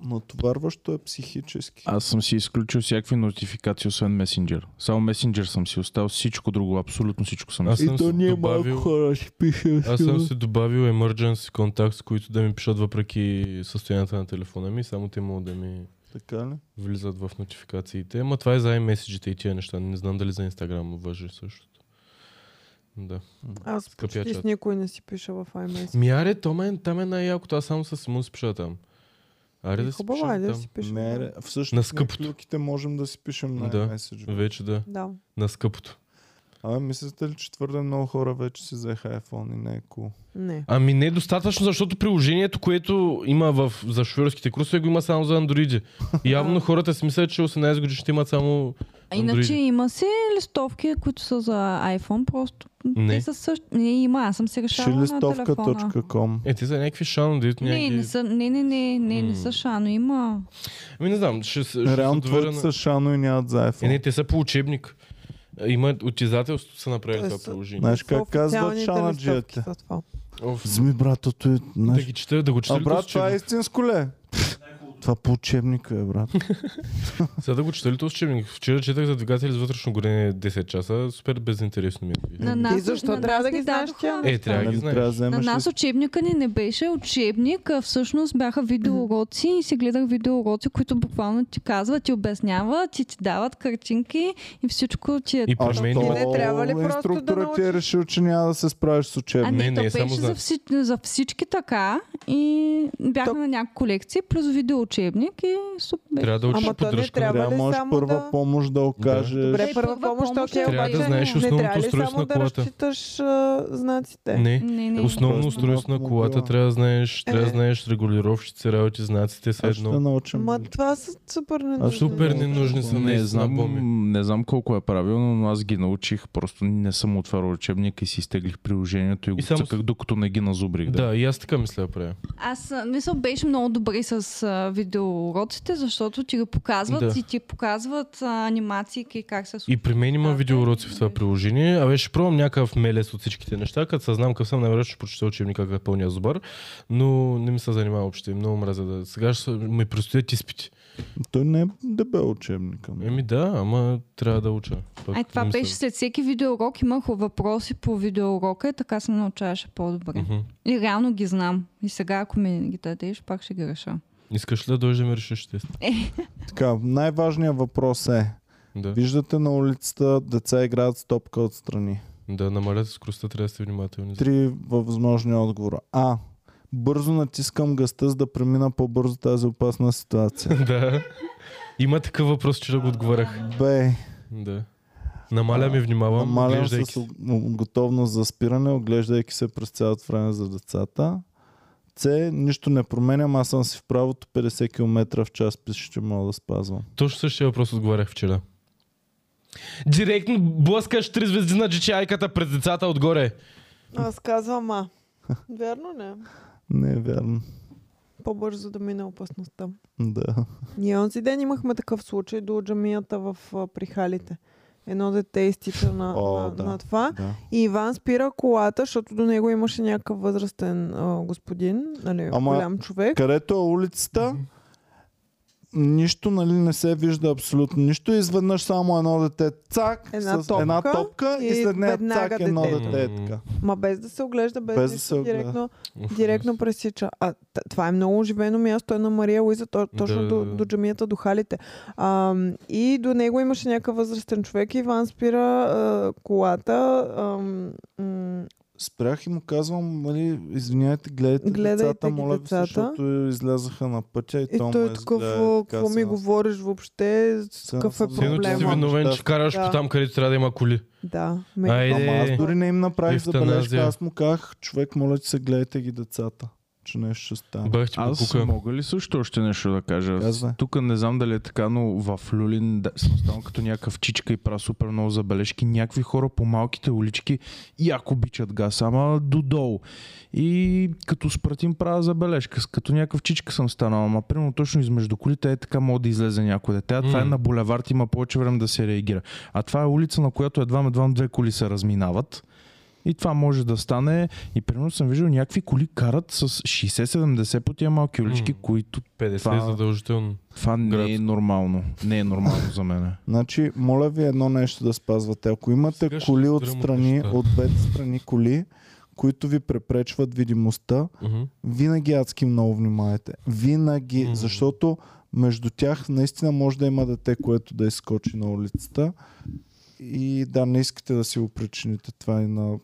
[SPEAKER 1] Натоварващо е психически.
[SPEAKER 4] Аз съм си изключил всякакви нотификации, освен месенджер. Само месенджер съм си оставил, всичко друго, абсолютно всичко съм
[SPEAKER 3] Аз
[SPEAKER 4] си.
[SPEAKER 1] и
[SPEAKER 3] съм
[SPEAKER 1] то
[SPEAKER 3] си
[SPEAKER 1] ние
[SPEAKER 3] добавил-
[SPEAKER 1] малко хора ще пише.
[SPEAKER 3] Аз съм си добавил emergency contacts, които да ми пишат въпреки състоянието на телефона ми, само те могат да ми
[SPEAKER 1] Така ли?
[SPEAKER 3] влизат в нотификациите. Ама това е за iMessage-ите и тия неща. Не знам дали за Instagram въжи същото. Да.
[SPEAKER 2] Аз
[SPEAKER 3] Скъпия
[SPEAKER 2] почти с
[SPEAKER 3] чат.
[SPEAKER 2] никой не си пиша в iMessage.
[SPEAKER 3] Ми аре, то мен, там е най-якото. Аз само с Симон си пиша там. Аре да си
[SPEAKER 2] Хубаво
[SPEAKER 3] пиша
[SPEAKER 2] е да
[SPEAKER 3] там.
[SPEAKER 2] си пиша.
[SPEAKER 1] Не,
[SPEAKER 2] да.
[SPEAKER 1] ре- всъщност
[SPEAKER 3] На
[SPEAKER 1] на
[SPEAKER 3] скъпото.
[SPEAKER 1] клюките можем да си пишем на
[SPEAKER 3] Да.
[SPEAKER 1] меседж.
[SPEAKER 3] Вече да.
[SPEAKER 2] Да.
[SPEAKER 3] На скъпото.
[SPEAKER 1] Абе, мислите ли, че твърде много хора вече си взеха iPhone и не е cool?
[SPEAKER 2] Не.
[SPEAKER 3] Ами не е достатъчно, защото приложението, което има в, за шофьорските курсове, го има само за андроиди. Явно хората си мислят, че 18 годишните имат само
[SPEAKER 5] А Иначе
[SPEAKER 3] Android.
[SPEAKER 5] има си листовки, които са за iPhone, просто
[SPEAKER 3] Не.
[SPEAKER 5] те са също... Не, има, аз съм си решавала на телефона.
[SPEAKER 1] Шилистовка.com
[SPEAKER 3] Е, ти за някакви шано, дето
[SPEAKER 5] Не,
[SPEAKER 3] някакви...
[SPEAKER 5] не, са, не, не, не, не, не
[SPEAKER 3] М.
[SPEAKER 5] са шано, има...
[SPEAKER 3] Ами не знам, ще, се- ще
[SPEAKER 1] Реално
[SPEAKER 3] се доверя
[SPEAKER 1] твърде
[SPEAKER 3] на...
[SPEAKER 1] са шано и нямат за
[SPEAKER 3] Е, не,
[SPEAKER 1] iPhone.
[SPEAKER 3] те са по учебник. Има от издателството са направили
[SPEAKER 2] Тоест,
[SPEAKER 3] това приложение.
[SPEAKER 1] Знаеш как казват
[SPEAKER 2] Официалните листовки
[SPEAKER 1] шанаджията?
[SPEAKER 2] са това.
[SPEAKER 3] Оф,
[SPEAKER 1] Взми братото и...
[SPEAKER 3] да
[SPEAKER 1] е, Знаеш...
[SPEAKER 3] ги чета, да го чета.
[SPEAKER 1] А
[SPEAKER 3] ли
[SPEAKER 1] брат,
[SPEAKER 3] този
[SPEAKER 1] това е
[SPEAKER 3] учебник?
[SPEAKER 1] истинско ле? Това по учебника е, брат.
[SPEAKER 3] Сега да го чета ли този учебник? Вчера четах за двигатели с вътрешно горене 10 часа. Супер безинтересно ми е.
[SPEAKER 5] На нас,
[SPEAKER 2] защо
[SPEAKER 5] на нас
[SPEAKER 2] трябва да
[SPEAKER 5] ни
[SPEAKER 2] ги знаеш
[SPEAKER 5] дадоха-
[SPEAKER 2] тия
[SPEAKER 3] Е, трябва да
[SPEAKER 1] Не
[SPEAKER 3] ги
[SPEAKER 1] Нали трябва да
[SPEAKER 3] знаеш.
[SPEAKER 5] На
[SPEAKER 1] вземеш
[SPEAKER 5] нас
[SPEAKER 1] ли-
[SPEAKER 5] учебника ни не беше учебник, а всъщност бяха видеоуроци и си гледах видеоуроци, които буквално ти казват, ти обясняват, ти ти дават картинки и всичко ти е...
[SPEAKER 3] И
[SPEAKER 1] А
[SPEAKER 3] при мен
[SPEAKER 1] що
[SPEAKER 3] има...
[SPEAKER 2] не трябва ли просто да
[SPEAKER 1] инструкторът ти е
[SPEAKER 2] научиш?
[SPEAKER 1] решил, че няма да се справиш с
[SPEAKER 5] А
[SPEAKER 1] учебника?
[SPEAKER 5] не,
[SPEAKER 3] не,
[SPEAKER 5] не,
[SPEAKER 3] не е
[SPEAKER 5] то
[SPEAKER 3] само
[SPEAKER 5] беше
[SPEAKER 3] за-
[SPEAKER 5] за, всич... за всички така и бяхме
[SPEAKER 2] То-
[SPEAKER 5] на няколко лекции, плюс видеоучебник и супер.
[SPEAKER 3] Трябва да учиш
[SPEAKER 2] Ама то не
[SPEAKER 3] поддръжка.
[SPEAKER 2] трябва
[SPEAKER 1] Трябва
[SPEAKER 2] ли
[SPEAKER 1] можеш
[SPEAKER 2] само
[SPEAKER 1] първа
[SPEAKER 2] да...
[SPEAKER 1] помощ да окажеш.
[SPEAKER 2] Добре, първа
[SPEAKER 5] Е, първа
[SPEAKER 2] помощ,
[SPEAKER 5] помощ
[SPEAKER 2] окей,
[SPEAKER 5] е
[SPEAKER 3] Трябва
[SPEAKER 2] обаче
[SPEAKER 3] да знаеш
[SPEAKER 2] не
[SPEAKER 3] основното
[SPEAKER 2] трябва ли
[SPEAKER 3] устройство
[SPEAKER 2] само
[SPEAKER 3] на
[SPEAKER 2] да
[SPEAKER 3] колата.
[SPEAKER 2] разчиташ а, знаците?
[SPEAKER 3] Не.
[SPEAKER 5] Не, не,
[SPEAKER 3] Основно
[SPEAKER 1] Просто
[SPEAKER 3] устройство на
[SPEAKER 1] малко
[SPEAKER 3] колата
[SPEAKER 1] мобила.
[SPEAKER 3] трябва да знаеш, трябва да
[SPEAKER 2] Е.
[SPEAKER 3] знаеш регулировщите, работи, знаците, са
[SPEAKER 1] Аз ще
[SPEAKER 3] едно.
[SPEAKER 1] научим.
[SPEAKER 2] Ма това са супер ненужни.
[SPEAKER 3] Супер ненужни са
[SPEAKER 4] Не
[SPEAKER 3] наистина
[SPEAKER 4] знам,
[SPEAKER 3] боми.
[SPEAKER 4] не знам колко е правилно, но аз ги научих, просто не съм отварял учебник и си изтеглих приложението и го
[SPEAKER 3] И само с-
[SPEAKER 4] цъках, докато не ги назубрих. Да.
[SPEAKER 3] Да, и аз така мисля да правя.
[SPEAKER 5] Аз а, мисля, беше много добре с а, видеоуроците, защото ти го показват
[SPEAKER 3] Да.
[SPEAKER 5] да. и ти показват а, анимациите и как се случва.
[SPEAKER 3] И при мен има
[SPEAKER 5] Да,
[SPEAKER 3] видеоуроци в това
[SPEAKER 5] да.
[SPEAKER 3] приложение. Абе, ще пробвам някакъв мелес от всичките неща. Като съзнам къв съм, най-вероятно ще прочета учебника как е пълния зубър, но не ми се занимава въобще. Много мразя да. Сега ще ми предстоят изпити.
[SPEAKER 1] Той не е дебел учебника. ма.
[SPEAKER 3] Еми да, ама трябва да уча. Пък
[SPEAKER 5] Ай, това
[SPEAKER 3] не ми се-
[SPEAKER 5] беше след всеки видеоурок, имах въпроси по видеоурока и така се научаваше по-добре.
[SPEAKER 3] Мгм.
[SPEAKER 5] И реално ги знам. И сега, ако ми ги дадеш, пак ще ги реша.
[SPEAKER 3] Искаш ли да дойдеш да ми решиш тест?
[SPEAKER 1] Така, най-важният въпрос е,
[SPEAKER 3] Да.
[SPEAKER 1] виждате на улицата деца играят с топка отстрани.
[SPEAKER 3] Да, намалят скоростта, трябва да сте внимателни.
[SPEAKER 1] Три възможни отговора. А. Бързо натискам гъста, за да премина по-бързо тази опасна ситуация.
[SPEAKER 3] да. Има такъв въпрос, че да го отговарях.
[SPEAKER 1] Б.
[SPEAKER 3] Да. Намалям и внимавам,
[SPEAKER 1] Намалям
[SPEAKER 3] глеждайки.
[SPEAKER 1] с о- готовност за спиране, оглеждайки се през цялото време за децата. С. Нищо не променям, аз съм си в правото 50 км в час, пише, че мога да спазвам.
[SPEAKER 3] Точно същия въпрос отговарях вчера. Директно блъскаш три звезди на GTI-ката през децата отгоре.
[SPEAKER 2] Аз казвам А. Вярно не.
[SPEAKER 1] Не е вярно.
[SPEAKER 2] По-бързо да мине опасността.
[SPEAKER 1] Да.
[SPEAKER 2] Ние онзи ден имахме такъв случай до джамията в а, Прихалите. Едно дете изтича на,
[SPEAKER 1] О,
[SPEAKER 2] на,
[SPEAKER 1] да.
[SPEAKER 2] на това.
[SPEAKER 1] да.
[SPEAKER 2] И Иван спира колата, защото до него имаше някакъв възрастен а, господин, нали,
[SPEAKER 1] Ама-
[SPEAKER 2] голям човек.
[SPEAKER 1] Където е улицата, нищо нали, не се вижда абсолютно нищо. Изведнъж само едно дете цак,
[SPEAKER 2] Една
[SPEAKER 1] с една
[SPEAKER 2] топка
[SPEAKER 1] топка и,
[SPEAKER 2] и
[SPEAKER 1] след нея
[SPEAKER 2] веднага
[SPEAKER 1] цак едно
[SPEAKER 2] детето.
[SPEAKER 1] дете. е така.
[SPEAKER 2] Ма без да се оглежда, без,
[SPEAKER 1] Без да
[SPEAKER 2] нищо,
[SPEAKER 1] се огледа.
[SPEAKER 2] директно,
[SPEAKER 3] Уф,
[SPEAKER 2] директно пресича. А, т- това е много оживено място е на Мария Луиза, то, точно
[SPEAKER 3] да,
[SPEAKER 2] до,
[SPEAKER 3] да.
[SPEAKER 2] до джамията, до халите. А, и до него имаше някакъв възрастен човек. Иван спира а, колата. А, м-
[SPEAKER 1] Спрях и му казвам, нали, извиняйте, гледайте,
[SPEAKER 2] Гледайте
[SPEAKER 1] децата,
[SPEAKER 2] ги
[SPEAKER 1] моля ви, се,
[SPEAKER 2] децата.
[SPEAKER 1] защото излязаха на пътя и,
[SPEAKER 2] и
[SPEAKER 1] то
[SPEAKER 2] той
[SPEAKER 1] ме
[SPEAKER 2] е такъв,
[SPEAKER 1] изгледа и
[SPEAKER 2] «О,
[SPEAKER 1] така
[SPEAKER 2] какво ми
[SPEAKER 1] се насмя».
[SPEAKER 2] говориш въобще,
[SPEAKER 1] Сега
[SPEAKER 2] какъв е
[SPEAKER 1] съм
[SPEAKER 3] Все едно, че си
[SPEAKER 1] проблема.
[SPEAKER 3] виновен, че караш
[SPEAKER 2] Да.
[SPEAKER 3] по там, където трябва да има коли.
[SPEAKER 2] Да, ме...
[SPEAKER 5] Ами.
[SPEAKER 1] Ама аз
[SPEAKER 3] Айде.
[SPEAKER 1] дори не им направих
[SPEAKER 3] Евтаназия.
[SPEAKER 1] забележка, аз му казах, човек, моля, че се гледайте ги децата, че нещо ще стане.
[SPEAKER 3] Бах ти
[SPEAKER 4] Аз
[SPEAKER 3] покука.
[SPEAKER 4] мога ли също още нещо да кажа?
[SPEAKER 1] Казвай.
[SPEAKER 4] Тук не знам дали е така, но в Люлин да, съм станал като някакъв чичка и правя супер много забележки. Някакви хора по малките улички яко обичат газ, ама додолу. И като спратим правя забележка, с- като някакъв чичка съм станал, ама примерно точно измежду колите е така мога да излезе някой дете. А това е
[SPEAKER 3] М.
[SPEAKER 4] на булевард, има повече време да се реагира. А това е улица, на която едва едва две коли се разминават. И това може да стане. И примерно съм виждал някакви коли карат с 60-70 по тия малки улички,
[SPEAKER 3] М.
[SPEAKER 4] които
[SPEAKER 3] 50
[SPEAKER 4] Това-
[SPEAKER 3] е задължително.
[SPEAKER 4] това
[SPEAKER 3] Град.
[SPEAKER 4] не е нормално. Не е нормално за мен.
[SPEAKER 1] Значи, моля ви едно нещо да спазвате. Ако имате
[SPEAKER 3] Сега ще
[SPEAKER 1] коли
[SPEAKER 3] спирам
[SPEAKER 1] от страни,
[SPEAKER 3] от
[SPEAKER 1] от двете страни коли, които ви препречват видимостта,
[SPEAKER 3] Мгм.
[SPEAKER 1] винаги адски много внимавайте. Винаги,
[SPEAKER 3] М.
[SPEAKER 1] защото между тях наистина може да има дете, което да изскочи на улицата. И да, не искате да си го причините това и на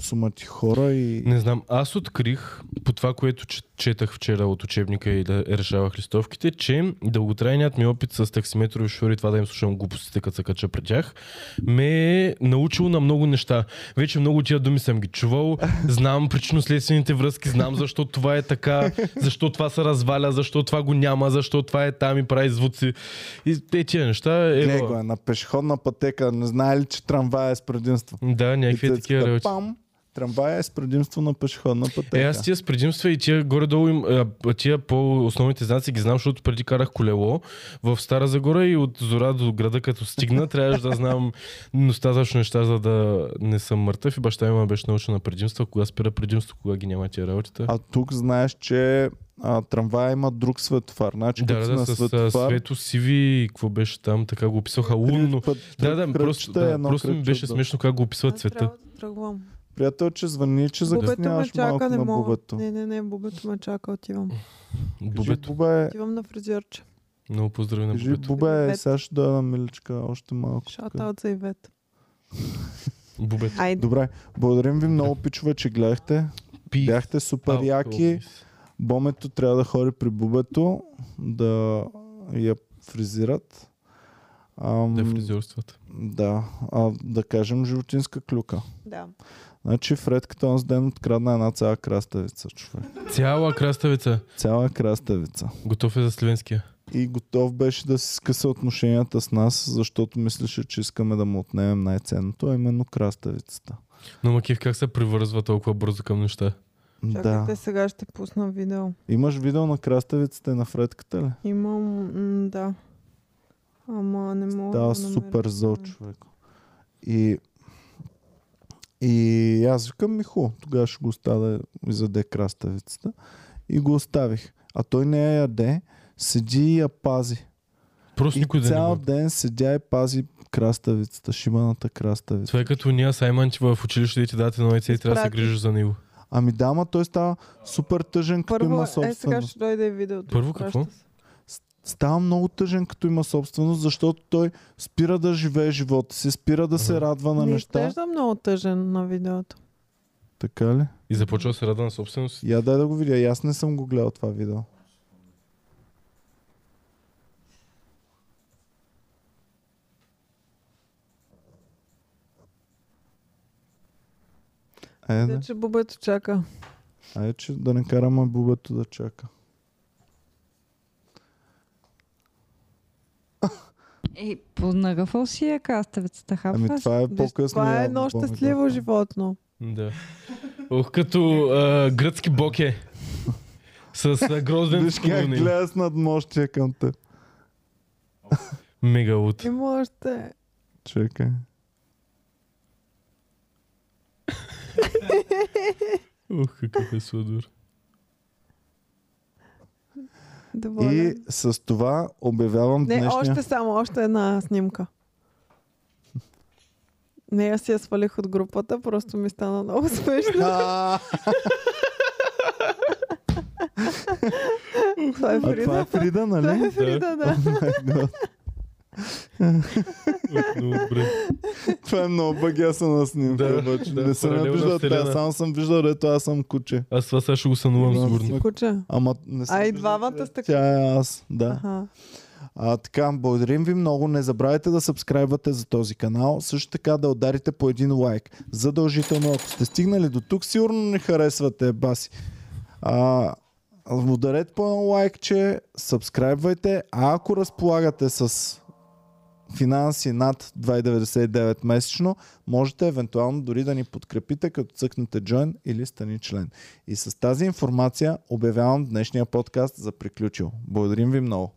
[SPEAKER 1] сумати хора и...
[SPEAKER 3] Не знам, аз открих по това, което че- четах вчера от учебника и да решавах листовките, че дълготрайният ми опит с таксиметрови шофьори, това да им слушам глупостите, като се кача при тях, ме е научил на много неща. Вече много от тия думи съм ги чувал, знам причинно-следствените връзки, знам защо това е така, защо това се разваля, защо това го няма, защо това е там и прави звуци. И те тия неща е...
[SPEAKER 1] Гледай го е на пешеходна пътека, не знае ли, че трамвая е с предимство?
[SPEAKER 3] Да, някакви
[SPEAKER 1] И
[SPEAKER 3] е
[SPEAKER 1] те
[SPEAKER 3] такива
[SPEAKER 1] така,
[SPEAKER 3] работи.
[SPEAKER 1] Пам! Трамвая е с предимство на пешеходна пътека.
[SPEAKER 3] Е, аз тия с предимства и тия горе-долу, им, а, тия по-основните знаци ги знам, защото преди карах колело в Стара Загора и от зора до града, като стигна, трябваше да знам достатъчно неща, за да не съм мъртъв. И баща ми ме беше научил на предимства, кога спира предимство, кога ги няма тия работите.
[SPEAKER 1] А тук знаеш, че а, трамвая има друг светофар. Значи,
[SPEAKER 3] да,
[SPEAKER 1] като
[SPEAKER 3] да,
[SPEAKER 1] си
[SPEAKER 3] да,
[SPEAKER 1] на
[SPEAKER 3] с а,
[SPEAKER 1] светофар,
[SPEAKER 3] свето сиви, какво беше там, така го описаха лунно.
[SPEAKER 1] път,
[SPEAKER 3] Да, да,
[SPEAKER 1] три
[SPEAKER 3] просто,
[SPEAKER 1] кръчета,
[SPEAKER 3] да,
[SPEAKER 1] едно
[SPEAKER 3] просто ми
[SPEAKER 1] кръче
[SPEAKER 3] беше
[SPEAKER 1] отдолу.
[SPEAKER 3] смешно как го описват
[SPEAKER 2] аз
[SPEAKER 3] цвета.
[SPEAKER 2] трябва да тръгвам.
[SPEAKER 1] Приятел, че звъни, че
[SPEAKER 2] Бубето ме
[SPEAKER 1] закъсняваш малко
[SPEAKER 2] чака, не
[SPEAKER 1] на Е.
[SPEAKER 2] мога.
[SPEAKER 1] бубето.
[SPEAKER 2] Не, не, не, бубето ме чака, отивам.
[SPEAKER 1] Кажи,
[SPEAKER 3] Бубето.
[SPEAKER 1] бубе,
[SPEAKER 2] Отивам на фризьорче.
[SPEAKER 3] Много поздрави на
[SPEAKER 1] кажи,
[SPEAKER 3] Бубето.
[SPEAKER 1] бубе,
[SPEAKER 2] Привет.
[SPEAKER 1] сега ще дойда на миличка още малко.
[SPEAKER 2] Шата от за Ивет.
[SPEAKER 3] Бубето.
[SPEAKER 2] Айде.
[SPEAKER 1] Добре, благодарим ви много, пичове, че гледахте.
[SPEAKER 3] Пи.
[SPEAKER 1] Бяхте супер яки. Бомето трябва да ходи при бубето, да я фризират. Ам,
[SPEAKER 3] Да фризьорствата.
[SPEAKER 1] да, а, да кажем животинска клюка.
[SPEAKER 2] Да.
[SPEAKER 1] Значи Фредката онзи ден открадна една цяла краставица, човек.
[SPEAKER 3] Цяла краставица.
[SPEAKER 1] Цяла краставица.
[SPEAKER 3] Готов е за Сливенския.
[SPEAKER 1] И готов беше да си скъса отношенията с нас, защото мислеше, че искаме да му отнемем най-ценното, а именно краставицата.
[SPEAKER 3] Но Макив как се привързва толкова бързо към неща?
[SPEAKER 2] Чакайте,
[SPEAKER 1] Да.
[SPEAKER 2] сега ще пусна видео.
[SPEAKER 1] Имаш видео на краставицата и на Фредката ли?
[SPEAKER 2] Имам, м- да. Ама не мога
[SPEAKER 1] Да,
[SPEAKER 2] намеря.
[SPEAKER 1] супер зъл човек. И, и аз викам ми хубаво, тогава ще го оставя и заде краставицата. И го оставих. А той не я яде, седи и я пази.
[SPEAKER 3] Просто
[SPEAKER 1] И
[SPEAKER 3] никой да не
[SPEAKER 1] цял
[SPEAKER 3] може.
[SPEAKER 1] ден седя и пази краставицата, шиманата краставица.
[SPEAKER 3] Това е като ние Сайманче в училище да ти дадат едно яйце и трябва да се
[SPEAKER 2] Изпрати.
[SPEAKER 3] грижиш за него.
[SPEAKER 1] Ами да, ма той става супер тъжен, като
[SPEAKER 2] Първо,
[SPEAKER 1] има
[SPEAKER 2] е, сега
[SPEAKER 1] собственост.
[SPEAKER 2] ще дойде видеото.
[SPEAKER 3] Първо какво?
[SPEAKER 2] Праща се.
[SPEAKER 1] Става много тъжен, като има собственост, защото той спира да живее живота си, спира да се
[SPEAKER 3] Ага.
[SPEAKER 1] радва на
[SPEAKER 2] Не
[SPEAKER 1] неща.
[SPEAKER 2] изглежда много тъжен на видеото.
[SPEAKER 1] Така ли?
[SPEAKER 3] И започва да се рада на собственост.
[SPEAKER 1] Я дай да го видя. И Аз не съм го гледал това видео. Е,
[SPEAKER 2] Да,
[SPEAKER 1] да.
[SPEAKER 2] че бубето чака.
[SPEAKER 1] Айде, е, че да не караме бубето да чака.
[SPEAKER 5] Е, познагъвал си я краставицата, хапва.
[SPEAKER 1] Ами това е
[SPEAKER 2] Виж,
[SPEAKER 1] по-късно.
[SPEAKER 2] това е
[SPEAKER 1] явно,
[SPEAKER 2] едно
[SPEAKER 1] Боми, да.
[SPEAKER 2] щастливо животно.
[SPEAKER 3] Да. Ох, като а, гръцки боке. С а, грозден
[SPEAKER 1] Виж как
[SPEAKER 3] склони.
[SPEAKER 1] гледа с надмощие към теб.
[SPEAKER 3] Мега лут.
[SPEAKER 2] Има още.
[SPEAKER 1] Чакай.
[SPEAKER 3] Ох, какъв е сладур.
[SPEAKER 1] И
[SPEAKER 2] Доволен.
[SPEAKER 1] с това обявявам
[SPEAKER 2] Не,
[SPEAKER 1] днешния...
[SPEAKER 2] още само, още една снимка. Не, аз си я свалих от групата, просто ми стана много смешно.
[SPEAKER 1] А,
[SPEAKER 2] Това е
[SPEAKER 1] а това
[SPEAKER 2] Фрида.
[SPEAKER 1] е Фрида, нали?
[SPEAKER 2] Това е Фрида, да.
[SPEAKER 3] Ох, много добре.
[SPEAKER 1] Това е много багяса на снимка,
[SPEAKER 3] Да,
[SPEAKER 1] е обаче.
[SPEAKER 3] да,
[SPEAKER 1] не съм я
[SPEAKER 3] паралелна
[SPEAKER 1] виждал тя,
[SPEAKER 3] вселена.
[SPEAKER 1] само съм виждал, дето аз съм куче.
[SPEAKER 3] Аз това сега ще го сънувам
[SPEAKER 1] Да.
[SPEAKER 3] сигурно.
[SPEAKER 2] Си куче.
[SPEAKER 1] Ама не съм
[SPEAKER 2] А и
[SPEAKER 1] виждал
[SPEAKER 2] двамата
[SPEAKER 1] тя.
[SPEAKER 2] сте
[SPEAKER 1] Тя е аз, да.
[SPEAKER 2] Аха.
[SPEAKER 1] А, така, благодарим ви много. Не забравяйте да сабскрайбвате за този канал. Също така да ударите по един лайк. Задължително, ако сте стигнали до тук, сигурно не харесвате, баси. А, ударете по едно лайкче, сабскрайбвайте, а ако разполагате с финанси над 2,99 месечно, можете евентуално дори да ни подкрепите, като цъкнете Join или стани член. И с тази информация обявявам днешния подкаст за приключил. Благодарим ви много.